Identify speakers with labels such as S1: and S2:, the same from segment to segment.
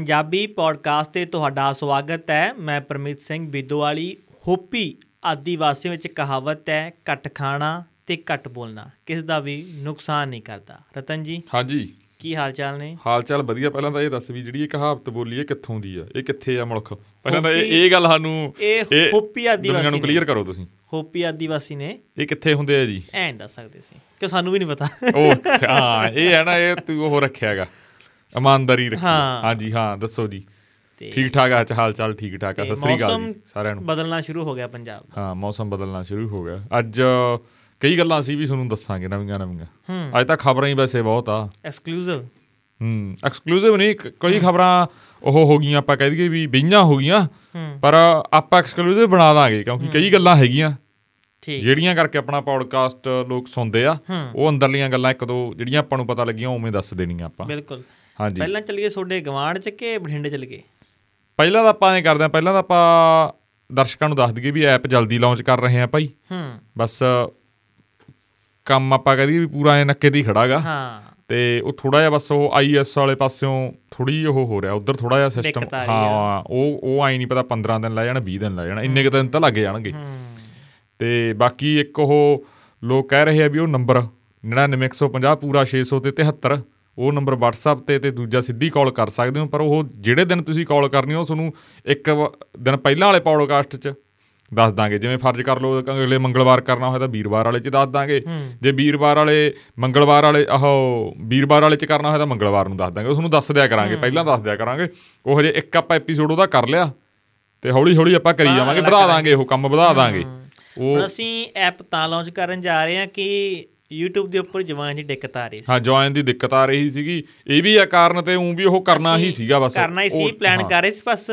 S1: Punjabi podcast ਤੇ ਤੁਹਾਡਾ ਸਵਾਗਤ ਹੈ ਮੈਂ ਪਰਮਿਤ ਸਿੰਘ ਵਿਦੋਵਾਲੀ ਹੋਪੀ ਆਦੀਵਾਸੀਆਂ ਵਿੱਚ ਕਹਾਵਤ ਹੈ ਘੱਟ ਖਾਣਾ ਤੇ ਘੱਟ ਬੋਲਣਾ ਕਿਸ ਦਾ ਵੀ ਨੁਕਸਾਨ ਨਹੀਂ ਕਰਦਾ ਰਤਨ ਜੀ
S2: ਹਾਂਜੀ
S1: ਕੀ ਹਾਲ ਚਾਲ ਨੇ
S2: ਹਾਲ ਚਾਲ ਵਧੀਆ ਪਹਿਲਾਂ ਤਾਂ ਇਹ ਦੱਸ ਵੀ ਜਿਹੜੀ ਇਹ ਕਹਾਵਤ ਬੋਲੀ ਹੈ ਕਿੱਥੋਂ ਦੀ ਆ ਇਹ ਕਿੱਥੇ ਆ ਮੁਲਕ ਪਹਿਲਾਂ ਤਾਂ
S1: ਹੋਪੀ-
S2: ਇਹ ਇਹ ਗੱਲ ਸਾਨੂੰ
S1: ਇਹ ਹੋਪੀ ਆਦੀਵਾਸੀ
S2: ਦੁਨੀਆ ਨੂੰ
S1: ਨੇ।
S2: ਕਲੀਅਰ ਕਰੋ ਤੁਸੀਂ
S1: ਹੋਪੀ ਆਦੀਵਾਸੀ ਨੇ
S2: ਇਹ ਕਿੱਥੇ ਹੁੰਦੇ ਆ ਜੀ
S1: ਐਂ ਦੱਸ ਸਕਦੇ ਸੀ ਕਿ ਸਾਨੂੰ ਵੀ ਨਹੀਂ ਪਤਾ
S2: ਉਹ ਹਾਂ ਇਹ ਹੈ ਨਾ ਇਹ ਤੂੰ ਉਹ ਰੱਖਿਆਗਾ ਇਮਾਨਦਾਰੀ ਰੱਖੀ
S1: ਹਾਂ।
S2: ਹਾਂਜੀ ਹਾਂ ਦੱਸੋ ਜੀ
S1: ਤੇ-
S2: ਠੀਕ ਠਾਕ ਆ ਚ- ਹਾਲ ਚਾਲ ਠੀਕ ਠਾਕ ਆ ਸਤਿ ਸ੍ਰੀ ਅਕਾਲ ਜੀ ਸਾਰਿਆਂ ਨੂੰ
S1: ਬਦਲਣਾ ਸ਼ੁਰੂ ਹੋ ਗਿਆ ਪੰਜਾਬ ਦਾ।
S2: ਹਾਂ ਮੌਸਮ ਬਦਲਣਾ ਸ਼ੁਰੂ ਹੋ ਗਿਆ ਅੱਜ ਅ, ਕਈ ਗੱਲਾਂ ਅਸੀਂ ਵੀ ਤੁਹਾਨੂੰ ਦੱਸਾਂਗੇ ਨਵੀਆਂ ਨਵੀਆਂ ਅੱਜ ਤਾਂ ਖਬਰਾਂ ਹੀ ਵੈਸੇ ਬਹੁਤ ਆ
S1: ਐਕਸਕਲੂਸਿਵ
S2: ਹੂੰ ਐਕਸਕਲੂਸਿਵ ਨਹੀਂ ਕ- ਕਈ ਖਬਰਾਂ ਉਹ ਹੋ ਗਈਆਂ ਆਪਾਂ ਕਹਿ ਦਈਏ ਵੀ ਬਈਆਂ ਹੋ ਗਈਆਂ ਪਰ ਆਪਾਂ ਐਕਸਕਲੂਸਿਵ ਬਣਾ ਦਾਂਗੇ ਕਿਉਂਕਿ ਕਈ ਗੱਲਾਂ ਹੈਗੀਆਂ
S1: ਠੀਕ
S2: ਜਿਹੜੀਆਂ ਕਰਕੇ ਆਪਣਾ ਪੌਡਕਾਸਟ ਲੋਕ ਸੁਣਦੇ ਆ ਉਹ ਅੰਦਰਲੀਆਂ ਗੱਲਾਂ ਇੱਕ ਦੋ ਜਿਹੜੀਆਂ ਆਪਾਂ ਨੂੰ ਪਤਾ ਲੱਗੀਆਂ ਉਵੇਂ ਦੱਸ ਦੇਣੀਆਂ ਆਪਾਂ
S1: ਬਿਲਕੁਲ
S2: ਹਾਂਜੀ
S1: ਪਹਿਲਾਂ ਚੱਲੀਏ ਤੁਹਾਡੇ ਗਵਾਂਢ ਚ ਕਿ ਬਠਿੰਡੇ ਚੱਲ ਗਏ
S2: ਪਹਿਲਾਂ ਤਾਂ ਆਪਾਂ ਐ ਕਰਦੇ ਆ ਪਹਿਲਾਂ ਤਾਂ ਆਪਾਂ ਦਰਸ਼ਕਾਂ ਨੂੰ ਦੱਸ ਦਈਏ ਵੀ ਐਪ ਜਲਦੀ ਲਾਂਚ ਕਰ ਰਹੇ ਆ ਭਾਈ
S1: ਹੂੰ
S2: ਬਸ ਕੰਮ ਆਪਾਂ ਕਹਿ ਦਈਏ ਵੀ ਪੂਰਾ ਐ ਨੱਕੇ ਦੀ ਖੜਾਗਾ
S1: ਹਾਂ
S2: ਤੇ ਉਹ ਥੋੜਾ ਜਿਹਾ ਬਸ ਉਹ ਆਈਐਸ ਵਾਲੇ ਪਾਸਿਓਂ ਥੋੜੀ ਉਹ ਹੋ ਰਿਹਾ ਉਧਰ ਥੋੜਾ ਜਿਹਾ ਸਿਸਟਮ
S1: ਦਿੱਕਤ ਆ ਰਹੀ ਆ।
S2: ਹਾਂ ਉਹ ਉਹ ਆਈ ਨਹੀਂ ਪਤਾ 15 ਦਿਨ ਲੱਗ ਜਾਣ 20 ਦਿਨ ਲੱਗ ਜਾਣ ਇੰਨੇ ਕੁ ਦਿਨ ਤਾਂ ਲੱਗ ਜਾਣਗੇ
S1: ਹੂੰ
S2: ਤੇ ਬਾਕੀ ਇੱਕ ਉਹ ਲੋਕ ਕਹਿ ਰਹੇ ਆ ਵੀ ਉਹ ਨੰਬਰ 99150 ਪੂਰਾ 600 ਤੇ 73 ਉਹ ਨੰਬਰ WhatsApp ਤੇ ਤੇ ਦੂਜਾ ਸਿੱਧੀ ਕਾਲ ਕਰ ਸਕਦੇ ਹੋ ਪਰ ਉਹ ਜਿਹੜੇ ਦਿਨ ਤੁਸੀਂ ਕਾਲ ਕਰਨੀ ਉਹ ਤੁਹਾਨੂੰ ਇੱਕ ਵ- ਦਿਨ ਪਹਿਲਾਂ ਵਾਲੇ ਪੌਡਕਾਸਟ 'ਚ ਦੱਸ ਦਾਂਗੇ ਜਿਵੇਂ ਫਰਜ਼ ਕਰ ਲਓ ਕਿ ਅਗਲੇ ਮੰਗਲਵਾਰ ਕਰਨਾ ਹੋਇਆ ਤਾਂ ਵੀਰਵਾਰ ਵਾਲੇ 'ਚ ਦੱਸ ਦਾਂਗੇ ਜੇ ਵੀਰਵਾਰ ਵਾਲੇ ਮੰਗਲਵਾਰ ਵਾਲੇ ਆਹੋ ਵੀਰਵਾਰ ਵਾਲੇ 'ਚ ਕਰਨਾ ਹੋਇਆ ਤਾਂ ਮੰਗਲਵਾਰ ਨੂੰ ਦੱਸ ਦਾਂਗੇ ਉਹ ਤੁਹਾਨੂੰ ਦੱਸ ਦਿਆ ਕਰਾਂਗੇ ਪਹਿਲਾਂ ਦੱਸ ਦਿਆ ਕਰਾਂਗੇ ਉਹ ਹਜੇ ਇੱਕ ਆਪਾਂ ਐਪੀਸੋਡ ਉਹਦਾ ਕਰ ਲਿਆ ਤੇ ਹੌਲੀ ਹੌਲੀ ਆਪਾਂ ਕਰੀ ਜਾਵਾਂਗੇ ਵਧਾ ਦਾਂਗੇ ਉਹ ਕੰਮ ਵਧਾ ਦਾਂਗੇ ਉਹ
S1: ਹੁਣ ਅਸੀਂ ਐਪ ਤਾਂ ਲਾਂਚ ਕਰਨ ਜਾ ਰਹੇ ਹਾਂ ਕਿ YouTube ਦੇ ਉੱਪਰ ਜਵਾਨ ਦੀ ਦਿੱਕਤ ਆ ਰਹੀ ਸੀ
S2: ਹਾਂ ਜੁਆਇਨ ਦੀ ਦਿੱਕਤ ਆ ਰਹੀ ਸੀਗੀ ਇਹ ਵੀ ਆ ਕਾਰਨ ਤੇ ਉਂ ਵੀ ਉਹ ਕਰਨਾ ਹੀ ਸੀਗਾ ਬਸ
S1: ਕਰਨਾ ਹੀ ਸੀ
S2: ਉਹ-
S1: ਪਲਾਨ
S2: ਹਾਂ,
S1: ਕਰ ਰਹੇ ਸੀ ਬਸ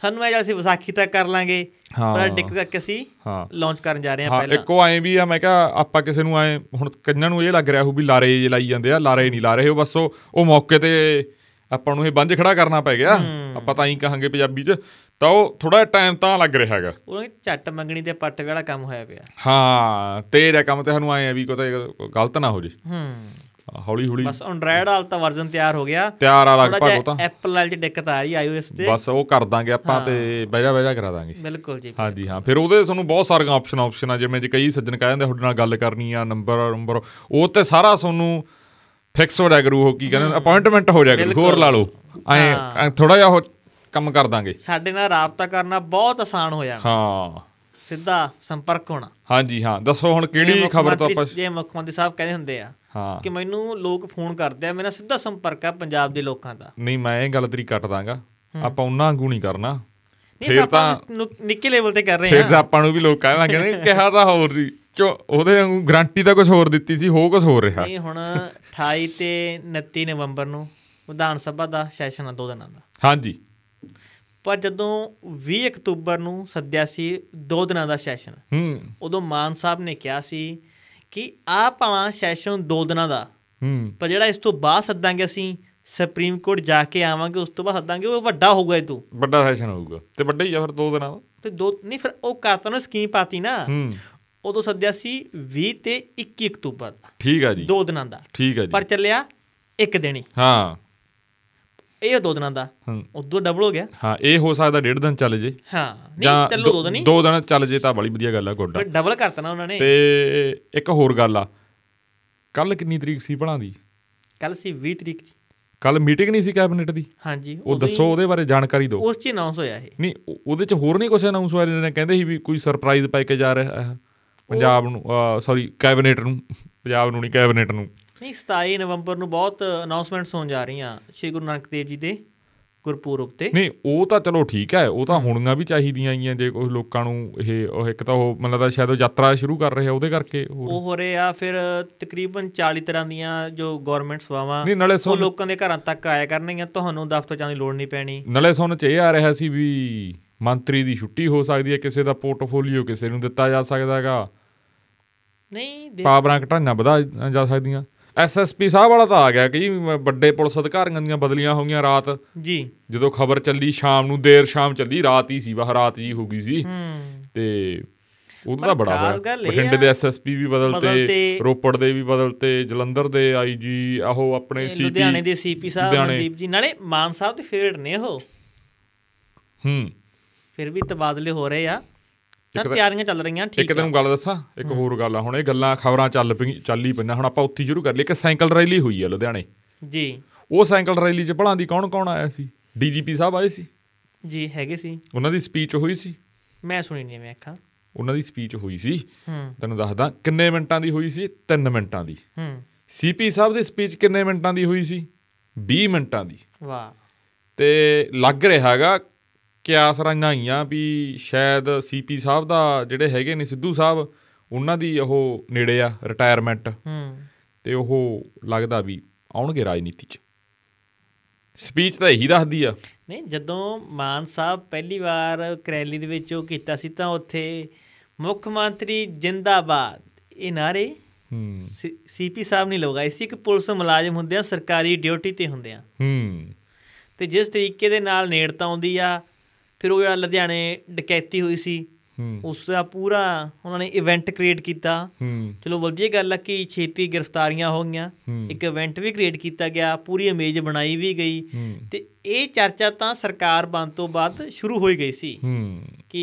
S1: ਸਾਨੂੰ ਇਹ ਅਸੀਂ ਵਿਸਾਖੀ ਤੱਕ ਕਰ ਲਾਂਗੇ ਪਰ
S2: ਹਾਂ।
S1: ਦਿੱਕਤ ਕਰਕੇ ਅਸੀਂ
S2: ਹਾਂ।
S1: ਲਾਂਚ ਕਰਨ ਜਾ ਰਹੇ ਹਾਂ
S2: ਹਾਂ
S1: ਪਹਿਲਾਂ
S2: ਇੱਕੋ ਐਂ ਵੀ ਆ ਮੈਂ ਕਿਹਾ ਆਪਾਂ ਕਿਸੇ ਨੂੰ ਐਂ ਹੁਣ ਕੰਨਾਂ ਨੂੰ ਇਹ ਲੱਗ ਰਿਹਾ ਹੋ ਵੀ ਲਾਰੇ ਜਿਹੇ ਲਾਈ ਜਾਂਦੇ ਆ ਲਾਰੇ ਨਹੀਂ ਲਾ ਰਹੇ ਉਹ ਬਸ ਉਹ ਉਹ ਮੌਕੇ ਤੇ ਆਪਾਂ ਨੂੰ ਇਹ ਬੰਝ ਖੜਾ ਕਰਨਾ ਪੈ ਗਿਆ ਆਪਾਂ ਤਾਂ ਐਂ ਕਹਾਂਗੇ ਪੰਜਾਬੀ 'ਚ ਤਾਂ ਉਹ ਥੋੜਾ ਟਾਈਮ ਤਾਂ ਲੱਗ ਰਿਹਾ ਹੈਗਾ
S1: ਉਹਨਾਂ ਦੀ ਝੱਟ ਮੰਗਣੀ ਤੇ ਪੱਟ ਵਾਲਾ ਕੰਮ ਹੋਇਆ ਪਿਆ
S2: ਹਾਂ ਤੇਰਾ ਕੰਮ ਤੇ ਸਾਨੂੰ ਐਂ ਆ ਵੀ ਕਿਤੇ ਗਲਤ ਨਾ ਹੋ ਜੇ
S1: ਹੂੰ
S2: ਹੌਲੀ ਹੌਲੀ
S1: ਬਸ ਐਂਡਰਾਇਡ ਹਾਲ ਤਾਂ ਵਰਜ਼ਨ ਤਿਆਰ ਹੋ ਗਿਆ
S2: ਤਿਆਰ ਆ
S1: ਥੋੜਾ
S2: ਲਗਭਗ ਉਹ
S1: ਜਿਹਾ
S2: ਤਾਂ
S1: ਐਪਲ ਵਾਲ ਚ ਦਿੱਕਤ ਆ ਰਹੀ iOS ਤੇ
S2: ਬਸ ਉਹ ਕਰ ਦਾਂਗੇ ਆਪਾਂ ਤੇ ਬਹਿ ਜਾ ਬਹਿ ਜਾ ਕਰਾ ਦਾਂਗੇ
S1: ਬਿਲਕੁਲ ਜੀ
S2: ਹਾਂਜੀ ਹਾਂ ਫਿਰ ਉਹਦੇ ਤੁਹਾਨੂੰ ਬਹੁਤ ਸਾਰੀਆਂ ਆਪਸ਼ਨ ਆਪਸ਼ਨ ਆ ਜਿਵੇਂ ਜੇ ਕਈ ਸੱਜਣ ਕਹਿ ਜਾਂਦੇ ਤੁਹਾਡੇ ਨਾਲ ਗੱਲ ਕਰਨੀ ਆ ਨੰਬਰ ਨੰਬਰ ਉਹ ਤੇ ਸਾਰਾ ਤੁਹਾਨੂੰ ਫਿਕਸ ਹੋ ਜਾਇਆ ਕਰੂ ਉਹ ਕੀ ਕਹਿੰਦੇ ਅਪਾਇੰਟਮੈਂਟ ਹੋ ਜਾਇਆ ਕਰੂ ਹੋਰ ਲਾ ਲਓ ਐ ਥੋੜਾ ਜਿਹਾ ਉਹ ਕੰਮ ਕਰ ਦਾਂਗੇ
S1: ਸਾਡੇ ਨਾਲ ਰਾਬਤਾ ਕਰਨਾ ਬਹੁਤ ਆਸਾਨ ਹੋ ਜਾਣਾ
S2: ਹਾਂ
S1: ਸਿੱਧਾ ਸੰਪਰਕ ਹੋਣਾ
S2: ਹਾਂਜੀ ਹਾਂ ਦੱਸੋ ਹੁਣ ਕਿਹੜੀ
S1: ਮੁੱਖ
S2: ਖਬਰ ਤੋਂ
S1: ਮੰਤਰੀ-
S2: ਆਪਾਂ
S1: ਜੇ ਮੁੱਖ ਮੰਤਰੀ ਸਾਹਿਬ ਕਹਿੰਦੇ ਹੁੰਦੇ ਆ
S2: ਹਾਂ
S1: ਕਿ ਮੈਨੂੰ ਲੋਕ ਫੋਨ ਕਰਦੇ ਆ ਮੇਰਾ ਸਿੱਧਾ ਸੰਪਰਕ ਆ ਪੰਜਾਬ ਦੇ ਲੋਕਾਂ ਦਾ
S2: ਨਹੀਂ ਮੈਂ ਇਹ ਗੱਲ ਤੇਰੀ ਕੱਟ ਦਾਂਗਾ ਆਪਾਂ ਉਹਨਾਂ ਵਾਂਗੂ ਨਹੀਂ ਕਰਨਾ
S1: ਨਹੀਂ
S2: ਫਿਰ
S1: ਆਪਾਂ
S2: ਤਾਂ
S1: ਨੁ- ਨਿੱਕੇ ਲੈਵਲ ਤੇ ਕਰ ਰਹੇ
S2: ਫਿਰ
S1: ਆ
S2: ਤਾਂ ਆਪਾਂ ਨੂੰ ਵੀ ਲੋਕ ਕਹਿਣ ਲੱਗ ਜਾਣਗੇ ਕਿਹਾ ਤਾਂ ਹੋਰ ਸੀ ਚੋ ਉਹਦੇ ਵਾਂਗੂ ਗਰੰਟੀ ਤਾਂ ਕੁਝ ਹੋਰ ਦਿੱਤੀ ਸੀ ਹੋ ਕੁਝ ਹੋਰ ਰਿਹਾ
S1: ਨਹੀਂ ਹੁਣ 28 ਤੇ 29 ਨਵੰਬਰ ਨੂੰ ਵਿਧਾਨ ਸਭਾ ਦਾ ਸੈਸ਼ਨ ਆ ਦੋ ਦਿਨਾਂ ਦਾ
S2: ਹਾਂਜੀ
S1: ਪਰ ਜਦੋਂ 20 ਅਕਤੂਬਰ ਨੂੰ ਸੱਦਿਆ ਸੀ ਦੋ ਦਿਨਾਂ ਦਾ ਸੈਸ਼ਨ
S2: ਹੂੰ
S1: ਉਦੋਂ ਮਾਨ ਸਾਹਿਬ ਨੇ ਕਿਹਾ ਸੀ ਕਿ ਆਹ ਭਾਵੇਂ ਸੈਸ਼ਨ ਦੋ ਦਿਨਾਂ ਦਾ
S2: ਹੂੰ
S1: ਪਰ ਜਿਹੜਾ ਇਸ ਤੋਂ ਬਾਅਦ ਸੱਦਾਂਗੇ ਅਸੀਂ ਸੁਪਰੀਮ ਕੋਰਟ ਜਾ ਕੇ ਆਵਾਂਗੇ ਉਸ ਤੋਂ ਬਾਅਦ ਸੱਦਾਂਗੇ ਉਹ ਵੱਡਾ ਹੋਊਗਾ ਇਹ ਤੋਂ
S2: ਵੱਡਾ ਸੈਸ਼ਨ ਹੋਊਗਾ ਤੇ ਵੱਡਾ ਹੀ ਆ ਫਿਰ ਦੋ ਦਿਨਾਂ ਦਾ
S1: ਤੇ ਦੋ ਨਹੀਂ ਫਿਰ ਉਹ ਕਰਤਾ ਨਾ ਸਕੀਮ ਪਾਤੀ ਨਾ
S2: ਹੂੰ
S1: ਉਦੋਂ ਸੱਦਿਆ ਸੀ 20 ਤੇ 21 ਅਕਤੂਬਰ ਦਾ
S2: ਠੀਕ ਆ ਜੀ
S1: ਦੋ ਦਿਨਾਂ ਦਾ
S2: ਠੀਕ ਆ ਜੀ
S1: ਪਰ ਚੱਲਿਆ ਇੱਕ ਦਿਨ ਹੀ
S2: ਹਾਂ
S1: ਇਹ ਦੋ ਦਿਨਾਂ ਦਾ
S2: ਹਮ।
S1: ਉਦੋਂ ਡਬਲ ਹੋ ਗਿਆ
S2: ਹਾਂ ਇਹ ਹੋ ਸਕਦਾ ਡੇਢ ਦਿਨ ਚੱਲ ਜੇ
S1: ਹਾਂ ਨਹੀਂ ਚੱਲੋ ਦੋ ਦਿਨ ਹੀ
S2: ਦੋ ਦਿਨ ਚੱਲ ਜੇ ਤਾਂ ਬੜੀ ਵਧੀਆ ਗੱਲ ਆ ਗੁੱਡ ਆ।
S1: ਪਰ ਡਬਲ ਕਰਤਾ ਨਾ ਉਹਨਾਂ ਨੇ
S2: ਤੇ ਇੱਕ ਹੋਰ ਗੱਲ ਆ ਕੱਲ ਕਿੰਨੀ ਤਰੀਕ ਸੀ ਭਲਾ ਦੀ
S1: ਕੱਲ ਸੀ 20 ਤਰੀਕ ਜੀ
S2: ਕੱਲ ਮੀਟਿੰਗ ਨਹੀਂ ਸੀ ਕੈਬਨਿਟ ਦੀ
S1: ਹਾਂਜੀ
S2: ਉਹ ਦੱਸੋ ਉਹਦੇ ਬਾਰੇ ਜਾਣਕਾਰੀ ਦਿਓ
S1: ਉਸ ਚ ਅਨਾਉਂਸ ਹੋਇਆ ਇਹ
S2: ਨਹੀਂ ਉਹ- ਉਹਦੇ ਚ ਹੋਰ ਨਹੀਂ ਕੁਝ ਅਨਾਉਂਸ ਹੋਇਆ ਜਿਹਨਾਂ ਨੇ ਕਹਿੰਦੇ ਸੀ ਵੀ ਕੋਈ ਸਰਪ੍ਰਾਈਜ਼ ਪੈਕੇਜ ਆ ਰਿਹਾ ਹੈ ਪੰਜਾਬ ਨੂੰ ਸੌਰੀ ਕੈਬਨਿਟ ਨੂੰ ਪੰਜਾਬ ਨੂੰ ਨਹੀਂ ਕੈਬਨਿਟ ਨੂੰ
S1: ਨਹੀਂ 27 ਨਵੰਬਰ ਨੂੰ ਬਹੁਤ ਅਨਾਉਂਸਮੈਂਟਸ ਹੋਣ ਜਾ ਰਹੀਆਂ ਸ਼੍ਰੀ ਗੁਰੂ ਨਾਨਕ ਦੇਵ ਜੀ ਦੇ ਗੁਰਪੁਰਬ ਤੇ
S2: ਨਹੀਂ ਉਹ ਤਾਂ ਚਲੋ ਠੀਕ ਹੈ ਉਹ ਤਾਂ ਹੋਣੀਆਂ ਵੀ ਚਾਹੀਦੀਆਂ ਆਈਆਂ ਜੇ ਕੋਈ ਲੋਕਾਂ ਨੂੰ ਇਹ ਉਹ ਇੱਕ ਤਾਂ ਉਹ ਮੈਨੂੰ ਲੱਗਦਾ ਸ਼ਾਇਦ ਉਹ ਯਾਤਰਾ ਸ਼ੁਰੂ ਕਰ ਰਹੇ ਆ ਉਹਦੇ ਕਰਕੇ ਹੋਰ
S1: ਉਹ ਹੋ ਰਹੇ ਆ ਫਿਰ ਤਕਰੀਬਨ 40 ਤਰ੍ਹਾਂ ਦੀਆਂ ਜੋ ਗਵਰਨਮੈਂਟ ਸੇਵਾਵਾਂ
S2: ਨਹੀਂ ਨਾਲੇ
S1: ਉਹ
S2: ਸੁਣ
S1: ਲੋਕਾਂ ਦੇ ਘਰਾਂ ਤੱਕ ਆਇਆ ਕਰਨਗੀਆਂ ਤੁਹਾਨੂੰ ਦਫ਼ਤਰ ਜਾਣ ਦੀ ਲੋੜ ਨਹੀਂ ਪੈਣੀ
S2: ਨਾਲੇ ਸੁਣ ਚ ਇਹ ਆ ਰਿਹਾ ਸੀ ਵੀ ਮੰਤਰੀ ਦੀ ਛੁੱਟੀ ਹੋ ਸਕਦੀ ਹੈ ਕਿਸੇ ਦਾ ਪੋਰਟਫੋਲੀਓ ਕਿਸੇ ਨੂੰ ਦਿੱਤਾ ਜਾ ਸਕਦਾ ਹੈਗਾ
S1: ਨਹੀਂ ਦੇ-
S2: ਪਾਵਰਾਂ ਘਟਾਈਆਂ ਵਧਾ ਜਾ ਸਕਦੀਆਂ ਐਸਐਸਪੀ ਸਾਹਿਬ ਵਾਲਾ ਤਾਂ ਆ ਗਿਆ ਕਈ ਵੱਡੇ ਪੁਲਿਸ ਅਧਿਕਾਰੀਆਂ ਦੀਆਂ ਬਦਲੀਆਂ ਹੋਈਆਂ ਰਾਤ
S1: ਜੀ
S2: ਜਦੋਂ ਖਬਰ ਚੱਲੀ ਸ਼ਾਮ ਨੂੰ ਦੇਰ ਸ਼ਾਮ ਚੱਲੀ ਰਾਤ ਹੀ ਸੀ ਬਾਹ ਰਾਤ ਜੀ ਹੋ ਗਈ ਸੀ
S1: ਹੂੰ
S2: ਤੇ ਉਹ ਤਾਂ ਬੜਾ
S1: ਖਾਸ
S2: ਹੋਇਆ
S1: ਗੱਲ ਇਹ
S2: ਬਠਿੰਡੇ ਦੇ ਐਸਐਸਪੀ ਵੀ ਬਦਲਤੇ
S1: ਬਦਲਤੇ।
S2: ਰੋਪੜ ਦੇ ਵੀ ਬਦਲਤੇ ਜਲੰਧਰ ਦੇ ਆਈਜੀ ਆਹੋ ਆਪਣੇ
S1: ਇਹ
S2: ਸੀਪੀ
S1: ਲੁਧਿਆਣੇ ਦੇ ਸੀਪੀ ਸਾਹਿਬ
S2: ਲੁਧਿਆਣੇ।
S1: ਮਨਦੀਪ ਜੀ ਨਾਲੇ ਮਾਨ ਸਾਹਿਬ ਦੇ ਫੇਵਰਟ ਨੇ ਉਹ
S2: ਹੂੰ
S1: ਫਿਰ ਵੀ ਤਬਾਦਲੇ ਹੋ ਰਹੇ ਆ ਤਾਂ
S2: ਇੱਕ ਤਾਂ-
S1: ਤਿਆਰੀਆਂ ਚੱਲ ਰਹੀਆਂ ਠੀਕ
S2: ਇੱਕ
S1: ਆ।
S2: ਤੈਨੂੰ ਗੱਲ ਦੱਸਾਂ ਇੱਕ ਹੋਰ ਗੱਲ ਆ ਹੁਣ ਇਹ ਗੱਲਾਂ ਖਬਰਾਂ ਚੱਲ ਪਈ ਚੱਲ ਹੀ ਪੈਣਾ ਹੁਣ ਆਪਾਂ ਉੱਥੇ ਹੀ ਸ਼ੁਰੂ ਕਰ ਲਈ ਕਿ ਸਾਈਕਲ ਰੈਲੀ ਹੋਈ ਆ ਲੁਧਿਆਣੇ
S1: ਜੀ
S2: ਉਹ ਸਾਈਕਲ ਰੈਲੀ 'ਚ ਭਲਾਂ ਦੀ ਕੌਣ ਕੌਣ ਆਇਆ ਸੀ ਡੀਜੀਪੀ ਸਾਹਿਬ ਆਏ ਸੀ
S1: ਜੀ ਹੈਗੇ ਸੀ
S2: ਉਹਨਾਂ ਦੀ ਸਪੀਚ ਹੋਈ ਸੀ
S1: ਮੈਂ ਸੁਣੀ ਨਹੀਂ ਮੈਂ ਅੱਖਾਂ
S2: ਉਹਨਾਂ ਦੀ ਸਪੀਚ ਹੋਈ ਸੀ
S1: ਹੂੰ
S2: ਤੈਨੂੰ ਦੱਸਦਾ ਕਿੰਨੇ ਮਿੰਟਾਂ ਦੀ ਹੋਈ ਸੀ 3 ਮਿੰਟਾਂ ਦੀ
S1: ਹੂੰ
S2: ਸੀਪੀ ਸਾਹਿਬ ਦੀ ਸਪੀਚ ਕਿੰਨੇ ਮਿੰਟਾਂ ਦੀ ਹੋਈ ਸੀ 20 ਮਿੰਟਾਂ ਦੀ
S1: ਵਾਹ
S2: ਤੇ ਲੱਗ ਰਿਹਾ ਹੈਗਾ ਕਿਆਸ ਰਾਈਆਂ ਵੀ ਸ਼ਾਇਦ ਸੀਪੀ ਸਾਹਿਬ ਦਾ ਜਿਹੜੇ ਹੈਗੇ ਨੇ ਸਿੱਧੂ ਸਾਹਿਬ ਉਹਨਾਂ ਦੀ ਉਹ ਨੇੜੇ ਆ ਰਿਟਾਇਰਮੈਂਟ
S1: ਹੂੰ
S2: ਤੇ ਉਹ ਲੱਗਦਾ ਵੀ ਆਉਣਗੇ ਰਾਜਨੀਤੀ 'ਚ ਸਪੀਚ ਤਾਂ ਇਹੀ ਦੱਸਦੀ ਆ
S1: ਨਹੀਂ ਜਦੋਂ ਮਾਨ ਸਾਹਿਬ ਪਹਿਲੀ ਵਾਰ ਕਰੈਲੀ ਦੇ ਵਿੱਚ ਉਹ ਕੀਤਾ ਸੀ ਤਾਂ ਉੱਥੇ ਮੁੱਖ ਮੰਤਰੀ ਜਿੰਦਾਬਾਦ ਇਹ ਨਾਰੇ
S2: ਹੂੰ
S1: ਸੀਪੀ ਸਾਹਿਬ ਨੇ ਲਗਾਏ ਸੀ ਕਿ ਪੁਲਿਸ ਮੁਲਾਜ਼ਮ ਹੁੰਦੇ ਆ ਸਰਕਾਰੀ ਡਿਊਟੀ ਤੇ ਹੁੰਦੇ ਆ
S2: ਹੂੰ
S1: ਤੇ ਜਿਸ ਤਰੀਕੇ ਦੇ ਨਾਲ ਨੇੜਤਾ ਆਉਂਦੀ ਆ ਫਿਰ ਉਹ ਜਿਹੜਾ ਲੁਧਿਆਣੇ ਡਕੈਤੀ ਹੋਈ ਸੀ
S2: ਹੂੰ
S1: ਉਸ ਦਾ ਪੂਰਾ ਉਹਨਾਂ ਨੇ ਇਵੈਂਟ ਕ੍ਰੀਏਟ ਕੀਤਾ
S2: ਹੂੰ
S1: ਚਲੋ ਵਧੀਆ ਗੱਲ ਆ ਕਿ ਛੇਤੀ ਗ੍ਰਿਫਤਾਰੀਆਂ ਹੋ ਗਈਆਂ
S2: ਹੂੰ।
S1: ਇੱਕ ਇਵੈਂਟ ਵੀ ਕ੍ਰੀਏਟ ਕੀਤਾ ਗਿਆ ਪੂਰੀ ਇਮੇਜ ਬਣਾਈ ਵੀ ਗਈ
S2: ਹੂੰ।
S1: ਤੇ ਇਹ ਚਰਚਾ ਤਾਂ ਸਰਕਾਰ ਬਣ ਤੋਂ ਬਾਅਦ ਸ਼ੁਰੂ ਹੋਈ ਗਈ ਸੀ
S2: ਹੂੰ
S1: ਕਿ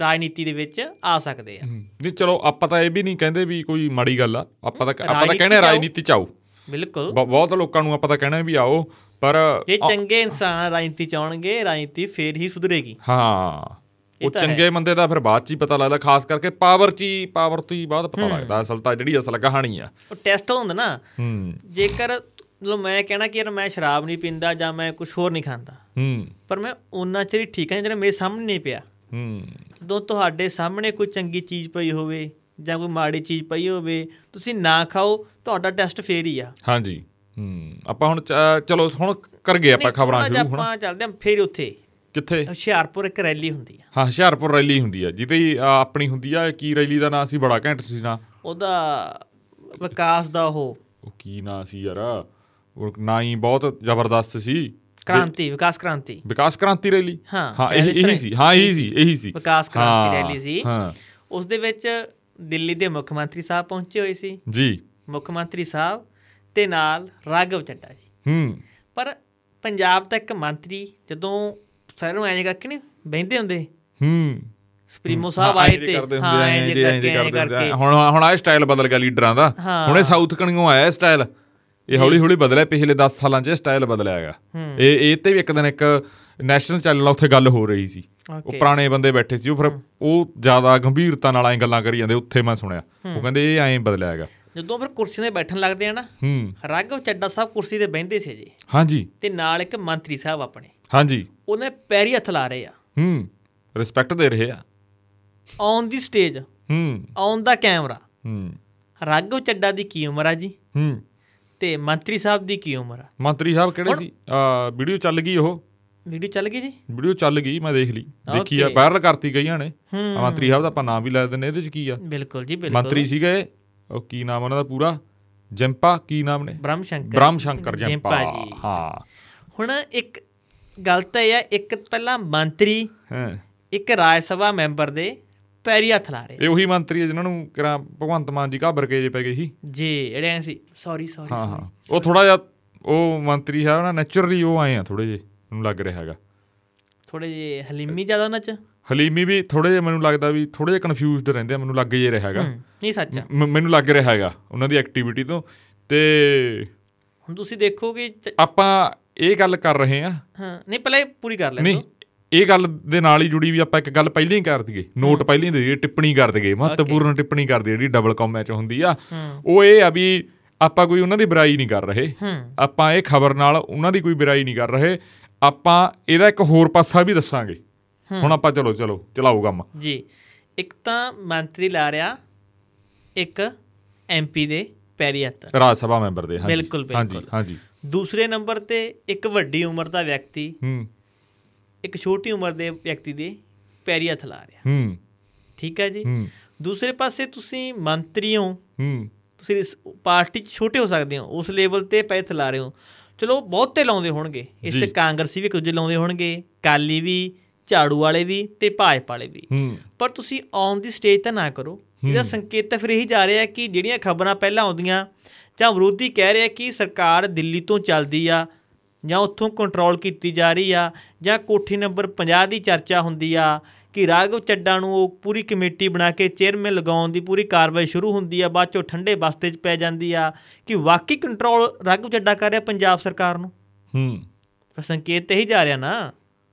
S1: ਰਾਜਨੀਤੀ ਦੇ ਵਿੱਚ ਆ ਸਕਦੇ ਆ
S2: ਨਹੀਂ ਚਲੋ ਆਪਾਂ ਤਾਂ ਇਹ ਵੀ ਨਹੀਂ ਕਹਿੰਦੇ ਵੀ ਕੋਈ ਮਾੜੀ ਗੱਲ ਆ ਆਪਾਂ ਤਾਂ ਆਪਾਂ ਤਾਂ
S1: ਰਾਜਨੀਤੀ
S2: ਕਹਿੰਦੇ
S1: ਚ ਆਓ।
S2: ਰਾਜਨੀਤੀ 'ਚ ਆਓ
S1: ਬਿਲਕੁਲ
S2: ਬ- ਬਹੁਤ ਲੋਕਾਂ ਨੂੰ ਆਪਾਂ ਤਾਂ ਕਹਿਣਾ ਵੀ ਆਓ ਪਰ
S1: ਜੇ ਚੰਗੇ ਇਨਸਾਨ ਰਾਜਨੀਤੀ ਚ ਆਉਣਗੇ ਰਾਜਨੀਤੀ ਫੇਰ ਹੀ ਸੁਧਰੇਗੀ
S2: ਹਾਂ ਉਹ
S1: ਇਹ ਤਾਂ ਹੈ।
S2: ਚੰਗੇ ਬੰਦੇ ਦਾ ਫਿਰ ਬਾਅਦ ਚ ਹੀ ਪਤਾ ਲੱਗਦਾ ਖਾਸ ਕਰਕੇ ਪਾਵਰ ਚ ਹੀ ਪਾਵਰ ਤੋਂ ਹੀ ਬਾਅਦ ਪਤਾ ਲੱਗਦਾ ਅਸਲ ਤਾਂ ਜਿਹੜੀ ਅਸਲ ਕਹਾਣੀ ਆ
S1: ਉਹ ਟੈਸਟ ਹੁੰਦਾ ਨਾ
S2: ਹੂੰ
S1: ਜੇਕਰ ਮਤਲਬ ਮੈਂ ਕਹਿਣਾ ਕਿ ਯਾਰ ਮੈਂ ਸ਼ਰਾਬ ਨਹੀਂ ਪੀਂਦਾ ਜਾਂ ਮੈਂ ਕੁਝ ਹੋਰ ਨਹੀਂ ਖਾਂਦਾ
S2: ਹੂੰ
S1: ਪਰ ਮੈਂ ਉਹਨਾਂ ਚਿਰ ਹੀ ਠੀਕ ਹਾਂ ਜਿਹੜਾ ਮੇਰੇ ਸਾਹਮਣੇ ਨਹੀਂ ਪਿਆ
S2: ਹੂੰ
S1: ਜਦੋਂ ਤੁਹਾਡੇ ਸਾਹਮਣੇ ਕੋਈ ਚੰਗੀ ਚੀਜ਼ ਪਈ ਹੋਵੇ ਜਾਂ ਕੋਈ ਮਾੜੀ ਚੀਜ਼ ਪਈ ਹੋਵੇ ਤੁਸੀਂ ਨਾ ਖਾਓ ਤੁਹਾਡਾ ਟੈਸਟ ਫੇਰ ਹੀ ਆ
S2: ਹਾਂਜੀ ਹੂੰ ਆਪਾਂ ਹੁਣ ਚ- ਚਲੋ ਹੁਣ ਕਰ ਗਏ ਆਪਾਂ
S1: ਨਹੀਂ,
S2: ਖਬਰਾਂ
S1: ਥੋੜ੍ਹਾ ਜਿਹਾ
S2: ਸ਼ੁਰੂ ਹੁਣ
S1: ਆਪਾਂ ਚੱਲਦੇ ਹਾਂ ਫੇਰ ਉੱਥੇ
S2: ਕਿੱਥੇ
S1: ਹੁਸ਼ਿਆਰਪੁਰ ਇੱਕ ਰੈਲੀ ਹੁੰਦੀ ਆ
S2: ਹਾਂ ਹੁਸ਼ਿਆਰਪੁਰ ਰੈਲੀ ਹੁੰਦੀ ਆ ਜਿਹਦੇ ਹੀ, ਆ, ਆਪਣੀ ਹੁੰਦੀ ਆ ਕੀ ਰੈਲੀ ਦਾ ਨਾਂ ਸੀ ਬੜਾ ਘੈਂਟ ਸੀ ਨਾ
S1: ਉਹਦਾ ਵਿਕਾਸ ਦਾ ਉਹ
S2: ਉਹ ਕੀ ਨਾਂ ਸੀ ਯਾਰ ਉਹ ਨਾਂ ਹੀ ਬਹੁਤ ਜ਼ਬਰਦਸਤ ਸੀ
S1: ਕ੍ਰਾਂਤੀ ਵਿਕਾਸ ਕ੍ਰਾਂਤੀ
S2: ਵਿਕਾਸ ਕ੍ਰਾਂਤੀ ਰੈਲੀ
S1: ਹਾਂ,
S2: ਹਾਂ
S1: ਸ਼ਾਇਦ ਇਸ
S2: ਇਹ
S1: ਤਰ੍ਹਾਂ
S2: ਸੀ ਹਾਂ ਇਹੀ ਸੀ ਇਹੀ ਸੀ
S1: ਵਿਕਾਸ ਕ੍ਰਾਂਤੀ
S2: ਹਾਂ,
S1: ਰੈਲੀ ਸੀ
S2: ਹਾਂ
S1: ਉਸ ਦੇ ਵਿੱਚ ਦਿੱਲੀ ਦੇ ਮੁੱਖ ਮੰਤਰੀ ਸਾਹਿਬ ਪਹੁੰਚੇ ਹੋਏ ਸੀ
S2: ਜੀ
S1: ਮੁੱਖ ਮੰਤਰੀ ਸਾਹਿਬ ਤੇ ਨਾਲ ਰਾਘਵ ਚੱਡਾ ਜੀ
S2: ਹੂੰ
S1: ਪਰ ਪੰਜਾਬ ਦਾ ਇੱਕ ਮੰਤਰੀ ਜਦੋਂ ਸਾਰਿਆਂ ਨੂੰ ਐਂ ਜਿਹਾ ਕਿ ਨਹੀਂ ਬਹਿੰਦੇ ਹੁੰਦੇ
S2: ਹੂੰ
S1: ਸੁਪਰੀਮੋ ਸਾਹਿਬ
S2: ਹਾਂ,
S1: ਆਏ
S2: ਐਂ ਜੇ
S1: ਤੇ
S2: ਕਰਦੇ ਹੁੰਦੇ
S1: ਹਾਂ
S2: ਆ,
S1: ਐਂ
S2: ਐਂ
S1: ਜੇ
S2: ਜੇ- ਐਂ ਜੇ
S1: ਕਰਕੇ
S2: ਕਰਦੇ ਹੁੰਦੇ ਆ।
S1: ਕਰਕੇ
S2: ਹੁਣ ਹੁਣ ਆ ਸਟਾਈਲ ਬਦਲ ਗਿਆ ਲੀਡਰਾਂ ਦਾ
S1: ਹਾਂ।
S2: ਹੁਣ ਇਹ ਸਾਊਥ ਕਣੀਓਂ ਆਇਆ ਸਟਾਈਲ ਇਹ ਹੌਲੀ ਹੌਲੀ ਬਦਲਿਆ ਪਿਛਲੇ 10 ਸਾਲਾਂ 'ਚ ਸਟਾਈਲ ਬਦਲਿਆ ਹੈਗਾ ਇਹ ਇਹ ਤੇ ਵੀ ਇੱਕ ਦਿਨ ਇੱਕ ਨੈਸ਼ਨਲ ਚੈਨਲ ਉੱਥੇ ਗੱਲ ਹੋ ਰਹੀ ਸੀ ਉਹ
S1: Okay.
S2: ਪੁਰਾਣੇ ਬੰਦੇ ਬੈਠੇ ਸੀ ਉਹ ਫਿਰ ਉਹ ਜ਼ਿਆਦਾ ਗੰਭੀਰਤਾ ਨਾਲ ਐਂ ਗੱਲਾਂ ਕਰੀ ਜਾਂਦੇ ਉੱਥੇ ਮੈਂ ਸੁਣਿਆ ਉਹ ਕਹਿੰਦੇ ਇਹ ਐਂ ਬਦਲਿਆ ਹੈਗਾ
S1: ਜਦੋਂ ਫਿਰ ਕੁਰਸੀਆਂ ਤੇ ਬੈਠਣ ਲੱਗਦੇ ਆ ਨਾ
S2: ਹੂੰ
S1: ਰਾਘਵ ਚੱਡਾ ਸਾਹਿਬ ਕੁਰਸੀ ਤੇ ਬਹਿੰਦੇ ਸੀ ਜੀ
S2: ਹਾਂਜੀ
S1: ਤੇ ਨਾਲ ਇੱਕ ਮੰਤਰੀ ਸਾਹਿਬ ਆਪਣੇ
S2: ਹਾਂਜੀ
S1: ਉਹਨੇ ਪੈਰੀ ਹੱਥ ਲਾ ਰਹੇ ਆ
S2: ਹੂੰ ਰਿਸਪੈਕਟ ਦੇ ਰਹੇ ਆ
S1: ਔਨ ਦੀ ਸਟੇਜ
S2: ਹੂੰ
S1: ਔਨ ਦਾ ਕੈਮਰਾ
S2: ਹੂੰ
S1: ਰਾਘਵ ਚੱਡਾ ਦੀ ਕੀ ਉਮਰ ਆ ਜੀ
S2: ਹੂੰ
S1: ਤੇ ਮੰਤਰੀ ਸਾਹਿਬ ਦੀ ਕੀ ਉਮਰ ਆ
S2: ਮੰਤਰੀ ਸਾਹਿਬ ਕਿਹੜੇ ਸੀ ਵੀਡੀਓ ਚੱਲ ਗਈ ਉਹ
S1: ਵੀਡੀਓ ਚੱਲ ਗਈ ਜੀ
S2: ਵੀਡੀਓ ਚੱਲ ਗਈ ਮੈਂ ਦੇਖ ਲਈ ਦੇਖੀ ਆ
S1: Okay.
S2: ਵਾਇਰਲ ਕਰਤੀ ਗਈਆਂ ਨੇ
S1: ਹੂੰ।
S2: ਮੰਤਰੀ ਸਾਹਿਬ ਦਾ ਆਪਾਂ ਨਾਮ ਵੀ ਲੈ ਦਿੰਦੇ ਇਹਦੇ ਚ ਕੀ ਆ
S1: ਬਿਲਕੁਲ ਜੀ ਬਿਲਕੁਲ
S2: ਮੰਤਰੀ ਸੀਗੇ ਉਹ ਕੀ ਨਾਮ ਉਹਨਾਂ ਦਾ ਪੂਰਾ ਜੰਪਾ ਕੀ ਨਾਮ ਨੇ
S1: ਬ੍ਰਹਮ ਸ਼ੰਕਰ
S2: ਬ੍ਰਹਮ ਸ਼ੰਕਰ ਜੰਪਾ
S1: ਜੈਂਪਾ ਜੀ।
S2: ਹਾਂ
S1: ਹੁਣ ਇੱਕ ਗੱਲ ਤਾਂ ਇਹ ਆ ਇੱਕ ਪਹਿਲਾਂ ਮੰਤਰੀ
S2: ਹੈਂ।
S1: ਇੱਕ ਰਾਜ ਸਭਾ ਮੈਂਬਰ ਦੇ ਪੈਰੀ ਹੱਥ ਲਾ ਰਹੇ
S2: ਇਹ ਉਹੀ ਮੰਤਰੀ ਆ ਜਿਨ੍ਹਾਂ ਨੂੰ ਕਿਰਾ ਭਗਵੰਤ ਮਾਨ ਜੀ ਘਾਬਰ ਕੇ ਜੇ ਪੈ ਗਏ ਸੀ
S1: ਜੀ ਜਿਹੜੇ ਐਂ ਸੀ ਸੌਰੀ ਸੌਰੀ
S2: ਹਾਂ ਹਾਂ
S1: ਸੌਰੀ
S2: ਉਹ ਥੋੜਾ ਜਿਹਾ ਉਹ ਮੰਤਰੀ ਸਾਹਿਬ ਨਾ ਨੇਚਰਲੀ ਉਹ ਆਏ ਆ ਥੋੜੇ ਜਿਹੇ ਮੈਨੂੰ ਲੱਗ ਰਿਹਾ ਹੈਗਾ
S1: ਥੋੜੇ ਜਿਹੇ ਹਲੀਮੀ ਜ਼ਿਆਦਾ ਉਹਨਾਂ ਚ
S2: ਹਲੀਮੀ ਵੀ ਥੋੜੇ ਜਿਹਾ ਮੈਨੂੰ ਲੱਗਦਾ ਵੀ ਥੋੜੇ ਜਿਹਾ ਕਨਫਿਊਜ਼ਡ ਰਹਿੰਦੇ ਆ ਮੈਨੂੰ ਲੱਗ ਜੇ ਰਿਹਾ ਹੈਗਾ
S1: ਹੂੰ, ਨਹੀਂ ਸੱਚ ਆ।
S2: ਮ- ਮੈਨੂੰ ਲੱਗ ਰਿਹਾ ਹੈਗਾ ਉਹਨਾਂ ਦੀ ਐਕਟੀਵਿਟੀ ਤੋਂ ਤੇ
S1: ਹੁਣ ਤੁਸੀਂ ਦੇਖੋਗੇ ਚ-
S2: ਆਪਾਂ ਇਹ ਗੱਲ ਕਰ ਰਹੇ ਆ
S1: ਹਾਂ ਨਹੀਂ ਪਹਿਲਾਂ ਇਹ ਪੂਰੀ ਕਰ ਲੈਂਦੇ
S2: ਨਹੀਂ ਇਹ ਗੱਲ ਦੇ ਨਾਲ ਹੀ ਜੁੜੀ ਵੀ ਆਪਾਂ ਇੱਕ ਗੱਲ ਪਹਿਲਾਂ ਹੀ ਕਰ ਦਈਏ ਨੋਟ ਪਹਿਲਾਂ ਹੀ ਦੇ ਦਈਏ ਟਿੱਪਣੀ ਕਰ ਦਈਏ ਮਹੱਤਵਪੂਰਨ ਟਿੱਪਣੀ ਕਰ ਦਈਏ ਜਿਹੜੀ ਡਬਲ ਕੌਮਾ ਚ ਹੁੰਦੀ ਆ
S1: ਹੂੰ।
S2: ਉਹ ਇਹ ਆ ਵੀ ਆਪਾਂ ਕੋਈ ਉਹਨਾਂ ਦੀ ਬੁਰਾਈ ਨਹੀਂ ਕਰ ਰਹੇ
S1: ਹੂੰ
S2: ਆਪਾਂ ਇਹ ਖਬਰ ਨਾਲ ਉਹਨਾਂ ਦੀ ਕੋਈ ਬੁਰਾਈ ਨਹੀਂ ਕਰ ਰਹੇ ਆਪਾਂ ਇਹਦਾ ਇੱਕ ਹੋਰ ਪਾਸਾ ਵੀ ਦੱਸਾਂਗੇ ਹੁਣ ਆਪਾਂ ਚਲੋ ਚਲੋ ਚਲਾਓ ਕੰਮ
S1: ਜੀ ਇੱਕ ਤਾਂ ਮੰਤਰੀ ਲਾ ਰਿਹਾ ਇੱਕ ਐਮਪੀ ਦੇ ਪੈਰੀ ਹੱਥ
S2: ਰਾਜ ਸਭਾ ਮੈਂਬਰ ਦੇ ਹਾਂਜੀ
S1: ਬਿਲਕੁਲ,
S2: ਹਾਂਜੀ
S1: ਬਿਲਕੁਲ।
S2: ਹਾਂਜੀ
S1: ਦੂਸਰੇ ਨੰਬਰ ਤੇ ਇੱਕ ਵੱਡੀ ਉਮਰ ਦਾ ਵਿਅਕਤੀ
S2: ਹੂੰ
S1: ਇੱਕ ਛੋਟੀ ਉਮਰ ਦੇ ਵਿਅਕਤੀ ਦੇ ਪੈਰੀ ਹੱਥ ਲਾ ਰਿਹਾ
S2: ਹੂੰ
S1: ਠੀਕ ਹੈ ਜੀ
S2: ਹੂੰ
S1: ਦੂਸਰੇ ਪਾਸੇ ਤੁਸੀਂ ਮੰਤਰੀ ਹੋ
S2: ਹੂੰ
S1: ਤੁਸੀਂ ਇਸ ਪਾਰਟੀ 'ਚ ਛੋਟੇ ਹੋ ਸਕਦੇ ਹੋ ਉਸ ਲੈਵਲ ਤੇ ਪੈਰ ਲਾ ਰਹੇ ਹੋ ਚਲੋ ਬਹੁਤੇ ਲਾਉਂਦੇ ਹੋਣਗੇ ਇਸ 'ਚ
S2: ਜੀ।
S1: ਕਾਂਗਰਸੀ ਵੀ ਕੁਝ ਲਾਉਂਦੇ ਹੋਣਗੇ ਕਾਲੀ ਵੀ ਝਾੜੂ ਵਾਲੇ ਵੀ ਤੇ ਭਾਜਪਾ ਵਾਲੇ ਵੀ
S2: ਹੂੰ
S1: ਪਰ ਤੁਸੀਂ ਔਨ ਦੀ ਸਟੇਜ ਤਾਂ ਨਾ ਕਰੋ ਇਹਦਾ ਸੰਕੇਤ ਤਾਂ ਫਿਰ ਇਹੀ ਜਾ ਰਿਹਾ ਕਿ ਜਿਹੜੀਆਂ ਖਬਰਾਂ ਪਹਿਲਾਂ ਆਉਂਦੀਆਂ ਜਾਂ ਵਿਰੋਧੀ ਕਹਿ ਰਿਹਾ ਕਿ ਸਰਕਾਰ ਦਿੱਲੀ ਤੋਂ ਚੱਲਦੀ ਆ ਜਾਂ ਉੱਥੋਂ ਕੰਟਰੋਲ ਕੀਤੀ ਜਾ ਰਹੀ ਆ ਜਾਂ ਕੋਠੀ ਨੰਬਰ 50 ਦੀ ਚਰਚਾ ਹੁੰਦੀ ਆ ਕਿ ਰਾਘਵ ਚੱਡਾ ਨੂੰ ਉਹ ਪੂਰੀ ਕਮੇਟੀ ਬਣਾ ਕੇ ਚੇਅਰਮੈਨ ਲਗਾਉਣ ਦੀ ਪੂਰੀ ਕਾਰਵਾਈ ਸ਼ੁਰੂ ਹੁੰਦੀ ਆ ਬਾਅਦ ਚੋਂ ਠੰਡੇ ਬਸਤੇ 'ਚ ਪੈ ਜਾਂਦੀ ਆ ਕਿ ਵਾਕਈ ਕੰਟਰੋਲ ਰਾਘਵ ਚੱਡਾ ਕਰ ਰਿਹਾ ਪੰਜਾਬ ਸਰਕਾਰ ਨੂੰ
S2: ਹੂੰ
S1: ਪਰ ਸੰਕੇਤ ਤਾਂ ਇਹੀ ਜਾ ਰਿਹਾ ਨਾ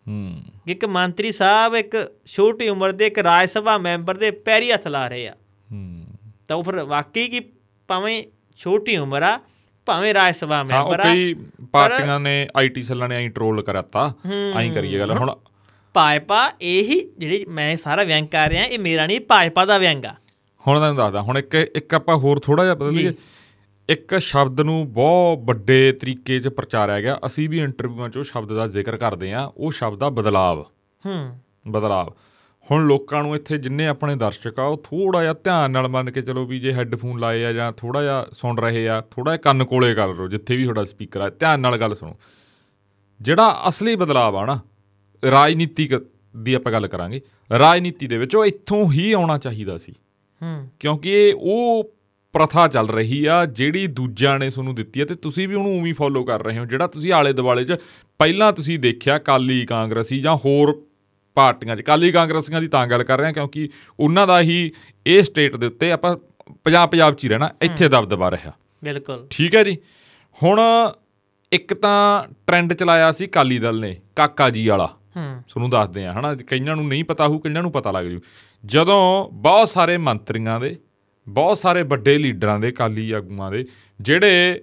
S2: ਹੂੰ
S1: ਕਿ ਇੱਕ ਮੰਤਰੀ ਸਾਹਿਬ ਇੱਕ ਛੋਟੀ ਉਮਰ ਦੇ ਇੱਕ ਰਾਜ ਸਭਾ ਮੈਂਬਰ ਦੇ ਪੈਰੀ ਹੱਥ ਲਾ ਰਹੇ ਆ
S2: ਹੂੰ
S1: ਤਾਂ ਉਹ ਫਿਰ ਵਾਕਈ ਕਿ ਭਾਵੇਂ ਛੋਟੀ ਉਮਰ ਆ ਭਾਵੇਂ ਰਾਜ ਸਭਾ
S2: ਹਾਂ ਉਹ
S1: ਮੈਂਬਰ ਆ
S2: ਕਈ ਪਾਰਟੀਆਂ ਨੇ ਆਈਟੀ ਸੈੱਲਾਂ ਨੇ ਐਂ ਟ੍ਰੋਲ ਕਰਾਤਾ ਐਂ ਕਰੀਏ ਗੱਲ ਹੁਣ
S1: ਭਾਜਪਾ ਇਹੀ ਜਿਹੜੀ ਮੈਂ ਸਾਰਾ ਵਿਅੰਗ ਕਰ ਰਿਹਾ ਇਹ ਮੇਰਾ ਨਹੀਂ ਭਾਜਪਾ ਦਾ ਵਿਅੰਗ ਆ
S2: ਹੁਣ ਤੁਹਾਨੂੰ ਦੱਸਦਾ ਹੁਣ ਇੱਕ ਇੱਕ ਆਪਾਂ ਹੋਰ ਥੋੜਾ ਜਿਹਾ ਬਦਲ ਲਈਏ ਇੱਕ ਸ਼ਬਦ ਨੂੰ ਬਹੁਤ ਵੱਡੇ ਤਰੀਕੇ 'ਚ ਪ੍ਰਚਾਰਿਆ ਗਿਆ ਅਸੀਂ ਵੀ ਇੰਟਰਵਿਊਆਂ 'ਚ ਉਹ ਸ਼ਬਦ ਦਾ ਜ਼ਿਕਰ ਕਰਦੇ ਆ ਉਹ ਸ਼ਬਦ ਆ ਬਦਲਾਵ
S1: ਹੂੰ
S2: ਬਦਲਾਵ ਹੁਣ ਲੋਕਾਂ ਨੂੰ ਇੱਥੇ ਜਿੰਨੇ ਆਪਣੇ ਦਰਸ਼ਕ ਆ ਉਹ ਥੋੜਾ ਜਿਹਾ ਧਿਆਨ ਨਾਲ ਮੰਨ ਕੇ ਚਲੋ ਵੀ ਜੇ ਹੈੱਡਫੋਨ ਲਾਏ ਆ ਜਾਂ ਥੋੜਾ ਜਿਹਾ ਸੁਣ ਰਹੇ ਆ ਥੋੜਾ ਜਿਹਾ ਕੰਨ ਕੋਲੇ ਕਰ ਲਓ ਜਿੱਥੇ ਵੀ ਤੁਹਾਡਾ ਸਪੀਕਰ ਆ ਧਿਆਨ ਨਾਲ ਗੱਲ ਸੁਣੋ ਜਿਹੜਾ ਅਸਲੀ ਬਦਲਾਅ ਆ ਨਾ ਰਾਜਨੀਤਿਕ ਦੀ ਆਪਾਂ ਗੱਲ ਕਰਾਂਗੇ ਰਾਜਨੀਤੀ ਦੇ ਵਿੱਚ ਉਹ ਇੱਥੋਂ ਹੀ ਆਉਣਾ ਚਾਹੀਦਾ ਸੀ
S1: ਹੂੰ
S2: ਕਿਉਂਕਿ ਇਹ ਉਹ ਪ੍ਰਥਾ ਚੱਲ ਰਹੀ ਆ ਜਿਹੜੀ ਦੂਜਿਆਂ ਨੇ ਤੁਹਾਨੂੰ ਦਿੱਤੀ ਆ ਤੇ ਤੁਸੀਂ ਵੀ ਉਹਨੂੰ ਉਵੇਂ ਫੋਲੋ ਕਰ ਰਹੇ ਹੋ ਜਿਹੜਾ ਤੁਸੀਂ ਆਲੇ ਦੁਆਲੇ 'ਚ ਪਹਿਲਾਂ ਤੁਸੀਂ ਦੇਖਿਆ ਕਾਲੀ ਕਾਂਗਰਸੀ ਜਾਂ ਹੋਰ ਪਾਰਟੀਆਂ 'ਚ ਕਾਲੀ ਕਾਂਗਰਸੀਆਂ ਦੀ ਤਾਂ ਗੱਲ ਕਰ ਰਹੇ ਹਾਂ ਕਿਉਂਕਿ ਉਹਨਾਂ ਦਾ ਹੀ ਇਹ ਸਟੇਟ ਦੇ ਉੱਤੇ ਆਪਾਂ ਪੰਜਾਬ ਪੰਜਾਬ 'ਚ ਹੀ ਰਹਿਣਾ ਇੱਥੇ ਦਬਦਬਾ ਰਿਹਾ
S1: ਬਿਲਕੁਲ
S2: ਠੀਕ ਹੈ ਜੀ ਹੁਣ ਇੱਕ ਤਾਂ ਟ੍ਰੈਂਡ ਚਲਾਇਆ ਸੀ ਕਾਲੀ ਦਲ ਨੇ ਕਾਕਾ ਜੀ ਵਾਲਾ
S1: ਹੂੰ
S2: ਤੁਹਾਨੂੰ ਦੱਸਦੇ ਆ ਹਨਾ ਕਈਆਂ ਨੂੰ ਨਹੀਂ ਪਤਾ ਹੋਊ ਕਈਆਂ ਨੂੰ ਪਤਾ ਲੱਗ ਜੂ ਜਦੋਂ ਬਹੁਤ ਸਾਰੇ ਮੰਤਰੀਆਂ ਦੇ ਬਹੁਤ ਸਾਰੇ ਵੱਡੇ ਲੀਡਰਾਂ ਦੇ ਕਾਲੀ ਆਗੂਆਂ ਦੇ ਜਿਹੜੇ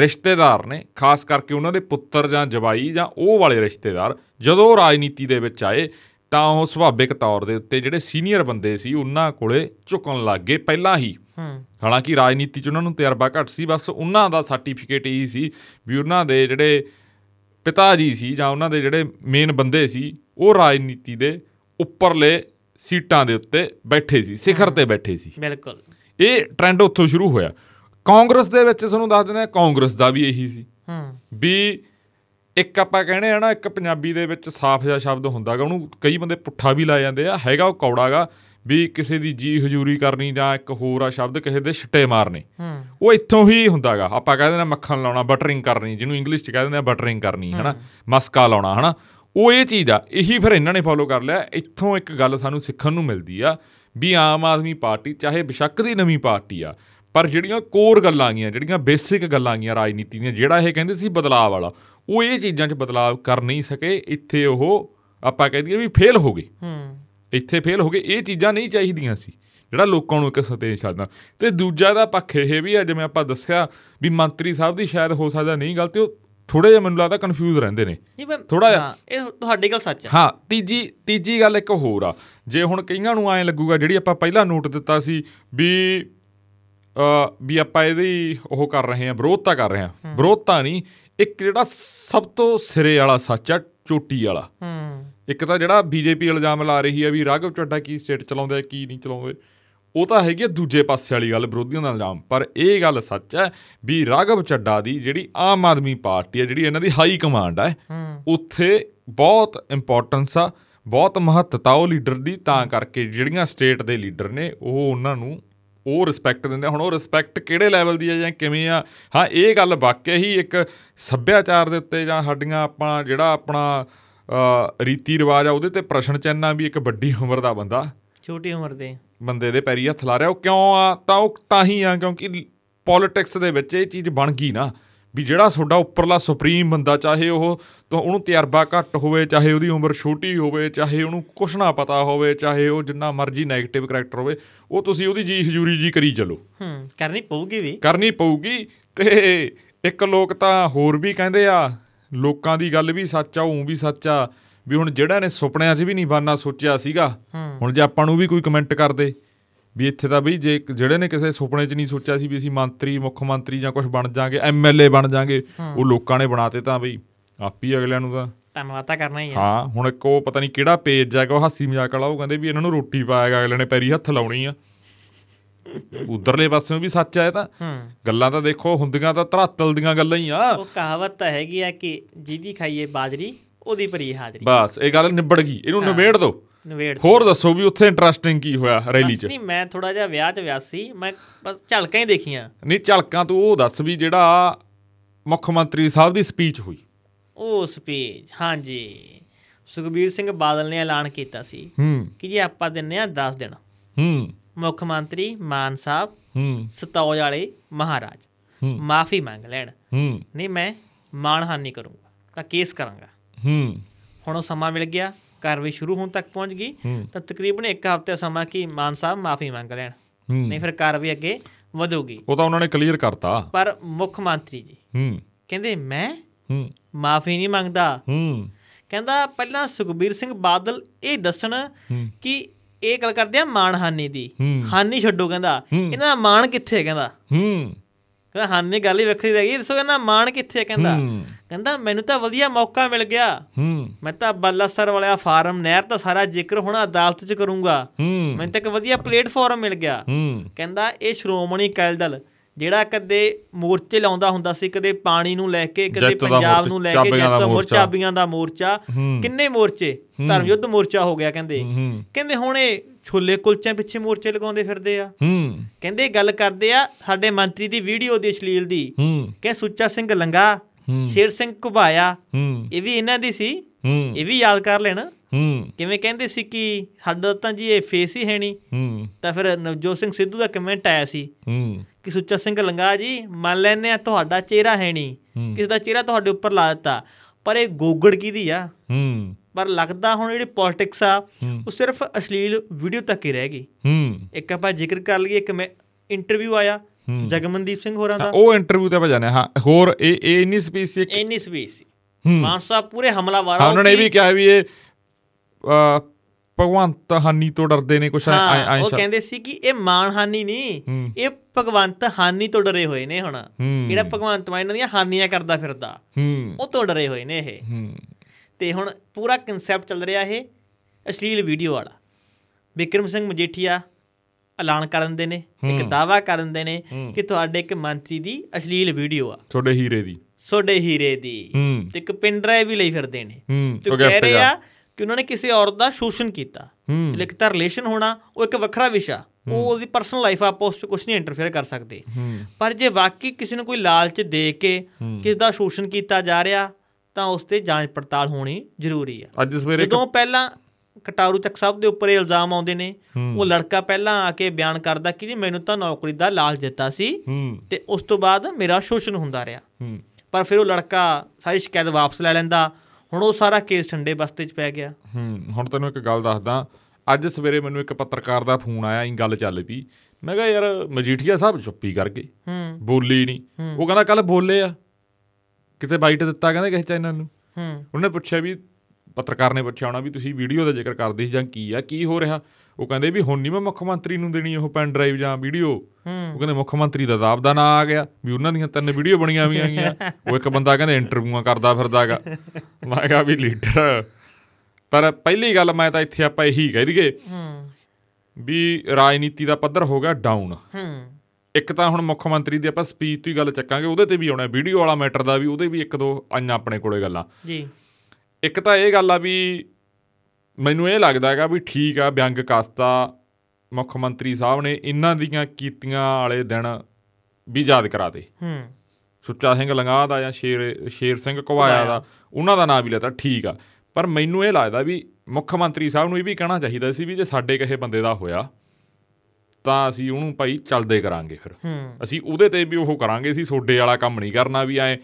S2: ਰਿਸ਼ਤੇਦਾਰ ਨੇ ਖਾਸ ਕਰਕੇ ਉਹਨਾਂ ਦੇ ਪੁੱਤਰ ਜਾਂ ਜਵਾਈ ਜਾਂ ਉਹ ਵਾਲੇ ਰਿਸ਼ਤੇਦਾਰ ਜਦੋਂ ਉਹ ਰਾਜਨੀਤੀ ਦੇ ਵਿੱਚ ਆਏ ਤਾਂ ਉਹ ਸੁਭਾਵਿਕ ਤੌਰ ਦੇ ਉੱਤੇ ਜਿਹੜੇ ਸੀਨੀਅਰ ਬੰਦੇ ਸੀ ਉਹਨਾਂ ਕੋਲੇ ਝੁਕਣ ਲੱਗ ਗਏ ਪਹਿਲਾਂ ਹੀ
S1: ਹੂੰ
S2: ਹਾਲਾਂਕਿ ਰਾਜਨੀਤੀ 'ਚ ਉਹਨਾਂ ਨੂੰ ਤਜਰਬਾ ਘੱਟ ਸੀ ਬਸ ਉਹਨਾਂ ਦਾ ਸਰਟੀਫਿਕੇਟ ਇਹ ਸੀ ਵੀ ਉਹਨਾਂ ਦੇ ਜਿਹੜੇ ਪਿਤਾ ਜੀ ਸੀ ਜਾਂ ਉਹਨਾਂ ਦੇ ਜਿਹੜੇ ਮੇਨ ਬੰਦੇ ਸੀ ਉਹ ਰਾਜਨੀਤੀ ਦੇ ਉੱਪਰਲੇ ਸੀਟਾਂ ਦੇ ਉੱਤੇ ਬੈਠੇ ਸੀ ਸਿਖਰ ਤੇ ਬੈਠੇ ਸੀ
S1: ਬਿਲਕੁਲ
S2: ਇਹ ਟ੍ਰੈਂਡ ਉੱਥੋਂ ਸ਼ੁਰੂ ਹੋਇਆ ਕਾਂਗਰਸ ਦੇ ਵਿੱਚ ਤੁਹਾਨੂੰ ਦੱਸ ਦਿੰਦਾ ਕਾਂਗਰਸ ਦਾ ਵੀ ਇਹੀ ਸੀ
S1: ਹੂੰ
S2: ਵੀ ਇੱਕ ਆਪਾਂ ਕਹਿੰਦੇ ਆ ਨਾ ਇੱਕ ਪੰਜਾਬੀ ਦੇ ਵਿੱਚ ਸਾਫ਼ ਜਿਹਾ ਸ਼ਬਦ ਹੁੰਦਾਗਾ ਉਹਨੂੰ ਕਈ ਬੰਦੇ ਪੁੱਠਾ ਵੀ ਲਾ ਜਾਂਦੇ ਆ ਹੈਗਾ ਉਹ ਕੌੜਾਗਾ ਵੀ ਕਿਸੇ ਦੀ ਜੀ ਹਜ਼ੂਰੀ ਕਰਨੀ ਜਾਂ ਇੱਕ ਹੋਰ ਆ ਸ਼ਬਦ ਕਿਸੇ ਦੇ ਛੱਟੇ ਮਾਰਨੇ
S1: ਹੂੰ
S2: ਉਹ ਇੱਥੋਂ ਹੀ ਹੁੰਦਾਗਾ ਆਪਾਂ ਕਹਿੰਦੇ ਨੇ ਮੱਖਣ ਲਾਉਣਾ ਬਟਰਿੰਗ ਕਰਨੀ ਜਿਹਨੂੰ ਇੰਗਲਿਸ਼ 'ਚ ਕਹਿੰਦੇ ਨੇ ਬਟਰਿੰਗ ਕਰਨੀ ਹਨਾ ਮਸਕਾ ਲਾਉਣਾ ਹਨਾ ਉਹ ਇਹ ਚੀਜ਼ ਆ ਇਹੀ ਫਿਰ ਇਹਨਾਂ ਨੇ ਫੋਲੋ ਕਰ ਲਿਆ ਇੱਥੋਂ ਇੱਕ ਗੱਲ ਸਾਨੂੰ ਸਿੱਖਣ ਨੂੰ ਮਿਲਦੀ ਆ ਵੀ ਆਮ ਆਦਮੀ ਪਾਰਟੀ ਚਾਹੇ ਬਿਸ਼ੱਕ ਦੀ ਨਵੀਂ ਪਾਰਟੀ ਆ ਪਰ ਜਿਹੜੀਆਂ ਕੋਰ ਗੱਲਾਂ ਗੀਆਂ ਜਿਹੜੀਆਂ ਬੇਸਿਕ ਗੱਲਾਂ ਗੀਆਂ ਰਾਜਨੀਤੀ ਦੀਆਂ ਜਿਹੜਾ ਇਹ ਕਹਿੰਦੇ ਸੀ ਬਦਲਾਅ ਵਾਲਾ ਉਹ ਇਹ ਚੀਜ਼ਾਂ 'ਚ ਬਦਲਾਅ ਕਰ ਨਹੀਂ ਸਕੇ ਇੱਥੇ ਉਹ ਆਪਾਂ ਕਹਿ ਦਈਏ ਵੀ ਫੇਲ ਹੋ ਗਏ
S1: ਹੂੰ
S2: ਇੱਥੇ ਫੇਲ ਹੋ ਗਏ ਇਹ ਚੀਜ਼ਾਂ ਨਹੀਂ ਚਾਹੀਦੀਆਂ ਸੀ ਜਿਹੜਾ ਲੋਕਾਂ ਨੂੰ ਇੱਕ ਸੰਦੇਸ਼ ਛੱਡਣਾ ਤੇ ਦੂਜਾ ਦਾ ਪੱਖ ਇਹ ਵੀ ਆ ਜਿਵੇਂ ਆਪਾਂ ਦੱਸਿਆ ਵੀ ਮੰਤਰੀ ਸਾਹਿਬ ਦੀ ਸ਼ਾਇਦ ਹੋ ਸਕਦਾ ਨਹੀਂ ਗਲਤੀ ਉਹ ਥੋੜੇ ਜਿਹਾ ਮੈਨੂੰ ਲੱਗਦਾ ਕਨਫਿਊਜ਼ ਰਹਿੰਦੇ ਨੇ
S1: ਨਹੀਂ ਮੈਂ-
S2: ਥੋੜ੍ਹਾ ਜਿਹਾ-
S1: ਹਾਂ, ਇਹ ਤੁਹਾਡੀ ਗੱਲ ਸੱਚ ਆ
S2: ਹਾਂ ਤੀਜੀ ਤੀਜੀ ਗੱਲ ਇੱਕ ਹੋਰ ਆ ਜੇ ਹੁਣ ਕਈਆਂ ਨੂੰ ਐਂ ਲੱਗੂਗਾ ਜਿਹੜੀ ਆਪਾਂ ਪਹਿਲਾਂ ਨੋਟ ਦਿੱਤਾ ਸੀ ਵੀ ਅ, ਵੀ ਆਪਾਂ ਇਹਦੀ ਉਹ ਕਰ ਰਹੇ ਹਾਂ ਵਿਰੋਧਤਾ ਕਰ ਰਹੇ ਹਾਂ ਵਿਰੋਧਤਾ ਨਹੀਂ ਇੱਕ ਜਿਹੜਾ ਸਭ ਤੋਂ ਸਿਰੇ ਵਾਲਾ ਸੱਚ ਆ ਚੋਟੀ ਵਾਲਾ
S1: ਹੂੰ
S2: ਇੱਕ ਤਾਂ ਜਿਹੜਾ ਬੀਜੇਪੀ ਇਲਜ਼ਾਮ ਲਾ ਰਹੀ ਹੈ ਵੀ ਰਾਘਵ ਚੱਡਾ ਕੀ ਸਟੇਟ ਚਲਾਉਂਦਾ ਹੈ, ਕੀ ਨਹੀਂ ਚਲਾਉਂਦੇ ਉਹ ਤਾਂ ਹੈਗੀ ਹੈ ਦੂਜੇ ਪਾਸੇ ਵਾਲੀ ਗੱਲ ਵਿਰੋਧੀਆਂ ਦਾ ਇਲਜ਼ਾਮ ਪਰ ਇਹ ਗੱਲ ਸੱਚ ਹੈ ਵੀ ਰਾਘਵ ਚੱਡਾ ਦੀ ਜਿਹੜੀ ਆਮ ਆਦਮੀ ਪਾਰਟੀ ਹੈ ਜਿਹੜੀ ਇਹਨਾਂ ਦੀ ਹਾਈ ਕਮਾਂਡ ਹੈ
S1: ਹੂੰ
S2: ਉੱਥੇ ਬਹੁਤ ਇੰਪੋਰਟੈਂਸ ਆ ਬਹੁਤ ਮਹੱਤਤਾ ਉਹ ਲੀਡਰ ਦੀ ਤਾਂ ਕਰਕੇ ਜਿਹੜੀਆਂ ਸਟੇਟ ਦੇ ਲੀਡਰ ਨੇ ਉਹ ਉਹਨਾਂ ਨੂੰ ਉਹ ਰਿਸਪੈਕਟ ਦਿੰਦੇ ਆ। ਹੁਣ ਉਹ ਰਿਸਪੈਕਟ ਕਿਹੜੇ ਲੈਵਲ ਦੀ ਆ ਜਾਂ ਕਿਵੇਂ ਆ ਹਾਂ ਇਹ ਗੱਲ ਵਾਕਿਆ ਹੀ ਇੱਕ ਸੱਭਿਆਚਾਰ ਦੇ ਉੱਤੇ ਜਾਂ ਸਾਡੀਆਂ ਆਪਣਾ ਜਿਹੜਾ ਆਪਣਾ ਅ, ਰੀਤੀ ਰਿਵਾਜ ਆ ਉਹਦੇ ਤੇ ਪ੍ਰਸ਼ਨ ਚਿੰਨ੍ਹ ਆ ਵੀ ਇੱਕ ਵੱਡੀ ਉਮਰ ਦਾ ਬੰਦਾ
S1: ਛੋਟੀ ਉਮਰ ਦੇ
S2: ਬੰਦੇ ਦੇ ਪੈਰੀ ਹੱਥ ਲਾ ਰਿਹਾ ਉਹ ਕਿਉਂ ਆ ਤਾਂ ਉਹ ਤਾਂ ਹੀ ਆ ਕਿਉਂਕਿ ਪੋਲਿਟਿਕਸ ਦੇ ਵਿੱਚ ਇਹ ਚੀਜ਼ ਬਣ ਗਈ ਨਾ ਵੀ ਜਿਹੜਾ ਤੁਹਾਡਾ ਉੱਪਰਲਾ ਸੁਪਰੀਮ ਬੰਦਾ ਚਾਹੇ ਉਹ ਤਾਂ ਉਹਨੂੰ ਤਜਰਬਾ ਘੱਟ ਹੋਵੇ ਚਾਹੇ ਉਹਦੀ ਉਮਰ ਛੋਟੀ ਹੋਵੇ ਚਾਹੇ ਉਹਨੂੰ ਕੁਛ ਨਾ ਪਤਾ ਹੋਵੇ ਚਾਹੇ ਉਹ ਜਿੰਨਾ ਮਰਜ਼ੀ ਨੈਗੇਟਿਵ ਕੈਰੈਕਟਰ ਹੋਵੇ ਉਹ ਤੁਸੀਂ ਉਹਦੀ ਜੀ ਹਜ਼ੂਰੀ ਜੀ ਕਰੀ ਚੱਲੋ
S1: ਹੂੰ ਕਰਨੀ ਪਊਗੀ ਵੀ
S2: ਕਰਨੀ ਪਊਗੀ ਤੇ ਇੱਕ ਲੋਕ ਤਾਂ ਹੋਰ ਵੀ ਕਹਿੰਦੇ ਆ ਲੋਕਾਂ ਦੀ ਗੱਲ ਵੀ ਸੱਚ ਆ ਉਹ ਵੀ ਸੱਚ ਆ ਵੀ ਹੁਣ ਜਿਹੜਾ ਨੇ ਸੁਪਨਿਆਂ 'ਚ ਵੀ ਨਹੀਂ ਬਾਨਾ ਸੋਚਿਆ ਸੀਗਾ ਹੁਣ ਜੇ ਆਪਾਂ ਨੂੰ ਵੀ ਕੋਈ ਕਮੈਂਟ ਕਰਦੇ ਵੀ ਇੱਥੇ ਤਾਂ ਬਈ ਜੇ ਜਿਹੜੇ ਨੇ ਕਿਸੇ ਸੁਪਨੇ 'ਚ ਨਹੀਂ ਸੋਚਿਆ ਸੀ ਵੀ ਅਸੀਂ ਮੰਤਰੀ ਮੁੱਖ ਮੰਤਰੀ ਜਾਂ ਕੁਝ ਬਣ ਜਾਾਂਗੇ ਐਮਐਲਏ ਬਣ ਜਾਾਂਗੇ ਉਹ ਲੋਕਾਂ ਨੇ ਬਣਾਤੇ ਤਾਂ ਬਈ ਆਪੀ ਅਗਲਿਆਂ ਨੂੰ ਤਾਂ
S1: ਧੰਨਵਾਦ ਤਾਂ ਕਰਨਾ ਹੀ ਆ
S2: ਹਾਂ ਹੁਣ ਇੱਕ ਉਹ ਪਤਾ ਨਹੀਂ ਕਿਹੜਾ ਪੇਜ ਜਾਗਾ ਉਹ ਹਾਸੀ ਮਜ਼ਾਕ ਵਾਲਾ ਉਹ ਕਹਿੰਦੇ ਵੀ ਇਹਨਾਂ ਨੂੰ ਰੋਟੀ ਪਾਇਆ ਗਿਆ ਅਗਲੇ ਨੇ ਪੈਰੀ ਹੱਥ ਲਾਉਣੀ ਆ ਉਧਰਲੇ ਪਾਸਿਓਂ ਵੀ ਸੱਚ ਆ ਇਹ ਤਾਂ
S1: ਹੂੰ
S2: ਗੱਲਾਂ ਤਾਂ ਦੇਖੋ ਹੁੰਦੀਆਂ ਤਾਂ ਧਰਾਤਲ ਦੀਆਂ ਗੱਲਾਂ ਹੀ ਆ
S1: ਉਹ ਕਹਾਵਤ ਤਾਂ ਹੈਗੀ ਆ ਕਿ ਜਿਹਦੀ ਖਾਈਏ ਬਾਜਰੀ ਉਹਦੀ ਭਰੀ ਹਾਜ਼ਰੀ
S2: ਬਸ ਇਹ ਗੱਲ ਨਿਬੜ ਗਈ ਇਹਨੂੰ ਨਿਬੇੜ ਦਿਓ
S1: ਨਵੇੜ
S2: ਹੋਰ ਦੱਸੋ ਵੀ ਉੱਥੇ ਇੰਟਰਸਟਿੰਗ ਕੀ ਹੋਇਆ ਰੈਲੀ 'ਚ
S1: ਨਹੀਂ ਮੈਂ ਥੋੜਾ ਜਿਹਾ ਵਿਆਹ 'ਚ ਵਿਆਸੀ ਮੈਂ ਬਸ ਝਲਕਾਂ ਹੀ ਦੇਖੀਆਂ
S2: ਨਹੀਂ ਝਲਕਾਂ ਤੂੰ ਉਹ ਦੱਸ ਵੀ ਜਿਹੜਾ ਮੁੱਖ ਮੰਤਰੀ ਸਾਹਿਬ ਦੀ ਸਪੀਚ ਹੋਈ
S1: ਉਹ ਸਪੀਚ ਹਾਂਜੀ ਸੁਖਬੀਰ ਸਿੰਘ ਬਾਦਲ ਨੇ ਐਲਾਨ ਕੀਤਾ ਸੀ
S2: ਹੂੰ
S1: ਕਿ ਜੇ ਆਪਾਂ ਦਿੰਨੇ ਆ 10 ਦਿਨ
S2: ਹੂੰ
S1: ਮੁੱਖ ਮੰਤਰੀ ਮਾਨ ਸਾਹਿਬ
S2: ਹੂੰ
S1: ਸਤੌਜ ਵਾਲੇ ਮਹਾਰਾਜ
S2: ਹੂੰ।
S1: ਮਾਫੀ ਮੰਗ ਲੈਣ
S2: ਹੂੰ
S1: ਨਹੀਂ ਮੈਂ ਮਾਣਹਾਨੀ ਕਰੂੰਗਾ ਤਾਂ ਕੇਸ ਕਰਾਂਗਾ
S2: ਹੂੰ
S1: ਹੁਣ ਉਹ ਸਮਾਂ ਮਿਲ ਗਿਆ ਕਾਰਵਾਈ ਸ਼ੁਰੂ ਹੋਣ ਤੱਕ ਪਹੁੰਚ ਗਈ
S2: ਹੂੰ।
S1: ਤਾਂ ਤਕਰੀਬਨ ਇੱਕ ਹਫ਼ਤੇ ਸਮਾਂ ਕਿ ਮਾਨ ਸਾਹਿਬ ਮਾਫੀ ਮੰਗ ਲੈਣ
S2: ਹੂੰ।
S1: ਨਹੀਂ ਫਿਰ ਕਾਰਵਾਈ ਅੱਗੇ ਵਧੂਗੀ
S2: ਉਹ ਤਾਂ ਉਹਨਾਂ ਨੇ ਕਲੀਅਰ ਕਰਤਾ
S1: ਪਰ ਮੁੱਖ ਮੰਤਰੀ ਜੀ
S2: ਹੂੰ
S1: ਕਹਿੰਦੇ ਮੈਂ
S2: ਹੂੰ
S1: ਮਾਫੀ ਨਹੀਂ ਮੰਗਦਾ
S2: ਹੂੰ
S1: ਕਹਿੰਦਾ ਪਹਿਲਾਂ ਸੁਖਬੀਰ ਸਿੰਘ ਬਾਦਲ ਇਹ ਦੱਸਣ
S2: ਹੂੰ।
S1: ਕਿ ਇਹ ਗੱਲ ਕਰਦੇ ਆ ਮਾਣਹਾਨੀ ਦੀ
S2: ਹੂੰ।
S1: ਹਾਨੀ ਛੱਡੋ ਕਹਿੰਦਾ ਇਹਨਾਂ ਦਾ ਮਾਣ ਕਿੱਥੇ ਹੈ ਕਹਿੰਦਾ
S2: ਹੂੰ
S1: ਕਹਿੰਦਾ ਹਾਨੀ ਗੱਲ ਹੀ ਵੱਖਰੀ ਰਹਿ ਗਈ ਦੱਸੋ ਕਹਿੰਦਾ ਮਾਣ ਕਿੱਥੇ ਹੈ ਕਹਿੰਦਾ
S2: ਹੂੰ।
S1: ਕਹਿੰਦਾ ਮੈਨੂੰ ਤਾਂ ਵਧੀਆ ਮੌਕਾ ਮਿਲ ਗਿਆ
S2: ਹੂੰ
S1: ਮੈਂ ਤਾਂ ਬੱਲਾਸਰ ਵਾਲਿਆ ਫਾਰਮ ਨਹਿਰ ਦਾ ਸਾਰਾ ਜ਼ਿਕਰ ਹੁਣ ਅਦਾਲਤ 'ਚ ਕਰੂੰਗਾ
S2: ਹੂੰ
S1: ਮੈਨੂੰ ਤਾਂ ਇੱਕ ਵਧੀਆ ਪਲੇਟਫਾਰਮ ਮਿਲ ਗਿਆ
S2: ਹੂੰ
S1: ਕਹਿੰਦਾ ਇਹ ਸ਼੍ਰੋਮਣੀ ਅਕਾਲੀ ਦਲ ਜਿਹੜਾ ਕਦੇ ਮੋਰਚੇ ਲਾਉਂਦਾ ਹੁੰਦਾ ਸੀ ਕਦੇ ਪਾਣੀ ਨੂੰ ਲੈ ਕੇ ਕਦੇ
S2: ਜੱਟ ਦਾ
S1: ਪੰਜਾਬ
S2: ਮੋਰਚਾ,
S1: ਨੂੰ ਲੈ ਕੇ
S2: ਚਾਬੀਆਂ ਦਾ
S1: ਜੱਟ
S2: ਮੋਰਚਾ।
S1: ਮੋਰਚਾ ਚਾਬੀਆਂ ਦਾ ਮੋਰਚਾ ਕਿੰਨੇ ਮੋਰਚੇ ਧਰਮ ਯੁੱਧ ਮੋਰਚਾ ਹੋ ਗਿਆ ਕਹਿੰਦੇ
S2: ਹੂੰ
S1: ਕਹਿੰਦੇ ਹੁਣ ਇਹ ਛੋਲੇ ਕੁਲਚਿਆਂ ਪਿੱਛੇ ਮੋਰਚੇ ਲਗਾਉਂਦੇ ਫਿਰਦੇ ਆ
S2: ਹੂੰ
S1: ਕਹਿੰਦੇ ਇਹ ਗੱਲ ਕਰਦੇ ਆ ਸਾਡੇ ਮੰਤਰੀ ਦੀ ਵੀਡੀਓ ਦੀ ਅਸ਼ਲੀਲ ਦੀ
S2: ਹੂੰ
S1: ਕਿ ਸੁੱਚਾ ਸਿੰਘ ਲੰਗਾ ਸ਼ੇਰ ਸਿੰਘ ਘੁਬਾਇਆ
S2: ਹੂੰ
S1: ਇਹ ਵੀ ਇਹਨਾਂ ਦੀ ਸੀ
S2: ਹੂੰ
S1: ਇਹ ਵੀ ਯਾਦ ਕਰ ਲੈਣਾ
S2: ਹੂੰ
S1: ਕਿਵੇਂ ਕਹਿੰਦੇ ਸੀ ਕਿ ਸਾਡਾ ਤਾਂ ਜੀ ਇਹ ਫੇਸ ਹੀ ਹੈ ਨਹੀਂ
S2: ਹੂੰ
S1: ਤਾਂ ਫਿਰ ਨਵਜੋਤ ਸਿੰਘ ਸਿੱਧੂ ਦਾ ਕਮੈਂਟ ਆਇਆ ਸੀ
S2: ਹੂੰ
S1: ਕਿ ਸੁੱਚਾ ਸਿੰਘ ਲੰਗਾ ਜੀ ਮੰਨ ਲੈਨੇ ਆ ਤੁਹਾਡਾ ਚਿਹਰਾ ਹੈ ਨਹੀਂ ਕਿਸ ਦਾ ਚਿਹਰਾ ਤੁਹਾਡੇ ਉੱਪਰ ਲਾ ਦਿੱਤਾ ਪਰ ਇਹ ਗੋਗੜ ਕਿਹਦੀ ਆ
S2: ਹੂੰ
S1: ਪਰ ਲੱਗਦਾ ਹੁਣ ਜਿਹੜੀ ਪੋਲਿਟਿਕਸ ਆ
S2: ਹੂੰ।
S1: ਉਹ ਸਿਰਫ ਅਸ਼ਲੀਲ ਵੀਡੀਓ ਤੱਕ ਹੀ ਰਹਿ ਗਈ
S2: ਹੂੰ
S1: ਇੱਕ ਆਪਾਂ ਜ਼ਿਕਰ ਕਰ ਲਈਏ ਇੱਕ ਮੈਂ ਇੰਟਰਵਿਊ ਆਇਆ ਜਗਮਨਦੀਪ ਸਿੰਘ ਹੋਰਾਂ ਦਾ
S2: ਉਹ ਇੰਟਰਵਿਊ ਤੇ ਭਜਾਨੇ ਹਾਂ ਹੋਰ ਇਹ ਇਹ ਨਹੀਂ ਸਪੀਸੀ
S1: ਇੰਨੀ ਸਪੀਚ ਸੀ ਮਾਨ ਸਾਹਿਬ ਪੂਰੇ ਹਮਲਾਵਾਰ
S2: ਹਾਂ ਉਹਨਾਂ ਨੇ ਇਹ ਵੀ ਕਿਹਾ ਵੀ ਇਹ ਅ, ਭਗਵੰਤ ਹਾਨੀ ਤੋਂ ਡਰਦੇ ਨੇ ਕੁਛ ਐ- ਐ-
S1: ਹਾਂ
S2: ਐ
S1: ਉਹ
S2: ਸ਼ਾ-
S1: ਕਹਿੰਦੇ ਸੀ ਕਿ ਇਹ ਮਾਨਹਾਨੀ ਨਹੀਂ ਇਹ ਭਗਵੰਤ ਹਾਨੀ ਤੋਂ ਡਰੇ ਹੋਏ ਨੇ ਹੁਣ
S2: ਹੂੰ।
S1: ਜਿਹੜਾ ਭਗਵੰਤ ਮਾਨ ਇਹਨਾਂ ਦੀਆਂ ਹਾਨੀਆਂ ਕਰਦਾ ਫਿਰਦਾ
S2: ਹੂੰ
S1: ਉਹ ਤੋਂ ਡਰੇ ਹੋਏ ਨੇ ਇਹ
S2: ਹੂੰ
S1: ਤੇ ਹੁਣ ਪੂਰਾ ਕਨਸੈਪਟ ਚੱਲ ਰਿਹਾ ਇਹ ਅਸ਼ਲੀਲ ਵੀਡੀਓ ਵਾਲਾ ਵਿਕਰਮ ਸਿੰਘ ਮਜੀਠੀਆ ਐਲਾਨ ਕਰ ਦਿੰਦੇ ਨੇ ਇੱਕ ਦਾਵਾ ਕਰ ਦਿੰਦੇ ਨੇ ਕਿ ਤੁਹਾਡੇ ਇੱਕ ਮੰਤਰੀ ਦੀ ਅਸ਼ਲੀਲ ਵੀਡੀਓ ਆ
S2: ਤੁਹਾਡੇ ਹੀਰੇ ਦੀ
S1: ਤੁਹਾਡੇ ਹੀਰੇ ਦੀ
S2: ਹੂੰ
S1: ਤੇ ਇੱਕ ਪਿੰਡ ਡਰਾਈਵ ਵੀ ਲਈ ਫਿਰਦੇ ਨੇ
S2: ਹੂੰ
S1: ਤੇ
S2: ਉਹ
S1: ਉਹ ਕਹਿ
S2: ਗਿਫਟ
S1: ਰਹੇ
S2: ਜਾ
S1: ਆ ਕਿ ਉਹਨਾਂ ਨੇ ਕਿਸੇ ਔਰਤ ਦਾ ਸ਼ੋਸ਼ਣ ਕੀਤਾ
S2: ਹੂੰ।
S1: ਤੇ ਇੱਕ ਤਾਂ ਰਿਲੇਸ਼ਨ ਹੋਣਾ ਉਹ ਇੱਕ ਵੱਖਰਾ ਵਿਸ਼ਾ ਉਹ ਉਹਦੀ ਪਰਸਨਲ ਲਾਈਫ ਆਪੋ ਉਸ ਚ ਕੁਝ ਨਹੀਂ ਇੰਟਰਫੇਅਰ ਕਰ ਸਕਦੇ
S2: ਹੂੰ
S1: ਪਰ ਜੇ ਵਾਕਈ ਕਿਸੇ ਨੂੰ ਕੋਈ ਲਾਲਚ ਦੇ ਕੇ ਕਿਸ ਦਾ ਸ਼ੋਸ਼ਣ ਕੀਤਾ ਜਾ ਰਿਹਾ ਤਾਂ ਉਸ ਤੇ ਜਾਂਚ ਪੜਤਾਲ ਹੋਣੀ ਜ਼ਰੂਰੀ ਆ
S2: ਅੱਜ ਸਵੇਰੇ ਇੱਕ-
S1: ਜਦੋਂ ਪਹਿਲਾਂ ਕਟਾਰੂ ਚੱਕ ਸਾਹਿਬ ਦੇ ਉੱਪਰ ਇਹ ਇਲਜ਼ਾਮ ਆਉਂਦੇ ਨੇ ਉਹ ਲੜਕਾ ਪਹਿਲਾਂ ਆ ਕੇ ਬਿਆਨ ਕਰਦਾ ਕਿ ਜੀ ਮੈਨੂੰ ਤਾਂ ਨੌਕਰੀ ਦਾ ਲਾਲਚ ਦਿੱਤਾ ਸੀ
S2: ਹੂੰ
S1: ਤੇ ਉਸ ਤੋਂ ਬਾਅਦ ਮੇਰਾ ਸ਼ੋਸ਼ਣ ਹੁੰਦਾ ਰਿਹਾ
S2: ਹੂੰ
S1: ਪਰ ਫਿਰ ਉਹ ਲੜਕਾ ਸਾਰੀ ਸ਼ਿਕਾਇਤ ਵਾਪਸ ਲੈ ਲੈਂਦਾ ਹੁਣ ਉਹ ਸਾਰਾ ਕੇਸ ਠੰਡੇ ਬਸਤੇ 'ਚ ਪੈ ਗਿਆ
S2: ਹੂੰ ਹੁਣ ਤੈਨੂੰ ਇੱਕ ਗੱਲ ਦੱਸਦਾ ਅੱਜ ਸਵੇਰੇ ਮੈਨੂੰ ਇੱਕ ਪੱਤਰਕਾਰ ਦਾ ਫੋਨ ਆਇਆ ਇਹ ਗੱਲ ਚੱਲ ਪਈ ਮੈਂ ਕਿਹਾ ਯਾਰ ਮਜੀਠੀਆ ਸਾਹਿਬ ਚੁੱਪੀ ਕਰ ਗਏ
S1: ਹੂੰ
S2: ਬੋਲੀ ਨਹੀਂ ਉਹ ਕਹਿੰਦਾ ਕੱਲ ਬੋਲੇ ਆ ਕਿਤੇ ਬਾਈਟ ਦਿੱਤਾ ਕਹਿੰਦਾ ਕਿਸੇ ਚੈਨਲ ਨੂੰ
S1: ਹੂੰ
S2: ਉਹਨੇ ਪੁੱਛਿਆ ਵੀ ਪੱਤਰਕਾਰ ਨੇ ਪੁੱਛਿਆ ਹੋਣਾ ਵੀ ਤੁਸੀਂ ਵੀਡੀਓ ਦਾ ਜ਼ਿਕਰ ਕਰਦੇ ਸੀ ਜਾਂ ਕੀ ਆ ਕੀ ਹੋ ਰਿਹਾ ਉਹ ਕਹਿੰਦੇ ਵੀ ਹੁਣ ਨਹੀਂ ਮੈਂ ਮੁੱਖ ਮੰਤਰੀ ਨੂੰ ਦੇਣੀ ਉਹ ਪੈਨ ਡਰਾਈਵ ਜਾਂ ਵੀਡੀਓ ਉਹ ਕਹਿੰਦੇ ਮੁੱਖ ਮੰਤਰੀ ਦਾ ਦਾਬਦਾ ਨਾਂ ਆ ਗਿਆ ਵੀ ਉਹਨਾਂ ਦੀਆਂ ਤਿੰਨ ਵੀਡੀਓ ਬਣੀਆਂ ਹੋਈਆਂ ਗਈਆਂ ਉਹ ਇੱਕ ਬੰਦਾ ਕਹਿੰਦੇ ਇੰਟਰਵਿਊਆਂ ਕਰਦਾ ਫਿਰਦਾਗਾ ਮੈਂ ਕਿਹਾ ਵੀ ਲੀਡਰ ਪਰ ਪਹਿਲੀ ਗੱਲ ਮੈਂ ਤਾਂ ਇੱਥੇ ਆਪਾਂ ਇਹੀ ਕਹਿ ਦਈਏ
S1: ਹੂੰ
S2: ਵੀ ਰਾਜਨੀਤੀ ਦਾ ਪੱਧਰ ਹੋ ਗਿਆ ਡਾਊਨ
S1: ਹੂੰ
S2: ਇੱਕ ਤਾਂ ਹੁਣ ਮੁੱਖ ਮੰਤਰੀ ਦੀ ਆਪਾਂ ਸਪੀਚ ਤੋਂ ਹੀ ਗੱਲ ਚੱਕਾਂਗੇ ਉਹਦੇ ਤੇ ਵੀ ਆਉਣਾ ਵੀਡੀਓ ਵਾਲਾ ਮੈਟਰ ਦਾ ਵੀ ਉਹਦੇ ਵੀ ਇੱਕ ਦੋ ਆਈਆਂ ਆਪਣੇ ਕੋਲੇ ਗੱਲਾਂ
S1: ਜੀ
S2: ਇੱਕ ਤਾਂ ਇਹ ਗੱਲ ਆ ਵੀ ਮੈਨੂੰ ਇਹ ਲੱਗਦਾ ਹੈਗਾ ਵੀ ਠੀਕ ਆ ਵਿਅੰਗ ਕਸਤਾ ਮੁੱਖ ਮੰਤਰੀ ਸਾਹਿਬ ਨੇ ਇਹਨਾਂ ਦੀਆਂ ਕੀਤੀਆਂ ਵਾਲੇ ਦਿਨ ਵੀ ਯਾਦ ਕਰਾਤੇ
S1: ਹੂੰ
S2: ਸੁੱਚਾ ਸਿੰਘ ਲੰਗਾਹ ਦਾ ਜਾਂ ਸ਼ੇਰ ਸ਼ੇਰ ਸਿੰਘ ਘਵਾਇਆ ਦਾ ਉਹਨਾਂ ਦਾ ਨਾਂ ਵੀ ਲੈਤਾ ਠੀਕ ਆ ਪਰ ਮੈਨੂੰ ਇਹ ਲੱਗਦਾ ਵੀ ਮੁੱਖ ਮੰਤਰੀ ਸਾਹਿਬ ਨੂੰ ਇਹ ਵੀ ਕਹਿਣਾ ਚਾਹੀਦਾ ਸੀ ਵੀ ਜੇ ਸਾਡੇ ਕਿਸੇ ਬੰਦੇ ਦਾ ਹੋਇਆ ਤਾਂ ਅਸੀਂ ਉਹਨੂੰ ਭਾਈ ਚੱਲਦੇ ਕਰਾਂਗੇ ਫਿਰ
S1: ਹੂੰ
S2: ਅਸੀਂ ਉਹਦੇ ਤੇ ਵੀ ਉਹ ਕਰਾਂਗੇ ਅਸੀਂ ਸੋਡੇ ਵਾਲਾ ਕੰਮ ਨਹੀਂ ਕਰਨਾ ਵੀ ਐ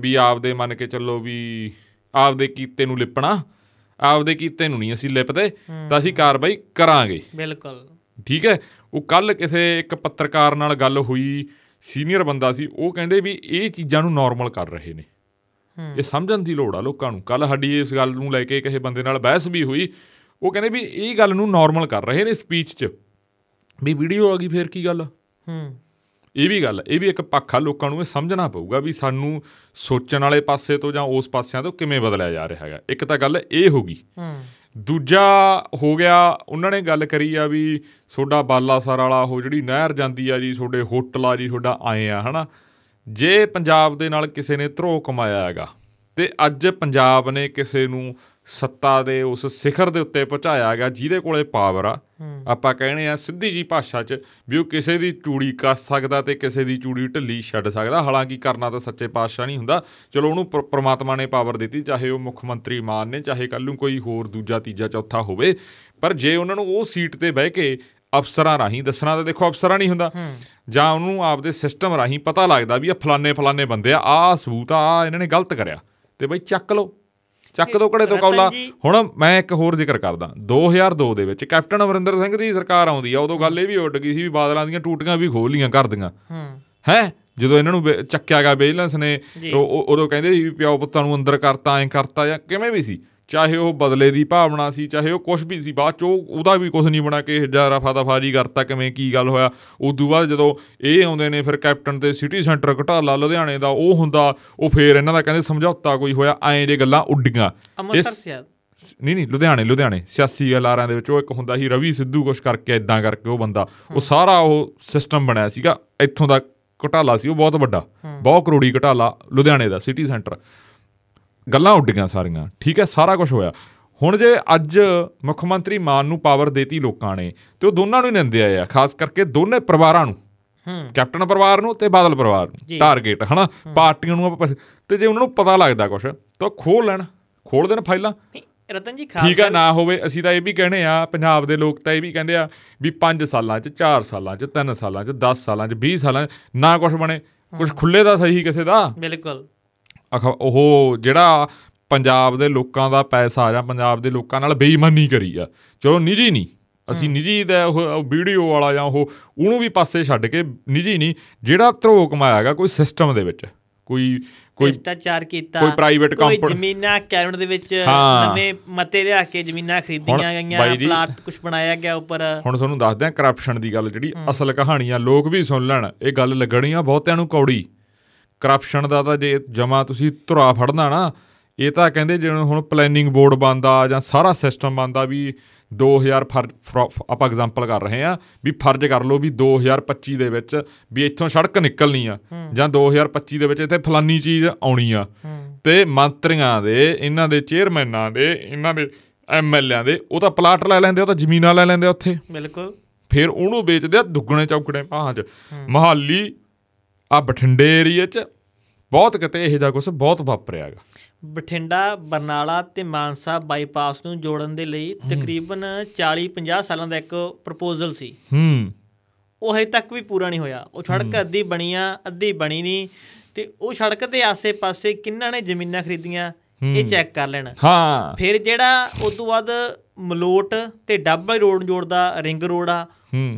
S2: ਵੀ ਆਪਦੇ ਮੰਨ ਕੇ ਚੱਲੋ ਵੀ ਆਪਦੇ ਕੀਤੇ ਨੂੰ ਲਿਪਣਾ ਆਪਦੇ ਕੀਤੇ ਨੂੰ ਨਹੀਂ ਅਸੀਂ ਲਿਪਦੇ ਤਾਂ ਅਸੀਂ ਕਾਰਵਾਈ ਕਰਾਂਗੇ
S1: ਬਿਲਕੁਲ
S2: ਠੀਕ ਹੈ ਉਹ ਕੱਲ ਕਿਸੇ ਇੱਕ ਪੱਤਰਕਾਰ ਨਾਲ ਗੱਲ ਹੋਈ ਸੀਨੀਅਰ ਬੰਦਾ ਸੀ ਉਹ ਕਹਿੰਦੇ ਵੀ ਇਹ ਚੀਜ਼ਾਂ ਨੂੰ ਨਾਰਮਲ ਕਰ ਰਹੇ ਨੇ
S1: ਹੂੰ।
S2: ਇਹ ਸਮਝਣ ਦੀ ਲੋੜ ਆ ਲੋਕਾਂ ਨੂੰ ਕੱਲ ਸਾਡੀ ਇਸ ਗੱਲ ਨੂੰ ਲੈ ਕੇ ਕਿਸੇ ਬੰਦੇ ਨਾਲ ਬਹਿਸ ਵੀ ਹੋਈ ਉਹ ਕਹਿੰਦੇ ਵੀ ਇਹ ਗੱਲ ਨੂੰ ਨਾਰਮਲ ਕਰ ਰਹੇ ਨੇ ਸਪੀਚ 'ਚ ਵੀ ਵੀਡੀਓ ਆ ਗਈ ਫੇਰ ਕੀ ਗੱਲ ਆ
S1: ਹੂੰ
S2: ਇਹ ਵੀ ਗੱਲ ਇਹ ਵੀ ਇੱਕ ਪੱਖ ਆ ਲੋਕਾਂ ਨੂੰ ਇਹ ਸਮਝਣਾ ਪਊਗਾ ਵੀ ਸਾਨੂੰ ਸੋਚਣ ਵਾਲੇ ਪਾਸੇ ਤੋਂ ਜਾਂ ਉਸ ਪਾਸਿਆਂ ਤੋਂ ਕਿਵੇਂ ਬਦਲਿਆ ਜਾ ਰਿਹਾ ਹੈਗਾ ਇੱਕ ਤਾਂ ਗੱਲ ਇਹ ਹੋ ਗਈ
S1: ਹੂੰ
S2: ਦੂਜਾ ਹੋ ਗਿਆ ਉਹਨਾਂ ਨੇ ਗੱਲ ਕਰੀ ਆ ਵੀ ਤੁਹਾਡਾ ਬਾਲਾਸਰ ਵਾਲਾ ਉਹ ਜਿਹੜੀ ਨਹਿਰ ਜਾਂਦੀ ਆ ਜੀ ਤੁਹਾਡੇ ਹੋਟਲ ਆ ਜੀ ਤੁਹਾਡਾ ਆਏ ਆ ਹਨਾ ਜੇ ਪੰਜਾਬ ਦੇ ਨਾਲ ਕਿਸੇ ਨੇ ਧਰੋ ਕਮਾਇਆ ਹੈਗਾ ਤੇ ਅੱਜ ਪੰਜਾਬ ਨੇ ਕਿਸੇ ਨੂੰ ਸੱਤਾ ਦੇ ਉਸ ਸਿਖਰ ਦੇ ਉੱਤੇ ਪਹੁੰਚਾਇਆ ਗਿਆ ਜਿਹਦੇ ਕੋਲੇ ਪਾਵਰ ਆ ਆਪਾਂ ਕਹਿੰਦੇ ਆ ਸਿੱਧੀ ਜੀ ਭਾਸ਼ਾ 'ਚ ਵੀ ਉਹ ਕਿਸੇ ਦੀ ਚੂੜੀ ਕੱਸ ਸਕਦਾ ਤੇ ਕਿਸੇ ਦੀ ਚੂੜੀ ਢਿੱਲੀ ਛੱਡ ਸਕਦਾ ਹਾਲਾਂਕਿ ਕਰਨਾ ਤਾਂ ਸੱਚੇ ਪਾਤਸ਼ਾਹ ਨਹੀਂ ਹੁੰਦਾ ਚਲੋ ਉਹਨੂੰ ਪ੍ਰ- ਪ੍ਰਮਾਤਮਾ ਨੇ ਪਾਵਰ ਦਿੱਤੀ ਚਾਹੇ ਉਹ ਮੁੱਖ ਮੰਤਰੀ ਮਾਨ ਨੇ ਚਾਹੇ ਕੱਲ ਨੂੰ ਕੋਈ ਹੋਰ ਦੂਜਾ ਤੀਜਾ ਚੌਥਾ ਹੋਵੇ ਪਰ ਜੇ ਉਹਨਾਂ ਨੂੰ ਉਹ ਸੀਟ ਤੇ ਬਹਿ ਕੇ ਅਫਸਰਾਂ ਰਾਹੀਂ ਦੱਸਣਾ ਤਾਂ ਦੇਖੋ ਅਫਸਰਾਂ ਨਹੀਂ ਹੁੰਦਾ ਜਾਂ ਉਹਨੂੰ ਆਪਦੇ ਸਿਸਟਮ ਰਾਹੀਂ ਪਤਾ ਲੱਗਦਾ ਵੀ ਇਹ ਫਲਾਣੇ ਫਲਾਣੇ ਬੰਦੇ ਆ ਆਹ ਸਬੂਤ ਆ ਆਹ ਇਹਨਾਂ ਨੇ ਗਲਤ ਕਰਿਆ ਤੇ ਬਈ ਚੱਕ ਲਓ ਚੱਕ ਦੋ ਘੜੇ ਤੋਂ
S1: ਰਤਨ
S2: ਕੌਲਾ
S1: ਜੀ-
S2: ਹੁਣ ਮੈਂ ਇੱਕ ਹੋਰ ਜ਼ਿਕਰ ਕਰਦਾ 2002 ਦੇ ਵਿੱਚ ਕੈਪਟਨ ਅਮਰਿੰਦਰ ਸਿੰਘ ਦੀ ਸਰਕਾਰ ਆਉਂਦੀ ਆ ਉਦੋਂ ਗੱਲ ਇਹ ਵੀ ਉੱਡ ਗਈ ਸੀ ਵੀ ਬਾਦਲਾਂ ਦੀਆਂ ਟੂਟੀਆਂ ਵੀ ਖੋਲ ਲੀਆਂ ਘਰ ਦੀਆਂ
S1: ਹੂੰ
S2: ਹੈ ਜਦੋਂ ਇਹਨਾਂ ਨੂੰ ਵੇ- ਚੱਕਿਆ ਗਿਆ ਵਿਜੀਲੈਂਸ ਨੇ ਉਹ- ਉਹ- ਉਦੋਂ ਕਹਿੰਦੇ ਸੀ ਵੀ ਪਿਓ ਪੁੱਤਾਂ ਨੂੰ ਅੰਦਰ ਕਰਤਾ ਐਂ ਕਰਤਾ ਜਾਂ ਕਿਵੇਂ ਵੀ ਸੀ ਚਾਹੇ ਉਹ ਬਦਲੇ ਦੀ ਭਾਵਨਾ ਸੀ ਚਾਹੇ ਉਹ ਕੁਝ ਵੀ ਸੀ ਬਾਅਦ ਚ ਉਹ ਉਹਦਾ ਵੀ ਕੁਝ ਨਹੀਂ ਬਣਾ ਕੇ ਜਾ ਰਫਾ ਦਫਾ ਜੀ ਕਰਤਾ ਕਿਵੇਂ ਕੀ ਗੱਲ ਹੋਇਆ ਉਦੋਂ ਬਾਅਦ ਜਦੋਂ ਇਹ ਆਉਂਦੇ ਨੇ ਫਿਰ ਕੈਪਟਨ ਤੇ ਸਿਟੀ ਸੈਂਟਰ ਘਟਾਲਾ ਲੁਧਿਆਣੇ ਦਾ ਉਹ ਹੁੰਦਾ ਉਹ ਫੇਰ ਇਹਨਾਂ ਦਾ ਕਹਿੰਦੇ ਸਮਝੌਤਾ ਕੋਈ ਹੋਇਆ ਐਂ ਜੇ ਗੱਲਾਂ ਉੱਡੀਆਂ
S1: ਅੰਮ੍ਰਿਤਸਰ ਸਿਆਦ
S2: ਸ- ਨਹੀਂ ਨਹੀਂ ਲੁਧਿਆਣੇ ਲੁਧਿਆਣੇ ਸਿਆਸੀ ਅਲਾਰਾਂ ਦੇ ਵਿੱਚ ਉਹ ਇੱਕ ਹੁੰਦਾ ਸੀ ਰਵੀ ਸਿੱਧੂ ਕੁਛ ਕਰਕੇ ਇਦਾਂ ਕਰਕੇ ਉਹ ਬੰਦਾ ਉਹ ਸਾਰਾ ਉਹ ਸਿਸਟਮ ਬਣਿਆ ਸੀਗਾ ਇੱਥੋਂ ਦਾ ਘਟਾਲਾ ਸੀ ਉਹ ਬਹੁਤ ਵੱਡਾ ਬਹੁਤ ਕਰੋੜੀ ਘਟਾਲਾ ਲੁਧਿਆਣੇ ਦਾ ਸਿਟੀ ਸੈਂਟਰ ਗੱਲਾਂ ਉੱਡੀਆਂ ਸਾਰੀਆਂ ਠੀਕ ਹੈ ਸਾਰਾ ਕੁਝ ਹੋਇਆ ਹੁਣ ਜੇ ਅੱਜ ਮੁੱਖ ਮੰਤਰੀ ਮਾਨ ਨੂੰ ਪਾਵਰ ਦੇਤੀ ਲੋਕਾਂ ਨੇ ਤੇ ਉਹ ਦੋਨਾਂ ਨੂੰ ਹੀ ਨਿੰਦੇ ਆਏ ਆ ਖਾਸ ਕਰਕੇ ਦੋਨੇ ਪਰਿਵਾਰਾਂ ਨੂੰ
S1: ਹੂੰ
S2: ਕੈਪਟਨ ਪਰਿਵਾਰ ਨੂੰ ਤੇ ਬਾਦਲ ਪਰਿਵਾਰ ਨੂੰ ਟਾਰਗੇਟ ਹਨਾ ਪਾਰਟੀਆਂ ਨੂੰ ਆਪਾਂ ਤੇ ਜੇ ਉਹਨਾਂ ਨੂੰ ਪਤਾ ਲੱਗਦਾ ਕੁਝ ਤਾਂ ਖੋਲ ਲੈਣ ਖੋਲ ਦੇਣ ਫਾਈਲਾਂ
S1: ਨਹੀਂ, ਰਤਨ ਜੀ ਖਾਸ
S2: ਠੀਕ ਆ ਨਾ ਹੋਵੇ ਅਸੀਂ ਤਾਂ ਇਹ ਵੀ ਕਹਿੰਦੇ ਆ ਪੰਜਾਬ ਦੇ ਲੋਕ ਤਾਂ ਇਹ ਵੀ ਕਹਿੰਦੇ ਆ ਵੀ 5 ਸਾਲਾਂ ਚ 4 ਸਾਲਾਂ ਚ 3 ਸਾਲਾਂ ਚ 10 ਸਾਲਾਂ ਚ 20 ਸਾਲਾਂ 'ਚ ਨਾ ਕੁਝ ਬਣੇ ਕੁਝ ਖੁੱਲੇ ਦਾ ਸਹੀ ਕਿਸੇ ਦਾ
S1: ਬਿਲਕੁਲ
S2: ਅਖ- ਉਹ ਜਿਹੜਾ ਪੰਜਾਬ ਦੇ ਲੋਕਾਂ ਦਾ ਪੈਸਾ ਜਾਂ ਪੰਜਾਬ ਦੇ ਲੋਕਾਂ ਨਾਲ ਬੇਈਮਾਨੀ ਕਰੀ ਆ ਚਲੋ ਨਿੱਜੀ ਨਹੀਂ ਅਸੀਂ ਨਿੱਜੀ ਦਾ ਉਹ ਵੀਡੀਓ ਵਾਲਾ ਜਾਂ ਉਹ ਉਹਨੂੰ ਵੀ ਪਾਸੇ ਛੱਡ ਕੇ ਨਿੱਜੀ ਨਹੀਂ ਜਿਹੜਾ ਧਰੋ ਕਮਾਇਆ ਹੈਗਾ ਕੋਈ ਸਿਸਟਮ ਦੇ ਵਿੱਚ ਕੋਈ ਕੋਈ
S1: ਭ੍ਰਿਸ਼ਟਾਚਾਰ ਕੀਤਾ
S2: ਕੋਈ private
S1: ਕੋਈ
S2: company-
S1: ਜ਼ਮੀਨਾਂ ਕੈਬਨਿਟ ਦੇ ਵਿੱਚ
S2: ਹਾਂ।
S1: ਨਵੇਂ ਮਤੇ ਲਿਆ ਕੇ ਜ਼ਮੀਨਾਂ ਖਰੀਦੀਆਂ
S2: ਹੁਣ
S1: ਗਈਆਂ
S2: ਬਾਈ ਜੀ-
S1: ਪਲਾਟ ਕੁਝ ਬਣਾਇਆ ਗਿਆ ਉੱਪਰ
S2: ਹੁਣ ਤੁਹਾਨੂੰ ਦੱਸਦੇ ਆ ਕਰਪਸ਼ਨ ਦੀ ਗੱਲ ਜਿਹੜੀ ਅਸਲ ਕਹਾਣੀ ਆ ਲੋਕ ਵੀ ਸੁਣ ਲੈਣ ਇਹ ਗੱਲ ਲੱਗਣੀ ਆ ਬਹੁਤਿਆਂ ਨੂੰ ਕੌੜੀ ਕਰਪਸ਼ਨ ਦਾ ਤਾਂ ਜੇ ਜਮਾ ਤੁਸੀਂ ਧੁਰਾ ਫੜਨਾ ਨਾ ਇਹ ਤਾਂ ਕਹਿੰਦੇ ਜਿਵੇਂ ਹੁਣ ਪਲੈਨਿੰਗ ਬੋਰਡ ਬੰਦਾ ਜਾਂ ਸਾਰਾ ਸਿਸਟਮ ਬੰਦਾ ਵੀ 2000 ਫਰਜ਼ ਫਰੋ- ਆਪਾਂ ਐਗਜ਼ਾਮਪਲ ਕਰ ਰਹੇ ਆ ਵੀ ਫਰਜ਼ ਕਰ ਲਓ ਵੀ 2025 ਦੇ ਵਿੱਚ ਵੀ ਇੱਥੋਂ ਸੜਕ ਨਿਕਲਣੀ ਆ ਜਾਂ 2025 ਦੇ ਵਿੱਚ ਇੱਥੇ ਫਲਾਨੀ ਚੀਜ਼ ਆਉਣੀ ਆ ਤੇ ਮੰਤਰੀਆਂ ਦੇ ਇਹਨਾਂ ਦੇ ਚੇਅਰਮੈਨਾਂ ਦੇ ਇਹਨਾਂ ਦੇ ਐਮਐਲਏਆਂ ਦੇ ਉਹ ਤਾਂ ਪਲਾਟ ਲੈ ਲੈਂਦੇ ਆ, ਉਹ ਤਾਂ ਜ਼ਮੀਨਾਂ ਲੈ ਲੈਂਦੇ ਆ ਉੱਥੇ
S1: ਬਿਲਕੁਲ
S2: ਫਿਰ ਉਹਨੂੰ ਵੇਚਦੇ ਆ ਦੁੱਗਣੇ ਚੌਗਣੇ ਭਾਹਾਂ 'ਚ ਮਹਾਲੀ ਆ ਬਠਿੰਡੇ ਏਰੀਏ 'ਚ ਬਹੁਤ ਕਿਤੇ ਇਹੋ ਜਿਹਾ ਕੁਝ ਬਹੁਤ ਵਾਪਰਿਆਗਾ
S1: ਬਠਿੰਡਾ ਬਰਨਾਲਾ ਤੇ ਮਾਨਸਾ ਬਾਈਪਾਸ ਨੂੰ ਜੋੜਨ ਦੇ ਲਈ ਤਕਰੀਬਨ 40-50 ਸਾਲਾਂ ਦਾ ਇੱਕ ਪ੍ਰਪੋਜ਼ਲ ਸੀ
S2: ਹੂੰ
S1: ਉਹ ਹਜੇ ਤੱਕ ਵੀ ਪੂਰਾ ਨਹੀਂ ਹੋਇਆ ਉਹ ਸੜਕ ਅੱਧੀ ਬਣੀ ਆ ਅੱਧੀ ਬਣੀ ਨਹੀਂ ਤੇ ਉਹ ਸੜਕ ਦੇ ਆਸੇ-ਪਾਸੇ ਕਿੰਨਾਂ ਨੇ ਜ਼ਮੀਨਾਂ ਖਰੀਦੀਆਂ ਇਹ ਚੈੱਕ ਕਰ ਲੈਣ
S2: ਹਾਂ
S1: ਫਿਰ ਜਿਹੜਾ ਉਸ ਤੋਂ ਬਾਅਦ ਮਲੋਟ ਤੇ ਡੱਬਾ ਰੋਡ ਨੂੰ ਜੋੜਦਾ ਰਿੰਗ ਰੋਡ ਆ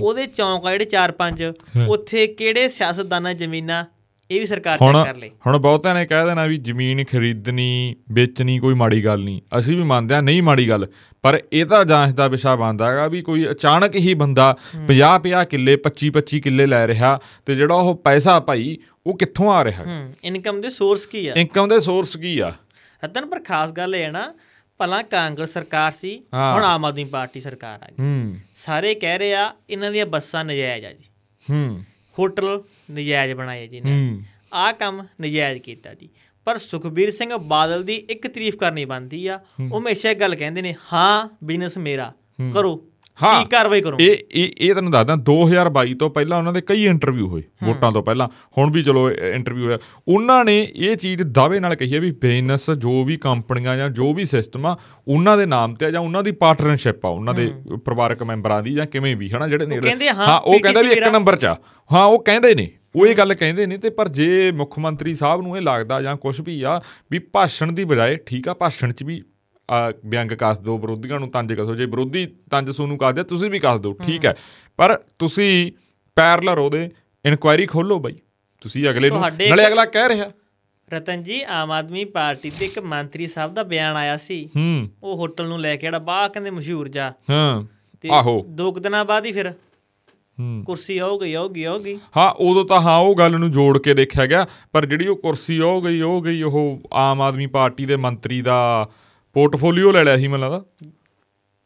S1: ਉਹਦੇ ਚੌਂਕ ਆ ਜਿਹੜੇ ਚਾਰ ਪੰਜ ਉੱਥੇ ਕਿਹੜੇ ਸਿਆਸਤਦਾਨਾਂ ਨੇ ਜ਼ਮੀਨਾਂ ਇਹ ਵੀ ਸਰਕਾਰ ਚੈੱਕ
S2: ਹੁਣ
S1: ਕਰ ਲੇ
S2: ਹੁਣ ਬਹੁਤਿਆਂ ਨੇ ਕਹਿ ਦੇਣਾ ਵੀ ਜ਼ਮੀਨ ਖਰੀਦਣੀ ਵੇਚਣੀ ਕੋਈ ਮਾੜੀ ਗੱਲ ਨਹੀਂ ਅਸੀਂ ਵੀ ਮੰਨਦੇ ਆ ਨਹੀਂ ਮਾੜੀ ਗੱਲ ਪਰ ਇਹ ਤਾਂ ਜਾਂਚ ਦਾ ਵਿਸ਼ਾ ਬਣਦਾ ਹੈਗਾ ਵੀ ਕੋਈ ਅਚਾਨਕ ਹੀ ਬੰਦਾ 50 50 ਕਿੱਲੇ 25 25 ਕਿੱਲੇ ਲੈ ਰਿਹਾ ਤੇ ਜਿਹੜਾ ਉਹ ਪੈਸਾ ਭਾਈ ਉਹ ਕਿੱਥੋਂ ਆ ਰਿਹਾ
S1: ਹੂੰ ਇਨਕਮ ਦੇ ਸੋਰਸ ਕੀ ਆ
S2: ਇਨਕਮ ਦੇ ਸੋਰਸ ਕੀ ਆ
S1: ਰਤਨ ਪਰ ਖਾਸ ਗੱਲ ਇਹ ਹੈ ਨਾ ਭਲਾ ਕਾਂਗਰਸ ਸਰਕਾਰ ਸੀ
S2: ਹਾਂ।
S1: ਹੁਣ ਆਮ ਆਦਮੀ ਪਾਰਟੀ ਸਰਕਾਰ ਆ ਗਈ
S2: ਹੂੰ
S1: ਸਾਰੇ ਕਹਿ ਰਹੇ ਆ ਇਹਨਾਂ ਦੀਆਂ ਬੱਸਾਂ ਨਜਾਇਜ਼ ਆ ਜੀ
S2: ਹੂੰ
S1: ਹੋਟਲ ਨਜਾਇਜ਼ ਬਣਾਏ ਜੀ ਨੇ
S2: ਹੂੰ
S1: ਆ ਕੰਮ ਨਜਾਇਜ਼ ਕੀਤਾ ਜੀ ਪਰ ਸੁਖਬੀਰ ਸਿੰਘ ਬਾਦਲ ਦੀ ਇੱਕ ਤਾਰੀਫ ਕਰਨੀ ਬਣਦੀ ਆ ਉਹ ਹਮੇਸ਼ਾ ਇਹ ਗੱਲ ਕਹਿੰਦੇ ਨੇ ਹਾਂ ਬਿਜ਼ਨਸ ਮੇਰਾ ਕਰੋ
S2: ਹਾਂ।
S1: ਕੀ ਕਾਰਵਾਈ ਕਰੋ
S2: ਇਹ ਇਹ ਇਹ ਤੁਹਾਨੂੰ ਦੱਸਦਾ 2022 ਤੋਂ ਪਹਿਲਾਂ ਉਹਨਾਂ ਦੇ ਕਈ ਇੰਟਰਵਿਊ ਹੋਏ ਵੋਟਾਂ ਤੋਂ ਪਹਿਲਾਂ ਹੁਣ ਵੀ ਚਲੋ ਇੰਟਰਵਿਊ ਹੋਇਆ ਉਹਨਾਂ ਨੇ ਇਹ ਚੀਜ਼ ਦਾਅਵੇ ਨਾਲ ਕਹੀ ਹੈ ਵੀ ਬਿਜ਼ਨਸ ਜੋ ਵੀ ਕੰਪਨੀਆਂ ਜਾਂ ਜੋ ਵੀ ਸਿਸਟਮ ਆ ਉਹਨਾਂ ਦੇ ਨਾਮ ਤੇ ਆ ਜਾਂ ਉਹਨਾਂ ਦੀ ਪਾਰਟਨਰਸ਼ਿਪ ਆ ਉਹਨਾਂ ਦੇ ਪਰਿਵਾਰਕ ਮੈਂਬਰਾਂ ਦੀ ਜਾਂ ਕਿਵੇਂ ਵੀ ਹਨਾ ਜਿਹੜੇ ਨੇੜੇ-
S1: ਕਹਿੰਦੇ ਹਾਂ,
S2: ਹਾਂ ਉਹ ਕਹਿੰਦਾ ਵੀ ਇੱਕ
S1: PTC
S2: ਨੰਬਰ ਚ ਆ ਹਾਂ ਉਹ ਕਹਿੰਦੇ ਨੇ ਉਹ ਇਹ ਗੱਲ ਕਹਿੰਦੇ ਨੇ ਤੇ ਪਰ ਜੇ ਮੁੱਖ ਮੰਤਰੀ ਸਾਹਿਬ ਨੂੰ ਇਹ ਲੱਗਦਾ ਜਾਂ ਕੁਝ ਵੀ ਆ ਵੀ ਭਾਸ਼ਣ ਦੀ ਬਜਾਏ ਠੀਕ ਆ ਭਾਸ਼ਣ ਚ ਵੀ ਆ, ਵਿਅੰਗ ਕੱਸ ਦੋ ਵਿਰੋਧੀਆਂ ਨੂੰ ਤੰਜ ਕੱਸੋ ਜੇ ਵਿਰੋਧੀ ਤੰਜ ਸੋਨੂੰ ਕੱਸਦੇ ਆ, ਤੁਸੀਂ ਵੀ ਕੱਸ ਦਿਓ ਠੀਕ ਹੈ ਪਰ ਤੁਸੀਂ ਪੈਰਲਰ ਉਹਦੇ ਇਨਕੁਆਇਰੀ ਖੋਲੋ ਬਾਈ ਤੁਸੀਂ ਅਗਲੇ ਨੂੰ
S1: ਤੁਹਾਡੇ
S2: ਨਾਲੇ ਅਗਲਾ ਕਹਿ ਰਿਹਾ
S1: ਰਤਨ ਜੀ ਆਮ ਆਦਮੀ ਪਾਰਟੀ ਦੇ ਇੱਕ ਮੰਤਰੀ ਸਾਹਿਬ ਦਾ ਬਿਆਨ ਆਇਆ ਸੀ
S2: ਹੂੰ
S1: ਉਹ ਹੋਟਲ ਨੂੰ ਲੈ ਕੇ ਜਿਹੜਾ ਬਾਹ ਕਹਿੰਦੇ ਮਸ਼ਹੂਰ ਜਾ
S2: ਹਾਂ
S1: ਤੇ
S2: ਆਹੋ
S1: ਦੋ ਕੁ ਦਿਨਾਂ ਬਾਅਦ ਹੀ ਫਿਰ
S2: ਹੂੰ।
S1: ਕੁਰਸੀ ਆਉਗੀ ਆਉਗੀ ਆਉਗੀ
S2: ਹਾਂ ਉਦੋਂ ਤਾਂ ਹਾਂ ਉਹ ਗੱਲ ਨੂੰ ਜੋੜ ਕੇ ਦੇਖਿਆ ਗਿਆ ਪਰ ਜਿਹੜੀ ਉਹ ਕੁਰਸੀ ਉਹ ਗਈ ਉਹ ਗਈ ਉਹ ਆਮ ਆਦਮੀ ਪਾਰਟੀ ਦੇ ਮੰਤਰੀ ਦਾ ਪੋਰਟਫੋਲੀਓ ਲੈ ਲਿਆ ਸੀ ਮੈਨੂੰ ਲੱਗਦਾ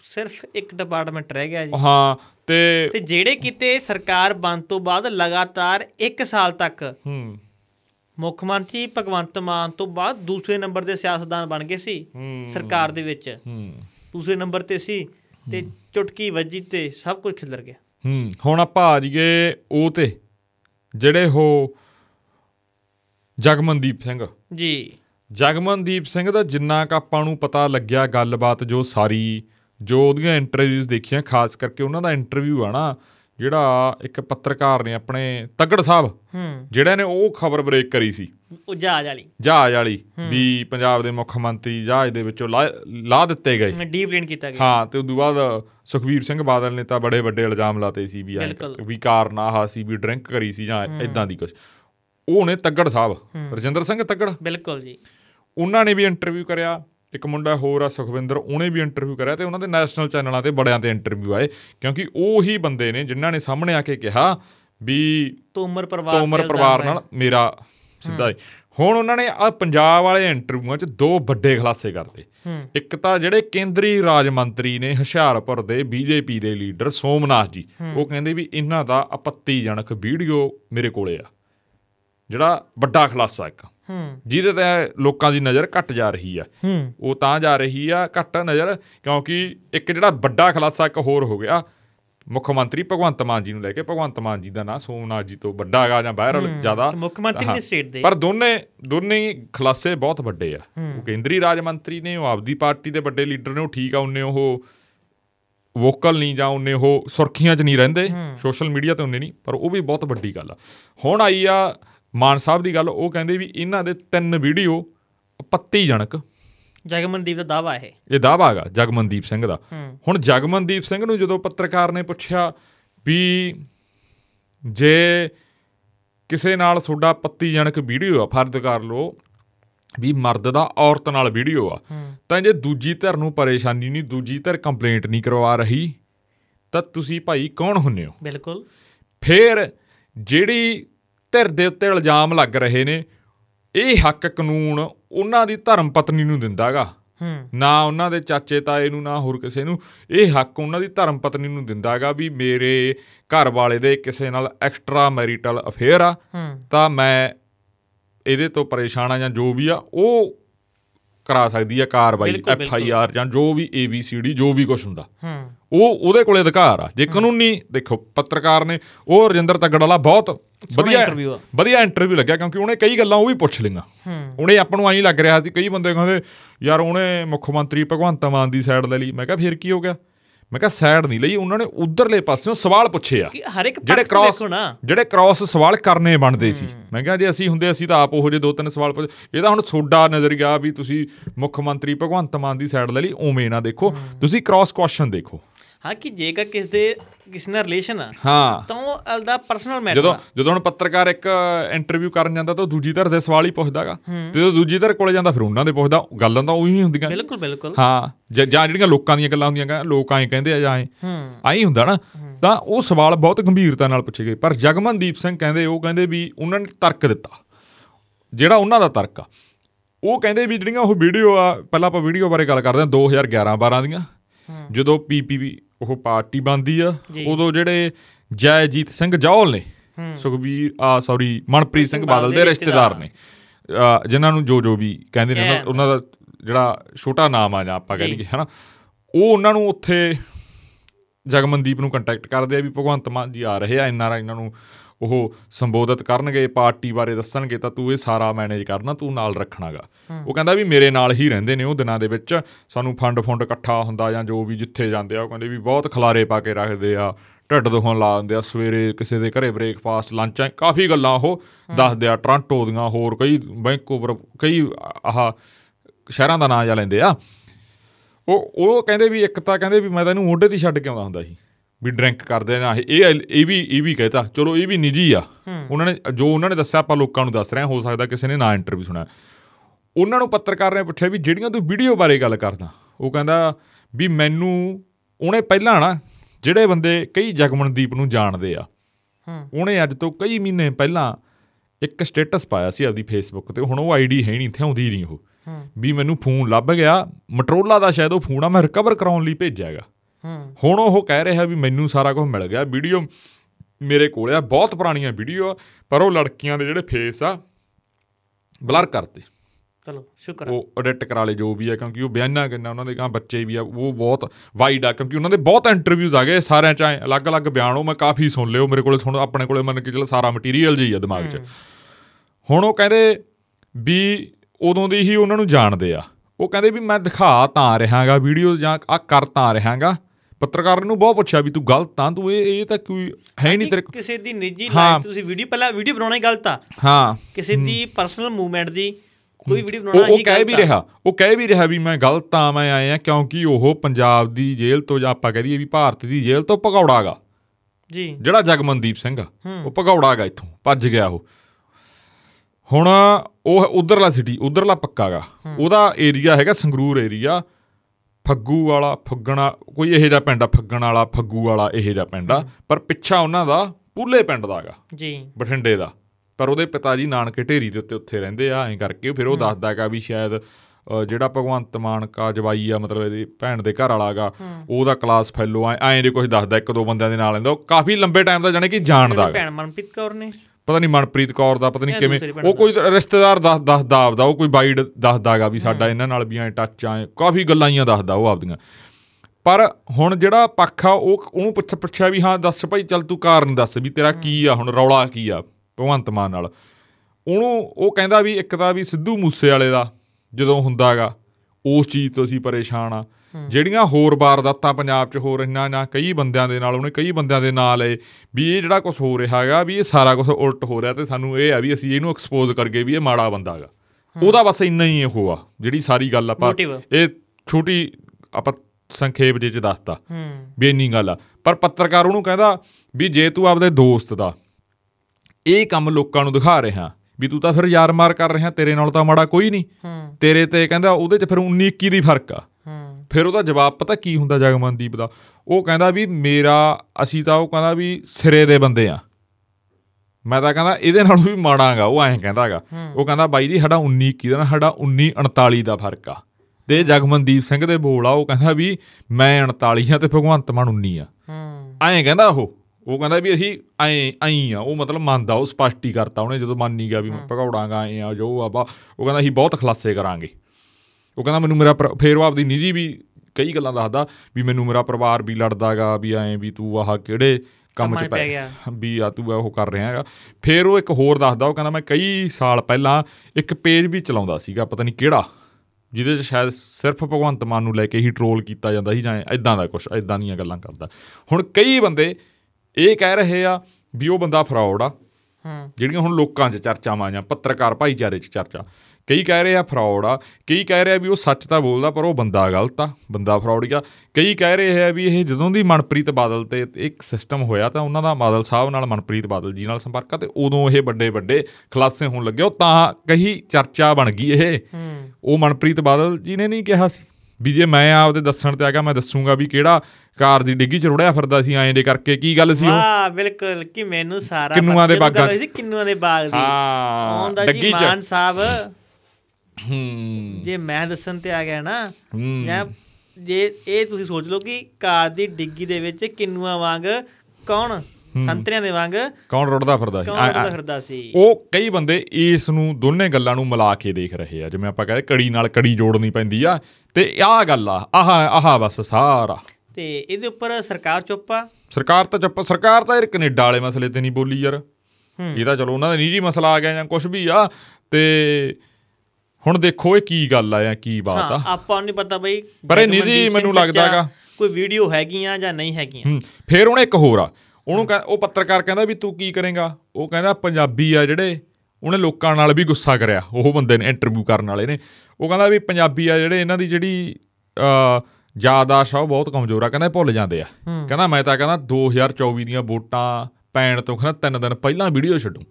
S1: ਸਿਰਫ ਇੱਕ ਡਿਪਾਰਟਮੈਂਟ ਰਹਿ ਗਿਆ ਜੀ
S2: ਹਾਂ ਤੇ
S1: ਤੇ ਜਿਹੜੇ ਕਿਤੇ ਸਰਕਾਰ ਬਣ ਤੋਂ ਬਾਅਦ ਲਗਾਤਾਰ 1 ਸਾਲ ਤੱਕ
S2: ਹੂੰ
S1: ਮੁੱਖ ਮੰਤਰੀ ਭਗਵੰਤ ਮਾਨ ਤੋਂ ਬਾਅਦ ਦੂਸਰੇ ਨੰਬਰ ਦੇ ਸਿਆਸਤਦਾਨ ਬਣ ਗਏ ਸੀ
S2: ਹੂੰ।
S1: ਸਰਕਾਰ ਦੇ ਵਿੱਚ
S2: ਹੂੰ
S1: ਦੂਸਰੇ ਨੰਬਰ ਤੇ ਸੀ ਤੇ ਚੁਟਕੀ ਵੱਜੀ ਤੇ ਸਭ ਕੁਝ ਖਿਲਰ ਗਿਆ
S2: ਹੂੰ ਹੁਣ ਆਪਾਂ ਆ ਜਾਈਏ ਉਹ ਤੇ ਜਿਹੜੇ ਉਹ ਜਗਮਨਦੀਪ ਸਿੰਘ
S1: ਜੀ
S2: ਜਗਮਨਦੀਪ ਸਿੰਘ ਦਾ ਜਿੰਨਾ ਕੁ ਆਪਾਂ ਨੂੰ ਪਤਾ ਲੱਗਿਆ ਗੱਲਬਾਤ ਜੋ ਸਾਰੀ ਜੋ ਉਹਦੀਆਂ ਇੰਟਰਵਿਊਜ਼ ਦੇਖੀਆਂ ਖਾਸ ਕਰਕੇ ਉਹਨਾਂ ਦਾ ਇੰਟਰਵਿਊ ਆ ਨਾ ਜਿਹੜਾ ਇੱਕ ਪੱਤਰਕਾਰ ਨੇ ਆਪਣੇ ਤਗੜ ਸਾਹਿਬ
S1: ਹੂੰ
S2: ਜਿਹੜੇ ਨੇ ਉਹ ਖਬਰ ਬ੍ਰੇਕ ਕਰੀ ਸੀ
S1: ਉਹ ਜਹਾਜ਼ ਵਾਲੀ
S2: ਜਹਾਜ਼ ਵਾਲੀ ਵੀ ਪੰਜਾਬ ਦੇ ਮੁੱਖ ਮੰਤਰੀ ਜਹਾਜ਼ ਦੇ ਵਿੱਚੋਂ ਲਾਹ- ਲਾਹ ਦਿੱਤੇ ਗਏ
S1: ਡੀਪ ਲੈਂਡ ਕੀਤਾ ਗਿਆ
S2: ਹਾਂ ਤੇ ਉਦੋਂ ਬਾਅਦ ਸੁਖਵੀਰ ਸਿੰਘ ਬਾਦਲ ਨੇ ਤਾਂ ਬੜੇ ਵੱਡੇ ਇਲਜ਼ਾਮ ਲਾਤੇ ਸੀ ਵੀ ਐਂ
S1: ਬਿਲਕੁਲ।
S2: ਵੀ ਕਾਰਨ ਆਹ ਸੀ ਵੀ ਡਰਿੰਕ ਕਰੀ ਸੀ ਜਾਂ ਇਦਾਂ ਦੀ ਕੁਝ ਉਹ ਨੇ ਤੱਗੜ ਸਾਹਿਬ ਰਜਿੰਦਰ ਸਿੰਘ ਤੱਗੜ
S1: ਬਿਲਕੁਲ ਜੀ
S2: ਉਹਨਾਂ ਨੇ ਵੀ ਇੰਟਰਵਿਊ ਕਰਿਆ ਇੱਕ ਮੁੰਡਾ ਹੋਰ ਆ ਸੁਖਵਿੰਦਰ ਉਹਨੇ ਵੀ ਇੰਟਰਵਿਊ ਕਰਿਆ ਤੇ ਉਹਨਾਂ ਦੇ ਨੈਸ਼ਨਲ ਚੈਨਲਾਂ ਤੇ ਬੜਿਆਂ ਤੇ ਇੰਟਰਵਿਊ ਆਏ ਕਿਉਂਕਿ ਉਹ ਹੀ ਬੰਦੇ ਨੇ ਜਿਨ੍ਹਾਂ ਨੇ ਸਾਹਮਣੇ ਆ ਕੇ ਕਿਹਾ ਵੀ
S1: ਤੋਮਰ ਪਰਿਵਾਰ
S2: ਤੋਮਰ
S1: ਤੇ
S2: ਪਰਿਵਾਰ
S1: ਇਲਜ਼ਾਮ
S2: ਨਾਲ ਮੇਰਾ ਸਿੱਧਾ ਹੀ ਹੁਣ ਉਹਨਾਂ ਨੇ ਆ ਪੰਜਾਬ ਵਾਲੇ ਇੰਟਰਵਿਊਆਂ 'ਚ ਦੋ ਵੱਡੇ ਖੁਲਾਸੇ ਕਰਦੇ
S1: ਹੂੰ।
S2: ਇੱਕ ਤਾਂ ਜਿਹੜੇ ਕੇਂਦਰੀ ਰਾਜ ਮੰਤਰੀ ਨੇ ਹੁਸ਼ਿਆਰਪੁਰ ਦੇ ਬੀਜੇਪੀ ਦੇ ਲੀਡਰ ਸੋਮਨਾਥ ਜੀ ਉਹ ਕਹਿੰਦੇ ਵੀ ਇਹਨਾਂ ਦਾ ਆਪੱਤੀਜਨਕ ਵੀਡੀਓ ਮੇਰੇ ਕੋਲੇ ਆ ਜਿਹੜਾ ਵੱਡਾ ਖੁਲਾਸਾ ਇੱਕ
S1: ਹੂੰ
S2: ਜਿਹਦੇ ਤੇ ਲੋਕਾਂ ਦੀ ਨਜ਼ਰ ਘਟ ਜਾ ਰਹੀ ਆ
S1: ਹੂੰ
S2: ਉਹ ਤਾਂ ਜਾ ਰਹੀ ਆ ਘੱਟ ਨਜ਼ਰ ਕਿਉਂਕਿ ਇੱਕ ਜਿਹੜਾ ਵੱਡਾ ਖਲਾਸਾ ਇੱਕ ਹੋਰ ਹੋ ਗਿਆ ਮੁੱਖ ਮੰਤਰੀ ਭਗਵੰਤ ਮਾਨ ਜੀ ਨੂੰ ਲੈ ਕੇ ਭਗਵੰਤ ਮਾਨ ਜੀ ਦਾ ਨਾਂ ਸੋਮਨਾਥ ਜੀ ਤੋਂ ਵੱਡਾ ਹੈਗਾ ਜਾਂ ਵਾਇਰਲ ਜ਼ਿਆਦਾ
S1: ਮੁੱਖ ਮੰਤਰੀ
S2: ਹਾਂ।
S1: ਨੇ ਸਟੇਟ ਦੇ
S2: ਪਰ ਦੋਨੇ ਦੋਨੇ ਹੀ ਖਲਾਸੇ ਬਹੁਤ ਵੱਡੇ ਆ ਉਹ ਕੇਂਦਰੀ ਰਾਜ ਮੰਤਰੀ ਨੇ ਉਹ ਆਪਦੀ ਪਾਰਟੀ ਦੇ ਵੱਡੇ ਲੀਡਰ ਨੇ ਉਹ ਠੀਕ ਆ ਉਹਨੇ ਉਹ ਵੋਕਲ ਨਹੀਂ ਜਾਂ ਉਹਨੇ ਉਹ ਸੁਰਖੀਆਂ 'ਚ ਨਹੀਂ ਰਹਿੰਦੇ ਸੋਸ਼ਲ ਮੀਡੀਆ ਤੇ ਉਹਨੇ ਨਹੀਂ ਪਰ ਉਹ ਵੀ ਬਹੁਤ ਵੱਡੀ ਗੱਲ ਆ ਹੁਣ ਆਈ ਆ ਮਾਨ ਸਾਹਿਬ ਦੀ ਗੱਲ ਉਹ ਕਹਿੰਦੇ ਵੀ ਇਹਨਾਂ ਦੇ ਤਿੰਨ ਵੀਡੀਓ ਆਪੱਤੀਜਨਕ
S1: ਜਗਮਨਦੀਪ ਦਾ ਦਾਵਾ ਇਹ
S2: ਇਹ ਦਾਅਵਾ ਹੈਗਾ ਜਗਮਨਦੀਪ ਸਿੰਘ ਦਾ
S1: ਹੂੰ।
S2: ਹੁਣ ਜਗਮਨਦੀਪ ਸਿੰਘ ਨੂੰ ਜਦੋਂ ਪੱਤਰਕਾਰ ਨੇ ਪੁੱਛਿਆ ਵੀ ਜੇ ਕਿਸੇ ਨਾਲ ਤੁਹਾਡਾ ਪੱਤੀਜਨਕ ਵੀਡੀਓ ਆ ਫਰਜ਼ ਕਰ ਲਓ ਵੀ ਮਰਦ ਦਾ ਔਰਤ ਨਾਲ ਵੀਡੀਓ ਆ ਤਾਂ ਜੇ ਦੂਜੀ ਧਿਰ ਨੂੰ ਪਰੇਸ਼ਾਨੀ ਨਹੀਂ ਦੂਜੀ ਧਿਰ ਕੰਪਲੇਂਟ ਨਹੀਂ ਕਰਵਾ ਰਹੀ ਤਾਂ ਤੁਸੀਂ ਭਾਈ ਕੌਣ ਹੁੰਨੇ ਹੋ
S1: ਬਿਲਕੁਲ
S2: ਫੇਰ ਜਿਹੜੀ ਧਿਰ ਦੇ ਉੱਤੇ ਇਲਜ਼ਾਮ ਲੱਗ ਰਹੇ ਨੇ ਇਹ ਹੱਕ ਕਾਨੂੰਨ ਉਹਨਾਂ ਦੀ ਧਰਮ ਪਤਨੀ ਨੂੰ ਦਿੰਦਾਗਾ
S1: ਹੂੰ
S2: ਨਾ ਉਹਨਾਂ ਦੇ ਚਾਚੇ ਤਾਏ ਨੂੰ ਨਾ ਹੋਰ ਕਿਸੇ ਨੂੰ ਇਹ ਹੱਕ ਉਹਨਾਂ ਦੀ ਧਰਮ ਪਤਨੀ ਨੂੰ ਦਿੰਦਾ ਹੈਗਾ ਵੀ ਮੇਰੇ ਘਰ ਵਾਲੇ ਦੇ ਕਿਸੇ ਨਾਲ ਐਕਸਟਰਾ ਮੈਰੀਟਲ ਅਫੇਅਰ ਆ
S1: ਹੂੰ
S2: ਤਾਂ ਮੈਂ ਇਹਦੇ ਤੋਂ ਪਰੇਸ਼ਾਨ ਆ ਜਾਂ ਜੋ ਵੀ ਆ ਉਹ ਕਰਾ ਸਕਦੀ ਆ ਕਾਰਵਾਈ
S1: ਬਿਲਕੁਲ,
S2: ਐਫ ਆਈ ਆਰ ਜਾਂ ਜੋ ਵੀ ਏ ਬੀ ਸੀ ਡੀ ਜੋ ਵੀ ਕੁਝ ਹੁੰਦਾ
S1: ਹੂੰ
S2: ਉਹ ਉਹਦੇ ਕੋਲੇ ਅਧਿਕਾਰ ਆ ਜੇ ਕਾਨੂੰਨੀ ਦੇਖੋ ਪੱਤਰਕਾਰ ਨੇ ਉਹ ਰਜਿੰਦਰ ਤੱਗੜ ਵਾਲਾ ਬਹੁਤ ਵਧੀਆ
S1: interview ਆ।
S2: ਵਧੀਆ ਇੰਟਰਵਿਊ ਲੱਗਿਆ ਕਿਉਂਕਿ ਉਹਨੇ ਕਈ ਗੱਲਾਂ ਉਹ ਵੀ ਪੁੱਛ ਲਈਆਂ
S1: ਹੂੰ।
S2: ਉਹਨੇ ਆਪਾਂ ਨੂੰ ਐਂ ਲੱਗ ਰਿਹਾ ਸੀ ਕਈ ਬੰਦੇ ਕਹਿੰਦੇ ਯਾਰ ਉਹਨੇ ਮੁੱਖ ਮੰਤਰੀ ਭਗਵੰਤ ਮਾਨ ਦੀ ਸਾਈਡ ਲੈ ਲਈ ਮੈਂ ਕਿਹਾ ਫਿਰ ਕੀ ਹੋ ਗਿਆ ਮੈਂ ਕਿਹਾ ਸਾਈਡ ਨਹੀਂ ਲਈ ਉਹਨਾਂ ਨੇ ਉਧਰਲੇ ਪਾਸਿਓਂ ਸਵਾਲ ਪੁੱਛੇ ਆ
S1: ਕਿ ਹਰ ਇੱਕ
S2: ਜਿਹੜੇ
S1: ਪੱਖ ਤੋਂ
S2: ਕ੍ਰਾਸ
S1: ਦੇਖੋ ਨਾ
S2: ਜਿਹੜੇ ਕ੍ਰਾਸ ਸਵਾਲ ਕਰਨੇ ਬਣਦੇ ਸੀ ਮੈਂ ਕਿਹਾ ਜੇ ਅਸੀਂ ਹੁੰਦੇ ਅਸੀਂ ਤਾਂ ਆਪ ਉਹੋ ਜਿਹੇ ਦੋ ਤਿੰਨ ਸਵਾਲ ਪੁੱਛ ਇਹ ਤਾਂ ਹੁਣ ਤੁਹਾਡਾ ਨਜ਼ਰੀਆ ਵੀ ਤੁਸੀਂ ਮੁੱਖ ਮੰਤਰੀ ਭਗਵੰਤ ਮਾਨ ਦੀ ਸਾਈਡ ਲੈ ਲਈ ਉਵੇਂ ਨਾ ਦੇਖੋ ਤੁਸੀਂ ਕ੍ਰਾਸ ਕੁਐਸਚਨ ਦੇਖੋ
S1: ਹਾਂ ਕਿ ਜੇਕਰ ਕਿਸ ਦੇ ਕਿਸ ਨਾਲ ਰਿਲੇਸ਼ਨ ਆ
S2: ਹਾਂ
S1: ਤਾਂ ਉਹ ਅਲਦਾ ਪਰਸਨਲ ਮੈਟਰ
S2: ਜਦੋਂ ਜਦੋਂ ਹੁਣ ਪੱਤਰਕਾਰ ਇੱਕ ਇੰਟਰਵਿਊ ਕਰਨ ਜਾਂਦਾ ਤਾਂ ਉਹ ਦੂਜੀ ਧਿਰ ਦੇ ਸਵਾਲ ਹੀ ਪੁੱਛਦਾਗਾ ਤੇ ਜਦੋਂ ਦੂਜੀ ਧਿਰ ਕੋਲੇ ਜਾਂਦਾ ਫਿਰ ਉਹਨਾਂ ਦੇ ਪੁੱਛਦਾ ਗੱਲਾਂ ਤਾਂ ਉਹੀ ਹੁੰਦੀਆਂ
S1: ਬਿਲਕੁਲ ਬਿਲਕੁਲ
S2: ਹਾਂ ਜਾਂ ਜਾਂ ਜਿਹੜੀਆਂ ਲੋਕਾਂ ਦੀਆਂ ਗੱਲਾਂ ਹੁੰਦੀਆਂ ਗਾ, ਲੋਕ ਐਂ ਕਹਿੰਦੇ ਆ ਜਾਂ ਐਂ
S1: ਹੂੰ
S2: ਆਈ ਹੁੰਦਾ ਨਾ ਤਾਂ ਉਹ ਸਵਾਲ ਬਹੁਤ ਗੰਭੀਰਤਾ ਨਾਲ ਪੁੱਛੇ ਗਏ ਪਰ ਜਗਮਨਦੀਪ ਸਿੰਘ ਕਹਿੰਦੇ ਉਹ ਕਹਿੰਦੇ ਵੀ ਉਹਨਾਂ ਨੇ ਤਰਕ ਦਿੱਤਾ ਜਿਹੜਾ ਉਹਨਾਂ ਦਾ ਤਰਕ ਆ ਉਹ ਕਹਿੰਦੇ ਵੀ ਜਿਹੜੀਆਂ ਉਹ ਵੀਡੀਓ ਆ ਪਹਿਲਾਂ ਆਪਾਂ ਵੀਡੀਓ ਬਾਰੇ ਗੱਲ ਕਰਦੇ ਹਾਂ 2011 12 ਦੀਆਂ ਜਦੋਂ ਪੀਪੀਪੀ ਉਹ ਪਾਰਟੀ ਬਣਦੀ ਆ ਉਦੋਂ ਜਿਹੜੇ ਜੈਜੀਤ ਸਿੰਘ ਜੌਲ ਨੇ ਸੁਖਬੀਰ ਆ ਸੌਰੀ ਮਨਪ੍ਰੀਤ ਸਿੰਘ ਬਾਦਲ ਦੇ ਰਿਸ਼ਤੇਦਾਰ ਨੇ ਅ, ਜਿਨ੍ਹਾਂ ਨੂੰ ਜੋ ਜੋ ਵੀ ਕਹਿੰਦੇ ਨੇ ਉਹਨਾਂ- ਉਹਨਾਂ ਦਾ ਜਿਹੜਾ ਛੋਟਾ ਨਾਮ ਆ ਜਾਂ ਆਪਾਂ ਕਹਿ ਲਈਏ ਹਨਾ ਉਹ ਉਹਨਾਂ ਨੂੰ ਉੱਥੇ ਜਗਮਨਦੀਪ ਨੂੰ ਕੰਟੈਕਟ ਕਰਦੇ ਆ ਵੀ ਭਗਵੰਤ ਮਾਨ ਜੀ ਆ ਰਹੇ ਆ ਐਨਆਰ ਇਹਨਾਂ ਨੂੰ ਉਹ ਸੰਬੋਧਿਤ ਕਰਨਗੇ ਪਾਰਟੀ ਬਾਰੇ ਦੱਸਣਗੇ ਤਾਂ ਤੂੰ ਇਹ ਸਾਰਾ ਮੈਨੇਜ ਕਰਨਾ ਤੂੰ ਨਾਲ ਰੱਖਣਾਗਾ ਉਹ ਕਹਿੰਦਾ ਵੀ ਮੇਰੇ ਨਾਲ ਹੀ ਰਹਿੰਦੇ ਨੇ ਉਹ ਦਿਨਾਂ ਦੇ ਵਿੱਚ ਸਾਨੂੰ ਫੰਡ ਫੰਡ ਇਕੱਠਾ ਹੁੰਦਾ ਜਾਂ ਜੋ ਵੀ ਜਿੱਥੇ ਜਾਂਦੇ ਆ ਉਹ ਕਹਿੰਦੇ ਵੀ ਬਹੁਤ ਖਲਾਰੇ ਪਾ ਕੇ ਰੱਖਦੇ ਆ ਢਿੱਡ ਦੁਖਣ ਲਾ ਦਿੰਦੇ ਆ ਸਵੇਰੇ ਕਿਸੇ ਦੇ ਘਰੇ ਬ੍ਰੇਕਫਾਸਟ ਲੰਚ ਕਾਫੀ ਗੱਲਾਂ ਉਹ ਦੱਸਦੇ ਆ ਟ੍ਰਾਂਟੋ ਦੀਆਂ ਹੋਰ ਕਈ ਵੈਂਕੂਵਰ ਕਈ ਆਹ ਸ਼ਹਿਰਾਂ ਦਾ ਨਾਂ ਜਾਂ ਲੈਂਦੇ ਆ ਉਹ ਉਹ ਕਹਿੰਦੇ ਵੀ ਇੱਕ ਤਾਂ ਕਹਿੰਦੇ ਵੀ ਮੈਂ ਤਾਂ ਇਹਨੂੰ ਮੋਢੇ ਤੇ ਹੀ ਛੱਡ ਕੇ ਆਉਂਦਾ ਹੁੰਦਾ ਸੀ ਵੀ ਡਰਿੰਕ ਕਰਦੇ ਨਾ ਇਹ ਇਹ ਇਹ ਵੀ ਇਹ ਵੀ ਕਹਤਾ ਚਲੋ ਇਹ ਵੀ ਨਿੱਜੀ ਆ ਉਹਨਾਂ ਨੇ ਜੋ ਉਹਨਾਂ ਨੇ ਦੱਸਿਆ ਆਪਾਂ ਲੋਕਾਂ ਨੂੰ ਦੱਸ ਰਹੇ ਹਾਂ ਹੋ ਸਕਦਾ ਕਿਸੇ ਨੇ ਨਾ ਇੰਟਰਵਿਊ ਸੁਣਿਆ ਉਹਨਾਂ ਨੂੰ ਪੱਤਰਕਾਰ ਨੇ ਪੁੱਛਿਆ ਵੀ ਜਿਹੜੀਆਂ ਤੂੰ ਵੀਡੀਓ ਬਾਰੇ ਗੱਲ ਕਰਦਾ ਉਹ ਕਹਿੰਦਾ ਵੀ ਮੈਨੂੰ ਉਹਨੇ ਪਹਿਲਾਂ ਨਾ ਜਿਹੜੇ ਬੰਦੇ ਕਈ ਜਗਮਨਦੀਪ ਨੂੰ ਜਾਣਦੇ ਆ
S1: ਹੂੰ।
S2: ਉਹਨੇ ਅੱਜ ਤੋਂ ਕਈ ਮਹੀਨੇ ਪਹਿਲਾਂ ਇੱਕ ਸਟੇਟਸ ਪਾਇਆ ਸੀ ਆਪਦੀ ਫੇਸਬੁੱਕ ਤੇ ਹੁਣ ਉਹ ਆਈਡੀ ਹੈ ਹੀ ਨਹੀਂ ਥਿਆਉਂਦੀ ਨਹੀਂ ਉਹ ਵੀ ਮੈਨੂੰ ਫੋਨ ਲੱਭ ਗਿਆ ਮਟਰੋਲਾ ਦਾ ਸ਼ਾਇਦ ਉਹ ਫੋਨ ਆ ਮੈਂ ਰਿਕਵਰ ਕਰਾਉਣ ਲਈ ਭੇਜਿਆਗਾ
S1: ਹੂੰ
S2: ਹੁਣ ਉਹ ਕਹਿ ਰਿਹਾ ਵੀ ਮੈਨੂੰ ਸਾਰਾ ਕੁਝ ਮਿਲ ਗਿਆ ਵੀਡੀਓ ਮੇਰੇ ਕੋਲ ਆ ਬਹੁਤ ਪੁਰਾਣੀਆਂ ਵੀਡੀਓ ਆ ਪਰ ਉਹ ਲੜਕੀਆਂ ਦੇ ਜਿਹੜੇ ਫੇਸ ਆ ਬਲਰ ਕਰਤੇ
S1: ਚਲੋ ਸ਼ੁਕਰ ਆ।
S2: ਉਹ ਐਡਿਟ ਕਰਾ ਲੇ ਜੋ ਵੀ ਹੈ ਕਿਉਂਕਿ ਉਹ ਬਿਆਨਾ ਕਿੰਨਾ ਉਹਨਾਂ ਦੇ ਕਾਂ ਬੱਚੇ ਵੀ ਆ ਉਹ ਬਹੁਤ ਵਾਈਡ ਆ ਕਿਉਂਕਿ ਉਹਨਾਂ ਦੇ ਬਹੁਤ ਇੰਟਰਵਿਊਜ਼ ਆ ਗਏ ਸਾਰਿਆਂ ਚ ਐਂ ਅਲੱਗ-ਅਲੱਗ ਬਿਆਨ ਉਹ ਮੈਂ ਕਾਫੀ ਸੁਣ ਲਿਓ ਮੇਰੇ ਕੋਲੇ ਸੁਣ ਆਪਣੇ ਕੋਲੇ ਮੰਨ ਕੇ ਚੱਲ ਸਾਰਾ ਮਟੀਰੀਅਲ ਜੀ ਆ ਦਿਮਾਗ 'ਚ ਹੁਣ ਉਹ ਕਹਿੰਦੇ ਵੀ ਉਦੋਂ ਦੀ ਹੀ ਉਹਨਾਂ ਨੂੰ ਜਾਣਦੇ ਆ ਉਹ ਕਹਿੰਦੇ ਵੀ ਮੈਂ ਦਿਖਾ ਤਾਂ ਰਿਹਾਗਾ ਵੀਡੀਓ ਜਾਂ ਆ ਕਰ ਤਾਂ ਰਿਹਾਗਾ ਪੱਤਰਕਾਰ ਨੂੰ ਬਹੁਤ ਪੁੱਛਿਆ ਵੀ ਤੂੰ ਗਲਤ ਆ ਤੂੰ ਇਹ ਇਹ ਤਾਂ ਕੋਈ ਹੈ ਨਹੀਂ ਤੇਰੇ ਕੋਲ।
S1: ਕਿਸੇ ਦੀ ਨਿੱਜੀ
S2: ਹਾਂ।
S1: ਲਾਈਫ ਤੁਸੀਂ ਵੀਡੀਓ ਪਹਿਲਾਂ ਵੀਡੀਓ ਬਣਾਉਣਾ ਹੀ ਗਲਤ ਆ
S2: ਹਾਂ
S1: ਕਿਸੇ ਦੀ ਪਰਸਨਲ ਮੂਵਮੈਂਟ ਦੀ ਕੋਈ ਵੀਡੀਓ
S2: ਉਹ
S1: ਬਣਾਉਣਾ
S2: ਉਹ
S1: ਹੀ
S2: ਕਹਿ
S1: ਗਲਤ
S2: ਵੀ
S1: ਆ।
S2: ਰਿਹਾ ਉਹ ਕਹਿ ਵੀ ਰਿਹਾ ਵੀ ਮੈਂ ਗਲਤ ਆ ਮੈਂ ਆਇਆ ਕਿਉਂਕਿ ਉਹ ਪੰਜਾਬ ਦੀ ਜੇਲ੍ਹ ਤੋਂ ਜਾਂ ਆਪਾਂ ਕਹਿ ਦਈਏ ਵੀ ਭਾਰਤ ਦੀ ਜੇਲ੍ਹ ਤੋਂ ਭਗੌੜਾ ਗਾ
S1: ਜੀ
S2: ਜਿਹੜਾ ਜਗਮਨਦੀਪ ਸਿੰਘ ਆ ਉਹ ਭਗੌੜਾ ਗਾ ਇੱਥੋਂ ਭੱਜ ਗਿਆ ਉਹ ਹੁਣ ਉਹ ਉਧਰਲਾ ਸਿਟੀ ਉਧਰਲਾ ਪੱਕਾ ਗਾ ਉਹਦਾ ਏਰੀਆ ਹੈਗਾ ਸੰਗਰੂਰ ਏਰੀਆ ਫੱਗੂ ਵਾਲਾ ਫੱਗਣਾ ਕੋਈ ਇਹੋ ਜਿਹਾ ਪਿੰਡ ਆ ਫੱਗਣ ਵਾਲਾ ਫੱਗੂ ਵਾਲਾ ਇਹੋ ਜਿਹਾ ਪਿੰਡ ਆ ਪਰ ਪਿੱਛਾ ਉਹਨਾਂ ਦਾ ਪੂਲੇ ਪਿੰਡ ਦਾ ਗਾ
S1: ਜੀ
S2: ਬਠਿੰਡੇ ਦਾ ਪਰ ਉਹਦੇ ਪਿਤਾ ਜੀ ਨਾਨਕੇ ਢੇਰੀ ਦੇ ਉੱਤੇ ਉੱਥੇ ਰਹਿੰਦੇ ਆ ਐਂ ਕਰਕੇ ਫਿਰ ਉਹ ਦੱਸਦਾ ਗਾ ਵੀ ਸ਼ਾਇਦ ਅ, ਜਿਹੜਾ ਭਗਵੰਤ ਮਾਨਕਾ ਜਵਾਈ ਆ ਮਤਲਬ ਇਹਦੀ ਭੈਣ ਦੇ ਘਰ ਵਾਲਾ ਗਾ ਉਹਦਾ ਕਲਾਸ ਫੈਲੋ ਐ ਐਂ ਦੇ ਕੁਝ ਦੱਸਦਾ ਇੱਕ ਦੋ ਬੰਦਿਆਂ ਦੇ ਨਾਲ ਲੈਂਦਾ ਉਹ ਕਾਫੀ ਲੰਬੇ ਟਾਈਮ ਦਾ ਜਾਣੀ ਕਿ ਜਾਣਦਾ ਗਾ
S1: ਭੈਣ ਮਨਪ੍ਰੀਤ ਕੌਰ ਨੇ
S2: ਪਤਾ ਨਹੀਂ ਮਨਪ੍ਰੀਤ ਕੌਰ ਦਾ ਪਤਾ ਨਹੀਂ
S1: ਇਹ
S2: ਕਿਵੇਂ
S1: ਦੂਸਰੀ ਭੈਣ
S2: ਉਹ ਕੋਈ ਰਿਸ਼ਤੇਦਾਰ ਦੱਸ ਦੱਸਦਾ ਆਪਦਾ ਉਹ ਕੋਈ ਬਾਈਡ ਦੱਸਦਾ ਗਾ ਵੀ ਸਾਡਾ ਇਹਨਾਂ ਨਾਲ ਵੀ ਐ ਟੱਚ ਆ ਐਂ। ਕਾਫੀ ਗੱਲਾਂ ਹੀ ਆ ਦੱਸਦਾ ਉਹ ਆਪਦੀਆਂ ਪਰ ਹੁਣ ਜਿਹੜਾ ਪੱਖ ਆ ਉਹ ਉਹਨੂੰ ਪੁੱਛ ਪੁੱਛਿਆ ਵੀ ਹਾਂ ਦੱਸ ਭਾਈ ਚੱਲ ਤੂੰ ਕਾਰਨ ਦੱਸ ਵੀ ਤੇਰਾ ਕੀ ਆ ਹੁਣ ਰੌਲਾ ਕੀ ਆ ਭਗਵੰਤ ਮਾਨ ਨਾਲ ਉਹਨੂੰ ਉਹ ਕਹਿੰਦਾ ਵੀ ਇੱਕ ਤਾਂ ਵੀ ਸਿੱਧੂ ਮੂਸੇ ਵਾਲੇ ਦਾ ਜਦੋਂ ਹੁੰਦਾਗਾ ਉਸ ਚੀਜ਼ ਤੋਂ ਅਸੀਂ ਪਰੇਸ਼ਾਨ ਆ ਜਿਹੜੀਆਂ ਹੋਰ ਵਾਰਦਾਤਾਂ ਪੰਜਾਬ 'ਚ ਹੋ ਰਹੀਆਂ ਜਾਂ ਕਈ ਬੰਦਿਆਂ ਦੇ ਨਾਲ ਉਹਨੇ ਕਈ ਬੰਦਿਆਂ ਦੇ ਨਾਲ ਲਏ ਵੀ ਇਹ ਜਿਹੜਾ ਕੁਝ ਹੋ ਰਿਹਾ ਹੈਗਾ ਵੀ ਇਹ ਸਾਰਾ ਕੁਝ ਉਲਟ ਹੋ ਰਿਹਾ ਤੇ ਸਾਨੂੰ ਇਹ ਆ ਵੀ ਅਸੀਂ ਇਹਨੂੰ ਐਕਸਪੋਜ਼ ਕਰਗੇ ਵੀ ਇਹ ਮਾੜਾ ਬੰਦਾ ਹੈਗਾ ਉਹਦਾ ਬਸ ਇੰਨਾ ਹੀ ਉਹ ਆ ਜਿਹੜੀ ਸਾਰੀ ਗੱਲ ਆਪਾਂ
S1: Motive।
S2: ਇਹ ਛੋਟੀ ਆਪਾਂ ਸੰਖੇਪ ਜਿਹੇ ਚ ਦੱਸਤਾ
S1: ਹੂੰ
S2: ਵੀ ਇੰਨੀ ਗੱਲ ਆ ਪਰ ਪੱਤਰਕਾਰ ਉਹਨੂੰ ਕਹਿੰਦਾ ਵੀ ਜੇ ਤੂੰ ਆਪਦੇ ਦੋਸਤ ਦਾ ਇਹ ਕੰਮ ਲੋਕਾਂ ਨੂੰ ਦਿਖਾ ਰਿਹਾ ਵੀ ਤੂੰ ਤਾਂ ਫਿਰ ਯਾਰ ਮਾਰ ਕਰ ਰਿਹਾ ਤੇਰੇ ਨਾਲ ਤਾਂ ਮਾੜਾ ਕੋਈ ਨਹੀਂ
S1: ਹੂੰ
S2: ਤੇਰੇ ਤੇ ਕਹਿੰਦਾ ਉਹਦੇ ਚ ਫਿਰ 19 21 ਦੀ ਫਰਕ ਆ
S1: ਹੂੰ
S2: ਫਿਰ ਉਹਦਾ ਜਵਾਬ ਪਤਾ ਕੀ ਹੁੰਦਾ ਜਗਮਨਦੀਪ ਦਾ ਉਹ ਕਹਿੰਦਾ ਵੀ ਮੇਰਾ ਅਸੀਂ ਤਾਂ ਉਹ ਕਹਿੰਦਾ ਵੀ ਸਿਰੇ ਦੇ ਬੰਦੇ ਆ ਮੈਂ ਤਾਂ ਕਹਿੰਦਾ ਇਹਦੇ ਨਾਲੋਂ ਵੀ ਮਾੜਾਗਾ ਉਹ ਐਂ ਕਹਿੰਦਾਗਾ ਉਹ ਕਹਿੰਦਾ ਬਾਈ ਜੀ ਸਾਡਾ 19 21 ਦਾ ਨਾ, ਸਾਡਾ 19 39 ਦਾ ਫਰਕ ਆ ਤੇ ਜਗਮਨਦੀਪ ਸਿੰਘ ਦੇ ਬੋਲ ਆ ਉਹ ਕਹਿੰਦਾ ਵੀ ਮੈਂ 39 ਆ ਤੇ ਭਗਵੰਤ ਮਾਨ 19 ਆ
S1: ਹੂੰ
S2: ਐਂ ਕਹਿੰਦਾ ਉਹ ਉਹ ਕਹਿੰਦਾ ਵੀ ਅਸੀਂ ਐਂ ਐਂ ਆ ਉਹ ਮਤਲਬ ਮੰਨਦਾ ਉਹ ਸਪਸ਼ਟੀ ਕਰਤਾ ਉਹਨੇ ਜਦੋਂ ਮੰਨ ਨਹੀਂ ਗਿਆ ਵੀ ਮੈਂ ਭਗੌੜਾਂਗਾ ਐਂ ਆ ਜੋ ਆ ਬਾ ਉਹ ਕਹਿੰਦਾ ਅਸੀਂ ਬਹੁਤ ਖਲਾਸੇ ਕਰਾਂਗੇ ਉਹ ਕਹਿੰਦਾ ਮੈਨੂੰ ਮੇਰਾ ਪਰ- ਫੇਰ ਉਹ ਆਪਦੀ ਨਿੱਜੀ ਵੀ ਕਈ ਗੱਲਾਂ ਦੱਸਦਾ ਵੀ ਮੈਨੂੰ ਮੇਰਾ ਪਰਿਵਾਰ ਵੀ ਲੜਦਾਗਾ ਵੀ ਐਂ ਵੀ ਤੂੰ ਆਹ ਕਿਹੜੇ ਕੰਮ
S1: ਕੰਮਾਂ
S2: 'ਚ
S1: ਚ
S2: ਪੈ
S1: ਪੈ ਗਿਆ।
S2: ਵੀ ਆ ਤੂੰ ਉਹ ਕਰ ਰਿਹਾ ਹੈਗਾ ਫੇਰ ਉਹ ਇੱਕ ਹੋਰ ਦੱਸਦਾ ਉਹ ਕਹਿੰਦਾ ਮੈਂ ਕਈ ਸਾਲ ਪਹਿਲਾਂ ਇੱਕ ਪੇਜ ਵੀ ਚਲਾਉਂਦਾ ਸੀਗਾ ਪਤਾ ਨਹੀਂ ਕਿਹੜਾ ਜਿਹਦੇ 'ਚ ਸ਼ਾਇਦ ਸਿਰਫ ਭਗਵੰਤ ਮਾਨ ਨੂੰ ਲੈ ਕੇ ਹੀ ਟਰੋਲ ਕੀਤਾ ਜਾਂਦਾ ਸੀ ਜਾਂ ਐਦਾਂ ਦਾ ਕੁਝ ਐਦਾਂ ਦੀਆਂ ਗੱਲਾਂ ਕਰਦਾ ਹੁਣ ਕਈ ਬੰਦੇ ਇਹ ਕਹਿ ਰਹੇ ਆ ਵੀ ਉਹ ਬੰਦਾ ਫਰਾਡ ਆ
S1: ਹੂੰ
S2: ਜਿਹੜੀਆਂ ਹੁਣ ਲੋਕਾਂ 'ਚ ਚਰਚਾਵਾਂ ਜਾਂ ਪੱਤਰਕਾਰ ਭਾਈਚਾਰੇ 'ਚ ਚਰਚਾ ਕਈ ਕਹਿ ਰਹੇ ਆ ਫਰਾਡ ਆ ਕਈ ਕਹਿ ਰਹੇ ਆ ਵੀ ਉਹ ਸੱਚ ਤਾਂ ਬੋਲਦਾ ਪਰ ਉਹ ਬੰਦਾ ਗਲਤ ਆ ਬੰਦਾ ਫਰਾਡ ਆ ਕਈ ਕਹਿ ਰਹੇ ਆ ਵੀ ਇਹ ਜਦੋਂ ਦੀ ਮਨਪ੍ਰੀਤ ਬਾਦਲ ਤੇ ਇੱਕ ਸਿਸਟਮ ਹੋਇਆ ਤਾਂ ਉਹਨਾਂ ਦਾ ਬਾਦਲ ਸਾਹਿਬ ਨਾਲ ਮਨਪ੍ਰੀਤ ਬਾਦਲ ਜੀ ਨਾਲ ਸੰਪਰਕ ਆ ਤੇ ਉਦੋਂ ਇਹ ਵੱਡੇ ਵੱਡੇ ਖਲਾਸੇ ਹੋਣ ਲੱਗੇ ਉਹ ਤਾਂ ਕਹੀ ਚਰਚਾ ਬਣ ਗਈ ਇਹ
S1: ਹੂੰ
S2: ਉਹ ਮਨਪ੍ਰੀਤ ਬਾਦਲ ਜੀ ਨੇ ਨਹੀਂ ਕਿਹਾ ਸੀ ਵੀ ਜੇ ਮੈਂ ਆਪਦੇ ਦੱਸਣ ਤੇ ਆ ਗਿਆ ਮੈਂ ਦੱਸੂਗਾ ਵੀ ਕਿਹੜਾ ਕਾਰ ਦੀ ਡਿੱਗੀ ਚ ਰੁੜਿਆ ਫਿਰਦਾ ਸੀ ਐਂ ਦੇ ਕਰਕੇ ਕੀ ਗੱਲ ਸੀ ਉਹ
S1: ਵਾਹ ਬਿਲਕੁਲ ਕਿ ਮੈਨੂੰ ਸਾਰਾ
S2: ਕਿੰਨੂਆਂ
S1: ਪਤਾ-
S2: ਦੇ
S1: ਜਦੋਂ ਗੱਲ
S2: ਬਾਗਾਂ ਚ।
S1: ਹੋਈ ਸੀ ਕਿੰਨੂਆਂ ਦੇ ਬਾਗ ਦੀ ਆਉਂਦਾ
S2: ਹਾਂ
S1: ਜੀ
S2: ਡਿੱਗੀ ਚ
S1: ਮਾਨ ਸਾਹਿਬ
S2: ਹੂੰ
S1: ਜੇ ਮੈਂ ਦੱਸਣ ਤੇ ਆ ਗਿਆ ਨਾ
S2: ਹੂੰ।
S1: ਜਾਂ ਜੇ ਇਹ ਤੁਸੀਂ ਸੋਚ ਲਓ ਕਿ ਕਾਰ ਦੀ ਡਿੱਗੀ ਦੇ ਵਿੱਚ ਕਿੰਨੂਆਂ ਵਾਂਗ ਕੌਣ ਸੰਤਰਿਆਂ ਦੇ ਵਾਂਗ
S2: ਕੌਣ ਰੁੜਦਾ ਫਿਰਦਾ ਸੀ
S1: ਕੌਣ
S2: ਐਂ-
S1: ਉਹਦਾ
S2: ਐਂ।
S1: ਫਿਰਦਾ ਸੀ
S2: ਉਹ ਕਈ ਬੰਦੇ ਇਸ ਨੂੰ ਦੋਨੇ ਗੱਲਾਂ ਨੂੰ ਮਿਲਾ ਕੇ ਦੇਖ ਰਹੇ ਆ ਜਿਵੇਂ ਆਪਾਂ ਕਹਿੰਦੇ ਕੜੀ ਨਾਲ ਕੜੀ ਜੋੜਨੀ ਪੈਂਦੀ ਆ ਤੇ ਆਹ ਗੱਲ ਆ ਆਹ ਆਹ ਬਸ ਸਾਰਾ
S1: ਤੇ ਇਹਦੇ ਉੱਪਰ ਸਰਕਾਰ ਚੁੱਪਾ
S2: ਸਰਕਾਰ ਤਾਂ ਚੱਪ ਸਰਕਾਰ ਤਾਂ ਇਹ ਕੈਨੇਡਾ ਵਾਲੇ ਮਸਲੇ ਤੇ ਨਹੀਂ ਬੋਲੀ ਯਾਰ ਇਹ ਤਾਂ ਚਲੋ ਉਹਨਾਂ ਦਾ ਨਿੱਜੀ ਮਸਲਾ ਆ ਗਿਆ ਜਾਂ ਕੁਝ ਵੀ ਆ ਤੇ ਹੁਣ ਦੇਖੋ ਇਹ ਕੀ ਗੱਲ ਆ ਜਾਂ ਕੀ ਬਾਤ ਆ
S1: ਆਪਾਂ ਨੂੰ ਨਹੀਂ ਪਤਾ ਬਈ
S2: ਪਰ ਇਹ
S1: ਜਗਮਨਦੀਪ
S2: ਨਿੱਜੀ
S1: ਸਿੰਘ
S2: ਮੈਨੂੰ
S1: ਸੱਚਾ,
S2: ਲੱਗਦਾ ਗਾ।
S1: ਕੋਈ ਵੀਡੀਓ ਹੈਗੀਆਂ ਜਾਂ ਨਹੀਂ ਹੈਗੀਆਂ
S2: ਹੂੰ ਫਿਰ ਉਹਨੇ ਇੱਕ ਹੋਰ ਆ ਉਹਨੂੰ ਕਹਿ- ਉਹ ਪੱਤਰਕਾਰ ਕਹਿੰਦਾ ਵੀ ਤੂੰ ਕੀ ਕਰੇਗਾ ਉਹ ਕਹਿੰਦਾ ਪੰਜਾਬੀ ਆ ਜਿਹੜੇ ਉਹਨੇ ਲੋਕਾਂ ਨਾਲ ਵੀ ਗੁੱਸਾ ਕਰਿਆ ਉਹ ਬੰਦੇ ਨੇ ਇੰਟਰਵਿਊ ਕਰਨ ਵਾਲੇ ਨੇ ਉਹ ਕਹਿੰਦਾ ਵੀ ਪੰਜਾਬੀ ਆ ਜਿਹੜੇ ਇਹਨਾਂ ਦੀ ਜਿਹੜੀ ਅ ਯਾਦਾਸ਼ਤ ਆ ਉਹ ਬਹੁਤ ਕਮਜ਼ੋਰ ਆ ਕਹਿੰਦਾ ਇਹ ਭੁੱਲ ਜਾਂਦੇ ਆ ਕਹਿੰਦਾ ਮੈਂ ਤਾਂ ਕਹਿੰਦਾ 2024 ਦੀਆਂ ਵੋਟਾਂ ਪੈਣ ਤੋਂ ਕਹਿੰਦਾ ਤਿੰਨ ਦਿਨ ਪਹਿਲਾਂ ਵੀਡੀਓ ਛੱਡੂ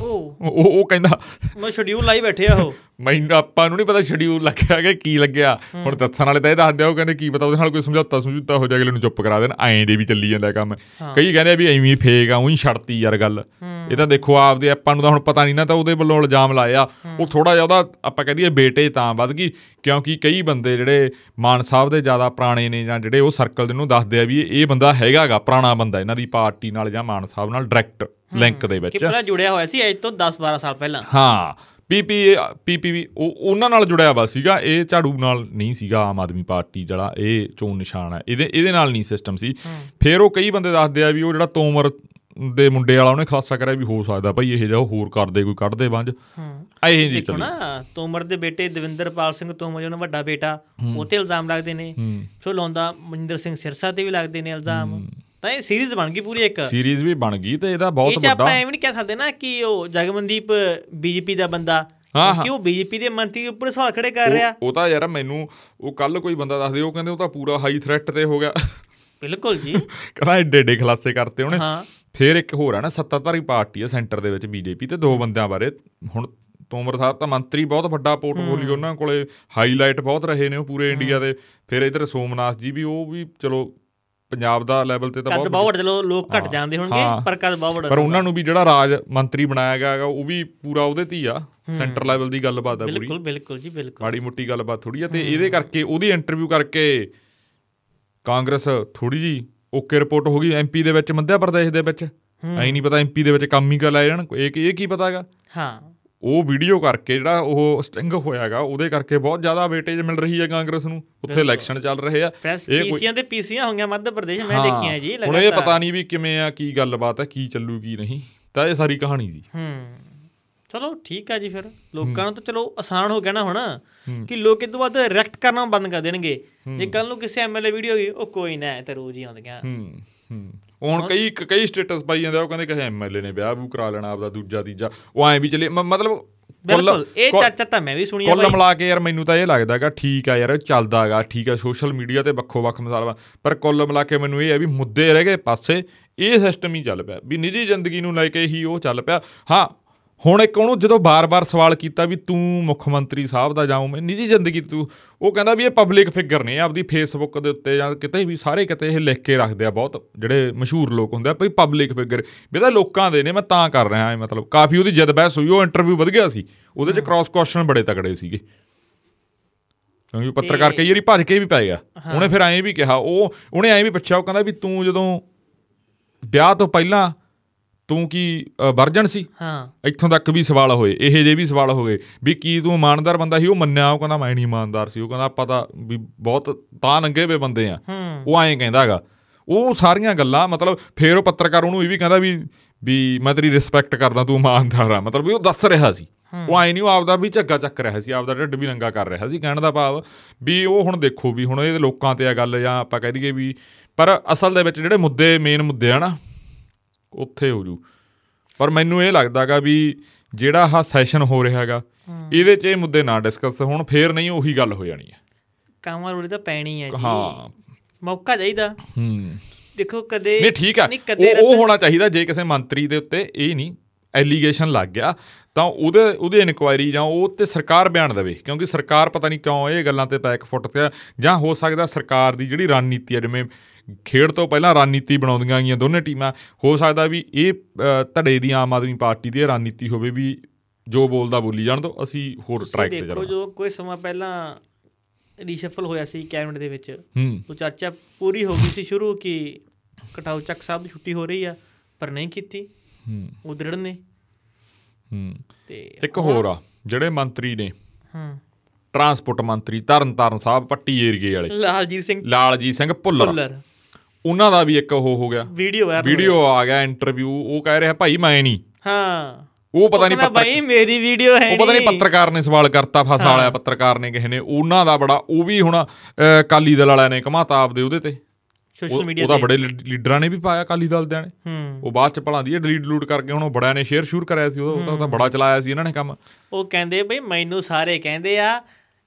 S1: ਉਹ
S2: ਉਹ- ਉਹ ਉਹ ਕਹਿੰਦਾ
S1: ਮੈਂ ਸ਼ਡਿਊਲ ਲਾਈ ਬੈਠੇ ਆ ਉਹ
S2: ਮੈਨੂੰ ਆਪਾਂ ਨੂੰ ਨਹੀਂ ਪਤਾ ਸ਼ਡਿਊਲ ਲੱਗਿਆ ਕਿ ਕੀ ਲੱਗਿਆ ਹੁਣ ਦੱਸਣ ਵਾਲੇ ਤਾਂ ਇਹ ਦੱਸਦੇ ਆ ਉਹ ਕਹਿੰਦੇ ਕੀ ਪਤਾ ਉਹਦੇ ਨਾਲ ਕੋਈ ਸਮਝੌਤਾ ਸਮਝੌਤਾ ਹੋ ਜਾ ਅਗਲੇ ਨੂੰ ਚੁੱਪ ਕਰਾ ਦੇਣ ਐਂ ਦੇ ਵੀ ਚੱਲੀ ਜਾਂਦਾ ਕੰਮ ਕਈ ਕਹਿੰਦੇ ਆ ਵੀ ਐਵੇਂ ਹੀ ਫੇਕ ਆ ਉਹੀ ਛੜਤੀ ਯਾਰ ਗੱਲ ਇਹ ਤਾਂ ਦੇਖੋ ਆਪਦੇ ਆਪਾਂ ਨੂੰ ਤਾਂ ਹੁਣ ਪਤਾ ਨਹੀਂ ਨਾ ਤਾਂ ਉਹਦੇ ਵੱਲੋਂ ਇਲਜ਼ਾਮ ਲਾਇਆ ਉਹ ਥੋੜਾ ਜਿਹਾ ਉਹਦਾ ਆਪਾਂ ਕਹਿ ਦਈਏ ਬੇਟੇ ਤਾਂ ਵੱਧ ਗਈ ਕਿਉਂਕਿ ਕਈ ਬੰਦੇ ਜਿਹੜੇ ਮਾਨ ਸਾਹਿਬ ਦੇ ਜ਼ਿਆਦਾ ਪੁਰਾਣੇ ਨੇ ਜਾਂ ਜਿਹੜੇ ਉਹ ਸਰਕਲ ਦੇ ਨੂੰ ਦੱਸਦੇ ਆ ਵੀ ਇਹ ਇਹ ਬੰਦਾ ਹੈਗਾਗਾ ਪੁਰਾਣਾ ਬੰਦਾ ਇਹਨਾਂ ਦੀ ਪਾਰਟੀ ਨਾਲ ਜਾਂ ਮਾਨ ਸਾਹਿਬ ਨਾਲ ਡਾਇਰੈਕਟ ਲਿੰਕ ਦੇ
S1: ਕਿ
S2: ਵਿੱਚ
S1: ਪਹਿਲਾਂ ਜੁੜਿਆ ਹੋਇਆ ਸੀ ਅੱਜ ਤੋਂ 10 12 ਸਾਲ ਪਹਿਲਾਂ
S2: ਹਾਂ ਪੀਪੀ ਪੀਪੀਵੀ ਉਹ ਉਹਨਾਂ ਨਾਲ ਜੁੜਿਆ ਵਾ ਸੀਗਾ ਇਹ ਝਾੜੂ ਨਾਲ ਨਹੀਂ ਸੀਗਾ ਆਮ ਆਦਮੀ ਪਾਰਟੀ ਜਿਹੜਾ ਇਹ ਚੋਣ ਨਿਸ਼ਾਨ ਹੈ ਇਹਦੇ ਇਹਦੇ ਨਾਲ ਨਹੀਂ ਸਿਸਟਮ ਸੀ ਫਿਰ ਉਹ ਕਈ ਬੰਦੇ ਦੱਸਦੇ ਆ ਵੀ ਉਹ ਜਿਹੜਾ ਤੋਮਰ ਦੇ ਮੁੰਡੇ ਵਾਲਾ ਉਹਨੇ ਖਲਾਸਾ ਕਰਿਆ ਵੀ ਹੋ ਸਕਦਾ ਭਾਈ ਇਹ ਜਿਹਾ ਉਹ ਹੋਰ ਕਰਦੇ ਕੋਈ ਕੱਢਦੇ ਵੰਜ
S1: ਹੂੰ
S2: ਇਹ ਜੀ
S1: ਦੇਖੋ
S2: ਚੱਲੀ
S1: ਨਾ ਤੋਮਰ ਦੇ ਬੇਟੇ ਦਵਿੰਦਰਪਾਲ ਸਿੰਘ ਤੋਮਰ ਜੀ ਉਹਨਾਂ ਵੱਡਾ ਬੇਟਾ ਉਹ ਤੇ ਇਲਜ਼ਾਮ ਲੱਗਦੇ ਨੇ
S2: ਹੂੰ
S1: ਫਿਰ ਲਾਉਂਦਾ ਮਨਿੰਦਰ ਸਿੰਘ ਸਿਰਸਾ ਤੇ ਵੀ ਲੱਗਦੇ ਨੇ ਇਲਜ਼ਾਮ ਤਾਂ ਇਹ ਸੀਰੀਜ਼ ਬਣ ਗਈ ਪੂਰੀ ਇੱਕ
S2: ਸੀਰੀਜ਼ ਵੀ ਬਣ ਗਈ ਤੇ ਇਹਦਾ
S1: ਇਹ
S2: ਬਹੁਤ
S1: ਚ
S2: ਵੱਡਾ
S1: ਆਪਾਂ ਐਵੇਂ ਨਹੀਂ ਕਹਿ ਸਕਦੇ ਨਾ ਕਿ ਉਹ ਜਗਮਨਦੀਪ ਬੀਜੇਪੀ ਦਾ ਬੰਦਾ
S2: ਹਾਂ, ਹਾਂ।
S1: ਕਿ ਉਹ ਬੀਜੇਪੀ ਦੇ ਮੰਤਰੀ ਉੱਪਰ ਸਵਾਲ ਖੜੇ ਕਰ
S2: ਉਹ-
S1: ਰਿਹਾ
S2: ਉਹ ਤਾਂ ਯਾਰ ਮੈਨੂੰ ਉਹ ਕੱਲ ਕੋਈ ਬੰਦਾ ਦੱਸਦੇ ਉਹ ਕਹਿੰਦੇ ਉਹ ਤਾਂ ਪੂਰਾ ਹਾਈ ਥ੍ਰੈਟ ਤੇ ਹੋ ਗਿਆ
S1: ਬਿਲਕੁਲ ਜੀ
S2: ਕਹਿੰਦਾ ਐਡੇ ਐਡੇ ਖਲਾਸੇ ਕਰਤੇ ਉਹਨੇ
S1: ਹਾਂ
S2: ਫਿਰ ਇੱਕ ਹੋਰ ਹੈ ਨਾ ਸੱਤਾਧਾਰੀ ਪਾਰਟੀ ਹੈ ਸੈਂਟਰ ਦੇ ਵਿੱਚ ਬੀਜੇਪੀ ਤੇ ਦੋ ਬੰਦਿਆਂ ਬਾਰੇ ਹੁਣ ਤੋਮਰ ਸਾਹਿਬ ਤਾਂ ਮੰਤਰੀ ਬਹੁਤ ਵੱਡਾ ਪੋਰਟਫੋਲੀਓ ਉਹਨਾਂ ਕੋਲੇ ਹਾਈਲਾਈਟ ਬਹੁਤ ਰਹੇ ਨੇ ਉਹ ਪੂਰੇ ਇੰਡੀਆ ਦੇ ਫਿਰ ਇਧਰ ਸੋਮਨਾਥ ਜੀ ਵੀ ਉਹ ਵੀ ਚਲੋ ਪੰਜਾਬ ਦਾ ਲੈਵਲ ਤੇ ਤਾਂ
S1: ਕੱਦ
S2: ਬਹੁਤ
S1: ਬਾਵੜ ਚਲੋ ਲੋਕ ਘਟ ਜਾਂਦੇ
S2: ਹਾਂ।
S1: ਹੋਣਗੇ ਪਰ ਕੱਦ ਬਾਵੜ
S2: ਪਰ ਉਹਨਾਂ ਨੂੰ ਵੀ ਜਿਹੜਾ ਰਾਜ ਮੰਤਰੀ ਬਣਾਇਆ ਗਿਆ ਹੈਗਾ ਉਹ ਵੀ ਪੂਰਾ ਉਹਦੇ ਤੇ ਹੀ ਆ ਸੈਂਟਰ ਲੈਵਲ ਦੀ ਗੱਲਬਾਤ ਹੈ ਪੂਰੀ
S1: ਬਿਲਕੁਲ ਬਿਲਕੁਲ ਜੀ ਬਿਲਕੁਲ
S2: ਮਾੜੀ ਮੁੱਟੀ ਗੱਲਬਾਤ ਥੋੜੀ ਆ ਤੇ ਇਹਦੇ ਕਰਕੇ ਉਹਦੀ ਇੰਟਰਵਿਊ ਕਰਕੇ ਕਾਂਗਰਸ ਥੋੜੀ ਜੀ ਓਕੇ ਰਿਪੋਰਟ ਹੋ ਗਈ ਐਮਪੀ ਦੇ ਵਿੱਚ ਮੱਧਿਆ ਪ੍ਰਦੇਸ਼ ਦੇ ਵਿੱਚ ਐਂ ਨਹੀਂ ਪਤਾ ਐਮਪੀ ਦੇ ਵਿੱਚ ਕੰਮ ਹੀ ਕਰ ਲੈ ਜਾਣ ਇਹ ਕੀ- ਇਹ ਕੀ ਪਤਾਗਾ
S1: ਹਾਂ
S2: ਉਹ ਵੀਡੀਓ ਕਰਕੇ ਜਿਹੜਾ ਉਹ ਸਟਿੰਗ ਹੋਇਆਗਾ ਉਹਦੇ ਕਰਕੇ ਬਹੁਤ ਜ਼ਿਆਦਾ ਵੇਟੇਜ ਮਿਲ ਰਹੀ ਹੈ ਕਾਂਗਰਸ ਨੂੰ ਉੱਥੇ ਇਲੈਕਸ਼ਨ ਚੱਲ ਰਹੇ ਆ
S1: ਪ੍ਰੈਸ
S2: ਇਹ ਕੋਈ-
S1: ਪੀਸੀਆਂ ਤੇ ਪੀਸੀਆਂ ਹੋਈਆਂ ਮੱਧ ਪ੍ਰਦੇਸ਼ ਮੈਂ
S2: ਹਾਂ।
S1: ਦੇਖੀਆਂ ਜੀ
S2: ਹੁਣ ਇਹ
S1: ਲਗਾਤਾਰ
S2: ਪਤਾ ਨਹੀਂ ਵੀ ਕਿਵੇਂ ਆ ਕੀ ਗੱਲਬਾਤ ਆ ਕੀ ਚੱਲੂ ਕੀ ਨਹੀਂ ਤਾਂ ਇਹ ਸਾਰੀ ਕਹਾਣੀ ਸੀ
S1: ਹੂੰ ਚਲੋ ਠੀਕ ਆ ਜੀ ਫਿਰ ਲੋਕਾਂ ਨੂੰ ਤਾਂ ਚਲੋ ਆਸਾਨ ਹੋ ਗਿਆ ਨਾ ਹੁਣ ਕਿ ਲੋਕ ਇਹ ਤੋਂ ਬਾਅਦ ਰਿਐਕਟ ਕਰਨਾ ਬੰਦ ਕਰ ਦੇਣਗੇ ਜੇ ਕੱਲ ਨੂੰ ਕਿਸੇ ਐਮਐਲਏ ਵੀਡੀਓ ਗਈ ਉਹ ਕੋਈ ਨਾ ਇਹ ਤਾਂ ਰੋਜ਼ ਹੀ ਆਉਂਦੀਆਂ
S2: ਹੂੰ ਹੂੰ ਉਹ ਹੁਣ ਕਈ ਕ- ਕਈ ਸਟੇਟਸ ਪਾਈ ਜਾਂਦੇ ਆ ਉਹ ਕਹਿੰਦੇ ਕਿਸੇ ਐਮਐਲਏ ਨੇ ਵਿਆਹ ਵੂ ਕਰਾ ਲੈਣਾ ਆਪਦਾ ਦੂਜਾ ਤੀਜਾ ਉਹ ਐਂ ਵੀ ਚਲੇ ਮ- ਮਤਲਬ ਕੁੱਲ-
S1: ਬਿਲਕੁਲ ਇਹ
S2: ਕੁੱਲ-
S1: ਚਾਚਾ ਤਾਂ ਮੈਂ ਵੀ ਸੁਣੀ ਆ
S2: ਕੁੱਲ
S1: ਬਾਈ
S2: ਮਿਲਾ ਕੇ ਯਾਰ ਮੈਨੂੰ ਤਾਂ ਇਹ ਲੱਗਦਾਗਾ ਠੀਕ ਆ ਯਾਰ ਚੱਲਦਾਗਾ ਠੀਕ ਆ ਸੋਸ਼ਲ ਮੀਡੀਆ ਤੇ ਵੱਖੋ ਵੱਖ ਮਸਾਲਾ ਪਰ ਕੁੱਲ ਮਿਲਾ ਕੇ ਮੈਨੂੰ ਇਹ ਹੈ ਵੀ ਮੁੱਦੇ ਰਹਿ ਗਏ ਪਾਸੇ ਇਹ ਸਿਸਟਮ ਹੀ ਚੱਲ ਪਿਆ ਵੀ ਨਿੱਜੀ ਜ਼ਿੰਦਗੀ ਨੂੰ ਲੈ ਕੇ ਹੀ ਉਹ ਚੱਲ ਪਿਆ ਹਾਂ ਹੁਣ ਇੱਕ ਉਹਨੂੰ ਜਦੋਂ ਬਾਰ-ਬਾਰ ਸਵਾਲ ਕੀਤਾ ਵੀ ਤੂੰ ਮੁੱਖ ਮੰਤਰੀ ਸਾਹਿਬ ਦਾ ਜਾਂ ਮੈਂ ਨਿੱਜੀ ਜ਼ਿੰਦਗੀ 'ਚ ਤੂੰ ਉਹ ਕਹਿੰਦਾ ਵੀ ਇਹ ਪਬਲਿਕ ਫਿਗਰ ਨੇ ਆਪਦੀ ਫੇਸਬੁੱਕ ਦੇ ਉੱਤੇ ਜਾਂ ਕਿਤੇ ਵੀ ਸਾਰੇ ਕਿਤੇ ਇਹ ਲਿਖ ਕੇ ਰੱਖਦੇ ਆ ਬਹੁਤ ਜਿਹੜੇ ਮਸ਼ਹੂਰ ਲੋਕ ਹੁੰਦੇ ਆ ਭਈ ਪਬਲਿਕ ਫਿਗਰ ਵੀ ਇਹ ਤਾਂ ਲੋਕਾਂ ਦੇ ਨੇ ਮੈਂ ਤਾਂ ਕਰ ਰਿਹਾ ਇਹ ਮਤਲਬ ਕਾਫੀ ਉਹਦੀ ਜਦ ਬਹਿਸ ਹੋਈ ਉਹ ਇੰਟਰਵਿਊ ਵਧ ਗਿਆ ਸੀ ਉਹਦੇ 'ਚ ਕ੍ਰਾਸ ਕੁਐਸਚਨ ਬੜੇ ਤਕੜੇ ਸੀਗੇ ਕਿਉਂਕਿ ਪੱਤਰਕਾਰ ਕਈ ਵਾਰੀ ਭੱਜ ਕੇ ਵੀ ਪੈ ਗਿਆ ਉਹਨੇ ਫਿਰ ਐਂ ਵੀ ਕਿਹਾ ਉਹ ਉਹਨੇ ਐਂ ਵੀ ਪੁੱਛਿਆ ਉਹ ਕਹਿੰਦਾ ਵੀ ਤੂੰ ਜਦੋਂ ਵਿਆਹ ਤੋਂ ਪਹਿਲਾਂ ਤੂੰ ਕੀ ਵਰਜਨ ਸੀ
S1: ਹਾਂ
S2: ਇੱਥੋਂ ਤੱਕ ਵੀ ਸਵਾਲ ਹੋਏ ਇਹੋ ਜਿਹੇ ਵੀ ਸਵਾਲ ਹੋ ਗਏ ਵੀ ਕੀ ਤੂੰ ਇਮਾਨਦਾਰ ਬੰਦਾ ਸੀ ਉਹ ਮੰਨਿਆ ਉਹ ਕਹਿੰਦਾ ਮੈਂ ਨਹੀਂ ਇਮਾਨਦਾਰ ਸੀ ਉਹ ਕਹਿੰਦਾ ਆਪਾਂ ਤਾਂ ਵੀ ਬਹੁਤ ਤਾਂ ਨੰਗੇ ਵੇ ਬੰਦੇ ਆ
S1: ਹੂੰ
S2: ਉਹ ਐਂ ਕਹਿੰਦਾ ਹੈਗਾ ਉਹ ਸਾਰੀਆਂ ਗੱਲਾਂ ਮਤਲਬ ਫੇਰ ਉਹ ਪੱਤਰਕਾਰ ਉਹਨੂੰ ਇਹ ਵੀ ਕਹਿੰਦਾ ਵੀ ਵੀ ਮੈਂ ਤੇਰੀ ਰਿਸਪੈਕਟ ਕਰਦਾ ਤੂੰ ਇਮਾਨਦਾਰ ਆ ਮਤਲਬ ਵੀ ਉਹ ਦੱਸ ਰਿਹਾ ਸੀ ਉਹ ਐਂ ਨਹੀਂ ਉਹ ਆਪਦਾ ਵੀ ਝੱਗਾ ਚੱਕ ਰਿਹਾ ਸੀ ਆਪਦਾ ਢਿੱਡ ਵੀ ਨੰਗਾ ਕਰ ਰਿਹਾ ਸੀ ਕਹਿਣ ਦਾ ਭਾਵ ਵੀ ਉਹ ਹੁਣ ਦੇਖੋ ਵੀ ਹੁਣ ਇਹ ਲੋਕਾਂ ਤੇ ਆ ਗੱਲ ਜਾਂ ਆਪਾਂ ਕਹਿ ਦਈਏ ਵੀ ਪਰ ਅਸਲ ਦੇ ਵਿੱਚ ਜਿਹੜੇ ਮੁੱਦੇ ਮੇਨ ਮੁੱਦੇ ਆ ਨਾ ਉੱਥੇ ਹੋ ਜੂ ਪਰ ਮੈਨੂੰ ਇਹ ਲੱਗਦਾਗਾ ਵੀ ਜਿਹੜਾ ਆਹ ਸੈਸ਼ਨ ਹੋ ਰਿਹਾਗਾ ਇਹਦੇ 'ਚ ਇਹ ਮੁੱਦੇ ਨਾ ਡਿਸਕਸ ਹੋਣ ਫੇਰ ਨਹੀਂ ਉਹੀ ਗੱਲ ਹੋ ਜਾਣੀ ਹੈ
S1: ਕਾਮਾਂ ਰੋੜੀ ਤਾਂ ਪੈਣੀ ਹੈ ਜੀ
S2: ਹਾਂ
S1: ਮੌਕਾ ਚਾਹੀਦਾ
S2: ਹੂੰ
S1: ਦੇਖੋ ਕਦੇ
S2: ਨਹੀਂ ਠੀਕ ਆ
S1: ਨਹੀਂ ਕਦੇ
S2: ਉਹ ਉਹ ਹੋਣਾ ਚਾਹੀਦਾ ਜੇ ਕਿਸੇ ਮੰਤਰੀ ਦੇ ਉੱਤੇ ਇਹ ਨਹੀਂ ਐਲੀਗੇਸ਼ਨ ਲੱਗ ਗਿਆ ਤਾਂ ਉਹਦੇ ਉਹਦੀ ਇਨਕੁਆਇਰੀ ਜਾਂ ਉਹ ਤੇ ਸਰਕਾਰ ਬਿਆਨ ਦੇਵੇ ਕਿਉਂਕਿ ਸਰਕਾਰ ਪਤਾ ਨਹੀਂ ਕਿਉਂ ਇਹ ਗੱਲਾਂ ਤੇ ਪੈਕ ਫੁੱਟ ਤੇ ਆ। ਜਾਂ ਹੋ ਸਕਦਾ ਸਰਕਾਰ ਦੀ ਜਿਹੜੀ ਰਣਨੀਤੀ ਹੈ ਜਿਵੇਂ ਖੇਡ ਤੋਂ ਪਹਿਲਾਂ ਰਣਨੀਤੀ ਬਣਾਉਂਦੀਆਂ ਗਈਆਂ ਦੋਨੇ ਟੀਮਾਂ ਹੋ ਸਕਦਾ ਵੀ ਇਹ ਅ, ਧੜੇ ਦੀ ਆਮ ਆਦਮੀ ਪਾਰਟੀ ਦੀ ਇਹ ਰਣਨੀਤੀ ਹੋਵੇ ਵੀ ਜੋ ਬੋਲਦਾ ਬੋਲੀ ਜਾਣ ਤੋਂ ਅਸੀਂ ਹੋਰ
S1: ਤੁਸੀਂ
S2: ਟਰੈਕ ਤੇ
S1: ਦੇਖੋ
S2: ਜਾਵਾਂ
S1: ਜੋ ਕੋਈ ਸਮਾਂ ਪਹਿਲਾਂ ਰੀਸ਼ਫਲ ਹੋਇਆ ਸੀ ਕੈਬਨਿਟ ਦੇ ਵਿੱਚ
S2: ਹੂੰ
S1: ਉਹ ਚਰਚਾ ਪੂਰੀ ਹੋ ਗਈ ਸੀ ਸ਼ੁਰੂ ਕਿ ਕਟਾਉ ਚੱਕ ਸਾਹਿਬ ਦੀ ਛੁੱਟੀ ਹੋ ਰਹੀ ਆ ਪਰ ਨਹੀਂ ਕੀਤੀ
S2: ਹੂੰ
S1: ਉਹ ਦ੍ਰਿੜ ਨੇ
S2: ਹੂੰ
S1: ਤੇ
S2: ਇੱਕ ਹੋਰ ਆ ਜਿਹੜੇ ਮੰਤਰੀ ਨੇ
S1: ਹਾਂ
S2: ਟਰਾਂਸਪੋਰਟ ਮੰਤਰੀ ਤਰਨਤਾਰਨ ਸਾਹਿਬ ਪੱਟੀ ਏਰੀਏ ਵਾਲੇ
S1: ਲਾਲਜੀਤ ਸਿੰਘ
S2: ਲਾਲਜੀਤ ਸਿੰਘ ਭੁੱਲਰ
S1: ਭੁੱਲਰ
S2: ਉਹਨਾਂ ਦਾ ਵੀ ਇੱਕ ਉਹ ਹੋ ਗਿਆ
S1: ਵੀਡੀਓ ਵਾਇਰਲ
S2: ਵੀਡੀਓ ਆ ਗਿਆ ਇੰਟਰਵਿਊ ਉਹ ਕਹਿ ਰਿਹਾ ਭਾਈ ਮੈਂ ਨਹੀਂ
S1: ਹਾਂ
S2: ਉਹ ਪਤਾ ਨਹੀਂ
S1: ਕਹਿੰਦਾ
S2: ਪੱਤਰ
S1: ਬਾਈ ਮੇਰੀ ਵੀਡੀਓ ਹੈ
S2: ਉਹ ਪਤਾ ਨਹੀਂ ਪੱਤਰਕਾਰ ਨੇ ਸਵਾਲ ਕਰਤਾ ਫਸਾ ਵਾਲਿਆ ਪੱਤਰਕਾਰ ਨੇ ਕਿਸੇ ਨੇ ਉਹਨਾਂ ਦਾ ਬੜਾ ਉਹ ਵੀ ਹੁਣ ਅਹ, ਅਕਾਲੀ ਦਲ ਵਾਲਿਆਂ ਨੇ ਘਮਾਤਾ ਆਪਦੇ ਉਹਦੇ ਤੇ
S1: ਸੋਸ਼ਲ
S2: ਉਹ-
S1: ਮੀਡੀਆ
S2: ਉਹਦਾ ਬੜੇ ਲੀਡ- ਲੀਡਰਾਂ ਨੇ ਵੀ ਪਾਇਆ ਅਕਾਲੀ ਦਲ ਦਿਆਂ ਨੇ
S1: ਹੂੰ
S2: ਉਹ ਬਾਅਦ ਚ ਭਲਾਂ ਦੀ ਡਿਲੀਟ ਡਲੂਟ ਕਰਕੇ ਹੁਣ ਉਹ ਬੜਿਆਂ ਨੇ ਸ਼ੇਅਰ ਸ਼ੂਰ ਕਰਾਇਆ ਸੀ ਉਹਦਾ ਉਹ ਤਾਂ- ਉਹ ਤਾਂ ਬੜਾ ਚਲਾਇਆ ਸੀ ਇਹਨਾਂ ਨੇ ਕੰਮ
S1: ਉਹ ਕਹਿੰਦੇ ਬਈ ਮੈਨੂੰ ਸਾਰੇ ਕਹਿੰਦੇ ਆ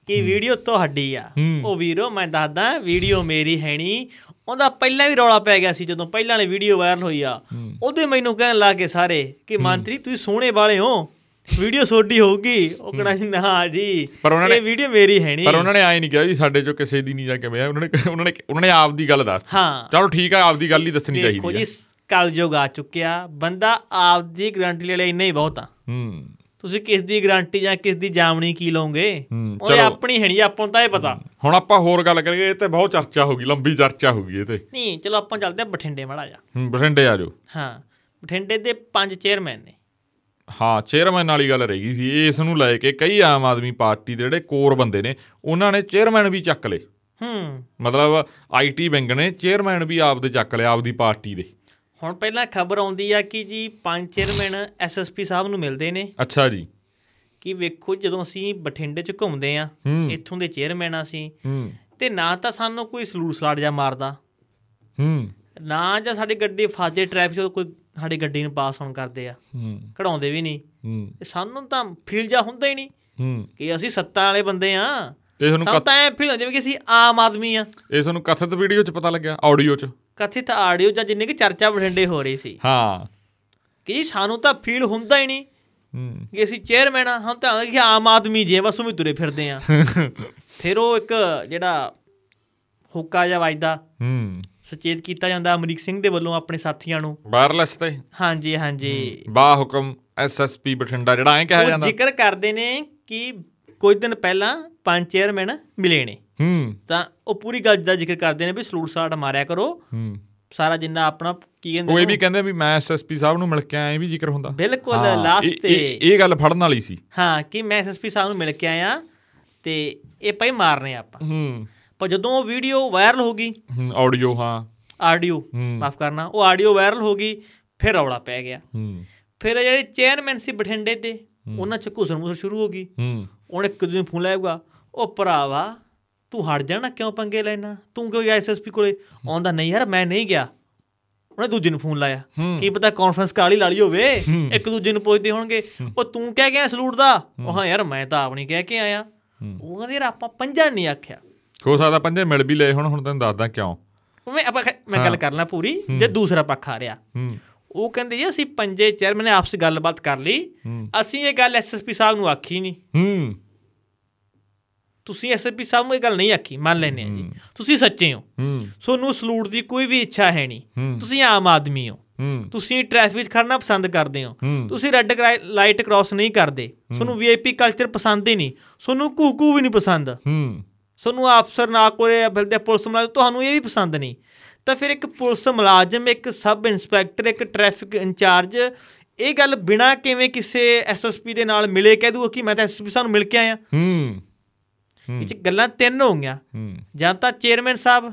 S1: ਕਿ ਵੀਡੀਓ ਤੁਹਾਡੀ ਆ ਉਹ ਵੀਰੋ ਮੈਂ ਦੱਸਦਾ ਵੀਡੀਓ ਮੇਰੀ ਹੈਣੀ ਉਹਦਾ ਪਹਿਲਾਂ ਵੀ ਰੌਲਾ ਪੈ ਗਿਆ ਸੀ ਜਦੋਂ ਪਹਿਲਾਂ ਵਾਲੀ ਵੀਡੀਓ ਵਾਇਰਲ ਹੋਈ ਆ ਉਹਦੇ ਮੈਨੂੰ ਕਹਿਣ ਲੱਗ ਗਏ ਸਾਰੇ ਕਿ ਮੰਤਰੀ ਤੁਸੀਂ ਸੋਹਣੇ ਵਾਲੇ ਹੋ ਵੀਡੀਓ ਤੁਹਾਡੀ ਹੋਊਗੀ ਉਹ ਕਹਿੰਦਾ ਜੀ ਨਾ ਜੀ
S2: ਪਰ ਉਹਨਾਂ ਨੇ-
S1: ਇਹ ਵੀਡੀਓ ਮੇਰੀ ਹੈਣੀ
S2: ਪਰ ਉਹਨਾਂ ਨੇ ਆਏ ਨਹੀਂ ਕਿਹਾ ਜੀ ਸਾਡੇ ਚੋਂ ਕਿਸੇ ਦੀ ਨਹੀਂ ਜਾਂ ਕਿਵੇਂ ਆ ਉਹਨਾਂ ਨੇ ਉਹਨਾਂ ਨੇ ਉਹਨਾਂ ਨੇ ਆਪਦੀ ਗੱਲ ਦੱਸ
S1: ਹਾਂ
S2: ਚਲੋ ਠੀਕ ਆ ਆਪਦੀ ਗੱਲ ਹੀ ਦੱਸਣੀ
S1: ਦੇਖੋ
S2: ਚਾਹੀਦੀ ਹੈ
S1: ਜੀ ਕਲਯੁਗ ਆ ਚੁੱਕਿਆ ਬੰਦਾ ਆਪਦੀ ਗਰੰਟੀ ਲੈ ਲਈ ਇੰਨਾ ਹੀ ਬਹੁਤ ਆ
S2: ਹੂੰ
S1: ਤੁਸੀਂ ਕਿਸ ਦੀ ਗਰੰਟੀ ਜਾਂ ਕਿਸ ਦੀ ਜਾਮਣੀ ਕੀ ਲਓਗੇ
S2: ਹੂੰ,
S1: ਉਹਦੇ
S2: ਚਲੋ।
S1: ਆਪਣੀ ਹੈਣੀ ਆਪਾਂ ਨੂੰ ਤਾਂ ਇਹ ਪਤਾ
S2: ਹੁਣ ਆਪਾਂ ਹੋਰ ਗੱਲ ਕਰੀਏ ਇਹ ਤੇ ਬਹੁਤ ਚਰਚਾ ਹੋ ਗਈ ਲੰਬੀ ਚਰਚਾ ਹੋ ਗਈ ਇਹ ਤੇ
S1: ਨਹੀਂ ਚਲੋ ਆਪਾਂ ਚੱਲਦੇ ਆ ਬਠਿੰਡੇ ਮੜਾ ਜਾ
S2: ਹੂੰ, ਬਠਿੰਡੇ ਆ ਜਾਓ
S1: ਹਾਂ ਬਠਿੰਡੇ ਦੇ ਪੰਜ ਚੇਅਰਮੈਨ ਨੇ
S2: ਹਾਂ ਚੇਅਰਮੈਨ ਵਾਲੀ ਗੱਲ ਰਹੀ ਗਈ ਸੀ ਇਹ ਇਸ ਨੂੰ ਲੈ ਕੇ ਕਈ ਆਮ ਆਦਮੀ ਪਾਰਟੀ ਦੇ ਜਿਹੜੇ ਕੋਰ ਬੰਦੇ ਨੇ ਉਹਨਾਂ ਨੇ ਚੇਅਰਮੈਨ ਵੀ ਚੱਕ ਲਏ
S1: ਹੂੰ
S2: ਮਤਲਬ ਆਈਟੀ ਵਿੰਗ ਨੇ ਚੇਅਰਮੈਨ ਵੀ ਆਪਦੇ ਚੱਕ ਲਿਆ ਆਪਦੀ ਪਾਰਟੀ ਦੇ
S1: ਹੁਣ ਪਹਿਲਾਂ ਖਬਰ ਆਉਂਦੀ ਆ ਕਿ ਜੀ ਪੰਜ ਚੇਅਰਮੈਨ ਐਸਐਸਪੀ ਸਾਹਿਬ ਨੂੰ ਮਿਲਦੇ ਨੇ
S2: ਅੱਛਾ ਜੀ
S1: ਕਿ ਵੇਖੋ ਜਦੋਂ ਅਸੀਂ ਬਠਿੰਡੇ 'ਚ ਘੁੰਮਦੇ ਆ
S2: ਹੂੰ।
S1: ਇੱਥੋਂ ਦੇ ਚੇਅਰਮੈਨ ਆ ਅਸੀਂ
S2: ਹੂੰ
S1: ਤੇ ਨਾ ਤਾਂ ਸਾਨੂੰ ਕੋਈ ਸਲੂਟ ਸਲਾਟ ਜਾਂ ਮਾਰਦਾ
S2: ਹੂੰ
S1: ਨਾ ਜਾਂ ਸਾਡੀ ਗੱਡੀ ਫਸਦੇ ਟ੍ਰੈਫਿਕ 'ਚ ਕੋਈ ਸਾਡੀ ਗੱਡੀ ਨੂੰ ਪਾਸ ਹੋਣ ਕਰਦੇ ਆ
S2: ਹੂੰ
S1: ਕਢਾਉਂਦੇ ਵੀ ਨਹੀਂ
S2: ਹੂੰ
S1: ਤੇ ਸਾਨੂੰ ਤਾਂ ਫੀਲ ਜਾ ਹੁੰਦਾ ਹੀ ਨਹੀਂ
S2: ਹੂੰ
S1: ਕਿ ਅਸੀਂ ਸੱਤਾ ਵਾਲੇ ਬੰਦੇ ਆ
S2: ਇਹ ਤੁਹਾਨੂੰ
S1: ਸਾਨੂੰ
S2: ਕਥ-
S1: ਤਾਂ ਐ ਫੀਲ ਹੁੰਦਾ ਜਿਵੇਂ ਕਿ ਅਸੀਂ ਆਮ ਆਦਮੀ ਆ
S2: ਇਹ ਤੁਹਾਨੂੰ ਕਥਿਤ ਵੀਡੀਓ 'ਚ ਪਤਾ ਲੱਗਿਆ ਆਡੀਓ 'ਚ
S1: ਕਥਿਤ ਆਡੀਓ ਜਾਂ ਜਿੰਨੇ ਕਿ ਚਰਚਾ ਬਠਿੰਡੇ ਹੋ ਰਹੀ ਸੀ
S2: ਹਾਂ
S1: ਕਿ ਜੀ ਸਾਨੂੰ ਤਾਂ ਫੀਲ ਹੁੰਦਾ ਹੀ ਨਹੀਂ
S2: ਹੂੰ
S1: ਕਿ ਅਸੀਂ ਚੇਅਰਮੈਨ ਆ ਹਮ ਤਾਂ ਕਿ ਆਮ ਆਦਮੀ ਜੇ ਬਸ ਉਵੇਂ ਤੁਰੇ ਫਿਰਦੇ ਆ ਫਿਰ ਉਹ ਇੱਕ ਜਿਹੜਾ ਹੁੱਕਾ ਜਾਂ ਵਾਜਦਾ
S2: ਹੂੰ
S1: ਸੁਚੇਤ ਕੀਤਾ ਜਾਂਦਾ ਅਮਰੀਕ ਸਿੰਘ ਦੇ ਵੱਲੋਂ ਆਪਣੇ ਸਾਥੀਆਂ ਨੂੰ
S2: ਵਾਇਰਲੈਸ ਤੇ
S1: ਹਾਂਜੀ ਹਾਂਜੀ
S2: ਬਾ ਹੁਕਮ ਐਸਐਸਪੀ ਬਠਿੰਡਾ ਜਿਹੜਾ ਐਂ ਕਿਹਾ
S1: ਉਹ
S2: ਜਾਂਦਾ
S1: ਜ਼ਿਕਰ ਕਰਦੇ ਨੇ ਕਿ ਕੁਝ ਦਿਨ ਪਹਿਲਾਂ ਪੰਜ ਚੇਅਰਮੈਨ ਮਿਲੇ ਨੇ
S2: ਹੂੰ
S1: ਤਾਂ ਉਹ ਪੂਰੀ ਗੱਲ ਦਾ ਜ਼ਿਕਰ ਕਰਦੇ ਨੇ ਵੀ ਸਲੂਟ ਸਾਟ ਮਾਰਿਆ ਕਰੋ
S2: ਹੂੰ
S1: ਸਾਰਾ ਜਿੰਨਾ ਆਪਣਾ ਕੀ ਕਹਿੰਦੇ
S2: ਉਹ ਇਹ
S1: ਨੇ
S2: ਵੀ ਕਹਿੰਦੇ ਵੀ ਮੈਂ ਐਸਐਸਪੀ ਸਾਹਿਬ ਨੂੰ ਮਿਲ ਕੇ ਆਇਆ ਇਹ ਵੀ ਜ਼ਿਕਰ ਹੁੰਦਾ
S1: ਬਿਲਕੁਲ
S2: ਹਾਂ,
S1: ਲਾਸਟ
S2: ਇਹ- ਇਹ-
S1: ਤੇ
S2: ਇਹ ਗੱਲ ਫੜਨ ਵਾਲੀ ਸੀ
S1: ਹਾਂ ਕਿ ਮੈਂ ਐਸਐਸਪੀ ਸਾਹਿਬ ਨੂੰ ਮਿਲ ਕੇ ਆਇਆ ਤੇ ਇਹ ਭਾਈ ਮਾਰਨੇ ਆ ਆਪਾਂ
S2: ਹੂੰ
S1: ਪਰ ਜਦੋਂ ਉਹ ਵੀਡੀਓ ਵਾਇਰਲ ਹੋ ਗਈ
S2: ਆਡੀਓ ਹਾਂ
S1: ਆਡੀਓ
S2: ਹੂੰ।
S1: ਮਾਫ ਕਰਨਾ ਉਹ ਆਡੀਓ ਵਾਇਰਲ ਹੋ ਗਈ ਫਿਰ ਰੌਲਾ ਪੈ ਗਿਆ
S2: ਹੂੰ
S1: ਫਿਰ ਇਹ ਜਿਹੜੇ ਚੇਅਰਮੈਨ ਸੀ ਬਠਿੰਡੇ ਦੇ ਉਹਨਾਂ ਚ ਘੁਸਰ ਮੁਸਰ ਸ਼ੁਰੂ ਹੋ ਗਈ
S2: ਹੂੰ
S1: ਹੁਣ ਇੱਕ ਦੂਜੇ ਨੂੰ ਫੋਨ ਲਾਏਗਾ ਉਹ ਭਰਾਵਾ ਤੂੰ ਹਟ ਜਾਣਾ ਕਿਉਂ ਪੰਗੇ ਲੈਣਾ ਤੂੰ ਕਿਉਂ ਗਿਆ ਐਸਐਸਪੀ ਕੋਲੇ ਆਉਂਦਾ ਨਹੀਂ ਯਾਰ ਮੈਂ ਨਹੀਂ ਗਿਆ ਉਹਨੇ ਦੂਜੇ ਨੂੰ ਫੋਨ ਲਾਇਆ ਕੀ ਪਤਾ ਕਾਨਫਰੰਸ ਕਾਲੀ ਲਾਲੀ ਹੋਵੇ ਇੱਕ ਦੂਜੇ ਨੂੰ ਪੁੱਛਦੇ ਹੋਣਗੇ ਉਹ ਤੂੰ ਕਹਿ ਗਿਆ ਸਲੂਟ ਦਾ ਉਹ ਹਾਂ ਯਾਰ ਮੈਂ ਤਾਂ ਆਪ ਨਹੀਂ ਕਹਿ ਕੇ ਆਇਆ ਉਹ ਕਹਿੰਦੇ ਯਾਰ ਆਪਾਂ ਪੰਜਾਂ ਨਹੀਂ ਆਖਿਆ
S2: ਹੋ ਸਕਦਾ ਪੰਜੇ ਮਿਲ ਵੀ ਲਏ ਹੁਣ ਹੁਣ ਤੈਨੂੰ ਦੱਸਦਾ ਕਿਉਂ
S1: ਮੈਂ ਆਪਾਂ ਮੈਂ ਗੱਲ ਕਰ ਲਾਂ ਪੂਰੀ ਜੇ ਦੂਸਰਾ ਪੱਖ ਆ ਰਿਹਾ
S2: ਹੂੰ
S1: ਉਹ ਕਹਿੰਦੇ ਜੀ ਅਸੀਂ ਪੰਜੇ ਚੇਅਰਮੈਨ ਨੇ ਆਪਸ 'ਚ ਗੱਲਬਾਤ ਕਰ ਲਈ
S2: ਹੂੰ।
S1: ਅਸੀਂ ਇਹ ਗੱਲ ਐਸਐਸਪੀ ਸਾਹਿਬ ਨੂੰ ਆਖੀ ਨਹੀਂ
S2: ਹੂੰ
S1: ਤੁਸੀਂ ਐਸਐਸਪੀ ਸਾਹਿਬ ਨੂੰ ਇਹ ਗੱਲ ਨਹੀਂ ਆਖੀ ਮੰਨ ਲੈਨੇ ਆ ਜੀ ਤੁਸੀਂ ਸੱਚੇ ਹੋ
S2: ਹੂੰ
S1: ਤੁਹਾਨੂੰ ਸਲੂਟ ਦੀ ਕੋਈ ਵੀ ਇੱਛਾ ਹੈ ਨਹੀਂ
S2: ਹੂੰ।
S1: ਤੁਸੀਂ ਆਮ ਆਦਮੀ ਹੋ
S2: ਹੂੰ
S1: ਤੁਸੀਂ ਟ੍ਰੈਫਿਕ ਵਿੱਚ ਖੜਨਾ ਪਸੰਦ ਕਰਦੇ ਹੋ
S2: ਹੂੰ
S1: ਤੁਸੀਂ ਰੈੱਡ ਲਾਈਟ ਕ੍ਰਾਸ ਨਹੀਂ ਕਰਦੇ ਤੁਹਾਨੂੰ ਵੀਆਈਪੀ ਕਲਚਰ ਪਸੰਦ ਹੀ ਨਹੀਂ ਤੁਹਾਨੂੰ ਕੂਕੂ ਵੀ ਨਹੀਂ ਪਸੰਦ
S2: ਹੂੰ
S1: ਤੁਹਾਨੂੰ ਅਫਸਰ ਨਾ ਕੋਲੇ ਫਿਰਦੇ ਪੁਲਿਸ ਮੁਲਾਜ਼ਮ ਤੁਹਾਨੂੰ ਇਹ ਵੀ ਪਸੰਦ ਨਹੀਂ ਤਾਂ ਫਿਰ ਇੱਕ ਪੁਲਿਸ ਮੁਲਾਜ਼ਮ ਇੱਕ ਸਬ ਇੰਸਪੈਕਟਰ ਇੱਕ ਟ੍ਰੈਫਿਕ ਇੰਚਾਰਜ ਇਹ ਗੱਲ ਬਿਨਾ ਕਿਵੇਂ ਕਿਸੇ ਐਸਐਸਪੀ ਦੇ ਨਾਲ ਮਿਲੇ ਕਹਿ ਦੂਗਾ ਕਿ ਮੈਂ ਤਾਂ ਐਸਐਸਪੀ ਸਾਨੂੰ ਮਿਲ ਕੇ ਆਇਆ
S2: ਹੂੰ
S1: ਇਹ ਚ ਗੱਲਾਂ ਤਿੰਨ ਹੋ ਗਈਆਂ
S2: ਹੂੰ
S1: ਜਾਂ ਤਾਂ ਚੇਅਰਮੈਨ ਸਾਹਿਬ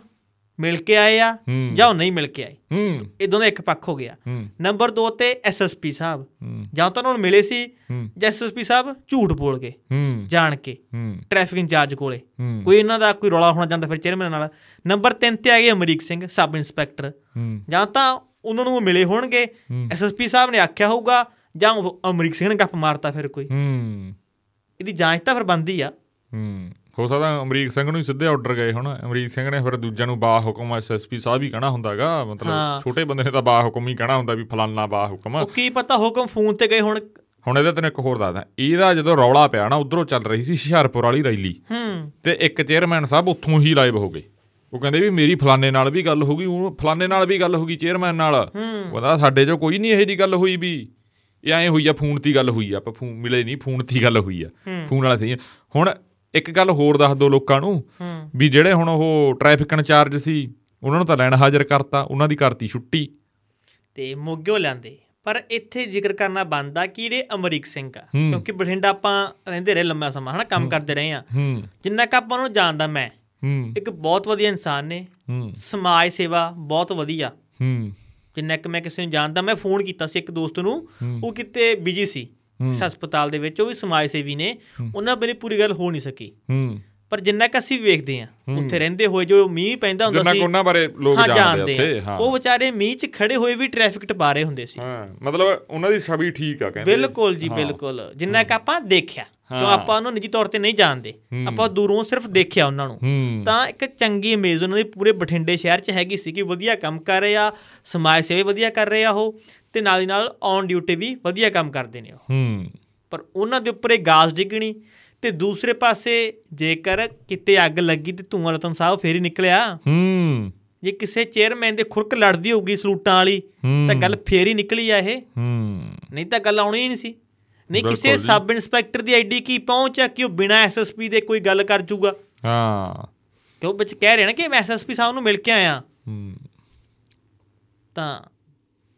S1: ਮਿਲ ਕੇ ਆਏ ਆ
S2: ਹੂੰ।
S1: ਜਾਂ ਉਹ ਨਹੀਂ ਮਿਲ ਕੇ ਆਏ
S2: ਹੂੰ
S1: ਇਹ ਦੋਨੋਂ ਇੱਕ ਪੱਖ ਹੋ ਗਿਆ
S2: ਹੂੰ
S1: ਨੰਬਰ 2 ਤੇ ਐਸਐਸਪੀ ਸਾਹਿਬ
S2: ਹੂੰ।
S1: ਜਾਂ ਤਾਂ ਉਹਨਾਂ ਨੂੰ ਮਿਲੇ ਸੀ
S2: ਹੂੰ।
S1: ਜਾਂ ਐਸਐਸਪੀ ਸਾਹਿਬ ਝੂਠ ਬੋਲ ਗਏ
S2: ਹੂੰ
S1: ਜਾਣ ਕੇ
S2: ਹੂੰ
S1: ਟ੍ਰੈਫਿਕ ਇੰਚਾਰਜ ਕੋਲੇ
S2: ਹੂੰ।
S1: ਕੋਈ ਇਹਨਾਂ ਦਾ ਕੋਈ ਰੌਲਾ ਹੋਣਾ ਜਾਂਦਾ ਫਿਰ ਚੇਅਰਮੈਨ ਨਾਲ ਨੰਬਰ 3 ਤੇ ਆ ਗਏ ਅਮਰੀਕ ਸਿੰਘ ਸਬ ਇੰਸਪੈਕਟਰ
S2: ਹੂੰ
S1: ਜਾਂ ਤਾਂ ਉਹਨਾਂ ਨੂੰ ਉਹ ਮਿਲੇ ਹੋਣਗੇ ਐਸਐਸਪੀ ਸਾਹਿਬ ਨੇ ਆਖਿਆ ਹੋਊਗਾ ਜਾਂ ਉਹ ਅਮਰੀਕ ਸਿੰਘ ਨੇ ਗੱਪ ਮਾਰਤਾ ਫਿਰ ਕੋਈ
S2: ਹੂੰ
S1: ਇਹਦੀ ਜਾਂਚ ਤਾਂ ਫਿਰ ਬੰਦੀ ਆ
S2: ਹੂੰ ਹੋ ਸਕਦਾ ਅਮਰੀਕ ਸਿੰਘ ਨੂੰ ਹੀ ਸਿੱਧੇ ਆਰਡਰ ਗਏ ਹੁਣ ਅਮਰੀਕ ਸਿੰਘ ਨੇ ਫਿਰ ਦੂਜਿਆਂ ਨੂੰ ਬਾ ਹੁਕਮ ਐਸਐਸਪੀ ਸਾਹਿਬ ਹੀ ਕਹਿਣਾ ਹੁੰਦਾਗਾ
S1: ਹਾਂ।
S2: ਮਤਲਬ ਛੋਟੇ ਬੰਦੇ ਨੇ ਤਾਂ ਬਾ ਹੁਕਮ ਹੀ ਕਹਿਣਾ ਹੁੰਦਾ ਵੀ ਫਲਾਨਾ ਬਾ ਹੁਕਮ ਆ।
S1: ਉਹ ਕੀ ਪਤਾ ਹੁਕਮ ਫੋਨ ਤੇ ਗਏ ਹੁਣ
S2: ਹੁਣ ਇਹਦਾ ਤੈਨੂੰ ਇੱਕ ਹੋਰ ਦੱਸਦਾ ਇਹਦਾ ਜਦੋਂ ਰੌਲਾ ਪਿਆ ਨਾ ਉਧਰੋਂ ਚੱਲ ਰਹੀ ਸੀ ਹੁਸ਼ਿਆਰਪੁਰ ਵਾਲੀ ਰੈਲੀ
S1: ਹੂੰ
S2: ਤੇ ਇੱਕ ਚੇਅਰਮੈਨ ਸਾਹਿਬ ਉੱਥੋਂ ਹੀ ਲਾਈਵ ਹੋ ਗਏ ਉਹ ਕਹਿੰਦੇ ਵੀ ਮੇਰੀ ਫਲਾਣੇ ਨਾਲ ਵੀ ਗੱਲ ਹੋ ਗਈ ਉਹ ਫਲਾਣੇ ਨਾਲ ਵੀ ਗੱਲ ਹੋ ਗਈ ਚੇਅਰਮੈਨ ਨਾਲ ਉਹਦਾ ਸਾਡੇ 'ਚੋਂ ਕੋਈ ਨਹੀਂ ਇਹੋ ਜੀ ਗੱਲ ਹੋਈ ਵੀ ਇਹ ਐਂ ਹੋਈ ਆ ਫੋਨ 'ਤੇ ਹੀ ਗੱਲ ਹੋਈ ਆ ਆਪਾਂ ਫੋਨ ਮਿਲੇ ਨਹੀਂ ਫੋਨ 'ਤੇ ਹੀ ਗੱਲ ਹੋਈ ਆ ਫੋਨ ਵਾਲਾ ਸਹੀ ਆ। ਹੁਣ ਇੱਕ ਗੱਲ ਹੋਰ ਦੱਸ ਦੋ ਲੋਕਾਂ ਨੂੰ
S1: ਹੂੰ।
S2: ਵੀ ਜਿਹੜੇ ਹੁਣ ਉਹ ਟ੍ਰੈਫਿਕ ਇੰਚਾਰਜ ਸੀ ਉਹਨਾਂ ਨੂੰ ਤਾਂ ਲੈਣ ਹਾਜ਼ਰ ਕਰਤਾ ਉਹਨਾਂ ਦੀ ਕਰਤੀ ਛੁੱਟੀ
S1: ਤੇ ਮੋਗਿਓ ਲੈਂਦੇ ਪਰ ਇੱਥੇ ਜ਼ਿਕਰ ਕਰਨਾ ਬਣਦਾ ਕਿ ਜਿਹੜੇ ਅਮਰੀਕ ਸਿੰਘ ਆ ਕਿਉਂਕਿ ਬਠਿੰਡਾ ਆਪਾਂ ਰਹਿੰਦੇ ਰਹੇ ਲੰਮਾ ਸਮਾਂ ਹਨਾ ਕੰਮ ਕਰਦੇ ਰਹੇ ਆ
S2: ਹੂੰ
S1: ਜਿੰਨਾ ਕੁ ਆਪਾਂ ਉਹਨੂੰ ਜਾਣਦਾ ਮੈਂ
S2: ਹੂੰ
S1: ਇੱਕ ਬਹੁਤ ਵਧੀਆ ਇਨਸਾਨ ਨੇ
S2: ਹੂੰ
S1: ਸਮਾਜ ਸੇਵਾ ਬਹੁਤ ਵਧੀਆ
S2: ਹੂੰ
S1: ਜਿੰਨਾ ਕਿ ਮੈਂ ਕਿਸੇ ਨੂੰ ਜਾਣਦਾ ਮੈਂ ਫੋਨ ਕੀਤਾ ਸੀ ਇੱਕ ਦੋਸਤ ਨੂੰ ਉਹ ਕਿਤੇ ਬਿਜੀ ਸੀ ਇਸ ਹਸਪਤਾਲ ਦੇ ਵਿੱਚ ਉਹ ਵੀ ਸਮਾਜ ਸੇਵੀ ਨੇ ਉਹਨਾਂ ਮੇਰੀ ਪੂਰੀ ਗੱਲ ਹੋ ਨਹੀਂ ਸਕੀ
S2: ਹੂੰ
S1: ਪਰ ਜਿੰਨਾ ਕਿ ਅਸੀਂ ਵੇਖਦੇ ਆ ਉੱਥੇ ਰਹਿੰਦੇ ਹੋਏ ਜੋ ਮੀਂਹ ਪੈਂਦਾ ਹੁੰਦਾ
S2: ਜਿੰਨਾ
S1: ਸੀ
S2: ਕੁ ਉਹਨਾਂ ਬਾਰੇ ਲੋਕ
S1: ਹਾਂ
S2: ਜਾਣਦੇ ਆ
S1: ਜਾਣਦੇ
S2: ਉੱਥੇ
S1: ਆ
S2: ਹਾਂ
S1: ਉਹ ਵਿਚਾਰੇ ਮੀਂਹ 'ਚ ਖੜੇ ਹੋਏ ਵੀ ਟ੍ਰੈਫਿਕ ਟਪਾਰੇ ਹੁੰਦੇ ਸੀ
S2: ਹਾਂ ਮਤਲਬ ਉਹਨਾਂ ਦੀ ਛਵੀ ਠੀਕ ਆ ਕਹਿੰਦੇ
S1: ਬਿਲਕੁਲ ਜੀ ਬਿਲਕੁਲ ਜਿੰਨਾ ਕਿ ਆਪਾਂ ਦੇਖਿਆ ਕਿਉਂ
S2: ਹਾਂ।
S1: ਆਪਾਂ ਉਹਨੂੰ ਨਿੱਜੀ ਤੌਰ ਤੇ ਨਹੀਂ ਜਾਣਦੇ ਆਪਾਂ ਦੂਰੋਂ ਸਿਰਫ ਦੇਖਿਆ ਉਹਨਾਂ ਨੂੰ
S2: ਹੂੰ
S1: ਤਾਂ ਇੱਕ ਚੰਗੀ ਇਮੇਜ ਉਹਨਾਂ ਦੀ ਪੂਰੇ ਬਠਿੰਡੇ ਸ਼ਹਿਰ 'ਚ ਹੈਗੀ ਸੀ ਕਿ ਵਧੀਆ ਕੰਮ ਕਰ ਰਹੇ ਆ ਸਮਾਜ ਸੇਵਾ ਵੀ ਵਧੀਆ ਕਰ ਰਹੇ ਆ ਉਹ ਤੇ ਨਾਲ ਦੀ ਨਾਲ ਔਨ ਡਿਊਟੀ ਵੀ ਵਧੀਆ ਕੰਮ ਕਰਦੇ ਨੇ ਉਹ
S2: ਹੂੰ
S1: ਪਰ ਉਹਨਾਂ ਦੇ ਉੱਪਰ ਇਹ ਗਾਸ ਡਿੱਗਣੀ ਤੇ ਦੂਸਰੇ ਪਾਸੇ ਜੇਕਰ ਕਿਤੇ ਅੱਗ ਲੱਗੀ ਤੇ ਧੂੰਆਂ ਰਤਨ ਸਾਹਿਬ ਫੇਰ ਹੀ ਨਿਕਲਿਆ
S2: ਹੂੰ
S1: ਜੇ ਕਿਸੇ ਚੇਅਰਮੈਨ ਦੇ ਖੁਰਕ ਲੜਦੀ ਹੋਊਗੀ ਸਲੂਟਾਂ ਵਾਲੀ ਤਾਂ ਗੱਲ ਫੇਰ ਹੀ ਨਿਕਲੀ ਆ ਇਹ
S2: ਹੂੰ
S1: ਨਹੀਂ ਤਾਂ ਗੱਲ ਆਉਣੀ ਹੀ ਨਹੀਂ ਸੀ ਨਹੀਂ ਕਿਸੇ
S2: ਬਿਲਕੁਲ ਜੀ।
S1: ਸਬ ਇੰਸਪੈਕਟਰ ਦੀ ਐਡੀ ਕੀ ਪਹੁੰਚ ਆ ਕਿ ਉਹ ਬਿਨਾ ਐਸਐਸਪੀ ਦੇ ਕੋਈ ਗੱਲ ਕਰ ਜੂਗਾ
S2: ਹਾਂ
S1: ਤੇ ਉਹ ਵਿੱਚ ਕਹਿ ਰਿਹਾ ਨਾ ਕਿ ਮੈਂ ਐਸਐਸਪੀ ਸਾਹਿਬ ਨੂੰ ਮਿਲ ਕੇ ਆਇਆ
S2: ਹੂੰ
S1: ਤਾਂ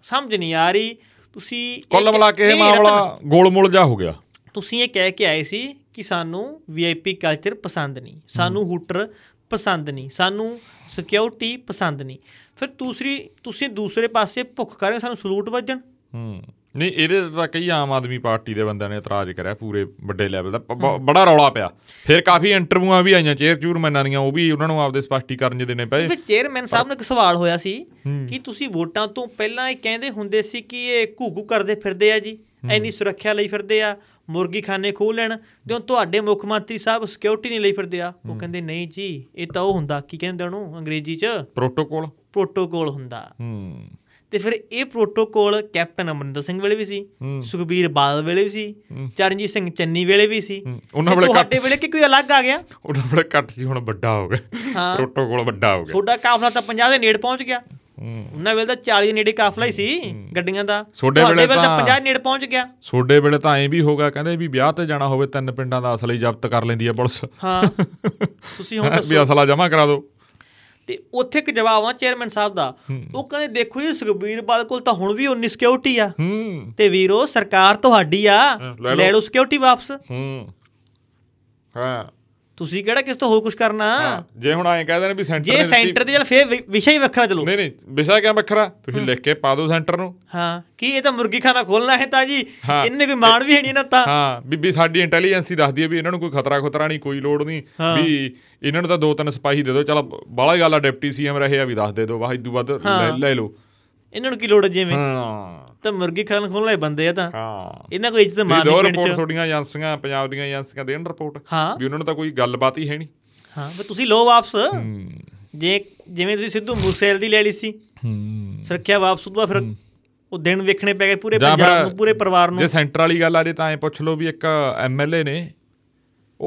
S1: ਸਮਝ ਨਹੀਂ ਆ ਰਹੀ ਤੁਸੀਂ ਇਹ
S2: ਕੁੱਲ
S1: ਕਹਿ-
S2: ਮਿਲਾ ਕੇ ਇਹ
S1: ਨਹੀਂ, ਨਹੀਂ, ਰਤਨ,
S2: ਮਾਮਲਾ ਗੋਲਮੋਲ ਜਾ ਹੋ ਗਿਆ
S1: ਤੁਸੀਂ ਇਹ ਕਹਿ ਕੇ ਆਏ ਸੀ ਕਿ ਸਾਨੂੰ ਵੀਆਈਪੀ ਕਲਚਰ ਪਸੰਦ ਨਹੀਂ ਸਾਨੂੰ ਹੂਟਰ ਪਸੰਦ ਨਹੀਂ ਸਾਨੂੰ ਸਿਕਿਉਰਿਟੀ ਪਸੰਦ ਨਹੀਂ ਫਿਰ ਦੂਸਰੀ ਤੁਸੀਂ ਦੂਸਰੇ ਪਾਸੇ ਭੁੱਖ ਕਰ ਰਹੇ ਹੋ, ਸਾਨੂੰ ਸਲੂਟ ਵੱਜਣ
S2: ਹੂੰ ਨਹੀਂ ਇਹਦੇ ਤੇ ਤਾਂ ਕਈ ਆਮ ਆਦਮੀ ਪਾਰਟੀ ਦੇ ਬੰਦਿਆਂ ਨੇ ਇਤਰਾਜ਼ ਕਰਿਆ ਪੂਰੇ ਵੱਡੇ ਲੈਵਲ ਦਾ ਬ- ਬ- ਬੜਾ ਰੌਲਾ ਪਿਆ ਫਿਰ ਕਾਫੀ ਇੰਟਰਵਿਊਆਂ ਵੀ ਆਈਆਂ ਚੇਅਰ ਚੂਰਮੈਨਾਂ ਦੀਆਂ ਉਹ ਵੀ ਉਹਨਾਂ ਨੂੰ ਆਪਦੇ ਸਪਸ਼ਟੀਕਰਨ ਜਿਹੇ ਦੇਣੇ ਪਏ
S1: ਫਿਰ ਚੇਅਰਮੈਨ ਸਾਹਿਬ ਨੂੰ ਇੱਕ ਸਵਾਲ ਹੋਇਆ ਸੀ ਕਿ ਤੁਸੀਂ ਵੋਟਾਂ ਤੋਂ ਪਹਿਲਾਂ ਇਹ ਕਹਿੰਦੇ ਹੁੰਦੇ ਸੀ ਕਿ ਇਹ ਘੂਘੂ ਕਰਦੇ ਫਿਰਦੇ ਆ ਜੀ ਐਨੀ ਸੁਰੱਖਿਆ ਲਈ ਫਿਰਦੇ ਆ ਮੁਰਗੀਖਾਨੇ ਖੋਲ ਲੈਣ ਤੇ ਹੁਣ ਤੁਹਾਡੇ ਮੁੱਖ ਮੰਤਰੀ ਸਾਹਿਬ ਸਿਕਿਉਰਿਟੀ ਨਹੀਂ ਲਈ ਫਿਰਦੇ ਆ ਉਹ ਕਹਿੰਦੇ ਨਹੀਂ ਜੀ ਇਹ ਤਾਂ ਉਹ ਹੁੰਦਾ ਕੀ ਕਹਿੰਦੇ ਉਹਨੂੰ ਅੰਗਰੇਜ਼ੀ 'ਚ
S2: ਪ੍ਰੋਟੋਕੋਲ
S1: ਪ੍ਰੋਟੋਕੋਲ ਹੁੰਦਾ
S2: ਹੂੰ
S1: ਤੇ ਫਿਰ ਇਹ ਪ੍ਰੋਟੋਕੋਲ ਕੈਪਟਨ ਅਮਰਿੰਦਰ ਸਿੰਘ ਵੇਲੇ ਵੀ ਸੀ
S2: ਹੂੰ।
S1: ਸੁਖਬੀਰ ਬਾਦਲ ਵੇਲੇ ਵੀ ਸੀ ਚਰਨਜੀਤ ਸਿੰਘ ਚੰਨੀ ਵੇਲੇ ਵੀ ਸੀ
S2: ਹੂੰ। ਉਹਨਾਂ
S1: ਤੇ
S2: ਵੇਲੇ ਘੱਟ
S1: ਤੁਹਾਡੇ ਵੇਲੇ ਕਿ ਕੋਈ ਅਲੱਗ ਆ ਗਿਆ
S2: ਉਹਨਾਂ ਬੜਾ ਘੱਟ ਸੀ ਹੁਣ ਵੱਡਾ ਹੋ ਗਿਆ
S1: ਹਾਂ।
S2: ਪ੍ਰੋਟੋਕੋਲ ਵੱਡਾ ਹੋ ਗਿਆ
S1: ਤੁਹਾਡਾ ਕਾਫਲਾ ਤਾਂ 50 ਦੇ ਨੇੜੇ ਪਹੁੰਚ ਗਿਆ
S2: ਹੂੰ
S1: ਉਹਨਾਂ ਵੇਲੇ ਤਾਂ 40 ਦੇ ਨੇੜੇ ਕਾਫਲਾ ਹੀ ਸੀ ਗੱਡੀਆਂ ਦਾ
S2: ਤੁਹਾਡੇ
S1: ਤੁਹਾਡੇ
S2: ਵੇਲੇ ਤਾਂ
S1: 50 ਦੇ ਨੇੜੇ ਪਹੁੰਚ ਗਿਆ
S2: ਛੋਡੇ ਵੇਲੇ ਤਾਂ ਐਂ ਵੀ ਹੋਗਾ ਕਹਿੰਦੇ ਵੀ ਵਿਆਹ ਤੇ ਜਾਣਾ ਹੋਵੇ ਤਿੰਨ ਪਿੰਡਾਂ ਦਾ ਅਸਲਾ ਹੀ ਜ਼ਬਤ ਕਰ ਲੈਂਦੀ ਹੈ ਪੁਲਿਸ
S1: ਹਾਂ ਤੁਸੀਂ ਹੁਣ
S2: ਵੀ ਅਸਲਾ ਜਮ੍ਹਾਂ ਕਰਾ ਦਿਓ
S1: ਤੇ ਉੱਥੇ ਇੱਕ ਜਵਾਬ ਆ ਚੇਅਰਮੈਨ ਸਾਹਿਬ ਦਾ ਉਹ ਕਹਿੰਦੇ ਦੇਖੋ ਜੀ ਸੁਖਬੀਰ ਬਾਦਲ ਕੋਲ ਤਾਂ ਹੁਣ ਵੀ 19 ਸਿਕਿਉਰਿਟੀ ਆ
S2: ਹੂੰ
S1: ਤੇ ਵੀਰੋ ਸਰਕਾਰ ਤੁਹਾਡੀ ਆ
S2: ਹਾਂ, ਲੈ ਲਓ।
S1: ਲੈ ਲਓ ਸਿਕਿਉਰਿਟੀ ਵਾਪਸ
S2: ਹੂੰ ਹਾਂ
S1: ਤੁਸੀਂ ਕਿਹੜਾ ਕਿਸ ਤੋਂ ਹੋਰ ਕੁਝ ਕਰਨਾ
S2: ਹਾਂ, ਜੇ ਹੁਣ ਐਂ ਕਹਿ ਦੇਣ ਵੀ ਸੈਂਟਰ
S1: ਜੇ ਸੈਂਟਰ ਦੇ ਚੱਲ ਫੇਰ ਵਿ- ਵਿਸ਼ਾ ਹੀ ਵੱਖਰਾ ਚਲੋ
S2: ਨਹੀਂ ਨਹੀਂ ਵਿਸ਼ਾ ਕਿਆ ਵੱਖਰਾ ਤੁਸੀਂ ਲਿਖ ਕੇ ਪਾ ਦਿਓ ਸੈਂਟਰ ਨੂੰ
S1: ਹਾਂ ਕੀ ਇਹ ਤਾਂ ਮੁਰਗੀ ਖਾਨਾ ਖੋਲਣਾ ਹੈ ਤਾਂ ਜੀ
S2: ਹਾਂ।
S1: ਇਹਨੇ ਵੀ ਮਾਣ ਵੀ ਹੈ ਨਹੀਂ ਨਾ ਤਾਂ
S2: ਹਾਂ ਬੀਬੀ ਸਾਡੀ ਇੰਟੈਲੀਜੈਂਸੀ ਦੱਸਦੀ ਹੈ ਵੀ ਇਹਨਾਂ ਨੂੰ ਕੋਈ ਖਤਰਾ ਖਤਰਾ ਨਹੀਂ ਕੋਈ ਲੋੜ ਨਹੀਂ ਵੀ ਇਹਨਾਂ ਨੂੰ ਤਾਂ ਦੋ ਤਿੰਨ ਸਿਪਾਹੀ ਦੇ ਦਿਓ ਚਲ ਬਾਹਲਾ ਗੱਲ ਆ ਡਿਪਟੀ ਸੀਐਮ ਰਹੇ ਆ ਵੀ ਦੱਸ ਦੇ ਦਿਓ ਵਾਹ ਇਦੋਂ ਵੱਧ ਲੈ- ਲੈ ਲਓ
S1: ਇਹਨਾਂ ਨੂੰ ਕੀ ਲੋੜ ਹੈ ਜਿਵੇਂ
S2: ਹਾਂ
S1: ਤਾਂ ਮੁਰਗੀ ਖਾਨਾ ਖੋਲਣ ਵਾਲੇ ਬੰਦੇ ਆ ਤਾਂ
S2: ਹਾਂ
S1: ਇਹਨਾਂ ਕੋਈ ਇੱਜ਼ਤ
S2: ਵੀ
S1: ਮਾਣ
S2: ਦੋ
S1: ਨਹੀਂ ਪਿੰਡ
S2: ਰਿਪੋਰਟ
S1: ਚ
S2: ਤੁਹਾਡੀਆਂ ਏਜੰਸੀਆਂ ਪੰਜਾਬ ਦੀਆਂ ਏਜੰਸੀਆਂ ਦੇਣ ਰਿਪੋਰਟ
S1: ਹਾਂ
S2: ਵੀ ਉਹਨਾਂ ਨੂੰ ਤਾਂ ਕੋਈ ਗੱਲਬਾਤ ਹੀ ਹੈ ਨਹੀਂ
S1: ਹਾਂ ਵੀ ਤੁਸੀਂ ਲੋ ਵਾਪਸ ਜੇ ਜਿਵੇਂ ਤੁਸੀਂ ਸਿੱਧੂ ਮੂਸੇਵਾਲੇ ਦੀ ਲੈ ਲਈ ਸੀ
S2: ਹੂੰ
S1: ਸੁਰੱਖਿਆ ਵਾਪਸ ਉਦੋਂ ਬਾਅਦ ਫਿਰ ਉਹ ਦਿਨ ਵੇਖਣੇ ਪੈ ਗਏ ਪੂਰੇ
S2: ਜਾਂ
S1: ਪੰਜਾਬ
S2: ਫਿਰ-
S1: ਨੂੰ ਪੂਰੇ ਪਰਿਵਾਰ ਨੂੰ
S2: ਜੇ ਸੈਂਟਰ ਵਾਲੀ ਗੱਲ ਆ ਜੇ ਤਾਂ ਐ ਪੁੱਛ ਲਓ ਵੀ ਇੱਕ ਐਮਐਲਏ ਨੇ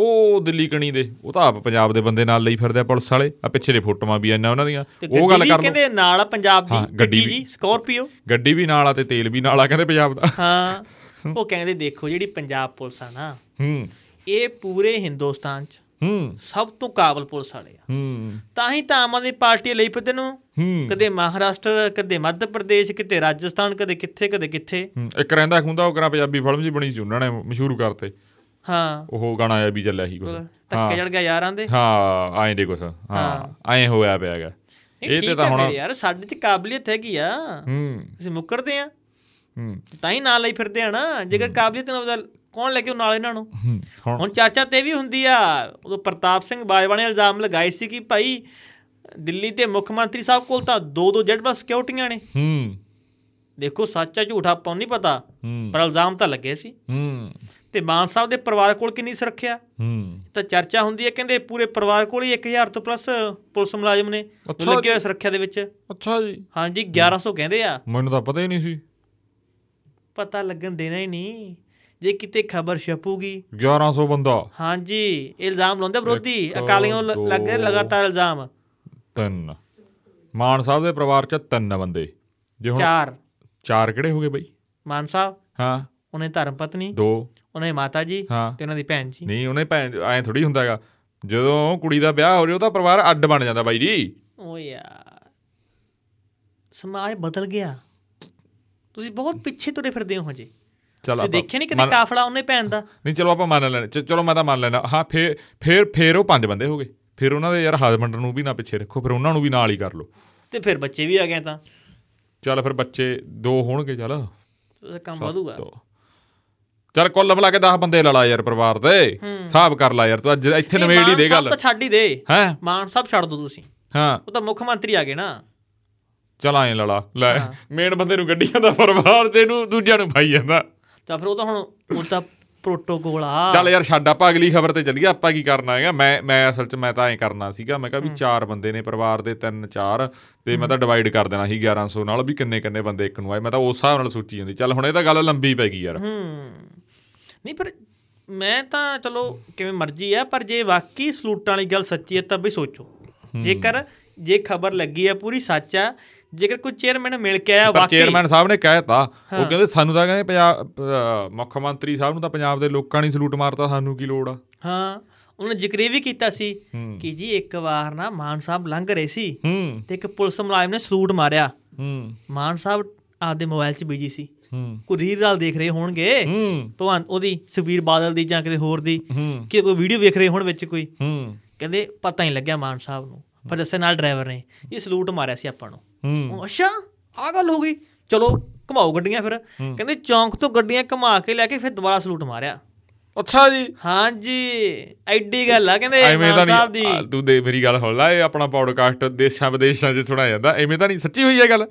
S2: ਉਹ ਦਿੱਲੀ ਕਣੀ ਦੇ ਉਹ ਤਾਂ ਆਪ ਪੰਜਾਬ ਦੇ ਬੰਦੇ ਨਾਲ ਲਈ ਫਿਰਦੇ ਆ ਪੁਲਿਸ ਵਾਲੇ ਆ ਪਿੱਛੇ ਦੇ ਫੋਟੋਆਂ ਵੀ ਐਨਾ ਉਹਨਾਂ ਦੀਆਂ
S1: ਤੇ
S2: ਉਹ
S1: ਗੱਡੀ
S2: ਗੱਲ
S1: ਵੀ
S2: ਕਰ ਲਓ
S1: ਕਹਿੰਦੇ ਨਾਲ ਆ ਪੰਜਾਬ
S2: ਹਾਂ,
S1: ਦੀ
S2: ਗੱਡੀ
S1: ਗੱਡੀ
S2: ਵੀ।
S1: ਜੀ ਸਕੋਰਪੀਓ
S2: ਗੱਡੀ ਵੀ ਨਾਲ ਆ ਤੇ ਤੇਲ ਵੀ ਨਾਲ ਆ ਕਹਿੰਦੇ ਪੰਜਾਬ ਦਾ
S1: ਹਾਂ ਉਹ ਕਹਿੰਦੇ ਦੇਖੋ ਜਿਹੜੀ ਪੰਜਾਬ ਪੁਲਿਸ ਆ ਨਾ
S2: ਹੂੰ
S1: ਇਹ ਪੂਰੇ ਹਿੰਦੁਸਤਾਨ ਚ
S2: ਹੂੰ
S1: ਸਭ ਤੋਂ ਕਾਬਲ ਪੁਲਿਸ ਵਾਲੇ ਆ
S2: ਹੂੰ
S1: ਤਾਂ ਹੀ ਤਾਂ ਆਮ ਆਦਮੀ ਪਾਰਟੀ ਲਈ ਫਿਰਦੇ ਨੂੰ
S2: ਹੂੰ
S1: ਕਦੇ ਮਹਾਰਾਸ਼ਟਰ ਕਦੇ ਮੱਧ ਪ੍ਰਦੇਸ਼ ਕਿਤੇ ਰਾਜਸਥਾਨ ਕਦੇ ਕਿੱਥੇ ਕਦੇ ਕਿੱਥੇ
S2: ਹੂੰ। ਇੱਕ ਰਹਿੰਦਾ ਖੁੰਦਾ ਉਹ ਕਰਾਂ ਪੰਜਾਬੀ ਫਿਲਮ ਜੀ ਬਣੀ ਸੀ ਉਹਨਾਂ ਨੇ ਮਸ਼ਹੂਰ ਕਰਤੇ
S1: ਹਾਂ
S2: ਉਹ ਗਾਣਾ ਆਇਆ ਵੀ ਚੱਲਿਆ ਸੀ ਕੁਝ
S1: ਧੱਕੇ ਜੜ ਗਿਆ ਯਾਰਾਂ ਦੇ
S2: ਹਾਂ ਆਏ ਦੇ ਕੁਛ ਹਾਂ ਐਂ ਹੋਇਆ ਪਿਆ ਹੈਗਾ
S1: ਨਹੀਂ,
S2: ਇਹ ਤੇ
S1: ਠੀਕ
S2: ਤਾਂ
S1: ਹੈ
S2: ਹੁਣ
S1: ਫਿਰ ਯਾਰ ਸਾਡੇ ਚ ਕਾਬਲੀਅਤ ਹੈਗੀ ਆ
S2: ਹੂੰ
S1: ਅਸੀਂ ਮੁੱਕਰਦੇ ਆ
S2: ਹੂੰ
S1: ਤਾਂ ਹੀ ਨਾਲ ਲਈ ਫਿਰਦੇ ਆ ਨਾ ਜੇਕਰ ਕਾਬਲੀਅਤ ਨਾ ਬਦਲ ਕੌਣ ਲੈ ਕੇ ਉਹ ਨਾਲ ਇਹਨਾਂ ਨੂੰ
S2: ਹੂੰ। ਹੁਣ
S1: ਹੁਣ ਚਾਚਾ ਤੇ ਵੀ ਹੁੰਦੀ ਆ ਉਦੋਂ ਪ੍ਰਤਾਪ ਸਿੰਘ ਬਾਜਵਾ ਨੇ ਇਲਜ਼ਾਮ ਲਗਾਏ ਸੀ ਕਿ ਭਾਈ ਦਿੱਲੀ ਤੇ ਮੁੱਖ ਮੰਤਰੀ ਸਾਹਿਬ ਕੋਲ ਤਾਂ ਦੋ ਦੋ ਜੈਡ ਬੱਸ ਸਿਕਿਉਰਟੀਆਂ ਨੇ
S2: ਹੂੰ
S1: ਦੇਖੋ ਸੱਚਾ ਝੂਠਾ ਆਪਾਂ ਨੂੰ ਨਹੀਂ ਪਤਾ
S2: ਹੂੰ
S1: ਪਰ ਇਲਜ਼ਾਮ ਤਾਂ ਲੱਗੇ ਸੀ
S2: ਹੂੰ
S1: ਤੇ ਮਾਨ ਸਾਹਿਬ ਦੇ ਪਰਿਵਾਰ ਕੋਲ ਕਿੰਨੀ ਸੁਰੱਖਿਆ
S2: ਹੂੰ
S1: ਤਾਂ ਚਰਚਾ ਹੁੰਦੀ ਹੈ ਕਹਿੰਦੇ ਪੂਰੇ ਪਰਿਵਾਰ ਕੋਲ ਹੀ 1000 ਤੋਂ ਪਲੱਸ ਪੁਲਿਸ ਮੁਲਾਜ਼ਮ ਨੇ ਜੋ
S2: ਅੱਛਾ।
S1: ਲੱਗੇ ਹੋਏ ਸੁਰੱਖਿਆ ਦੇ ਵਿੱਚ
S2: ਅੱਛਾ ਜੀ
S1: ਹਾਂਜੀ 1100 ਕਹਿੰਦੇ ਆ
S2: ਮੈਨੂੰ ਤਾਂ ਪਤਾ ਹੀ ਨਹੀਂ ਸੀ
S1: ਪਤਾ ਲੱਗਣ ਦੇਣਾ ਹੀ ਨਹੀਂ ਜੇ ਕਿਤੇ ਖਬਰ ਛਪੂਗੀ
S2: 1100 ਬੰਦਾ
S1: ਹਾਂਜੀ ਇਲਜ਼ਾਮ ਲਾਉਂਦੇ ਵਿਰੋਧੀ
S2: ਇੱਕ,
S1: ਅਕਾਲੀਆਂ ਨੂੰ ਲ- ਲੱਗ ਰਿਹਾ
S2: ਦੋ।
S1: ਲਗਾਤਾਰ ਇਲਜ਼ਾਮ
S2: ਤਿੰਨ ਮਾਨ ਸਾਹਿਬ ਦੇ ਪਰਿਵਾਰ ਚ ਤਿੰਨ ਬੰਦੇ ਜੇ ਹੁਣ
S1: ਚਾਰ
S2: ਚਾਰ ਕਿਹੜੇ ਹੋ ਗਏ ਬਈ
S1: ਮਾਨ ਸਾਹਿਬ
S2: ਹਾਂ
S1: ਉਹਨੇ ਧਰਮ ਪਤਨੀ
S2: ਦੋ
S1: ਉਹਨਾਂ ਦੀ ਮਾਤਾ ਜੀ
S2: ਹਾਂ
S1: ਤੇ ਉਹਨਾਂ ਦੀ ਭੈਣ ਜੀ
S2: ਨਹੀਂ ਉਹਨੇ ਭੈਣ ਐ ਥੋੜੀ ਹੁੰਦਾ ਹੈਗਾ ਜਦੋਂ ਕੁੜੀ ਦਾ ਵਿਆਹ ਹੋ ਰਿਹਾ ਉਹਦਾ ਪਰਿਵਾਰ ਅੱਡ ਬਣ ਜਾਂਦਾ ਬਾਈ ਜੀ
S1: ਓ ਯਾਰ ਸਮਾਜ ਬਦਲ ਗਿਆ ਤੁਸੀਂ ਬਹੁਤ ਪਿੱਛੇ ਤੁਰੇ ਫਿਰਦੇ ਹੋ ਹਜੇ
S2: ਚਲ
S1: ਤੁਸੀਂ
S2: ਆਪਾਂ
S1: ਦੇਖਿਆ ਨਹੀਂ
S2: ਮੰਨ-
S1: ਕਿਤੇ ਕਾਫਲਾ ਉਹਨੇ ਭੈਣ ਦਾ
S2: ਨਹੀਂ ਚਲੋ ਆਪਾਂ ਮੰਨ ਲੈਣਾ ਚ- ਚਲੋ ਮੈਂ ਤਾਂ ਮੰਨ ਲੈਣਾ ਹਾਂ ਫੇਰ ਫੇਰ ਫੇਰ ਉਹ ਪੰਜ ਬੰਦੇ ਹੋ ਗਏ ਫਿਰ ਉਹਨਾਂ ਦੇ ਯਾਰ ਹਸਬੰਡ ਨੂੰ ਵੀ ਨਾ ਪਿੱਛੇ ਰੱਖੋ ਫਿਰ ਉਹਨਾਂ ਨੂੰ ਵੀ ਨਾਲ ਹੀ ਕਰ ਲਓ
S1: ਤੇ ਫਿਰ ਬੱਚੇ ਵੀ ਆ ਗਏ ਤਾਂ
S2: ਚੱਲ ਫਿਰ ਬੱਚੇ ਦੋ ਹੋਣਗੇ ਚੱਲ
S1: ਉਹਦਾ ਕੰਮ ਵਧੂਗਾ
S2: ਤੋ ਚਲ ਕੁੱਲ ਮਿਲਾ ਕੇ 10 ਬੰਦੇ ਲੜਾ ਯਾਰ ਪਰਿਵਾਰ ਦੇ ਹਿਸਾਬ ਕਰ ਲਾ ਯਾਰ ਤੂੰ ਅੱਜ ਇੱਥੇ
S1: ਨਹੀਂ,
S2: ਨਵੇੜੀ ਦੇ
S1: ਮਾਨ ਸਾਹਿਬ
S2: ਗੱਲ
S1: ਤਾਂ ਛੱਡ ਹੀ ਦੇ
S2: ਹੈ
S1: ਮਾਨ ਸਾਹਿਬ ਛੱਡ ਦੋ ਤੁਸੀਂ
S2: ਹਾਂ
S1: ਉਹ ਤਾਂ ਮੁੱਖ ਮੰਤਰੀ ਆ ਗਏ ਨਾ
S2: ਚਲ ਆਏ ਲੜਾ ਲੈ ਮੇਨ ਬੰਦੇ ਨੂੰ ਗੱਡੀਆਂ ਦਾ ਪਰਿਵਾਰ ਤੇ ਇਹਨੂੰ ਦੂਜਿਆਂ ਨੂੰ ਪਾਈ ਜਾਂਦਾ
S1: ਤਾਂ ਫਿਰ ਉਹ ਤਾਂ ਹੁਣ ਉਹ ਤਾਂ ਪ੍ਰੋਟੋਕੋਲ ਆ
S2: ਚੱਲ ਯਾਰ ਛੱਡ ਆਪਾਂ ਅਗਲੀ ਖਬਰ ਤੇ ਚੱਲੀਏ ਆਪਾਂ ਕੀ ਕਰਨਾ ਹੈਗਾ ਮੈਂ ਮੈਂ ਅਸਲ 'ਚ ਮੈਂ ਤਾਂ ਐਂ ਕਰਨਾ ਸੀਗਾ ਮੈਂ ਕਿਹਾ ਵੀ ਚਾਰ ਬੰਦੇ ਨੇ ਪਰਿਵਾਰ ਦੇ ਤਿੰਨ ਚਾਰ ਤੇ ਮੈਂ ਤਾਂ ਡਿਵਾਈਡ ਕਰ ਦੇਣਾ ਸੀ 1100 ਨਾਲ ਵੀ ਕਿੰਨੇ ਕਿੰਨੇ ਬੰਦੇ ਇੱਕ ਨੂੰ ਆਏ ਮੈਂ ਤਾਂ ਉਸ ਹਿਸਾਬ ਨਾਲ ਸੋਚੀ ਜਾਂਦੀ ਚੱਲ ਹੁਣ ਇਹ ਤਾਂ ਗੱਲ ਲੰਬੀ ਪੈ ਗਈ ਯਾਰ
S1: ਹੂੰ ਨਹੀਂ ਪਰ ਮੈਂ ਤਾਂ ਚਲੋ ਕਿਵੇਂ ਮਰਜ਼ੀ ਆ ਪਰ ਜੇ ਵਾਕਈ ਸਲੂਟਾਂ ਵਾਲੀ ਗੱਲ ਸੱਚੀ ਹੈ ਤਾਂ ਵੀ ਸੋਚੋ ਜੇਕਰ ਜੇ ਖਬਰ ਲੱਗੀ ਆ ਪੂਰੀ ਸੱਚ ਆ ਜੇਕਰ ਕੋਈ ਚੇਅਰਮੈਨ ਮਿਲ ਕੇ ਆਇਆ
S2: ਪਰ
S1: ਵਾਕਈ
S2: ਚੇਅਰਮੈਨ ਸਾਹਿਬ ਨੇ ਕਹਿਤਾ ਉਹ ਕਹਿੰਦੇ ਸਾਨੂੰ ਤਾਂ ਕਹਿੰਦੇ ਪੰਜਾਬ ਅਹ ਮੁੱਖ ਮੰਤਰੀ ਸਾਹਿਬ ਨੂੰ ਤਾਂ ਪੰਜਾਬ ਦੇ ਲੋਕਾਂ ਨੇ ਸਲੂਟ ਮਾਰਤਾ ਸਾਨੂੰ ਕੀ ਲੋੜ ਆ
S1: ਹਾਂ ਉਹਨੇ ਜ਼ਿਕਰ ਇਹ ਵੀ ਕੀਤਾ ਸੀ ਕਿ ਜੀ ਇੱਕ ਵਾਰ ਨਾ ਮਾਨ ਸਾਹਿਬ ਲੰਘ ਰਹੇ ਸੀ
S2: ਹੂੰ
S1: ਤੇ ਇੱਕ ਪੁਲਿਸ ਮੁਲਾਜ਼ਮ ਨੇ ਸਲੂਟ ਮਾਰਿਆ
S2: ਹੂੰ
S1: ਮਾਨ ਸਾਹਿਬ ਆਪਦੇ ਮੋਬਾਈਲ 'ਚ ਬਿਜੀ ਸੀ
S2: ਹੂੰ
S1: ਕੋਈ ਰੀਲ ਨਾਲ ਦੇਖ ਰਹੇ ਹੋਣਗੇ
S2: ਹੂੰ
S1: ਭਗਵਾਨ ਉਹਦੀ ਸੁਖਬੀਰ ਬਾਦਲ ਦੀ ਜਾਂ ਕਿਸੇ ਹੋਰ ਦੀ
S2: ਹੂੰ
S1: ਕਿ ਕੋਈ ਵੀਡੀਓ ਵੇਖ ਰਹੇ ਹੋਣ ਵਿੱਚ ਕੋਈ
S2: ਹੂੰ
S1: ਕਹਿੰਦੇ ਪਤਾ ਨਹੀਂ ਲੱਗਿਆ ਮਾਨ ਸਾਹਿਬ ਨੂੰ ਪਰ ਦੱਸੇ ਨਾਲ ਡਰਾਈਵਰ ਨੇ ਇਹ ਸਲੂਟ ਮਾਰਿਆ ਸੀ ਆਪਾਂ ਨੂੰ
S2: ਹੂੰ
S1: ਉਹ ਅੱਛਾ ਆ ਗੱਲ ਹੋ ਗਈ ਚਲੋ ਘਮਾਓ ਗੱਡੀਆਂ ਫਿਰ ਕਹਿੰਦੇ ਚੌਂਕ ਤੋਂ ਗੱਡੀਆਂ ਘਮਾ ਕੇ ਲੈ ਕੇ ਫਿਰ ਦੁਬਾਰਾ ਸਲੂਟ ਮਾਰਿਆ
S2: ਅੱਛਾ ਜੀ
S1: ਹਾਂਜੀ ਐਡੀ ਗੱਲ ਆ ਕਹਿੰਦੇ
S2: ਐਵੇਂ ਤਾਂ
S1: ਮਾਨ ਸਾਹਿਬ
S2: ਨਹੀਂ
S1: ਦੀ
S2: ਆ, ਤੂੰ ਦੇ ਮੇਰੀ ਗੱਲ ਹੋਣ ਲਾ ਇਹ ਆਪਣਾ ਪੌਡਕਾਸਟ ਦੇਸ਼ਾਂ ਵਿਦੇਸ਼ਾਂ 'ਚ ਸੁਣਾਇਆ ਜਾਂਦਾ ਐਵੇਂ ਤਾਂ ਨਹੀਂ ਸੱਚੀ ਹੋਈ ਹੈ ਗੱਲ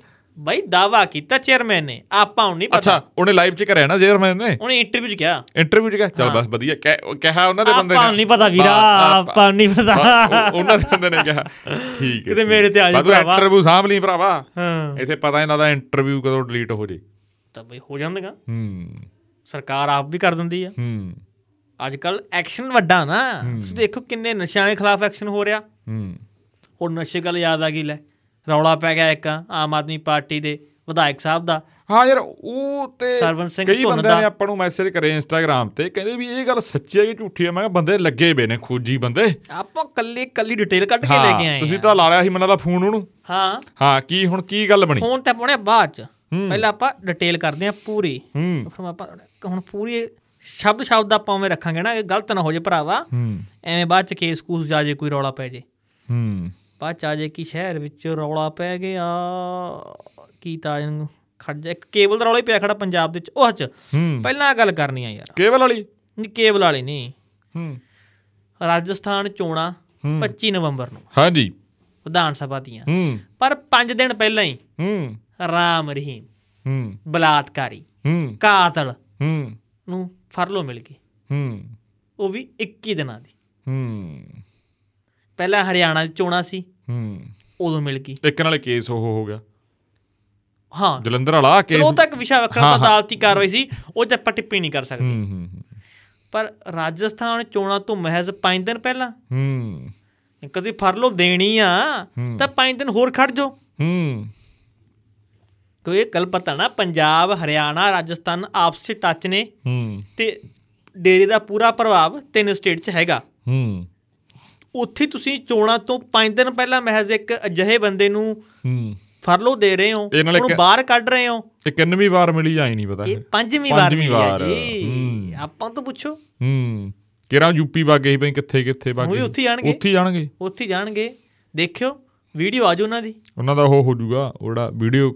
S1: ਬਈ ਦਾਵਾ ਕੀਤਾ ਚੇਅਰਮੈਨ ਨੇ ਆਪਾਂ ਨੂੰ ਨਹੀਂ ਪਤਾ
S2: ਅੱਛਾ ਉਹਨੇ ਲਾਈਵ 'ਚ ਕਰਿਆ ਨਾ ਚੇਅਰਮੈਨ ਨੇ
S1: ਉਹਨੇ ਇੰਟਰਵਿਊ 'ਚ ਕਿਹਾ
S2: ਇੰਟਰਵਿਊ 'ਚ ਕਿਹਾ ਚੱਲ ਬਸ ਵਧੀਆ ਕਹਿ- ਉਹ ਕਿਹਾ ਉਹਨਾਂ ਦੇ ਬੰਦੇ
S1: ਆਪਾਂ ਨੂੰ ਨਹੀਂ ਪਤਾ ਵੀਰਾ
S2: ਬਸ, ਆਪਾਂ-
S1: ਆਪਾਂ ਨੂੰ ਨਹੀਂ
S2: ਹਾਂ,
S1: ਪਤਾ
S2: ਉਹ- ਉਹਨਾਂ ਦੇ ਬੰਦੇ ਨੇ ਕਿਹਾ ਠੀਕ ਹੈ
S1: ਕਿਤੇ ਮੇਰੇ ਤੇ ਆ ਜਾਈ ਭਰਾਵਾ।
S2: ਇੰਟਰਵਿਊ ਸਾਂਭ ਲਈ ਭਰਾਵਾ
S1: ਹਾਂ
S2: ਇੱਥੇ ਪਤਾ ਇਹਨਾਂ ਦਾ ਇੰਟਰਵਿਊ ਕਦੋਂ ਡਿਲੀਟ ਹੋ ਜੇ
S1: ਤਾਂ ਬਈ ਹੋ ਜਾਂਦੇਗਾ
S2: ਹੂੰ
S1: ਸਰਕਾਰ ਆਪ ਵੀ ਕਰ ਦਿੰਦੀ ਆ
S2: ਹੂੰ
S1: ਅੱਜ ਕੱਲ ਐਕਸ਼ਨ ਵੱਡਾ ਨਾ ਤੁਸੀਂ ਦੇਖੋ ਕਿੰਨੇ ਨਸ਼ਿਆਂ ਦੇ ਖਿਲਾਫ ਐਕਸ਼ਨ ਹੋ ਰਿਹਾ
S2: ਹੂੰ
S1: ਹੁਣ ਨਸ਼ੇ ਗੱਲ ਯਾਦ ਆ ਗਈ ਲੈ ਰੌਲਾ ਪੈ ਗਿਆ ਇੱਕ ਆਮ ਆਦਮੀ ਪਾਰਟੀ ਦੇ ਵਿਧਾਇਕ ਸਾਹਿਬ ਦਾ
S2: ਹਾਂ ਯਾਰ ਉਹ
S1: ਸਰਵਣ ਸਿੰਘ
S2: ਤੇ ਕਈ
S1: ਧੁੰਨ
S2: ਬੰਦਿਆਂ
S1: ਦਾ-
S2: ਨੇ ਆਪਾਂ ਨੂੰ ਮੈਸੇਜ ਕਰੇ ਇੰਸਟਾਗ੍ਰam ਤੇ ਕਹਿੰਦੇ ਵੀ ਇਹ ਗੱਲ ਸੱਚੀ ਹੈ ਕਿ ਝੂਠੀ ਹੈ ਮੈਂ ਕਿਹਾ ਬੰਦੇ ਲੱਗੇ ਪਏ ਨੇ ਖੋਜੀ ਬੰਦੇ
S1: ਆਪਾਂ ਕੱਲੀ ਕੱਲੀ ਡਿਟੇਲ ਕੱਢ ਕੇ ਲੈ ਕੇ ਆਏ
S2: ਤੁਸੀਂ
S1: ਹਾਂ।
S2: ਤਾਂ ਲਾ ਲਿਆ ਸੀ ਮਨਾਂ ਦਾ ਫੋਨ ਉਹਨੂੰ
S1: ਹਾਂ
S2: ਹਾਂ ਕੀ ਹੁਣ ਕੀ ਗੱਲ ਬਣੀ
S1: ਫੋਨ ਤੇ ਪਾਉਣੇ ਬਾਅਦ ਚ ਪਹਿਲਾਂ ਆਪਾਂ ਡਿਟੇਲ ਕਰਦੇ ਹਾਂ ਪੂਰੀ
S2: ਹੂੰ
S1: ਫਿਰ ਆਪਾਂ ਹੁਣ ਪੂਰੀ ਸ਼ਬਦ ਸ਼ਬਦ ਆਪਾਂ ਉਵੇਂ ਰੱਖਾਂਗੇ ਨਾ ਇਹ ਗਲਤ ਨਾ ਹੋ ਜੇ ਭਰਾਵਾ
S2: ਹੂੰ
S1: ਐਵੇਂ ਬਾਅਦ ਚ ਕੇਸ ਕੂਸ ਜਾ ਜੇ ਕੋਈ ਰੌਲਾ ਪੈ ਜੇ
S2: ਹੂੰ
S1: ਬਾਅਦ ਚ ਆ ਜੇ ਕਿ ਸ਼ਹਿਰ ਵਿੱਚ ਰੌਲਾ ਪੈ ਗਿਆ ਕੀ ਤਾਂ ਇਹਨੂੰ ਖੜ ਜਾ ਇੱਕ ਕੇਬਲ ਦਾ ਰੌਲਾ ਹੀ ਪਿਆ ਖੜਾ ਪੰਜਾਬ ਦੇ ਵਿੱਚ ਉਹ ਚ
S2: ਹੂੰ
S1: ਪਹਿਲਾਂ ਆਹ ਗੱਲ ਕਰਨੀ ਆ ਯਾਰ
S2: ਕੇਵਲ ਵਾਲੀ
S1: ਨਹੀਂ ਕੇਬਲ ਵਾਲੀ ਨਹੀਂ
S2: ਹੂੰ
S1: ਰਾਜਸਥਾਨ ਚੋਣਾਂ
S2: ਹੂੰ
S1: 25 ਨਵੰਬਰ ਨੂੰ
S2: ਹਾਂਜੀ
S1: ਵਿਧਾਨ ਸਭਾ ਦੀਆਂ
S2: ਹੂੰ
S1: ਪਰ 5 ਦਿਨ ਪਹਿਲਾਂ ਹੀ
S2: ਹੂੰ
S1: ਰਾਮ ਰਹੀਮ
S2: ਹੂੰ
S1: ਬਲਾਤਕਾਰੀ
S2: ਹੂੰ
S1: ਕਾਤਲ
S2: ਹੂੰ
S1: ਨੂੰ ਫਰਲੋ ਮਿਲ ਗਈ
S2: ਹੂੰ
S1: ਉਹ ਵੀ 21 ਦਿਨਾਂ ਦੀ
S2: ਹੂੰ
S1: ਪਹਿਲਾਂ ਹਰਿਆਣਾ ਦੀ ਚੋਣਾਂ ਸੀ
S2: ਹੂੰ
S1: ਉਦੋਂ ਮਿਲ ਗਈ
S2: ਇੱਕ ਨਾਲੇ ਕੇਸ ਉਹ ਹੋ ਗਿਆ
S1: ਹਾਂ
S2: ਜਲੰਧਰ ਵਾਲਾ
S1: ਚਲੋ
S2: ਕੇਸ
S1: ਉਹ ਤਾਂ ਇੱਕ ਵਿਸ਼ਾ ਵੱਖਰਾ ਤਾਂ
S2: ਹਾਂ, ਹਾਂ।
S1: ਅਦਾਲਤੀ ਕਾਰਵਾਈ ਸੀ ਉਹ ਚ ਆਪਾਂ ਟਿੱਪਣੀ ਨਹੀਂ ਕਰ ਸਕਦੇ
S2: ਹੂੰ ਹੂੰ
S1: ਪਰ ਰਾਜਸਥਾਨ ਚੋਣਾਂ ਤੋਂ ਮਹਿਜ਼ 5 ਦਿਨ ਪਹਿਲਾਂ
S2: ਹੂੰ
S1: ਕਦੀ ਫਰਲੋ ਦੇਣੀ ਆ
S2: ਹੂੰ।
S1: ਤਾਂ 5 ਦਿਨ ਹੋਰ ਖੜ ਜਾਓ
S2: ਹੂੰ
S1: ਕੋਈ ਇਹ ਗੱਲ ਪਤਾ ਨਾ ਪੰਜਾਬ ਹਰਿਆਣਾ ਰਾਜਸਥਾਨ ਆਪਸੇ ਟੱਚ ਨੇ
S2: ਹੂੰ
S1: ਤੇ ਡੇਰੇ ਦਾ ਪੂਰਾ ਪ੍ਰਭਾਵ ਤਿੰਨ ਸਟੇਟ 'ਚ ਹੈਗਾ
S2: ਹੂੰ
S1: ਉੱਥੇ ਤੁਸੀਂ ਚੋਣਾਂ ਤੋਂ 5 ਦਿਨ ਪਹਿਲਾਂ ਮਹਿਜ਼ ਇੱਕ ਅਜਿਹੇ ਬੰਦੇ ਨੂੰ
S2: ਹੂੰ
S1: ਫਰਲੋ ਦੇ ਰਹੇ ਹੋ
S2: ਇਹ ਨਾਲੇ
S1: ਉਹਨੂੰ
S2: ਕ-
S1: ਬਾਹਰ ਕੱਢ ਰਹੇ ਹੋ
S2: ਇਹ ਕਿੰਨਵੀਂ ਵਾਰ ਮਿਲੀ ਆਈ ਨਹੀਂ ਪਤਾ
S1: ਇਹ
S2: ਇਹ
S1: ਪੰਜਵੀਂ ਵਾਰ
S2: ਪੰਜਵੀਂ
S1: ਮਿਲੀ ਆ
S2: ਵਾਰ।
S1: ਜੀ ਆਪਾਂ ਤੋਂ ਪੁੱਛੋ
S2: ਹੂੰ ਕਿਹੜਾ ਯੂਪੀ ਵਗ ਗਈ ਭਈ ਕਿੱਥੇ ਕਿੱਥੇ ਵਗ
S1: ਉਹ ਵੀ
S2: ਗਈ
S1: ਉੱਥੇ ਹੀ ਜਾਣਗੇ
S2: ਉੱਥੇ ਹੀ ਜਾਣਗੇ
S1: ਉੱਥੇ ਹੀ ਜਾਣਗੇ ਦੇਖਿਓ ਵੀਡੀਓ ਆਜੋ ਉਹਨਾਂ ਦੀ
S2: ਉਹਨਾਂ ਦਾ ਉਹ ਹੋ ਜਾਊਗਾ ਉਹ ਜਿਹੜਾ ਵੀਡੀਓ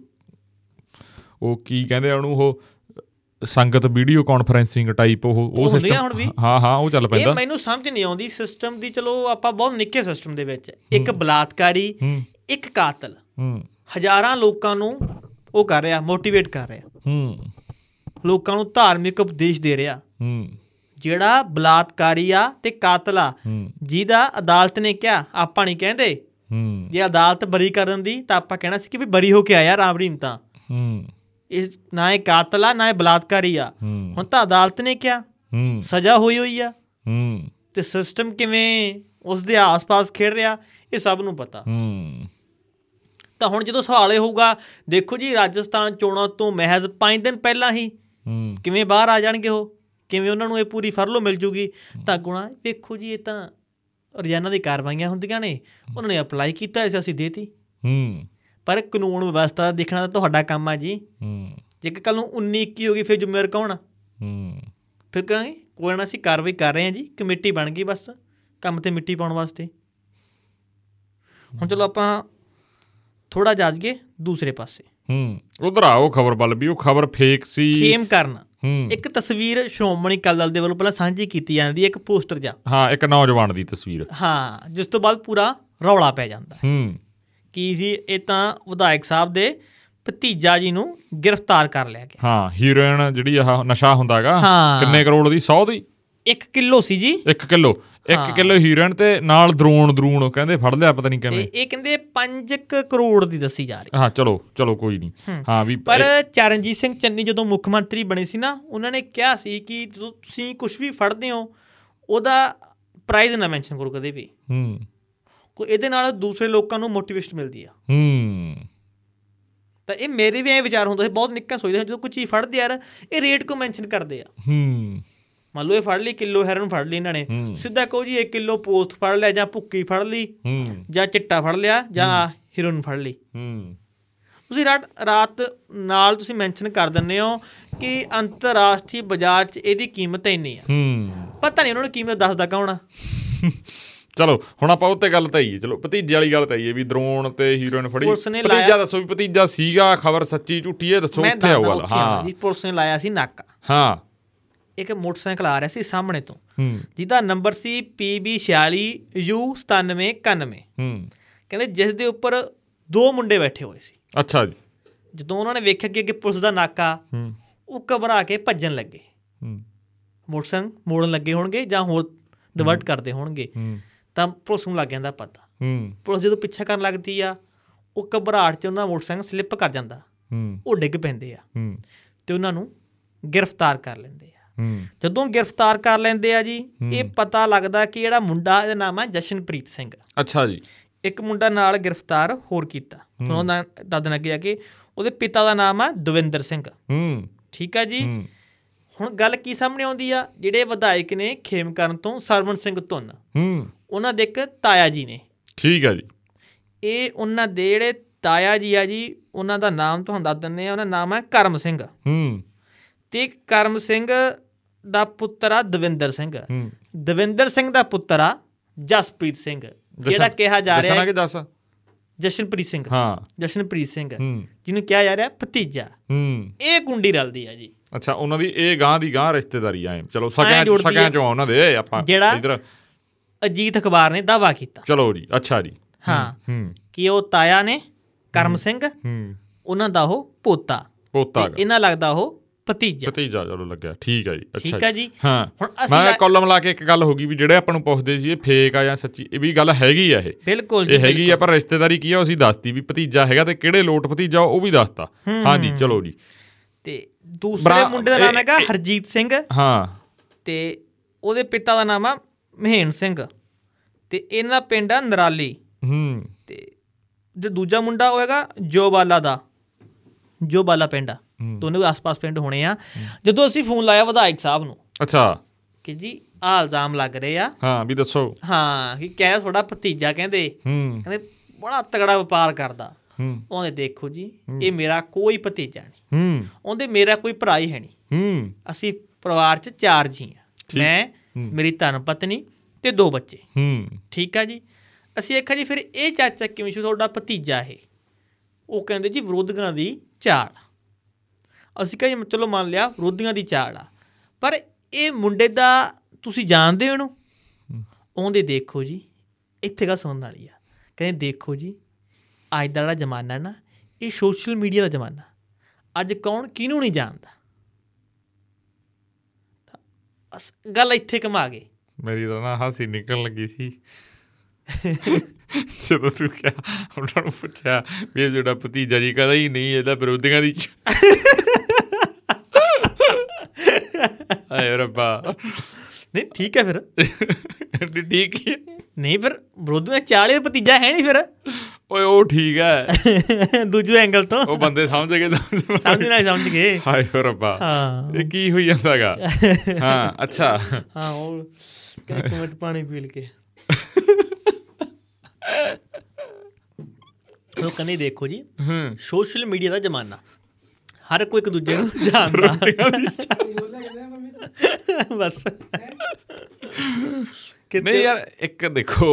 S2: ਉਹ ਕੀ ਕਹਿੰਦੇ ਆ ਉਹਨੂੰ ਉਹ ਸੰਗਤ ਵੀਡੀਓ ਕਾਨਫਰੈਂਸਿੰਗ ਟਾਈਪ ਉਹ ਉਹ
S1: ਹੁੰਦੀ ਆ ਹੁਣ ਵੀ।
S2: ਸਿਸਟਮ ਹਾਂ ਹਾਂ ਉਹ ਚੱਲ
S1: ਇਹ
S2: ਪੈਂਦਾ
S1: ਮੈਨੂੰ ਸਮਝ ਨਹੀਂ ਆਉਂਦੀ ਸਿਸਟਮ ਦੀ ਚਲੋ ਆਪਾਂ ਬਹੁਤ ਨਿੱਕੇ ਸਿਸਟਮ ਦੇ ਵਿੱਚ ਇੱਕ ਬਲਾਤਕਾਰੀ
S2: ਹੂੰ
S1: ਇੱਕ ਕਾਤਲ
S2: ਹੂੰ
S1: ਹਜ਼ਾਰਾਂ ਲੋਕਾਂ ਨੂੰ ਉਹ ਕਰ ਰਿਹਾ ਮੋਟੀਵੇਟ ਕਰ ਰਿਹਾ
S2: ਹੂੰ
S1: ਲੋਕਾਂ ਨੂੰ ਧਾਰਮਿਕ ਉਪਦੇਸ਼ ਦੇ ਰਿਹਾ
S2: ਹੂੰ
S1: ਜਿਹੜਾ ਬਲਾਤਕਾਰੀ ਆ ਤੇ ਕਾਤਲ ਆ
S2: ਹੂੰ
S1: ਜਿਹਦਾ ਅਦਾਲਤ ਨੇ ਕਿਹਾ ਆਪਾਂ ਨਹੀਂ ਕਹਿੰਦੇ
S2: ਹੂੰ
S1: ਜੇ ਅਦਾਲਤ ਬਰੀ ਕਰ ਦਿੰਦੀ ਤਾਂ ਆਪਾਂ ਕਹਿਣਾ ਸੀ ਕਿ ਵੀ ਬਰੀ ਹੋ ਕੇ ਆਇਆ ਰਾਮ ਰਹੀਮ ਤਾਂ
S2: ਹੂੰ
S1: ਇਸ ਨਾ ਇਹ ਕਾਤਲ ਆ ਨਾ ਇਹ ਬਲਾਤਕਾਰੀ ਆ
S2: ਹੂੰ
S1: ਹੁਣ ਤਾਂ ਅਦਾਲਤ ਨੇ ਕਿਹਾ
S2: ਹੂੰ
S1: ਸਜ਼ਾ ਹੋਈ ਹੋਈ ਆ
S2: ਹੂੰ
S1: ਤੇ ਸਿਸਟਮ ਕਿਵੇਂ ਉਸ ਦੇ ਆਸ-ਪਾਸ ਖੇਡ ਰਿਹਾ ਇਹ ਸਭ ਨੂੰ ਪਤਾ
S2: ਹੂੰ
S1: ਤਾਂ ਹੁਣ ਜਦੋਂ ਸਵਾਲ ਇਹ ਹੋਊਗਾ ਦੇਖੋ ਜੀ ਰਾਜਸਥਾਨ ਚੋਣਾਂ ਤੋਂ ਮਹਿਜ਼ 5 ਦਿਨ ਪਹਿਲਾਂ ਹੀ
S2: ਹੂੰ
S1: ਕਿਵੇਂ ਬਾਹਰ ਆ ਜਾਣਗੇ ਉਹ ਕਿਵੇਂ ਉਹਨਾਂ ਨੂੰ ਇਹ ਪੂਰੀ ਫਰਲੋ ਮਿਲ ਜੂਗੀ ਤਾਂ ਗੁਣਾ ਵੇਖੋ ਜੀ ਇਹ ਤਾਂ ਰੋਜ਼ਾਨਾ ਦੀ ਕਾਰਵਾਈਆਂ ਹੁੰਦੀਆਂ ਨੇ ਉਹਨਾਂ ਨੇ ਅਪਲਾਈ ਕੀਤਾ ਹੋਇਆ ਸੀ ਅਸੀਂ ਦੇਤੀ
S2: ਹੂੰ
S1: ਪਰ ਕਾਨੂੰਨ ਵਿਵਸਥਾ ਦਾ ਦੇਖਣਾ ਤਾਂ ਤੁਹਾਡਾ ਕੰਮ ਆ ਜੀ
S2: ਹੂੰ
S1: ਜੇ ਕੱਲ ਨੂੰ 19 21 ਹੋ ਗਈ ਫਿਰ ਜ਼ਿੰਮੇਵਾਰ ਕੌਣ ਆ
S2: ਹੂੰ
S1: ਫਿਰ ਕਹਾਂਗੇ ਕੋਈ ਨਾ ਅਸੀਂ ਕਾਰਵਾਈ ਕਰ ਰਹੇ ਹਾਂ ਜੀ ਕਮੇਟੀ ਬਣ ਗਈ ਬਸ ਕੰਮ ਤੇ ਮਿੱਟੀ ਪਾਉਣ ਵਾਸਤੇ ਹੁਣ ਚਲੋ ਆਪਾਂ ਥੋੜਾ ਜਾਜਗੇ ਦੂਸਰੇ ਪਾਸੇ
S2: ਹੂੰ ਉਧਰ ਆਓ ਖਬਰ ਵੱਲ ਵੀ ਉਹ ਖਬਰ ਫੇਕ ਸੀ
S1: ਖੇਮ ਕਰਨਾ
S2: ਹੂੰ
S1: ਇੱਕ ਤਸਵੀਰ ਸ਼੍ਰੋਮਣੀ ਅਕਾਲੀ ਦਲ ਦੇ ਵੱਲੋਂ ਪਹਿਲਾਂ ਸਾਂਝੀ ਕੀਤੀ ਜਾਂਦੀ ਹੈ ਇੱਕ ਪੋਸਟਰ ਜਾਂ
S2: ਹਾਂ ਇੱਕ ਨੌਜਵਾਨ ਦੀ ਤਸਵੀਰ
S1: ਹਾਂ ਜਿਸ ਤੋਂ ਬਾਅਦ ਪੂਰਾ ਰੌਲਾ ਪੈ ਜਾਂਦਾ ਹੈ।
S2: ਹੂੰ
S1: ਕੀ ਸੀ ਇਹ ਤਾਂ ਵਿਧਾਇਕ ਸਾਹਿਬ ਦੇ ਭਤੀਜਾ ਜੀ ਨੂੰ ਗ੍ਰਿਫਤਾਰ ਕਰ ਲਿਆ ਗਿਆ
S2: ਹਾਂ ਹੀਰੋਇਨ ਜਿਹੜੀ ਆਹ ਨਸ਼ਾ ਹੁੰਦਾਗਾ
S1: ਹਾਂ।
S2: ਕਿੰਨੇ ਕਰੋੜ ਦੀ 100 ਦੀ
S1: 1 ਕਿਲੋ ਸੀ ਜੀ
S2: 1 ਕਿਲੋ 1 ਕਿਲੋ ਹੀਰੋਇਨ ਤੇ ਨਾਲ ਦਰੂਣ ਦਰੂਣ ਕਹਿੰਦੇ ਫੜ ਲਿਆ ਪਤਾ ਨਹੀਂ ਕਿਵੇਂ
S1: ਤੇ ਇਹ ਕਹਿੰਦੇ 5 ਕਰੋੜ ਦੀ ਦੱਸੀ ਜਾ ਰਹੀ
S2: ਹਾਂ ਚਲੋ ਚਲੋ ਕੋਈ ਨਹੀਂ ਹਾਂ ਵੀ
S1: ਪਰ ਚਰਨਜੀਤ ਸਿੰਘ ਚੰਨੀ ਜਦੋਂ ਮੁੱਖ ਮੰਤਰੀ ਬਣੇ ਸੀ ਨਾ ਉਹਨਾਂ ਨੇ ਕਿਹਾ ਸੀ ਕਿ ਜਦੋਂ ਤੁਸੀਂ ਕੁਝ ਵੀ ਫੜਦੇ ਹੋ ਉਹਦਾ ਪ੍ਰਾਈਜ਼ ਨਾ ਮੈਂਸ਼ਨ ਕਰੋ ਕਦੇ ਵੀ
S2: ਹੂੰ
S1: ਕੋਈ ਇਹਦੇ ਨਾਲ ਦੂਸਰੇ ਲੋਕਾਂ ਨੂੰ ਮੋਟੀਵੇਸ਼ਨ ਮਿਲਦੀ ਆ
S2: ਹੂੰ
S1: ਤਾਂ ਇਹ ਮੇਰੇ ਵੀ ਐ ਵਿਚਾਰ ਹੁੰਦਾ ਸੀ ਬਹੁਤ ਨਿੱਕਾ ਸੋਚਦਾ ਸੀ, ਜਦੋਂ ਕੋਈ ਚੀਜ਼ ਫੜਦੇ ਯਾਰ ਇਹ ਰੇਟ ਕੋ ਮੈਂਸ਼ਨ ਕਰਦੇ ਆ
S2: ਹੂੰ
S1: ਮੰਨ ਲਓ ਇਹ ਫੜ ਲਈ ਕਿਲੋ ਹੈਰਨ ਫੜ ਲਈ ਇਹਨਾਂ ਨੇ
S2: ਹੂੰ।
S1: ਸਿੱਧਾ ਕਹੋ ਜੀ 1 ਕਿਲੋ ਪੋਸਟ ਫੜ ਲਿਆ ਜਾਂ ਭੁੱਕੀ ਫੜ ਲਈ
S2: ਹੂੰ
S1: ਜਾਂ ਚਿੱਟਾ ਫੜ ਲਿਆ ਜਾਂ ਹੀਰੋਇਨ ਫੜ ਲਈ
S2: ਹੂੰ
S1: ਤੁਸੀਂ ਰਾਤ ਰਾਤ ਨਾਲ ਤੁਸੀਂ ਮੈਂਸ਼ਨ ਕਰ ਦਿੰਦੇ ਹੋ ਕਿ ਅੰਤਰਰਾਸ਼ਟਰੀ ਬਾਜ਼ਾਰ 'ਚ ਇਹਦੀ ਕੀਮਤ ਇੰਨੀ ਆ
S2: ਹੂੰ
S1: ਪਤਾ ਨਹੀਂ ਉਹਨਾਂ ਨੂੰ ਕੀਮਤ ਦੱਸਦਾ ਕੌਣ ਆ
S2: ਚਲੋ ਹੁਣ ਆਪਾਂ ਉੱਤੇ ਗੱਲ ਤਾਂ ਆਈਏ ਚਲੋ ਭਤੀਜੇ ਵਾਲੀ ਗੱਲ ਤਾਂ ਆਈਏ ਵੀ ਡਰੋਨ ਤੇ ਹੀਰੋਇਨ ਫੜੀ
S1: ਪੁਲਿਸ ਨੇ
S2: ਭਤੀਜਾ
S1: ਲਾਇਆ-
S2: ਦੱਸੋ ਵੀ ਭਤੀਜਾ ਸੀਗਾ ਖਬਰ ਸੱਚੀ ਝੂਠੀ ਇਹ ਦੱਸੋ
S1: ਮੈਂ
S2: ਉੱਥੇ ਆਉ
S1: ਦੱਸਦਾ
S2: ਗੱਲ
S1: ਉੱਥੇ ਆਉਣਾ
S2: ਹਾਂ
S1: ਜੀ ਪੁਲਿਸ ਨੇ ਲਾਇਆ ਸੀ ਨਾਕਾ
S2: ਹਾਂ
S1: ਇੱਕ ਮੋਟਰਸਾਈਕਲ ਆ ਰਿਹਾ ਸੀ ਸਾਹਮਣੇ ਤੋਂ
S2: ਹੂੰ
S1: ਜਿਹਦਾ ਨੰਬਰ ਸੀ PB46U9791
S2: ਹੂੰ
S1: ਕਹਿੰਦੇ ਜਿਸ ਦੇ ਉੱਪਰ ਦੋ ਮੁੰਡੇ ਬੈਠੇ ਹੋਏ ਸੀ
S2: ਅੱਛਾ ਜੀ
S1: ਜਦੋਂ ਉਹਨਾਂ ਨੇ ਵੇਖਿਆ ਕਿ ਅੱਗੇ ਪੁਲਿਸ ਦਾ ਨਾਕਾ
S2: ਹੂੰ
S1: ਉਹ ਘਬਰਾ ਕੇ ਭੱਜਣ ਲੱਗੇ
S2: ਹੂੰ
S1: ਮੋਟਰਸਾਈਕਲ ਮੋੜਨ ਲੱਗੇ ਹੋਣਗੇ ਜਾਂ ਹੋਰ ਡਿਵਰਟ ਕਰਦੇ ਹੋਣਗੇ
S2: ਹੂੰ
S1: ਤਾਂ ਪੁਲਿਸ ਨੂੰ ਲੱਗ ਜਾਂਦਾ ਪਤਾ
S2: ਹੂੰ
S1: ਪੁਲਿਸ ਜਦੋਂ ਪਿੱਛਾ ਕਰਨ ਲੱਗਦੀ ਆ ਉਹ ਘਬਰਾਹਟ 'ਚ ਉਹਨਾਂ ਦਾ ਮੋਟਰਸਾਈਕਲ ਸਲਿੱਪ ਕਰ ਜਾਂਦਾ
S2: ਹੂੰ
S1: ਉਹ ਡਿੱਗ ਪੈਂਦੇ ਆ
S2: ਹੂੰ
S1: ਤੇ ਉਹਨਾਂ ਨੂੰ ਗ੍ਰਿਫਤਾਰ ਕਰ ਲੈਂਦੇ ਆ
S2: ਹੂੰ
S1: ਜਦੋਂ ਗ੍ਰਿਫਤਾਰ ਕਰ ਲੈਂਦੇ ਆ ਜੀ ਇਹ ਪਤਾ ਲੱਗਦਾ ਕਿ ਜਿਹੜਾ ਮੁੰਡਾ ਇਹਦਾ ਨਾਮ ਹੈ ਜਸ਼ਨਪ੍ਰੀਤ ਸਿੰਘ
S2: ਅੱਛਾ ਜੀ
S1: ਇੱਕ ਮੁੰਡਾ ਨਾਲ ਗ੍ਰਿਫਤਾਰ ਹੋਰ ਕੀਤਾ ਤੁਹਾਨੂੰ ਨਾ- ਦੱਸ ਦੇਣਾ ਅੱਗੇ ਜਾ ਕੇ ਉਹਦੇ ਪਿਤਾ ਦਾ ਨਾਮ ਹੈ ਦਵਿੰਦਰ ਸਿੰਘ
S2: ਹੂੰ
S1: ਠੀਕ ਹੈ ਜੀ
S2: ਹੂੰ
S1: ਹੁਣ ਗੱਲ ਕੀ ਸਾਹਮਣੇ ਆਉਂਦੀ ਆ ਜਿਹੜੇ ਵਿਧਾਇਕ ਨੇ ਖੇਮ ਕਰਨ ਤੋਂ ਸਰਵਣ ਸਿੰਘ ਧੁੰਨ
S2: ਹੂੰ
S1: ਉਹਨਾਂ ਦੇ ਇੱਕ ਤਾਇਆ ਜੀ ਨੇ
S2: ਠੀਕ ਹੈ ਜੀ
S1: ਇਹ ਉਹਨਾਂ ਦੇ ਜਿਹੜੇ ਤਾਇਆ ਜੀ ਆ ਜੀ ਉਹਨਾਂ ਦਾ ਨਾਮ ਤੁਹਾਨੂੰ ਦੱਸ ਦਿੰਨੇ ਆ ਉਹਨਾਂ ਦਾ ਨਾਮ ਹੈ ਕਰਮ ਸਿੰਘ
S2: ਹੂੰ
S1: ਤੇ ਕਰਮ ਸਿੰਘ ਦਾ ਪੁੱਤਰ ਆ ਦਵਿੰਦਰ ਸਿੰਘ
S2: ਹੂੰ
S1: ਦਵਿੰਦਰ ਸਿੰਘ ਦਾ ਪੁੱਤਰ ਆ ਜਸਪ੍ਰੀਤ ਸਿੰਘ ਜਿਹੜਾ ਕਿਹਾ ਜਾ ਰਿਹਾ
S2: ਜਸਨਾ
S1: ਹੈ
S2: ਕਿ ਦੱਸ
S1: ਜਸ਼ਨਪ੍ਰੀਤ ਸਿੰਘ
S2: ਹਾਂ
S1: ਜਸ਼ਨਪ੍ਰੀਤ ਸਿੰਘ
S2: ਹੂੰ
S1: ਜਿਹਨੂੰ ਕਿਹਾ ਜਾ ਰਿਹਾ ਹੈ ਭਤੀਜਾ
S2: ਹੂੰ
S1: ਇਹ ਕੁੰਡੀ ਰਲਦੀ ਆ ਜੀ
S2: ਅੱਛਾ ਉਹਨਾਂ ਦੀ ਇਹ ਗਾਂ ਦੀ ਗਾਂ ਰਿਸ਼ਤੇਦਾਰੀ ਆਏ ਚਲੋ ਸਕਿਆਂ
S1: ਜੁੜਦੀ
S2: ਸਕਿਆਂ
S1: ਹੈ।
S2: ਚੋਂ ਆ ਉਹਨਾਂ ਦੇ ਆਪਾਂ
S1: ਜਿਹੜਾ-
S2: ਇੱਧਰ-
S1: ਅਜੀਤ ਅਖਬਾਰ ਨੇ ਦਾਵਾ ਕੀਤਾ
S2: ਚਲੋ ਜੀ ਅੱਛਾ ਜੀ
S1: ਹਾਂ
S2: ਹੂੰ
S1: ਕਿ ਉਹ ਤਾਇਆ ਨੇ ਕਰਮ ਸਿੰਘ
S2: ਹੂੰ
S1: ਉਹਨਾਂ ਦਾ ਉਹ ਪੋਤਾ
S2: ਪੋਤਾ ਗਾ।
S1: ਤੇ ਇਹਨਾਂ ਲੱਗਦਾ ਉਹ ਭਤੀਜਾ
S2: ਭਤੀਜਾ ਚਲੋ ਲੱਗਿਆ ਠੀਕ ਹੈ ਜੀ ਅੱਛਾ
S1: ਠੀਕ ਹੈ ਜੀ
S2: ਹਾਂ
S1: ਹੁਣ ਅਸੀਂ
S2: ਮੈਂ
S1: ਲਾ-
S2: ਕਾਲਮ ਲਾ ਕੇ ਇੱਕ ਗੱਲ ਹੋ ਗਈ ਵੀ ਜਿਹੜੇ ਆਪਾਂ ਨੂੰ ਪੁੱਛਦੇ ਸੀ ਇਹ ਫੇਕ ਆ ਜਾਂ ਸੱਚੀ ਇਹ ਵੀ ਗੱਲ ਹੈਗੀ ਆ ਇਹ
S1: ਬਿਲਕੁਲ ਜੀ
S2: ਇਹ ਹੈਗੀ ਆ ਪਰ ਰਿਸ਼ਤੇਦਾਰੀ ਕੀ ਆ ਉਹ ਅਸੀਂ ਦੱਸਤੀ ਵੀ ਭਤੀਜਾ ਹੈਗਾ ਤੇ ਕਿਹੜੇ ਲੋਟ ਭਤੀਜਾ ਉਹ ਵੀ ਦੱਸਤਾ ਹਾਂ ਜੀ ਚਲੋ ਜੀ
S1: ਤੇ ਦੂਸਰੇ
S2: ਬਰਾ-
S1: ਮੁੰਡੇ ਦਾ ਨਾਮ
S2: ਇਹ-
S1: ਹੈਗਾ ਹਰਜੀਤ ਸਿੰਘ
S2: ਹਾਂ
S1: ਤੇ ਉਹਦੇ ਪਿਤਾ ਦਾ ਨਾਮ ਆ ਮਹੇਨ ਸਿੰਘ ਤੇ ਇਹਨਾਂ ਦਾ ਪਿੰਡ ਆ ਨਰਾਲੀ
S2: ਹੂੰ
S1: ਤੇ ਜੋ ਦੂਜਾ ਮੁੰਡਾ ਉਹ ਹੈਗਾ ਜੋਬਾਲਾ ਦਾ ਜੋਬਾਲਾ ਪਿੰਡ ਆ ਦੋਨੇ ਆਸ-ਪਾਸ ਪਿੰਡ ਹੋਣੇ ਆ ਜਦੋਂ ਅਸੀਂ ਫੋਨ ਲਾਇਆ ਵਿਧਾਇਕ ਸਾਹਿਬ ਨੂੰ
S2: ਅੱਛਾ
S1: ਕਿ ਜੀ ਆਹ ਇਲਜ਼ਾਮ ਲੱਗ ਰਹੇ ਆ
S2: ਹਾਂ ਵੀ ਦੱਸੋ
S1: ਹਾਂ ਕਿ ਕਹਿ ਤੁਹਾਡਾ ਭਤੀਜਾ ਕਹਿੰਦੇ
S2: ਹੂੰ
S1: ਕਹਿੰਦੇ ਬੜਾ ਤਗੜਾ ਵਪਾਰ ਕਰਦਾ
S2: ਹੂੰ
S1: ਉਹਨੇ ਦੇਖੋ ਜੀ ਇਹ ਮੇਰਾ ਕੋਈ ਭਤੀਜਾ ਨਹੀਂ
S2: ਹੂੰ
S1: ਉਹਦੇ ਮੇਰਾ ਕੋਈ ਭਰਾ ਹੀ ਹੈ ਨਹੀਂ
S2: ਹੂੰ
S1: ਅਸੀਂ ਪਰਿਵਾਰ 'ਚ ਚਾਰ ਜੀ ਆ ਮੈਂ ਮੇਰੀ ਧਰਮ ਪਤਨੀ ਤੇ ਦੋ ਬੱਚੇ
S2: ਹੂੰ
S1: ਠੀਕ ਆ ਜੀ ਅਸੀਂ ਆਖਿਆ ਜੀ ਫਿਰ ਇਹ ਚਾਚਾ ਕਿਵੇਂ ਸੀ ਤੁਹਾਡਾ ਭਤੀਜਾ ਇਹ ਉਹ ਕਹਿੰਦੇ ਜੀ ਵਿਰੋਧੀਆਂ ਦੀ ਚਾਲ ਅਸੀਂ ਕਹੇ ਚਲੋ ਮੰਨ ਲਿਆ ਵਿਰੋਧੀਆਂ ਦੀ ਚਾਲ ਆ ਪਰ ਇਹ ਮੁੰਡੇ ਦਾ ਤੁਸੀਂ ਜਾਣਦੇ ਹੋ ਇਹਨੂੰ ਉਹਦੇ ਦੇਖੋ ਜੀ ਇੱਥੇ ਗੱਲ ਸੁਣਨ ਵਾਲੀ ਆ ਕਹਿੰਦੇ ਦੇਖੋ ਜੀ ਅੱਜ ਦਾ ਜਿਹੜਾ ਜ਼ਮਾਨਾ ਨਾ ਇਹ ਸੋਸ਼ਲ ਮੀਡੀਆ ਦਾ ਜ਼ਮਾਨਾ ਅੱਜ ਕੌਣ ਕਿਹਨੂੰ ਨਹੀਂ ਜਾਣਦਾ ਤਾਂ ਅਸ ਗੱਲ ਇੱਥੇ ਕਮਾ ਗਏ
S2: ਮੇਰੀ ਤਾਂ ਨਾ ਹਾਸੀ ਨਿਕਲਣ ਲੱਗੀ ਸੀ ਜਦੋਂ ਤੂੰ ਕਿਹਾ ਉਹਨਾਂ ਨੂੰ ਪੁੱਛਿਆ ਵੀ ਇਹ ਜਿਹੜਾ ਭਤੀਜਾ ਜੀ ਕਹਿੰਦਾ ਹੀ ਨਹੀਂ ਇਹਦਾ ਵਿਰੋਧੀਆਂ ਦੀ ਚ-" ਆਏ ਰੱਬਾ
S1: ਨਹੀਂ ਠੀਕ ਹੈ ਫਿਰ
S2: ਵੀ ਠੀਕ ਹੀ ਹੈ।
S1: ਨਹੀਂ ਫਿਰ ਵਿਰੋਧੀਆਂ ਚਾਲੇ ਭਤੀਜਾ ਹੈ ਨਹੀਂ
S2: ਓਏ ਉਹ ਠੀਕ ਹੈ
S1: ਫਿਰ ਦੂਜੇ ਐਂਗਲ ਤੋਂ
S2: ਉਹ ਬੰਦੇ ਸਮਝ ਗਏ ਸਮਝ-
S1: ਸਮਝ ਨਾ ਸਮਝ ਗਏ
S2: ਹਾਏ ਓ ਰੱਬਾ
S1: ਹਾਂ
S2: ਇਹ ਕੀ ਹੋਈ ਜਾਂਦਾਗਾ ਹਾਂ ਅੱਛਾ
S1: ਹਾਂ ਉਹ ਕਹਿੰਦੇ ਇੱਕ ਮਿੰਟ ਪਾਣੀ ਪੀਲ ਕੇ ਉਹ ਕਹਿੰਦੇ ਦੇਖੋ ਜੀ
S2: ਹੂੰ
S1: ਸੋਸ਼ਲ ਮੀਡੀਆ ਦਾ ਜ਼ਮਾਨਾ ਹਰ ਕੋਈ ਇੱਕ ਦੂਜੇ ਨੂੰ ਜਾਣਦਾ ਬਸ
S2: ਨਹੀਂ
S1: ਕਿਤੇ
S2: ਯਾਰ ਇੱਕ ਦੇਖੋ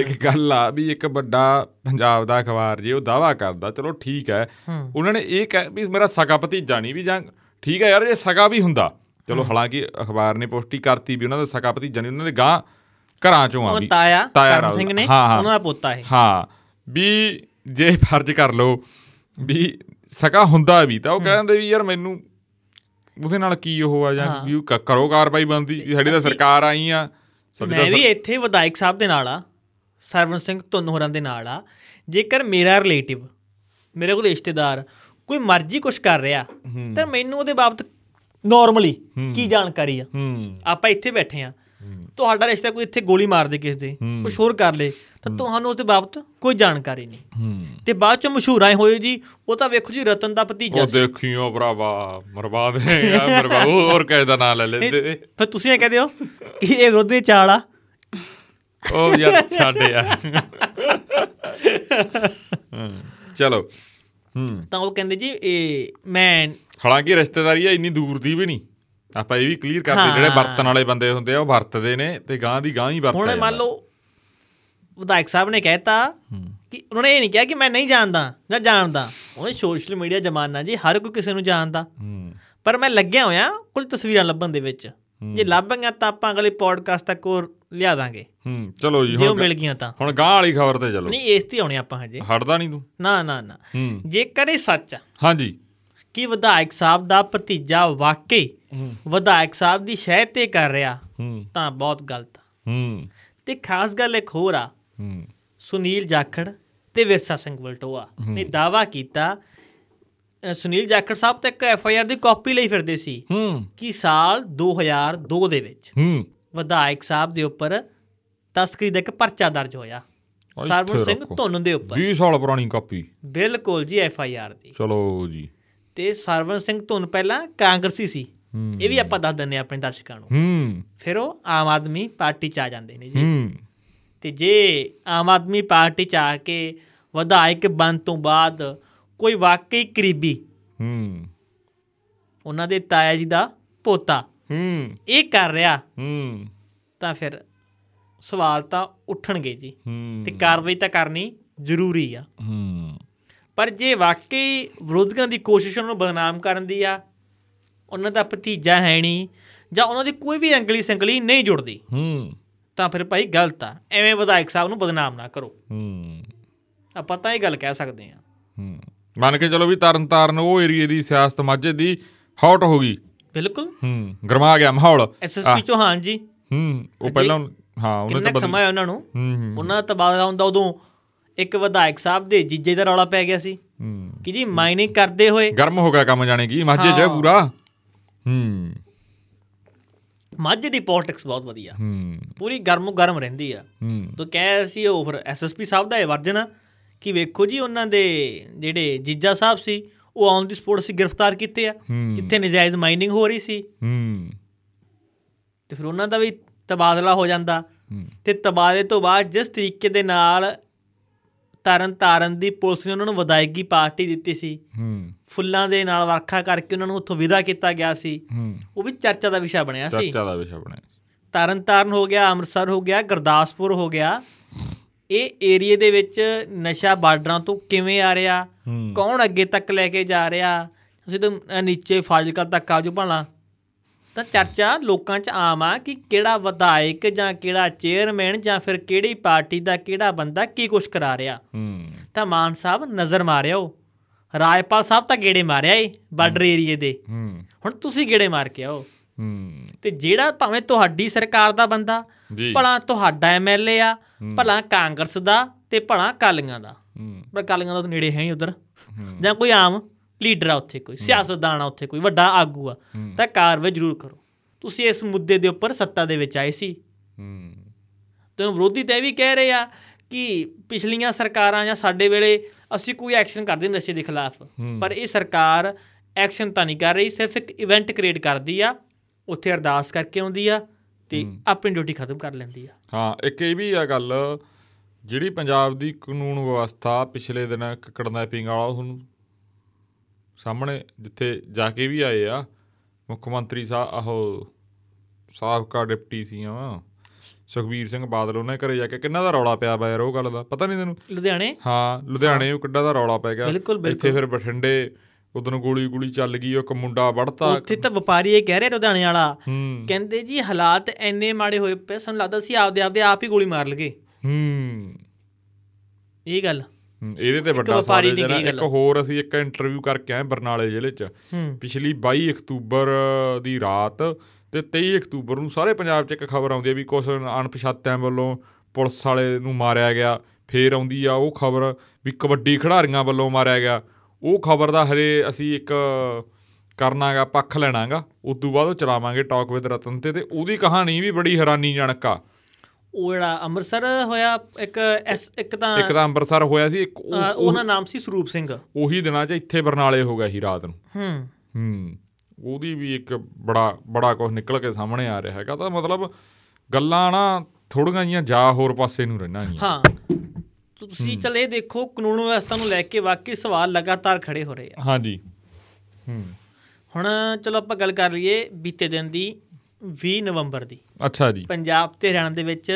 S2: ਇੱਕ ਗੱਲ ਆ ਵੀ ਇੱਕ ਵੱਡਾ ਪੰਜਾਬ ਦਾ ਅਖਬਾਰ ਜੇ ਉਹ ਦਾਵਾ ਕਰਦਾ ਚਲੋ ਠੀਕ ਹੈ ਉਹਨਾਂ ਨੇ ਇਹ ਕਹਿ ਵੀ ਮੇਰਾ ਸਕਾ ਭਤੀਜਾ ਨਹੀਂ ਵੀ ਜਾਂ ਠੀਕ ਹੈ ਯਾਰ ਜੇ ਸਕਾ ਵੀ ਹੁੰਦਾ ਚਲੋ ਹਾਲਾਂਕਿ ਅਖਬਾਰ ਨੇ ਪੁਸ਼ਟੀ ਕਰਤੀ ਵੀ ਉਹਨਾਂ ਦਾ ਸਕਾ ਭਤੀਜਾ ਨਹੀਂ ਉਹਨਾਂ ਦੇ ਗਾਂ ਘਰਾਂ ਚੋਂ ਆ
S1: ਉਹ
S2: ਵੀ
S1: ਤਾਇਆ
S2: ਤਾਇਆ
S1: ਕਰਮ ਸਿੰਘ
S2: ਰਾਉਲ।
S1: ਨੇ
S2: ਹਾਂ, ਹਾਂ।
S1: ਉਹਨਾਂ ਦਾ ਪੋਤਾ ਇਹ
S2: ਹਾਂ ਵੀ ਜੇ ਫਰਜ਼ ਕਰ ਲਓ ਵੀ ਸਕਾ ਹੁੰਦਾ ਵੀ ਤਾਂ ਉਹ ਕਹਿੰਦੇ ਵੀ ਯਾਰ ਮੈਨੂੰ ਉਹਦੇ ਨਾਲ ਕੀ ਉਹ ਆ ਜਾਂ ਵੀ ਉਹ ਕ- ਕਰੋ ਕਾਰਵਾਈ ਬੰਦੀ ਸਾਡੀ ਤਾਂ ਸਰਕਾਰ ਆਈ ਆ ਸਾਡੀ
S1: ਮੈਂ
S2: ਤਾਂ
S1: ਵੀ ਇੱਥੇ ਵਿਧਾਇਕ ਸਾਹਿਬ ਦੇ ਨਾਲ ਆ ਸਰਵਨ ਸਿੰਘ ਧੁੰਨ ਹੋਰਾਂ ਦੇ ਨਾਲ ਆ ਜੇਕਰ ਮੇਰਾ ਰਿਲੇਟਿਵ ਮੇਰੇ ਕੋਲ ਰਿਸ਼ਤੇਦਾਰ ਕੋਈ ਮਰਜ਼ੀ ਕੁਝ ਕਰ ਰਿਹਾ ਤਾਂ ਮੈਨੂੰ ਉਹਦੇ ਬਾਬਤ ਨਾਰਮਲੀ ਕੀ ਜਾਣਕਾਰੀ ਆ
S2: ਹੂੰ
S1: ਆਪਾਂ ਇੱਥੇ ਬੈਠੇ ਆ ਤੁਹਾਡਾ ਰਿਸ਼ਤਾ ਕੋਈ ਇੱਥੇ ਗੋਲੀ ਮਾਰ ਦੇ ਕਿਸੇ ਦੇ ਕੁਝ ਹੋਰ ਕਰ ਲੇ ਤਾਂ ਤੁਹਾਨੂੰ ਉਹਦੇ ਬਾਬਤ ਕੋਈ ਜਾਣਕਾਰੀ ਨਹੀਂ
S2: ਹੂੰ
S1: ਤੇ ਬਾਅਦ ਚ ਮਸ਼ਹੂਰ ਆਏ ਹੋਏ ਜੀ ਉਹ ਤਾਂ ਵੇਖੋ ਜੀ ਰਤਨ ਦਾ ਭਤੀਜਾ
S2: ਉਹ ਦੇਖੀਓ ਭਰਾਵਾ ਮਰਵਾ ਦੇਗਾ ਮਰਵਾ ਉਹ ਹੋਰ ਕਿਸੇ ਦਾ ਨਾਂ ਲੈ ਲੈਂਦੇ
S1: ਫਿਰ ਤੁਸੀਂ ਇਹ ਕਹਦੇ ਹੋ ਕਿ ਇਹ ਵਿਰੋਧੀ ਚਾਲ ਆ
S2: ਉਹ ਯਾਰ ਛੱਡ ਯਾਰ ਹੂੰ, ਚਲੋ ਹੂੰ
S1: ਤਾਂ ਉਹ ਕਹਿੰਦੇ ਜੀ ਇਹ ਮੈਂ
S2: ਹਾਲਾਂਕਿ ਰਿਸ਼ਤੇਦਾਰੀ ਆ ਇੰਨੀ ਦੂਰ ਦੀ ਵੀ ਨਹੀਂ ਆਪਾਂ ਇਹ ਵੀ ਕਲੀਅਰ ਕਰਦੇ ਜਿਹੜੇ ਵਰਤਣ ਵਾਲੇ ਬੰਦੇ ਹੁੰਦੇ ਆ ਉਹ ਵਰਤਦੇ ਨੇ ਤੇ ਗਾਂ ਦੀ ਗਾਂ ਹੀ ਵਰਤਦੇ
S1: ਹੁਣ ਮੰਨ ਲਓ ਵਿਧਾਇਕ ਸਾਹਿਬ ਨੇ ਕਹਿਤਾ ਕਿ ਉਹਨਾਂ ਨੇ ਇਹ ਨਹੀਂ ਕਿਹਾ ਕਿ ਮੈਂ ਨਹੀਂ ਜਾਣਦਾ ਜਾਂ ਜਾਣਦਾ ਉਹਨੇ ਸੋਸ਼ਲ ਮੀਡੀਆ ਜ਼ਮਾਨਾ ਜੀ ਹਰ ਕੋਈ ਕਿਸੇ ਨੂੰ ਜਾਣਦਾ
S2: ਹੂੰ
S1: ਪਰ ਮੈਂ ਲੱਗਿਆ ਹੋਇਆ ਕੁਝ ਤਸਵੀਰਾਂ ਲੱਭਣ ਦੇ ਵਿੱਚ ਜੇ ਲੱਭਾਂਗਾ ਤਾਂ ਆਪਾਂ ਅਗਲੇ ਪੋਡਕਾਸਟ ਤੱਕ ਹੋਰ ਲਿਆ ਦਾਂਗੇ
S2: ਹੂੰ ਚਲੋ ਜੀ
S1: ਜੇ ਉਹ
S2: ਹੁਣ
S1: ਮਿਲ ਗਈਆਂ ਤਾਂ
S2: ਹੁਣ ਗਾਂ ਵਾਲੀ ਖਬਰ ਤੇ ਚਲੋ
S1: ਨਹੀਂ ਇਸ ਤੇ ਆਉਣੇ ਆਪਾਂ ਹਜੇ
S2: ਹਟਦਾ ਨਹੀਂ ਤੂੰ
S1: ਨਾ ਨਾ ਨਾ
S2: ਹੂੰ
S1: ਜੇਕਰ ਇਹ ਸੱਚ ਆ
S2: ਹਾਂਜੀ
S1: ਕਿ ਵਿਧਾਇਕ ਸਾਹਿਬ ਦਾ ਭਤੀਜਾ ਵਾਕਈ ਵਿਧਾਇਕ ਸਾਹਿਬ ਦੀ ਸ਼ਹਿ ਤੇ ਕਰ ਰਿਹਾ
S2: ਹੂੰ
S1: ਤਾਂ ਬਹੁਤ ਗਲਤ ਆ।
S2: ਹੂੰ
S1: ਤੇ ਖਾਸ ਗੱਲ ਇੱਕ ਹੋਰ ਆ
S2: ਹੂੰ
S1: ਸੁਨੀਲ ਜਾਖੜ ਤੇ ਵਿਰਸਾ ਸਿੰਘ ਵਲਟੋਆ ਨੇ ਦਾਵਾ ਕੀਤਾ ਅ, ਸੁਨੀਲ ਜਾਖੜ ਸਾਹਿਬ ਤਾਂ ਇੱਕ ਐਫ ਆਈ ਆਰ ਦੀ ਕਾਪੀ ਲਈ ਫਿਰਦੇ ਸੀ
S2: ਹੂੰ
S1: ਕਿ ਸਾਲ 2002 ਦੇ ਵਿੱਚ
S2: ਹੂੰ
S1: ਵਿਧਾਇਕ ਸਾਹਿਬ ਦੇ ਉੱਪਰ ਤਸਕਰੀ ਦਾ ਇੱਕ ਪਰਚਾ ਦਰਜ ਹੋਇਆ
S2: ਇੱਥੇ
S1: ਸਰਵਰ ਸਿੰਘ
S2: ਰੱਖੋ।
S1: ਧੁੰਨ ਦੇ ਉੱਪਰ
S2: 20 ਸਾਲ ਪੁਰਾਣੀ ਕਾਪੀ
S1: ਬਿਲਕੁਲ ਜੀ ਐਫ ਆਈ ਆਰ ਦੀ
S2: ਚਲੋ ਜੀ
S1: ਤੇ ਸਰਵਰ ਸਿੰਘ ਧੁੰਨ ਪਹਿਲਾਂ ਕਾਂਗਰਸੀ ਸੀ
S2: ਹੂੰ।
S1: ਇਹ ਵੀ ਆਪਾਂ ਦੱਸ ਦਿੰਨੇ ਆਪਣੇ ਦਰਸ਼ਕਾਂ ਨੂੰ
S2: ਹੂੰ
S1: ਫਿਰ ਉਹ ਆਮ ਆਦਮੀ ਪਾਰਟੀ ਚ ਆ ਜਾਂਦੇ ਨੇ ਜੀ
S2: ਹੂੰ
S1: ਤੇ ਜੇ ਆਮ ਆਦਮੀ ਪਾਰਟੀ ਚ ਆ ਕੇ ਵਿਧਾਇਕ ਬਣ ਤੋਂ ਬਾਅਦ ਕੋਈ ਵਾਕਈ ਕਰੀਬੀ
S2: ਹੂੰ
S1: ਉਹਨਾਂ ਦੇ ਤਾਇਆ ਜੀ ਦਾ ਪੋਤਾ
S2: ਹੂੰ
S1: ਇਹ ਕਰ ਰਿਹਾ
S2: ਹੂੰ
S1: ਤਾਂ ਫਿਰ ਸਵਾਲ ਤਾਂ ਉੱਠਣਗੇ ਜੀ
S2: ਹੂੰ
S1: ਤੇ ਕਾਰਵਾਈ ਤਾਂ ਕਰਨੀ ਜ਼ਰੂਰੀ ਆ
S2: ਹੂੰ
S1: ਪਰ ਜੇ ਵਾਕਈ ਵਿਰੋਧੀਆਂ ਦੀ ਕੋਸ਼ਿਸ਼ ਉਹਨਾਂ ਨੂੰ ਬਦਨਾਮ ਕਰਨ ਦੀ ਆ ਉਹਨਾਂ ਦਾ ਭਤੀਜਾ ਹੈ ਨਹੀਂ ਜਾਂ ਉਹਨਾਂ ਦੀ ਕੋਈ ਵੀ ਅੰਗਲੀ ਸੰਗਲੀ ਨਹੀਂ ਜੁੜਦੀ
S2: ਹੂੰ
S1: ਤਾਂ ਫਿਰ ਭਾਈ ਗਲਤ ਆ ਐਵੇਂ ਵਿਧਾਇਕ ਸਾਹਿਬ ਨੂੰ ਬਦਨਾਮ ਨਾ ਕਰੋ
S2: ਹੂੰ
S1: ਆਪਾਂ ਤਾਂ ਇਹ ਗੱਲ ਕਹਿ ਸਕਦੇ ਆ
S2: ਹੂੰ ਮੰਨ ਕੇ ਚਲੋ ਵੀ ਤਰਨ ਤਾਰਨ ਉਹ ਏਰੀਏ ਦੀ ਸਿਆਸਤ ਮਾਝੇ ਦੀ ਹੌਟ ਹੋ ਗਈ
S1: ਬਿਲਕੁਲ
S2: ਹੂੰ ਗਰਮਾ ਗਿਆ ਮਾਹੌਲ
S1: ਐਸਐਸਪੀ ਚੋਹਾਨ ਜੀ
S2: ਹੂੰ ਉਹ ਪਹਿਲਾਂ ਹਾਂ ਉਹਨੇ
S1: ਕਿੰਨਾ
S2: ਤਾਂ
S1: ਕੁ
S2: ਬਦਲ
S1: ਸਮਾਂ ਹੈ ਉਹਨਾਂ ਨੂੰ
S2: ਹੂੰ ਹੂੰ,
S1: ਉਹਨਾਂ ਦਾ ਤਬਾਦਲਾ ਹੁੰਦਾ ਉਦੋਂ ਇੱਕ ਵਿਧਾਇਕ ਸਾਹਿਬ ਦੇ ਜੀਜੇ ਦਾ ਰੌਲਾ ਪੈ ਗਿਆ ਸੀ
S2: ਹੂੰ
S1: ਕਿ ਜੀ ਮਾਈਨਿੰਗ ਕਰਦੇ ਹੋਏ
S2: ਗਰਮ ਹੋ ਗਿਆ ਕੰਮ ਜਾਣੇ ਕੀ ਮਾਝੇ ਚ
S1: ਹਾਂ।
S2: ਪੂਰਾ ਹੂੰ
S1: ਮੱਝ ਦੀ ਪੋਲਿਟਿਕਸ ਬਹੁਤ ਵਧੀਆ
S2: ਹੂੰ
S1: ਪੂਰੀ ਗਰਮੋ ਗਰਮ ਰਹਿੰਦੀ ਆ
S2: ਹੂੰ
S1: ਤੋ ਕਹਿ ਸੀ ਉਹ ਫਿਰ ਐਸਐਸਪੀ ਸਾਹਿਬ ਦਾ ਇਹ ਵਰਜਨ ਆ ਕਿ ਵੇਖੋ ਜੀ ਉਹਨਾਂ ਦੇ ਜਿਹੜੇ ਜੀਜਾ ਸਾਹਿਬ ਸੀ ਉਹ ਆਨ ਦੀ ਸਪੋਰਟ ਸੀ ਗ੍ਰਿਫਤਾਰ ਕੀਤੇ ਆ
S2: ਹੂੰ।
S1: ਜਿੱਥੇ ਨਜਾਇਜ਼ ਮਾਈਨਿੰਗ ਹੋ ਰਹੀ ਸੀ
S2: ਹੂੰ
S1: ਤੇ ਫਿਰ ਉਹਨਾਂ ਦਾ ਵੀ ਤਬਾਦਲਾ ਹੋ ਜਾਂਦਾ
S2: ਹੂੰ।
S1: ਤੇ ਤਬਾਦਲੇ ਤੋਂ ਬਾਅਦ ਜਿਸ ਤਰੀਕੇ ਦੇ ਨਾਲ ਤਰਨ ਤਾਰਨ ਦੀ ਪੁਲਿਸ ਨੇ ਉਹਨਾਂ ਨੂੰ ਵਿਦਾਇਗੀ ਪਾਰਟੀ ਦਿੱਤੀ ਸੀ
S2: ਹੂੰ
S1: ਫੁੱਲਾਂ ਦੇ ਨਾਲ ਵਰਖਾ ਕਰਕੇ ਉਹਨਾਂ ਨੂੰ ਉੱਥੋਂ ਵਿਦਾ ਕੀਤਾ ਗਿਆ ਸੀ
S2: ਹੂੰ
S1: ਉਹ ਵੀ ਚਰਚਾ ਦਾ ਵਿਸ਼ਾ ਬਣਿਆ ਸੀ
S2: ਚਰਚਾ ਦਾ ਵਿਸ਼ਾ ਬਣਿਆ ਸੀ।
S1: ਤਰਨ ਤਾਰਨ ਹੋ ਗਿਆ ਅੰਮ੍ਰਿਤਸਰ ਹੋ ਗਿਆ ਗੁਰਦਾਸਪੁਰ ਹੋ ਗਿਆ ਇਹ ਏਰੀਏ ਦੇ ਵਿੱਚ ਨਸ਼ਾ ਬਾਰਡਰਾਂ ਤੋਂ ਕਿਵੇਂ ਆ ਰਿਹਾ
S2: ਹੂੰ
S1: ਕੌਣ ਅੱਗੇ ਤੱਕ ਲੈ ਕੇ ਜਾ ਰਿਹਾ ਤੁਸੀਂ ਤਾਂ ਅਹ, ਨੀਚੇ ਫਾਜ਼ਿਲਕਾ ਤੱਕ ਆਜੋ ਭਲਾ ਤਾਂ ਚਰਚਾ ਲੋਕਾਂ 'ਚ ਆਮ ਆ ਕਿ ਕਿਹੜਾ ਵਿਧਾਇਕ ਜਾਂ ਕਿਹੜਾ ਚੇਅਰਮੈਨ ਜਾਂ ਫਿਰ ਕਿਹੜੀ ਪਾਰਟੀ ਦਾ ਕਿਹੜਾ ਬੰਦਾ ਕੀ ਕੁਛ ਕਰਾ ਰਿਹਾ
S2: ਹੂੰ
S1: ਤਾਂ ਮਾਨ ਸਾਹਿਬ ਨਜ਼ਰ ਮਾਰਿਓ ਰਾਜਪਾਲ ਸਾਹਿਬ ਤਾਂ ਗੇੜੇ ਮਾਰਿਆ ਏ ਬਾਰਡਰ ਏਰੀਏ ਦੇ
S2: ਹੂੰ
S1: ਹੁਣ ਤੁਸੀਂ ਗੇੜੇ ਮਾਰ ਕੇ ਆਓ
S2: ਹੂੰ
S1: ਤੇ ਜਿਹੜਾ ਭਾਵੇਂ ਤੁਹਾਡੀ ਸਰਕਾਰ ਦਾ ਬੰਦਾ
S2: ਜੀ
S1: ਭਲਾ ਤੁਹਾਡਾ ਐਮਐਲਏ ਆ ਭਲਾ ਕਾਂਗਰਸ ਦਾ ਤੇ ਭਲਾ ਕਾਲੀਆਂ ਦਾ
S2: ਹੂੰ
S1: ਪਰ ਕਾਲੀਆਂ ਦਾ ਤਾਂ ਨੇੜੇ ਹੈ ਨਹੀਂ ਉਧਰ ਜਾਂ ਕੋਈ ਆਮ ਲੀਡਰ ਆ ਉੱਥੇ ਕੋਈ ਸਿਆਸਤਦਾਨ ਆ ਉੱਥੇ ਕੋਈ ਵੱਡਾ ਆਗੂ ਆ
S2: ਹੂੰ।
S1: ਤਾਂ ਕਾਰਵਾਈ ਜ਼ਰੂਰ ਕਰੋ ਤੁਸੀਂ ਇਸ ਮੁੱਦੇ ਦੇ ਉੱਪਰ ਸੱਤਾ ਦੇ ਵਿੱਚ ਆਏ ਸੀ
S2: ਹੂੰ
S1: ਤੇ ਵਿਰੋਧੀ ਤਾਂ ਇਹ ਵੀ ਕਹਿ ਰਹੇ ਆ ਕਿ ਪਿਛਲੀਆਂ ਸਰਕਾਰਾਂ ਜਾਂ ਸਾਡੇ ਵੇਲੇ ਅਸੀਂ ਕੋਈ ਐਕਸ਼ਨ ਕਰਦੇ ਨਹੀਂ ਨਸ਼ੇ ਦੇ ਖਿਲਾਫ ਪਰ ਇਹ ਸਰਕਾਰ ਐਕਸ਼ਨ ਤਾਂ ਨਹੀਂ ਕਰ ਰਹੀ ਸਿਰਫ ਇੱਕ ਇਵੈਂਟ ਕ੍ਰੀਏਟ ਕਰਦੀ ਆ ਉੱਥੇ ਅਰਦਾਸ ਕਰਕੇ ਆਉਂਦੀ ਆ ਤੇ ਆਪਣੀ ਡਿਊਟੀ ਖਤਮ ਕਰ ਲੈਂਦੀ ਆ
S2: ਹਾਂ ਇੱਕ ਇਹ ਵੀ ਆ ਗੱਲ ਜਿਹੜੀ ਪੰਜਾਬ ਦੀ ਕਾਨੂੰਨ ਵਿਵਸਥਾ ਪਿਛਲੇ ਦਿਨ ਇੱਕ ਕਿਡਨੈਪਿੰਗ ਵਾਲਾ ਉਹਨੂੰ ਸਾਹਮਣੇ ਜਿੱਥੇ ਜਾ ਕੇ ਵੀ ਆਏ ਆ ਮੁੱਖ ਮੰਤਰੀ ਸਾਹਿਬ ਉਹ ਸਾਬਕਾ ਡਿਪਟੀ ਸੀ ਆ ਸੁਖਬੀਰ ਸਿੰਘ ਬਾਦਲ ਉਹਨਾਂ ਦੇ ਘਰੇ ਜਾ ਕੇ ਕਿੰਨਾ ਦਾ ਰੌਲਾ ਪਿਆ ਵਾ ਯਾਰ ਉਹ ਗੱਲ ਦਾ ਪਤਾ ਨਹੀਂ ਤੈਨੂੰ
S1: ਲੁਧਿਆਣੇ
S2: ਹਾਂ ਲੁਧਿਆਣੇ ਉਹ ਕਿੱਡਾ ਦਾ ਰੌਲਾ ਪੈ ਗਿਆ
S1: ਬਿਲਕੁਲ, ਬਿਲਕੁਲ।
S2: ਇੱਥੇ ਫਿਰ ਬਠਿੰਡੇ ਉਦੋਂ ਗੋਲੀ ਗੋਲੀ ਚੱਲ ਗਈ ਉਹ ਇੱਕ ਮੁੰਡਾ ਵੜਤਾ
S1: ਉੱਥੇ ਤਾਂ ਵਪਾਰੀ ਇਹ ਕਹਿ ਰਿਹਾ ਲੁਧਿਆਣੇ ਵਾਲਾ
S2: ਹੂੰ
S1: ਕਹਿੰਦੇ ਜੀ ਹਾਲਾਤ ਐਨੇ ਮਾੜੇ ਹੋਏ ਪਏ ਸਾਨੂੰ ਲੱਗਦਾ ਸੀ ਆਪਦੇ ਆਪਦੇ ਆਪ ਹੀ ਗੋਲੀ ਮਾਰ ਲਗੇ
S2: ਹੂੰ
S1: ਇਹ ਗੱਲ
S2: ਹਮ, ਇਹਦੇ ਤੇ ਵੱਡਾ
S1: ਵਪਾਰੀ
S2: ਸਵਾਲ
S1: ਦੀ
S2: ਜਿਹੜਾ
S1: ਕੀ
S2: ਇੱਕ ਹੋਰ ਅਸੀਂ ਇੱਕ ਇੰਟਰਵਿਊ ਕਰਕੇ ਆਏ ਬਰਨਾਲੇ ਜ਼ਿਲ੍ਹੇ 'ਚ
S1: ਹੂੰ।
S2: ਪਿਛਲੀ 22 ਅਕਤੂਬਰ ਦੀ ਰਾਤ ਤੇ 23 ਅਕਤੂਬਰ ਨੂੰ ਸਾਰੇ ਪੰਜਾਬ 'ਚ ਇੱਕ ਖਬਰ ਆਉਂਦੀ ਹੈ ਵੀ ਕੁਝ ਅਣਪਛਾਤਿਆਂ ਵੱਲੋਂ ਪੁਲਿਸ ਵਾਲੇ ਨੂੰ ਮਾਰਿਆ ਗਿਆ ਫੇਰ ਆਉਂਦੀ ਆ ਉਹ ਖਬਰ ਵੀ ਕਬੱਡੀ ਖਿਡਾਰੀਆਂ ਵੱਲੋਂ ਮਾਰਿਆ ਗਿਆ ਉਹ ਖਬਰ ਦਾ ਹਰੇ ਅਸੀਂ ਇੱਕ ਕਰਨਾਗਾ ਪੱਖ ਲੈਣਾਗਾ ਉਸ ਤੋਂ ਬਾਅਦ ਉਹ ਚਲਾਵਾਂਗੇ ਟਾਕ ਵਿਦ ਰਤਨ ਤੇ ਤੇ ਉਹਦੀ ਕਹਾਣੀ ਵੀ ਬੜੀ ਹੈਰਾਨੀਜਨਕ ਆ
S1: ਉਹ ਜਿਹੜਾ ਅੰਮ੍ਰਿਤਸਰ ਹੋਇਆ ਇੱਕ ਐਸ- ਇੱਕ ਤਾਂ
S2: ਇੱਕ ਤਾਂ ਅੰਮ੍ਰਿਤਸਰ ਹੋਇਆ ਸੀ ਇੱਕ ਉਹ-
S1: ਅ, ਉਹਨਾਂ ਨਾਮ ਸੀ ਸਰੂਪ ਸਿੰਘ
S2: ਉਹੀ ਦਿਨਾਂ 'ਚ ਇੱਥੇ ਬਰਨਾਲੇ ਹੋ ਗਿਆ ਸੀ ਰਾਤ ਨੂੰ
S1: ਹੂੰ
S2: ਹੂੰ ਉਹਦੀ ਵੀ ਇੱਕ ਬੜਾ ਬੜਾ ਕੁਝ ਨਿਕਲ ਕੇ ਸਾਹਮਣੇ ਆ ਰਿਹਾ ਹੈਗਾ ਤਾਂ ਮਤਲਬ ਗੱਲਾਂ ਨਾ ਥੋੜੀਆਂ ਜੀਆਂ ਜਾ ਹੋਰ ਪਾਸੇ ਨੂੰ ਰਹਿਣਾ ਨਹੀਂ
S1: ਹਾਂ ਤਾਂ ਤੁਸੀਂ ਚੱਲ ਇਹ ਦੇਖੋ ਕਾਨੂੰਨ ਵਿਵਸਥਾ ਨੂੰ ਲੈ ਕੇ ਵਾਕਈ ਸਵਾਲ ਲਗਾਤਾਰ ਖੜੇ ਹੋ ਰਹੇ ਆ
S2: ਹਾਂਜੀ ਹੂੰ
S1: ਹੁਣ ਚਲੋ ਆਪਾਂ ਗੱਲ ਕਰ ਲਈਏ ਬੀਤੇ ਦਿਨ ਦੀ 20 ਨਵੰਬਰ ਦੀ
S2: ਅੱਛਾ ਜੀ
S1: ਪੰਜਾਬ ਤੇ ਹਰਿਆਣਾ ਦੇ ਵਿੱਚ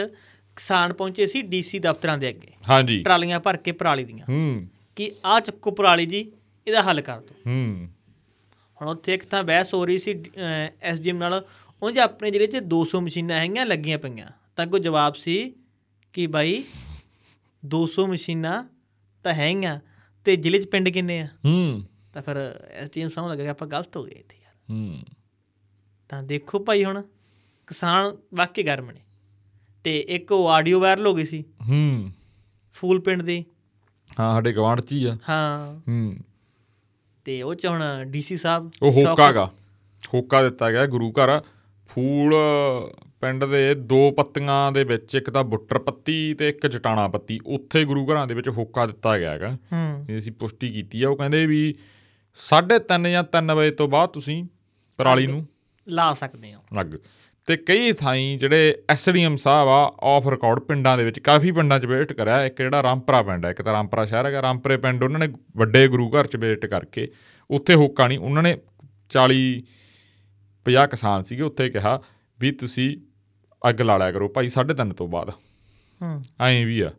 S1: ਕਿਸਾਨ ਪਹੁੰਚੇ ਸੀ ਡੀਸੀ ਦਫ਼ਤਰਾਂ ਦੇ ਅੱਗੇ
S2: ਹਾਂਜੀ
S1: ਟਰਾਲੀਆਂ ਭਰ ਕੇ ਪਰਾਲੀ ਦੀਆਂ
S2: ਹੂੰ
S1: ਕਿ ਆ ਚੱਕੋ ਪਰਾਲੀ ਜੀ ਇਹਦਾ ਹੱਲ ਕਰ ਦਿਓ
S2: ਹੂੰ
S1: ਹੁਣ ਉੱਥੇ ਇੱਕ ਤਾਂ ਬਹਿਸ ਹੋ ਰਹੀ ਸੀ ਐਸਡੀਐਮ ਨਾਲ ਉਂਝ ਆਪਣੇ ਜ਼ਿਲ੍ਹੇ 'ਚ 200 ਮਸ਼ੀਨਾਂ ਹੈਗੀਆਂ ਲੱਗੀਆਂ ਪਈਆਂ ਤਾਂ ਕੋ ਜਵਾਬ ਸੀ ਕਿ ਬਾਈ 200 ਮਸ਼ੀਨਾਂ ਤਾਂ ਹੈਗੀਆਂ ਤੇ ਜ਼ਿਲ੍ਹੇ 'ਚ ਪਿੰਡ ਕਿੰਨੇ ਆ
S2: ਹੂੰ
S1: ਤਾਂ ਫਿਰ ਐਸਡੀਐਮ ਸਾਹਮਣੇ ਲੱਗਿਆ ਆਪਾਂ ਗਲਤ ਹੋ ਗਏ ਇੱਥੇ ਯਾਰ
S2: ਹੂੰ
S1: ਤਾਂ ਦੇਖੋ ਭਾਈ ਹੁਣ ਕਿਸਾਨ ਵਾਕਈ ਗਰਮ ਨੇ ਤੇ ਇੱਕ ਉਹ ਆਡੀਓ ਵਾਇਰਲ ਹੋ ਗਈ ਸੀ
S2: ਹੂੰ
S1: ਫੂਲ ਪਿੰਡ ਦੀ
S2: ਹਾਂ ਸਾਡੇ ਗਵਾਂਢ ਚ ਹੀ ਆ
S1: ਹਾਂ
S2: ਹੂੰ
S1: ਤੇ ਉਹ ਚ ਹੁਣ ਡੀਸੀ ਸਾਹਿਬ
S2: ਉਹ
S1: ਸ਼ੌਕ-
S2: ਹੋਕਾ ਗਾ ਹੋਕਾ ਦਿੱਤਾ ਗਿਆ ਗੁਰੂ ਘਰ ਫੂਲ ਪਿੰਡ ਦੇ ਦੋ ਪੱਤੀਆਂ ਦੇ ਵਿੱਚ ਇੱਕ ਤਾਂ ਬੁੱਟਰ ਪੱਤੀ ਤੇ ਇੱਕ ਜਟਾਣਾ ਪੱਤੀ ਉੱਥੇ ਗੁਰੂ ਘਰਾਂ ਦੇ ਵਿੱਚ ਹੋਕਾ ਦਿੱਤਾ ਗਿਆ ਹੈਗਾ
S1: ਹੂੰ
S2: ਇਹ ਅਸੀਂ ਪੁਸ਼ਟੀ ਕੀਤੀ ਆ ਉਹ ਕਹਿੰਦੇ ਵੀ 3:30 ਜਾਂ 3 ਵਜੇ ਤੋਂ ਬਾਅਦ ਤੁਸੀਂ ਪਰਾਲੀ ਨੂੰ
S1: ਲਾ ਸਕਦੇ ਹੋ
S2: ਲੱਗ ਤੇ ਕਈ ਥਾਈਂ ਜਿਹੜੇ ਐਸਡੀਐਮ ਸਾਹਿਬ ਆ ਆਫ ਰਿਕਾਰਡ ਪਿੰਡਾਂ ਦੇ ਵਿੱਚ ਕਾਫੀ ਪਿੰਡਾਂ 'ਚ ਵਿਜ਼ਿਟ ਕਰਿਆ ਇੱਕ ਜਿਹੜਾ ਰਾਮਪਰਾ ਪਿੰਡ ਹੈ ਇੱਕ ਤਾਂ ਰਾਮਪਰਾ ਸ਼ਹਿਰ ਹੈਗਾ ਰਾਮਪਰੇ ਪਿੰਡ ਉਹਨਾਂ ਨੇ ਵੱਡੇ ਗੁਰੂ ਘਰ 'ਚ ਵਿਜ਼ਿਟ ਕਰਕੇ ਉੱਥੇ ਹੋਕਾ ਨਹੀਂ ਉਹਨਾਂ ਨੇ 40 50 ਕਿਸਾਨ ਸੀਗੇ ਉੱਥੇ ਕਿਹਾ ਵੀ ਤੁਸੀਂ ਅੱਗ ਲਾ ਲਿਆ ਕਰੋ ਭਾਈ 3:30 ਤੋਂ ਬਾਅਦ
S1: ਹੂੰ
S2: ਐਂ ਵੀ ਆ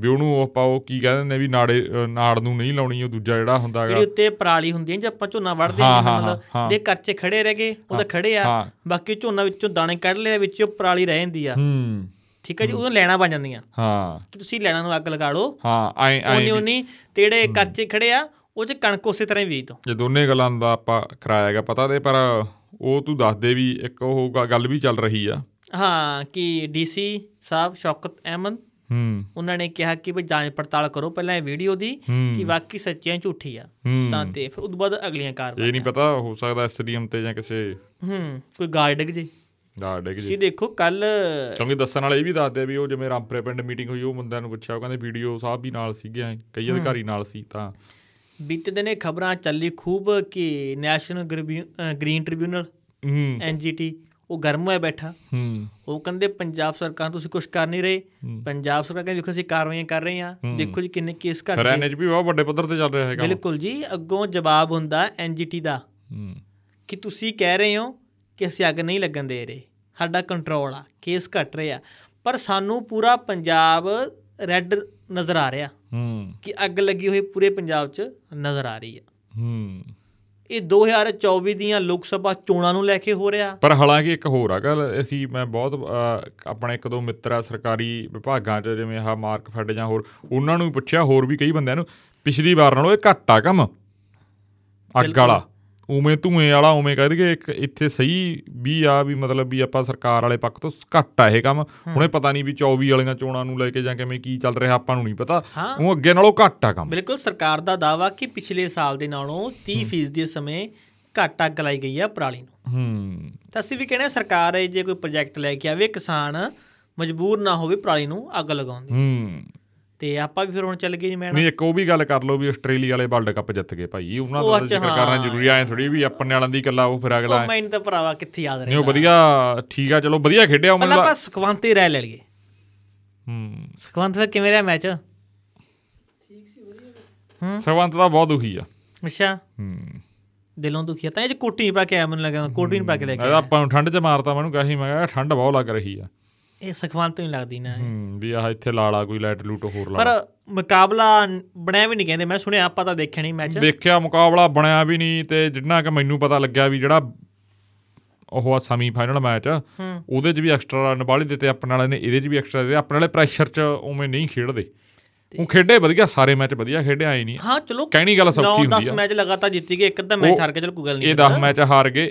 S2: ਵੀ ਉਹਨੂੰ ਆਪਾਂ ਉਹ ਕੀ ਕਹਿੰਦੇ ਨੇ ਵੀ ਨਾੜੇ ਅ, ਨਾੜ ਨੂੰ ਨਹੀਂ ਲਾਉਣੀ ਉਹ ਦੂਜਾ ਜਿਹੜਾ ਹੁੰਦਾ ਹੈਗਾ
S1: ਜਿਹੜੀ ਉੱਤੇ ਪਰਾਲੀ ਹੁੰਦੀ ਹੈ ਜੇ ਆਪਾਂ ਝੋਨਾ ਵੱਢਦੇ ਹਾਂ
S2: ਹਾਂ, ਹਾਂ, ਹਾਂ।
S1: ਮਤਲਬ ਦੇ ਕਰਚੇ ਖੜੇ ਰਹਿ ਗਏ ਉਹ ਤਾਂ ਖੜੇ
S2: ਹਾਂ।
S1: ਆ ਬਾਕੀ ਝੋਨਾ ਵਿੱਚੋਂ ਦਾਣੇ ਕੱਢ ਲਏ ਵਿੱਚੋਂ ਪਰਾਲੀ ਰਹਿ ਜਾਂਦੀ ਆ
S2: ਹੂੰ
S1: ਠੀਕ ਹੈ ਜੀ ਉਦੋਂ ਲੈਣਾ ਬਣ ਜਾਂਦੀਆਂ
S2: ਹਾਂ
S1: ਕਿ ਤੁਸੀਂ ਲੈਣਾ ਨੂੰ ਅੱਗ ਲਗਾ ਲਓ
S2: ਹਾਂ ਐਂ
S1: ਉਨੀ
S2: ਐਂ
S1: ਉਨੀ ਤੇ ਜਿਹੜੇ ਕਰਚੇ ਖੜੇ ਆ ਉਹ ਚ ਕਣਕ ਉਸੇ ਤਰ੍ਹਾਂ ਹੀ ਬੀਜ ਦੋ
S2: ਇਹ ਦੋਨੇ ਗੱਲਾਂ ਦਾ ਆਪਾਂ ਕਰਾਇਆ ਹੈਗਾ ਪਤਾ ਤੇ ਪਰ ਉਹ ਤੂੰ ਦੱਸ ਦੇ ਵੀ ਇੱਕ ਉਹ ਗ- ਗੱਲ ਵੀ ਚੱਲ ਰਹੀ ਆ
S1: ਹਾਂ ਕਿ ਡੀਸੀ ਸਾਹਿਬ ਸ਼ੌਕਤ ਅਹਿਮਦ
S2: ਹੂੰ
S1: ਉਹਨਾਂ ਨੇ ਕਿਹਾ ਕਿ ਭਈ ਜਾਂਚ ਪੜਤਾਲ ਕਰੋ ਪਹਿਲਾਂ ਇਹ ਵੀਡੀਓ ਦੀ ਕਿ ਵਾਕਈ ਸੱਚੀ ਹੈ ਝੂਠੀ ਆ
S2: ਹੂੰ
S1: ਤਾਂ ਤੇ ਫਿਰ ਉਦੋਂ ਬਾਅਦ ਅਗਲੀਆਂ ਕਾਰਵਾਈ
S2: ਇਹ ਨਹੀਂ ਪਤਾ ਹੋ ਸਕਦਾ ਐਸਡੀਐਮ ਤੇ ਜਾਂ ਕਿਸੇ
S1: ਹੂੰ ਕੋਈ ਗਾਰਡ ਡਿੱਗ ਜੇ
S2: ਦਾ ਡਿੱਗ ਜੇ
S1: ਤੁਸੀਂ ਦੇਖੋ ਕੱਲ
S2: ਕਿਉਂਕਿ ਦੱਸਣ ਵਾਲੇ ਇਹ ਵੀ ਦੱਸਦੇ ਆ ਵੀ ਉਹ ਜਿਵੇਂ ਰਾਮਪੁਰੇ ਪਿੰਡ ਮੀਟਿੰਗ ਹੋਈ ਉਹ ਬੰਦਿਆਂ ਨੂੰ ਪੁੱਛਿਆ ਉਹ ਕਹਿੰਦੇ ਵੀਡੀਓ ਸਾਹਿਬ ਵੀ ਨਾਲ ਸੀਗੇ ਐਂ, ਕਈ ਅਧਿਕਾਰੀ ਨਾਲ ਸੀ ਤਾਂ
S1: ਬੀਤੇ ਦਿਨੇ ਖਬਰਾਂ ਚੱਲੀ ਖੂਬ ਕਿ ਨੈਸ਼ਨਲ ਗ੍ਰਿਬਿਊ- ਅ, ਗ੍ਰੀਨ ਟ੍ਰਿਬਿਊਨਲ
S2: ਹੂੰ
S1: ਐਨਜੀਟੀ ਉਹ ਗਰਮ ਹੋਇਆ ਬੈਠਾ
S2: ਹੂੰ
S1: ਉਹ ਕਹਿੰਦੇ ਪੰਜਾਬ ਸਰਕਾਰ ਤੁਸੀਂ ਕੁਝ ਕਰ ਨਹੀਂ ਰਹੇ ਪੰਜਾਬ ਸਰਕਾਰ ਕਹਿੰਦੀ ਦੇਖੋ ਅਸੀਂ ਕਾਰਵਾਈਆਂ ਕਰ ਰਹੇ ਹਾਂ ਦੇਖੋ ਜੀ ਕਿੰਨੇ ਕੇਸ ਘਟ
S2: ਫਿਰ ਐਨਐਚਪੀ ਬਹੁਤ ਵੱਡੇ ਪੱਧਰ ਤੇ ਚੱਲ ਰਿਹਾ ਹੈਗਾ
S1: ਬਿਲਕੁਲ ਜੀ ਅੱਗੋਂ ਜਵਾਬ ਹੁੰਦਾ ਐਨਜੀਟੀ ਦਾ
S2: ਹੂੰ
S1: ਕਿ ਤੁਸੀਂ ਕਹਿ ਰਹੇ ਹੋ ਕਿ ਅਸੀਂ ਅੱਗ ਨਹੀਂ ਲੱਗਣ ਦੇ ਰਹੇ ਸਾਡਾ ਕੰਟਰੋਲ ਆ ਕੇਸ ਘਟ ਰਹੇ ਆ ਪਰ ਸਾਨੂੰ ਪੂਰਾ ਪੰਜਾਬ ਰੈੱਡ ਨਜ਼ਰ ਆ ਰਿਹਾ
S2: ਹੂੰ
S1: ਕਿ ਅੱਗ ਲੱਗੀ ਹੋਈ ਪੂਰੇ ਪੰਜਾਬ 'ਚ ਨਜ਼ਰ ਆ ਰਹੀ ਆ
S2: ਹੂੰ
S1: ਇਹ 2024 ਦੀਆਂ ਲੋਕ ਸਭਾ ਚੋਣਾਂ ਨੂੰ ਲੈ ਕੇ ਹੋ ਰਿਹਾ
S2: ਪਰ ਹਾਲਾਂਕਿ ਇੱਕ ਹੋਰ ਆ ਗੱਲ ਅਸੀਂ ਮੈਂ ਬਹੁਤ ਅ, ਆਪਣੇ ਇੱਕ ਦੋ ਮਿੱਤਰ ਆ ਸਰਕਾਰੀ ਵਿਭਾਗਾਂ 'ਚ ਜਿਵੇਂ ਆਹ ਮਾਰਕ ਫੈਡ ਜਾਂ ਹੋਰ ਉਹਨਾਂ ਨੂੰ ਵੀ ਪੁੱਛਿਆ ਹੋਰ ਵੀ ਕਈ ਬੰਦਿਆਂ ਨੂੰ ਪਿਛਲੀ ਵਾਰ ਨਾਲੋਂ ਇਹ ਘੱਟ ਆ ਕੰਮ ਅੱਗ ਵਾਲਾ ਉਵੇਂ ਧੂਏ ਵਾਲਾ ਉਵੇਂ ਕਹਿ ਦਈਏ ਇੱਕ ਇੱਥੇ ਸਹੀ ਵੀ ਆ ਵੀ ਮਤਲਬ ਵੀ ਆਪਾਂ ਸਰਕਾਰ ਵਾਲੇ ਪੱਖ ਤੋਂ ਘੱਟ ਆ ਇਹ ਕੰਮ ਹੁਣੇ ਪਤਾ ਨਹੀਂ ਵੀ 24 ਵਾਲੀਆਂ ਚੋਣਾਂ ਨੂੰ ਲੈ ਕੇ ਜਾਂ ਕਿਵੇਂ ਕੀ ਚੱਲ ਰਿਹਾ ਆਪਾਂ ਨੂੰ ਨਹੀਂ ਪਤਾ
S1: ਹਾਂ।
S2: ਉਹ ਅੱਗੇ ਨਾਲੋਂ ਘੱਟ ਆ ਕੰਮ
S1: ਬਿਲਕੁਲ ਸਰਕਾਰ ਦਾ ਦਾਵਾ ਕਿ ਪਿਛਲੇ ਸਾਲ ਦੇ ਨਾਲੋਂ 30% ਦੇ ਸਮੇਂ ਘੱਟ ਅੱਗ ਲਾਈ ਗਈ ਆ ਪਰਾਲੀ ਨੂੰ
S2: ਹੂੰ
S1: ਤਾਂ ਅਸੀਂ ਵੀ ਕਹਿੰਦੇ ਸਰਕਾਰ ਇਹ ਜੇ ਕੋਈ ਪ੍ਰੋਜੈਕਟ ਲੈ ਕੇ ਆਵੇ ਕਿਸਾਨ ਮਜਬੂਰ ਨਾ ਹੋਵੇ ਪਰਾਲੀ ਨੂੰ ਅੱਗ ਲਗਾਉਣ ਦੀ
S2: ਹੂੰ
S1: ਤੇ ਆਪਾਂ ਵੀ ਫਿਰ ਹੁਣ ਚੱਲ ਗਏ ਜੀ ਮੈਡਮ
S2: ਨਹੀਂ ਇੱਕ ਉਹ ਵੀ ਗੱਲ ਕਰ ਲਓ ਵੀ ਆਸਟ੍ਰੇਲੀਆ ਵਾਲੇ ਵਰਲਡ ਕੱਪ ਜਿੱਤ ਗਏ ਭਾਈ ਉਹਨਾਂ
S1: ਉਹ
S2: ਦਾ ਤਾਂ
S1: ਅੱਛਾ,
S2: ਜ਼ਿਕਰ ਕਰਨਾ ਜ਼ਰੂਰੀ ਐ ਥੋੜੀ ਵੀ ਆਪਣੇ ਵਾਲਾਂ ਦੀ ਗੱਲਾਂ ਉਹ ਫਿਰ ਅਗਲਾ
S1: ਉਹ ਮੈਨੂੰ ਤਾਂ ਭਰਾਵਾ ਕਿੱਥੇ ਯਾਦ
S2: ਨਹੀਂ
S1: ਰਹੇ
S2: ਉਹ ਵਧੀਆ ਠੀਕ ਆ ਚਲੋ ਵਧੀਆ ਖੇਡਿਆ ਉਹ
S1: ਪਹਿਲਾਂ
S2: ਮੈਨੂੰ
S1: ਆਪਾਂ ਸੁਖਵੰਤ ਹੀ ਰਹਿ ਲੈ ਲਈਏ
S2: ਹੂੰ
S1: ਸੁਖਵੰਤ ਦਾ ਕਿਵੇਂ ਰਿਹਾ ਮੈਚ
S2: ਸਵੰਤ ਤਾਂ ਬਹੁਤ ਦੁਖੀ ਆ
S1: ਅੱਛਾ
S2: ਹੂੰ
S1: ਦਿਲੋਂ ਦੁਖੀ ਆ ਤਾਂ ਇਹ ਚ ਕੋਟੀ ਨਹੀਂ ਪਾ ਕੇ ਆਇਆ ਮੈਨੂੰ ਲੱਗਾ ਕੋਟੀ ਨਹੀਂ ਪਾ ਕੇ ਲੈ ਕੇ
S2: ਇਹਦਾ ਆਪਾਂ ਨੂੰ ਠੰਡ 'ਚ ਮਾਰਤਾ ਮੈਨੂੰ ਕਹੀ ਮੈਂ ਕਿਹਾ ਠੰਡ ਬਹੁਤ ਲੱਗ ਰਹੀ ਆ
S1: ਆਇਆ। ਇਹ ਸੁਖਵੰਤ ਨਹੀਂ ਲੱਗਦੀ ਨਾ
S2: ਹੂੰ ਵੀ ਆਹ ਇੱਥੇ ਲਾਲਾ ਕੋਈ ਲਾਈਟ ਲੂਟ ਹੋਰ ਲਾ
S1: ਪਰ ਮੁਕਾਬਲਾ ਬਣਿਆ ਵੀ ਨਹੀਂ ਕਹਿੰਦੇ ਮੈਂ ਸੁਣਿਆ ਆਪਾਂ ਤਾਂ ਦੇਖਿਆ ਨਹੀਂ ਮੈਚ
S2: ਦੇਖਿਆ ਮੁਕਾਬਲਾ ਬਣਿਆ ਵੀ ਨਹੀਂ ਤੇ ਜਿੰਨਾ ਕਿ ਮੈਨੂੰ ਪਤਾ ਲੱਗਿਆ ਵੀ ਜਿਹੜਾ ਉਹ ਆ ਸੈਮੀ ਫਾਈਨਲ ਮੈਚ
S1: ਹੂੰ।
S2: ਉਹਦੇ 'ਚ ਵੀ ਐਕਸਟਰਾ ਰਨ ਵਾਲੀ ਦਿੱਤੇ ਆਪਣੇ ਵਾਲੇ ਨੇ ਇਹਦੇ 'ਚ ਵੀ ਐਕਸਟਰਾ ਦਿੱਤੇ ਆਪਣੇ ਵਾਲੇ ਪ੍ਰੈਸ਼ਰ 'ਚ ਉਵੇਂ ਨਹੀਂ ਖੇਡਦੇ ਉਹ ਖੇਡੇ ਵਧੀਆ ਸਾਰੇ ਮੈਚ ਵਧੀਆ ਖੇਡੇ ਆਏ ਨਹੀਂ
S1: ਹਾਂ ਚਲੋ
S2: ਕਹਿਣੀ ਗੱਲ ਸੌਖੀ ਹੁੰਦੀ
S1: 9-10 ਮੈਚ ਲਗਾਤਾਰ ਜਿੱਤੀ ਗਏ ਇੱਕ ਅੱਧਾ ਮੈਚ
S2: ਉਹ-
S1: ਹਾਰ ਕੇ ਚਲ ਕੋਈ ਗੱਲ
S2: ਇਹ
S1: ਨਹੀਂ
S2: 10 ਮੈਚ ਹਾਰ ਗਏ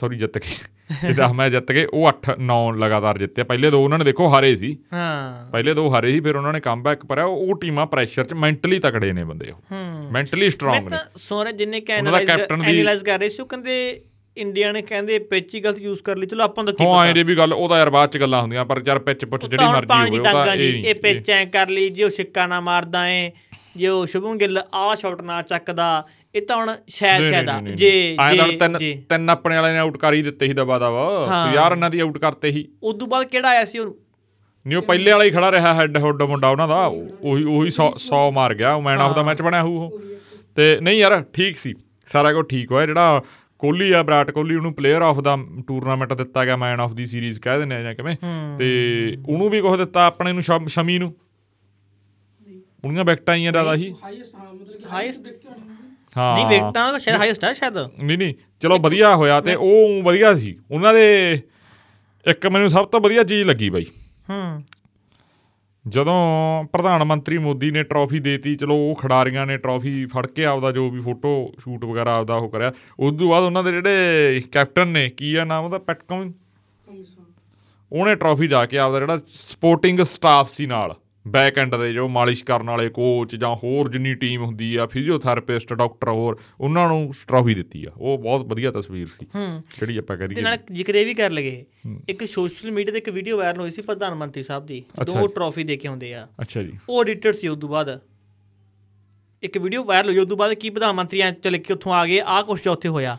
S2: ਸੌਰੀ ਜਿੱਤ ਗਏ ਇਹ 10 ਮੈਚ ਜਿੱਤ ਗਏ ਉਹ 8 9 ਲਗਾਤਾਰ ਜਿੱਤੇ ਪਹਿਲੇ ਦੋ ਉਹਨਾਂ ਨੇ ਦੇਖੋ ਹਾਰੇ ਸੀ
S1: ਹਾਂ
S2: ਪਹਿਲੇ ਦੋ ਹਾਰੇ ਸੀ ਫਿਰ ਉਹਨਾਂ ਨੇ ਕਮਬੈਕ ਭਰਿਆ ਉਹ ਟੀਮਾਂ ਪ੍ਰੈਸ਼ਰ 'ਚ ਮੈਂਟਲੀ ਤਕੜੇ ਨੇ ਬੰਦੇ ਉਹ
S1: ਹੂੰ
S2: ਮੈਂਟਲੀ
S1: ਮੈਂ
S2: ਸਟਰੋਂਗ ਨੇ
S1: ਤਾਂ ਸੋਹਰੇ ਜਿੰਨੇ ਕਿ
S2: ਉਹਨਾਂ ਦਾ
S1: ਐਨਾਲਾਈਜ਼
S2: captain ਦੀ-
S1: ਐਨਾਲਾਈਜ਼ ਕਰ ਰਹੇ ਸੀ ਉਹ ਕਹਿੰਦੇ ਇੰਡੀਆ ਨੇ ਕਹਿੰਦੇ ਪਿੱਚ ਹੀ ਗਲਤ ਯੂਜ਼ ਕਰ ਲਈ ਚਲੋ ਆਪਾਂ ਨੂੰ ਤਾਂ ਕੀ
S2: ਹੋ
S1: ਪਤਾ
S2: ਆਏ ਦੀ ਵੀ ਗੱਲ ਉਹ ਤਾਂ ਯਾਰ ਬਾਅਦ 'ਚ ਗੱਲਾਂ ਹੁੰਦੀਆਂ ਪਰ ਯਾਰ ਪਿੱਚ ਪੁੱਛ ਜਿਹੜੀ
S1: ਤਾਂ ਹੁਣ
S2: ਮਰਜ਼ੀ
S1: ਪਾਣੀ
S2: ਹੋਵੇ ਉਹ ਤਾਂ
S1: ਡਾਂਗਾ ਜੀ
S2: ਇਹ
S1: ਇਹ ਪਿੱਚ ਐ ਕਰ ਲਈ ਜੇ ਉਹ ਛਿੱਕਾ ਨਾ ਮਾਰਦਾ ਏ ਜੇ ਉਹ ਸ਼ੁਭਮ ਗਿੱਲ ਆ ਸ਼ਾਟ ਨਾ ਚੱਕਦਾ ਇਹ ਤਾਂ ਹੁਣ ਸ਼ਾਇਦ ਸ਼ਾਇਦ ਆ ਜੇ ਜੇ
S2: ਤਿੰਨ
S1: ਜੇ
S2: ਤਿੰਨ ਆਪਣੇ ਵਾਲੇ ਨੇ ਆਊਟ ਕਰ ਹੀ ਦਿੱਤੇ ਸੀ ਦਬਾ ਦਵਾ ਯਾਰ ਇਹਨਾਂ ਦੀ ਆਊਟ ਕਰਤੇ ਹੀ
S1: ਉਦੋਂ ਬਾਅਦ ਕਿਹੜਾ ਆਇਆ ਸੀ ਉਹ
S2: ਨਹੀਂ ਉਹ ਪਹਿਲੇ ਵਾਲਾ ਹੀ ਖੜਾ ਰਿਹਾ ਹੈਡ ਹੁੱਡ ਮੁੰਡਾ ਉਹਨਾਂ ਦਾ ਉਹ- ਉਹੀ ਉਹੀ 100 ਮਾਰ ਗਿਆ ਉਹ ਮੈਨ ਆਫ ਦਾ ਮੈਚ ਬਣਿਆ ਹੋਊ ਉਹ ਤੇ ਨਹੀਂ ਯਾਰ ਠੀਕ ਸੀ ਸਾਰਾ ਕੁਝ ਠੀਕ ਹੋਇਆ ਜਿਹੜਾ ਕੋਹਲੀ ਆ ਵਿਰਾਟ ਕੋਹਲੀ ਉਹਨੂੰ ਪਲੇਅਰ ਆਫ ਦਾ ਟੂਰਨਾਮੈਂਟ ਦਿੱਤਾ ਗਿਆ ਮੈਨ ਆਫ ਦੀ ਸੀਰੀਜ਼ ਕਹਿ ਦਿੰਦੇ ਆ ਜਾਂ ਕਿਵੇਂ ਤੇ ਉਹਨੂੰ ਵੀ ਕੁਝ ਦਿੱਤਾ ਆਪਣੇ ਨੂੰ ਸ਼ਮ- ਸ਼ਮੀ ਨੂੰ ਉਹਨੀਆਂ ਵਿਕਟਾਂ ਆਈਆਂ ਜ਼ਿਆਦਾ ਹੀ
S3: ਹਾਈਐਸਟ ਹਾਂ ਮਤਲਬ ਕਿ
S1: Highest?
S3: highest ਵਿਕਟ
S2: ਹਾਂ
S1: ਨਹੀਂ ਵਿਕਟਾਂ ਦਾ ਸ਼ਾਇਦ ਹਾਈਐਸਟ ਹੈ ਸ਼ਾਇਦ
S2: ਨਹੀਂ ਨਹੀਂ ਚਲੋ ਵਧੀਆ ਹੋਇਆ ਤੇ ਉਹ ਵਧੀਆ ਸੀ ਉਹਨਾਂ ਦੇ ਇੱਕ ਮੈਨੂੰ ਸਭ ਤੋਂ ਵਧੀਆ ਚੀਜ਼ ਲੱਗੀ ਬਾਈ
S1: ਹੂੰ
S2: ਜਦੋਂ ਪ੍ਰਧਾਨ ਮੰਤਰੀ ਮੋਦੀ ਨੇ ਟਰੋਫੀ ਦੇਤੀ ਚਲੋ ਉਹ ਖਿਡਾਰੀਆਂ ਨੇ ਟਰੋਫੀ ਫੜ ਕੇ ਆਪਦਾ ਜੋ ਵੀ ਫੋਟੋ ਸ਼ੂਟ ਵਗੈਰਾ ਆਪਦਾ ਉਹ ਕਰਿਆ ਉਸ ਤੋਂ ਬਾਅਦ ਉਹਨਾਂ ਦੇ ਜਿਹੜੇ ਕੈਪਟਨ ਨੇ ਕੀ ਆ ਨਾਮ ਉਹਦਾ ਪੈਟਕਮ ਉਹਨੇ ਟਰੋਫੀ ਜਾ ਕੇ ਆਪਦਾ ਜਿਹੜਾ ਸਪੋਰਟਿੰਗ ਸਟਾਫ ਸੀ ਨਾਲ ਬੈਕ ਐਂਡ ਦੇ ਜੋ ਮਾਲਿਸ਼ ਕਰਨ ਵਾਲੇ ਕੋਚ ਜਾਂ ਹੋਰ ਜਿੰਨੀ ਟੀਮ ਹੁੰਦੀ ਆ ਫਿਜ਼ੀਓਥੈਰੇਪਿਸਟ ਡਾਕਟਰ ਹੋਰ ਉਹਨਾਂ ਨੂੰ ਟਰੋਫੀ ਦਿੱਤੀ ਆ ਉਹ ਬਹੁਤ ਵਧੀਆ ਤਸਵੀਰ ਸੀ
S1: ਹੂੰ
S2: ਜਿਹੜੀ ਆਪਾਂ ਕਹਿ
S1: ਤੇ
S2: ਦਈਏ
S1: ਨਾਲ ਜ਼ਿਕਰ ਇਹ ਵੀ ਕਰ ਲਗੇ ਇੱਕ ਸੋਸ਼ਲ ਮੀਡੀਆ ਤੇ ਇੱਕ ਵੀਡੀਓ ਵਾਇਰਲ ਹੋਈ ਸੀ ਪ੍ਰਧਾਨ ਮੰਤਰੀ ਸਾਹਿਬ ਦੀ
S2: ਅੱਛਾ
S1: ਦੋ
S2: ਜੀ।
S1: ਟਰੋਫੀ ਦੇ ਕੇ ਆਉਂਦੇ ਆ
S2: ਅੱਛਾ ਜੀ
S1: ਉਹ ਐਡੀਟਡ ਸੀ ਉਸ ਤੋਂ ਬਾਅਦ ਇੱਕ ਵੀਡੀਓ ਵਾਇਰਲ ਹੋਈ ਉਸ ਤੋਂ ਬਾਅਦ ਕੀ ਪ੍ਰਧਾਨ ਮੰਤਰੀ ਐ ਚਲੇ ਕੇ ਉੱਥੋਂ ਆ ਗਏ ਆਹ ਕੁਛ ਜੋ ਉੱਥੇ ਹੋਇਆ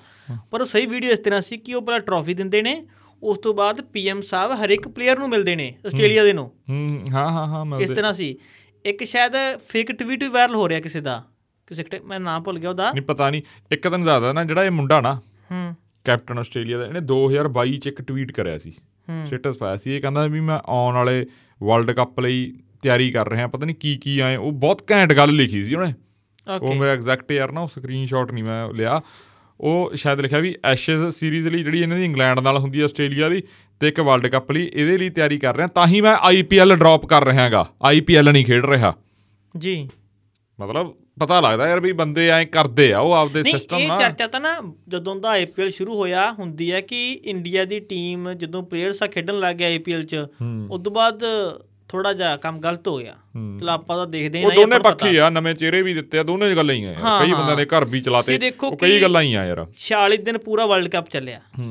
S1: ਪਰ ਉਹ ਸਹੀ ਵੀਡੀਓ ਇਸ ਤਰ੍ਹਾਂ ਸੀ ਕਿ ਉਹ ਪਹਿਲਾਂ ਟਰੋਫੀ ਦਿੰਦੇ ਨੇ ਉਸ ਤੋਂ ਬਾਅਦ ਪੀਐਮ ਸਾਹਿਬ ਹਰ ਇੱਕ ਪਲੇਅਰ ਨੂੰ ਮਿਲਦੇ ਨੇ ਆਸਟ੍ਰੇਲੀਆ ਦੇ ਨੂੰ
S2: ਹੂੰ ਹਾਂ ਹਾਂ ਹਾਂ ਮੈਂ
S1: ਇਸ ਤਰ੍ਹਾਂ ਸੀ ਇੱਕ ਸ਼ਾਇਦ ਫੇਕ ਟਵੀਟ ਵੀ ਵਾਇਰਲ ਹੋ ਰਿਹਾ ਕਿਸੇ ਦਾ ਕਿਸੇ ਟੈ- ਮੈਂ ਨਾਮ ਭੁੱਲ ਗਿਆ ਉਹਦਾ
S2: ਨਹੀਂ ਪਤਾ ਨਹੀਂ ਇੱਕ ਦਿਨ ਦੱਸਦਾ ਨਾ ਜਿਹੜਾ ਇਹ ਮੁੰਡਾ ਨਾ
S1: ਹੂੰ
S2: ਕੈਪਟਨ ਆਸਟ੍ਰੇਲੀਆ ਦਾ ਇਹਨੇ 2022 ਚ ਇੱਕ ਟਵੀਟ ਕਰਿਆ ਸੀ ਸਟੇਟਸ ਪਾਇਆ ਸੀ ਇਹ ਕਹਿੰਦਾ ਵੀ ਮੈਂ ਆਉਣ ਵਾਲੇ ਵਰਲਡ ਕੱਪ ਲਈ ਤਿਆਰੀ ਕਰ ਰਿਹਾ ਪਤਾ ਨਹੀਂ ਕੀ ਕੀ ਆਏ ਉਹ ਬਹੁਤ ਘੈਂਟ ਗੱਲ ਲਿਖੀ ਸੀ ਉਹਨੇ ਉਹ
S1: ਓਕੇ
S2: ਮੇਰਾ ਐਗਜ਼ੈਕਟ ਯਾਰ ਨਾ ਉਹ ਸਕਰੀਨਸ਼ਾਟ ਨਹੀਂ ਮੈਂ ਲਿਆ ਉਹ ਸ਼ਾਇਦ ਲਿਖਿਆ ਵੀ ਐਸ਼ੇਜ਼ ਸੀਰੀਜ਼ ਲਈ ਜਿਹੜੀ ਇਹਨਾਂ ਦੀ ਇੰਗਲੈਂਡ ਨਾਲ ਹੁੰਦੀ ਹੈ ਆਸਟ੍ਰੇਲੀਆ ਦੀ ਤੇ ਇੱਕ ਵਰਲਡ ਕੱਪ ਲਈ ਇਹਦੇ ਲਈ ਤਿਆਰੀ ਕਰ ਰਿਹਾ ਤਾਂ ਹੀ ਮੈਂ ਆਈਪੀਐਲ ਡ੍ਰੌਪ ਕਰ ਰਿਹਾਗਾ ਆਈਪੀਐਲ ਨਹੀਂ ਖੇਡ ਰਿਹਾ
S1: ਜੀ
S2: ਮਤਲਬ ਪਤਾ ਲੱਗਦਾ ਯਾਰ ਵੀ ਬੰਦੇ ਐ ਕਰਦੇ ਆ ਉਹ ਆਪਦੇ
S1: ਨਹੀਂ
S2: ਸਿਸਟਮ
S1: ਇਹ
S2: ਨਾਲ
S1: ਚਰਚਾ ਤਾਂ ਨਾ ਜਦੋਂ ਦਾ ਆਈਪੀਐਲ ਸ਼ੁਰੂ ਹੋਇਆ ਹੁੰਦੀ ਹੈ ਕਿ ਇੰਡੀਆ ਦੀ ਟੀਮ ਜਦੋਂ ਪਲੇਅਰਸ ਆ ਖੇਡਣ ਲੱਗ ਗਿਆ ਆਈਪੀਐਲ 'ਚ ਉਸ ਤੋਂ ਬਾਅਦ ਥੋੜਾ ਜਿਹਾ ਕੰਮ ਗਲਤ ਹੋ ਗਿਆ ਚਲੋ ਆਪਾਂ ਤਾਂ ਦੇਖਦੇ ਹੀ
S2: ਉਹ
S1: ਨਹੀਂ
S2: ਦੋਨੇ
S1: ਆਪਾਂ ਨੂੰ
S2: ਪੱਖੀ ਆ ਨਵੇਂ ਚਿਹਰੇ ਵੀ ਦਿੱਤੇ ਆ ਦੋਨੇ ਗੱਲਾਂ ਹੀ ਆ ਯਾਰ।
S1: ਹਾਂ,
S2: ਕਈ
S1: ਹਾਂ।
S2: ਬੰਦਿਆਂ ਦੇ ਘਰ ਵੀ
S1: ਤੁਸੀਂ
S2: ਚਲਾਤੇ
S1: ਦੇਖੋ
S2: ਉਹ ਕਈ
S1: ਕਿ-
S2: ਗੱਲਾਂ ਹੀ ਆ ਯਾਰ
S1: ਪਤਾ। 46 ਦਿਨ ਪੂਰਾ ਵਰਲਡ ਕੱਪ ਚੱਲਿਆ
S2: ਹੂੰ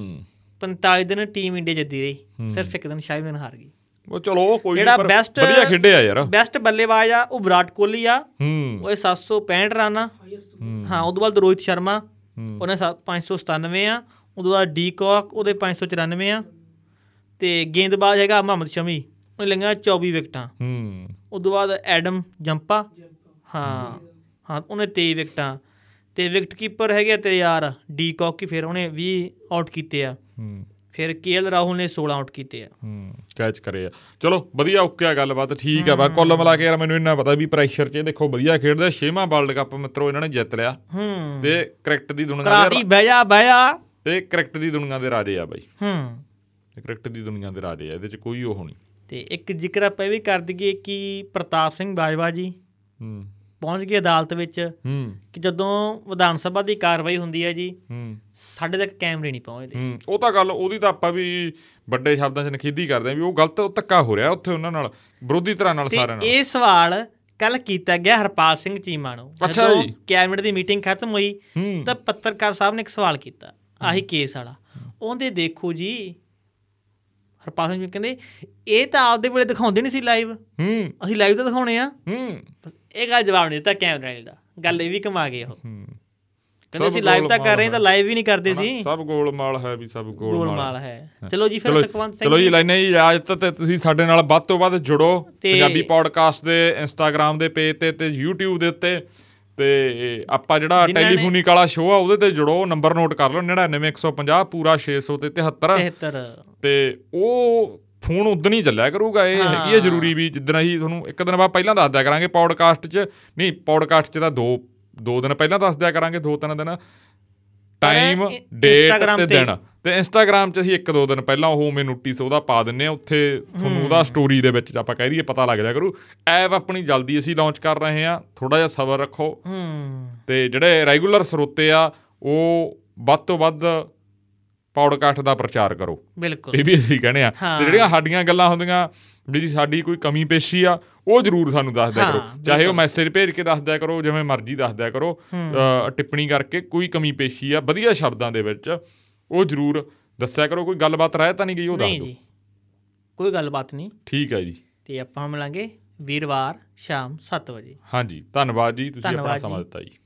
S1: 45 ਦਿਨ ਟੀਮ ਇੰਡੀਆ ਜਿੱਤੀ ਰਹੀ ਸਿਰਫ ਇੱਕ ਦਿਨ ਸ਼ਾਇਦ ਮੈਂ ਹਾਰ ਗਈ
S2: ਉਹ ਚਲੋ ਉਹ ਕੋਈ
S1: ਜਿਹੜਾ
S2: ਨਹੀਂ ਪਰ
S1: best-
S2: ਵਧੀਆ ਖੇਡੇ ਆ ਯਾਰ
S1: ਬੈਸਟ ਬੱਲੇਬਾਜ਼ ਆ ਉਹ ਵਿਰਾਟ ਕੋਹਲੀ ਆ
S2: ਹੂੰ
S1: ਉਹ 765 ਰਨ ਆ ਹਾਂ ਉਦੋਂ ਬਾਅਦ ਰੋਹਿਤ ਸ਼ਰਮਾ ਉਹਨੇ ਸੱਤ- 597 ਆ ਉਦੋਂ ਬਾਅਦ ਡੀ ਕੌਕ ਉਹਦੇ 594 ਆ ਤੇ ਗੇਂਦਬਾਜ਼ ਹੈਗਾ ਮੁਹੰਮਦ ਸ਼ਮੀ ਉਹਨੇ ਲਈਆਂ 24 ਵਿਕਟਾਂ
S2: ਹੂੰ
S1: ਉਦੋਂ ਬਾਅਦ ਐਡਮ ਜੰਪਾ ਹਾਂ ਹਾਂ ਉਹਨੇ 23 ਵਿਕਟਾਂ ਤੇ ਵਿਕਟ ਕੀਪਰ ਹੈਗੇ ਤੇ ਯਾਰ ਡੀ ਕੌਕ ਕੀ ਫਿਰ ਉਹਨੇ 20 ਆਊਟ ਕੀਤੇ ਆ
S2: ਹੂੰ
S1: ਫਿਰ ਕੇਐਲ ਰਾਹੁਲ ਨੇ 16 ਆਊਟ ਕੀਤੇ ਆ
S2: ਹੂੰ ਕੈਚ ਕਰੇ ਆ ਚਲੋ ਵਧੀਆ ਓਕੇ ਆ ਗੱਲਬਾਤ ਠੀਕ ਆ ਬਾ ਕੁੱਲ ਮਿਲਾ ਕੇ ਯਾਰ ਮੈਨੂੰ ਇੰਨਾ ਪਤਾ ਵੀ ਪ੍ਰੈਸ਼ਰ 'ਚ ਇਹ ਦੇਖੋ ਵਧੀਆ ਖੇਡਦੇ ਆ। ਛੇਵਾਂ ਵਰਲਡ ਕੱਪ ਮਿੱਤਰੋ ਇਹਨਾਂ ਨੇ ਜਿੱਤ ਲਿਆ
S1: ਹੂੰ
S2: ਤੇ ਕ੍ਰਿਕਟ ਦੀ ਦੁਨੀਆ
S1: ਕਰਾਰੀ ਬਹਿ ਜਾ ਬਹਿ ਜਾ
S2: ਦੇ ਇਹ ਕ੍ਰਿਕਟ ਦੀ ਦੁਨੀਆ ਦੇ ਰਾਜੇ ਆ ਬਾਈ
S1: ਹੂੰ
S2: ਇਹ ਕ੍ਰਿਕਟ ਦੀ ਦੁਨੀਆ ਦੇ ਰਾਜੇ ਆ ਇਹਦੇ 'ਚ ਕੋਈ ਉਹ ਨਹੀਂ
S1: ਤੇ ਇੱਕ ਜ਼ਿਕਰ ਆਪਾਂ ਇਹ ਵੀ ਕਰ ਦਈਏ ਕਿ ਪ੍ਰਤਾਪ ਸਿੰਘ ਬਾਜਵਾ ਜੀ
S2: ਹੂੰ
S1: ਪਹੁੰਚ ਗਏ ਅਦਾਲਤ ਵਿੱਚ
S2: ਹੂੰ
S1: ਕਿ ਜਦੋਂ ਵਿਧਾਨ ਸਭਾ ਦੀ ਕਾਰਵਾਈ ਹੁੰਦੀ ਹੈ ਜੀ
S2: ਹੂੰ
S1: ਸਾਡੇ ਤੱਕ ਕੈਮਰੇ ਨਹੀਂ ਪਹੁੰਚਦੇ
S2: ਹੂੰ ਉਹ ਤਾਂ ਗੱਲ ਉਹਦੀ ਤਾਂ ਆਪਾਂ ਵੀ ਵੱਡੇ ਸ਼ਬਦਾਂ 'ਚ ਨਖੇਦੀ ਕਰਦੇ ਆਂ ਵੀ ਉਹ ਗਲਤ ਉਹ ਧੱਕਾ ਹੋ ਰਿਹਾ ਉੱਥੇ ਉਹਨਾਂ ਨਾਲ ਵਿਰੋਧੀ ਧਿਰਾਂ ਨਾਲ ਸਾਰਿਆਂ
S1: ਤੇ
S2: ਨਾਲ
S1: ਇਹ ਸਵਾਲ ਕੱਲ ਕੀਤਾ ਗਿਆ ਹਰਪਾਲ ਸਿੰਘ ਚੀਮਾ ਨੂੰ
S2: ਅੱਛਾ
S1: ਜਦੋਂ
S2: ਜੀ।
S1: ਕੈਬਨਿਟ ਦੀ ਮੀਟਿੰਗ ਖਤਮ ਹੋਈ
S2: ਹੂੰ
S1: ਤਾਂ ਪੱਤਰਕਾਰ ਸਾਹਿਬ ਨੇ ਇੱਕ ਸਵਾਲ ਕੀਤਾ ਆਹੀ ਕੇਸ ਵਾਲਾ ਉਹਦੇ ਦੇਖੋ ਜੀ ਹਰਪਾਲ ਸਿੰਘ ਜੀ ਕਹਿੰਦੇ ਇਹ ਤਾਂ ਆਪਦੇ ਵੇਲੇ ਦਿਖਾਉਂਦੇ ਨਹੀਂ ਸੀ ਲਾਈਵ
S2: ਹੂੰ
S1: ਅਸੀਂ ਲਾਈਵ ਤਾਂ ਦਿਖਾਉਣੇ ਆ
S2: ਹੂੰ
S1: ਬਸ ਇਹ ਗੱਲ ਜਵਾਬ ਨਹੀਂ ਦਿੱਤਾ ਕੈਮਰਾ ਵਾਲੇ ਦਾ ਗੱਲ ਇਹ ਵੀ ਕਮਾ ਗਏ ਉਹ
S2: ਹੂੰ।
S1: ਕਹਿੰਦੇ
S2: ਸਭ
S1: ਅਸੀਂ ਲਾਈਵ ਤਾਂ ਕਰ ਰਹੇ ਹਾਂ, ਤਾਂ
S2: ਗੋਲਮਾਲ
S1: ਲਾਈਵ ਵੀ ਨਹੀਂ ਕਰਦੇ
S2: ਹਨਾ?
S1: ਸੀ
S2: ਸਭ ਗੋਲਮਾਲ ਹੈ ਵੀ ਸਭ ਗੋਲਮਾਲ
S1: ਗੋਲਮਾਲ ਹੈ ਚਲੋ ਜੀ ਫਿਰ
S2: ਚਲੋ
S1: ਸੁਖਵੰਤ ਸਿੰਘ
S2: ਚਲੋ ਜੀ ਲੈਣੇ ਇਜਾਜ਼ਤ ਤੇ ਤੁਸੀਂ ਸਾਡੇ ਨਾਲ ਵੱਧ ਤੋਂ ਵੱਧ ਜੁੜੋ
S1: ਤੇ-
S2: ਪੰਜਾਬੀ ਪੋਡਕਾਸਟ ਦੇ ਇੰਸਟਾਗ੍ਰam ਦੇ ਪੇਜ ਤੇ ਤੇ YouTube ਦੇ ਉੱਤੇ ਤੇ ਆਪਾਂ ਜਿਹੜਾ
S1: ਜਿਨ੍ਹਾਂ ਨੇ-
S2: ਟੈਲੀਫੋਨਿਕ ਵਾਲਾ ਸ਼ੋਅ ਆ ਉਹਦੇ ਤੇ ਜੁੜੋ ਨੰਬਰ ਨੋਟ ਕਰ ਲਓ 99150 ਪੂਰਾ 600 ਤੇ 73
S1: 73
S2: ਤੇ ਉਹ ਫੋਨ ਉਦੋਂ ਹੀ ਚੱਲਿਆ ਕਰੂਗਾ ਇਹ
S1: ਹਾਂ।
S2: ਹੈਗੀ ਹੈ ਜ਼ਰੂਰੀ ਵੀ ਜਿੱਦਣ ਅਸੀਂ ਤੁਹਾਨੂੰ ਇੱਕ ਦਿਨ ਬਾਅਦ ਪਹਿਲਾਂ ਦੱਸ ਦਿਆ ਕਰਾਂਗੇ ਪੌਡਕਾਸਟ 'ਚ ਨਹੀਂ ਪੌਡਕਾਸਟ 'ਚ ਤਾਂ ਦੋ ਦੋ ਦਿਨ ਪਹਿਲਾਂ ਦੱਸ ਦਿਆ ਕਰਾਂਗੇ ਦੋ ਤਿੰਨ ਦਿਨ ਟਾਈਮ
S1: ਇ-
S2: ਡੇਟ
S1: Instagram
S2: ਤੇ
S1: ਤੇ-
S2: ਦਿਨ ਤੇ ਇੰਸਟਾਗ੍ਰam 'ਚ ਅਸੀਂ ਇੱਕ ਦੋ ਦਿਨ ਪਹਿਲਾਂ ਉਹ ਮੇ ਨੋਟਿਸ ਉਹਦਾ ਪਾ ਦਿੰਨੇ ਆ ਉੱਥੇ ਤੁਹਾਨੂੰ ਉਹਦਾ ਸਟੋਰੀ ਦੇ ਵਿੱਚ ਆਪਾਂ ਕਹਿ ਦਈਏ ਪਤਾ ਲੱਗ ਜਾ ਕਰੂ ਐਪ ਆਪਣੀ ਜਲਦੀ ਅਸੀਂ ਲਾਂਚ ਕਰ ਰਹੇ ਆ ਥੋੜਾ ਜਿਹਾ ਸਬਰ ਰੱਖੋ
S1: ਹੂੰ
S2: ਤੇ ਜਿਹੜੇ ਰੈਗੂਲਰ ਸਰੋਤੇ ਆ ਉਹ ਵੱਧ ਤੋਂ ਵੱਧ ਪੌਡਕਾਸਟ ਦਾ ਪ੍ਰਚਾਰ ਕਰੋ
S1: ਬਿਲਕੁਲ
S2: ਇਹ ਵੀ ਅਸੀਂ ਕਹਿੰਦੇ ਆ
S1: ਹਾਂ।
S2: ਤੇ ਜਿਹੜੀਆਂ ਸਾਡੀਆਂ ਗੱਲਾਂ ਹੁੰਦੀਆਂ ਜਿਹੜੀ ਸਾਡੀ ਕੋਈ ਕਮੀ ਪੇਸ਼ੀ ਆ ਉਹ ਜਰੂਰ ਸਾਨੂੰ ਦੱਸ ਦਿਆ
S1: ਹਾਂ,
S2: ਕਰੋ ਚਾਹੇ ਉਹ ਮੈਸੇਜ ਭੇਜ ਕੇ ਦੱਸ ਦਿਆ ਕਰੋ ਜਿਵੇਂ ਮਰਜ਼ੀ ਦੱਸ ਦਿਆ ਕਰੋ ਅ, ਟਿੱਪਣੀ ਕਰਕੇ ਕੋਈ ਕਮੀ ਪੇਸ਼ੀ ਆ ਵਧੀਆ ਸ਼ਬਦਾਂ ਦੇ ਵਿੱਚ ਉਹ ਜਰੂਰ ਦੱਸਿਆ ਕਰੋ ਕੋਈ ਗੱਲਬਾਤ ਰਹਿ ਤਾਂ ਨਹੀਂ ਗਈ ਉਹ ਦੱਸ
S1: ਨਹੀਂ
S2: ਦਿਓ
S1: ਜੀ ਕੋਈ ਗੱਲਬਾਤ ਨਹੀਂ
S2: ਠੀਕ ਹੈ ਜੀ
S1: ਤੇ ਆਪਾਂ ਮਿਲਾਂਗੇ ਵੀਰਵਾਰ ਸ਼ਾਮ 7 ਵਜੇ
S2: ਹਾਂਜੀ ਧੰਨਵਾਦ ਜੀ ਤੁਸੀਂ ਆਪਣਾ
S1: ਧੰਨਵਾਦ
S2: ਸਮਾਂ
S1: ਜੀ।
S2: ਦਿੱਤਾ ਜੀ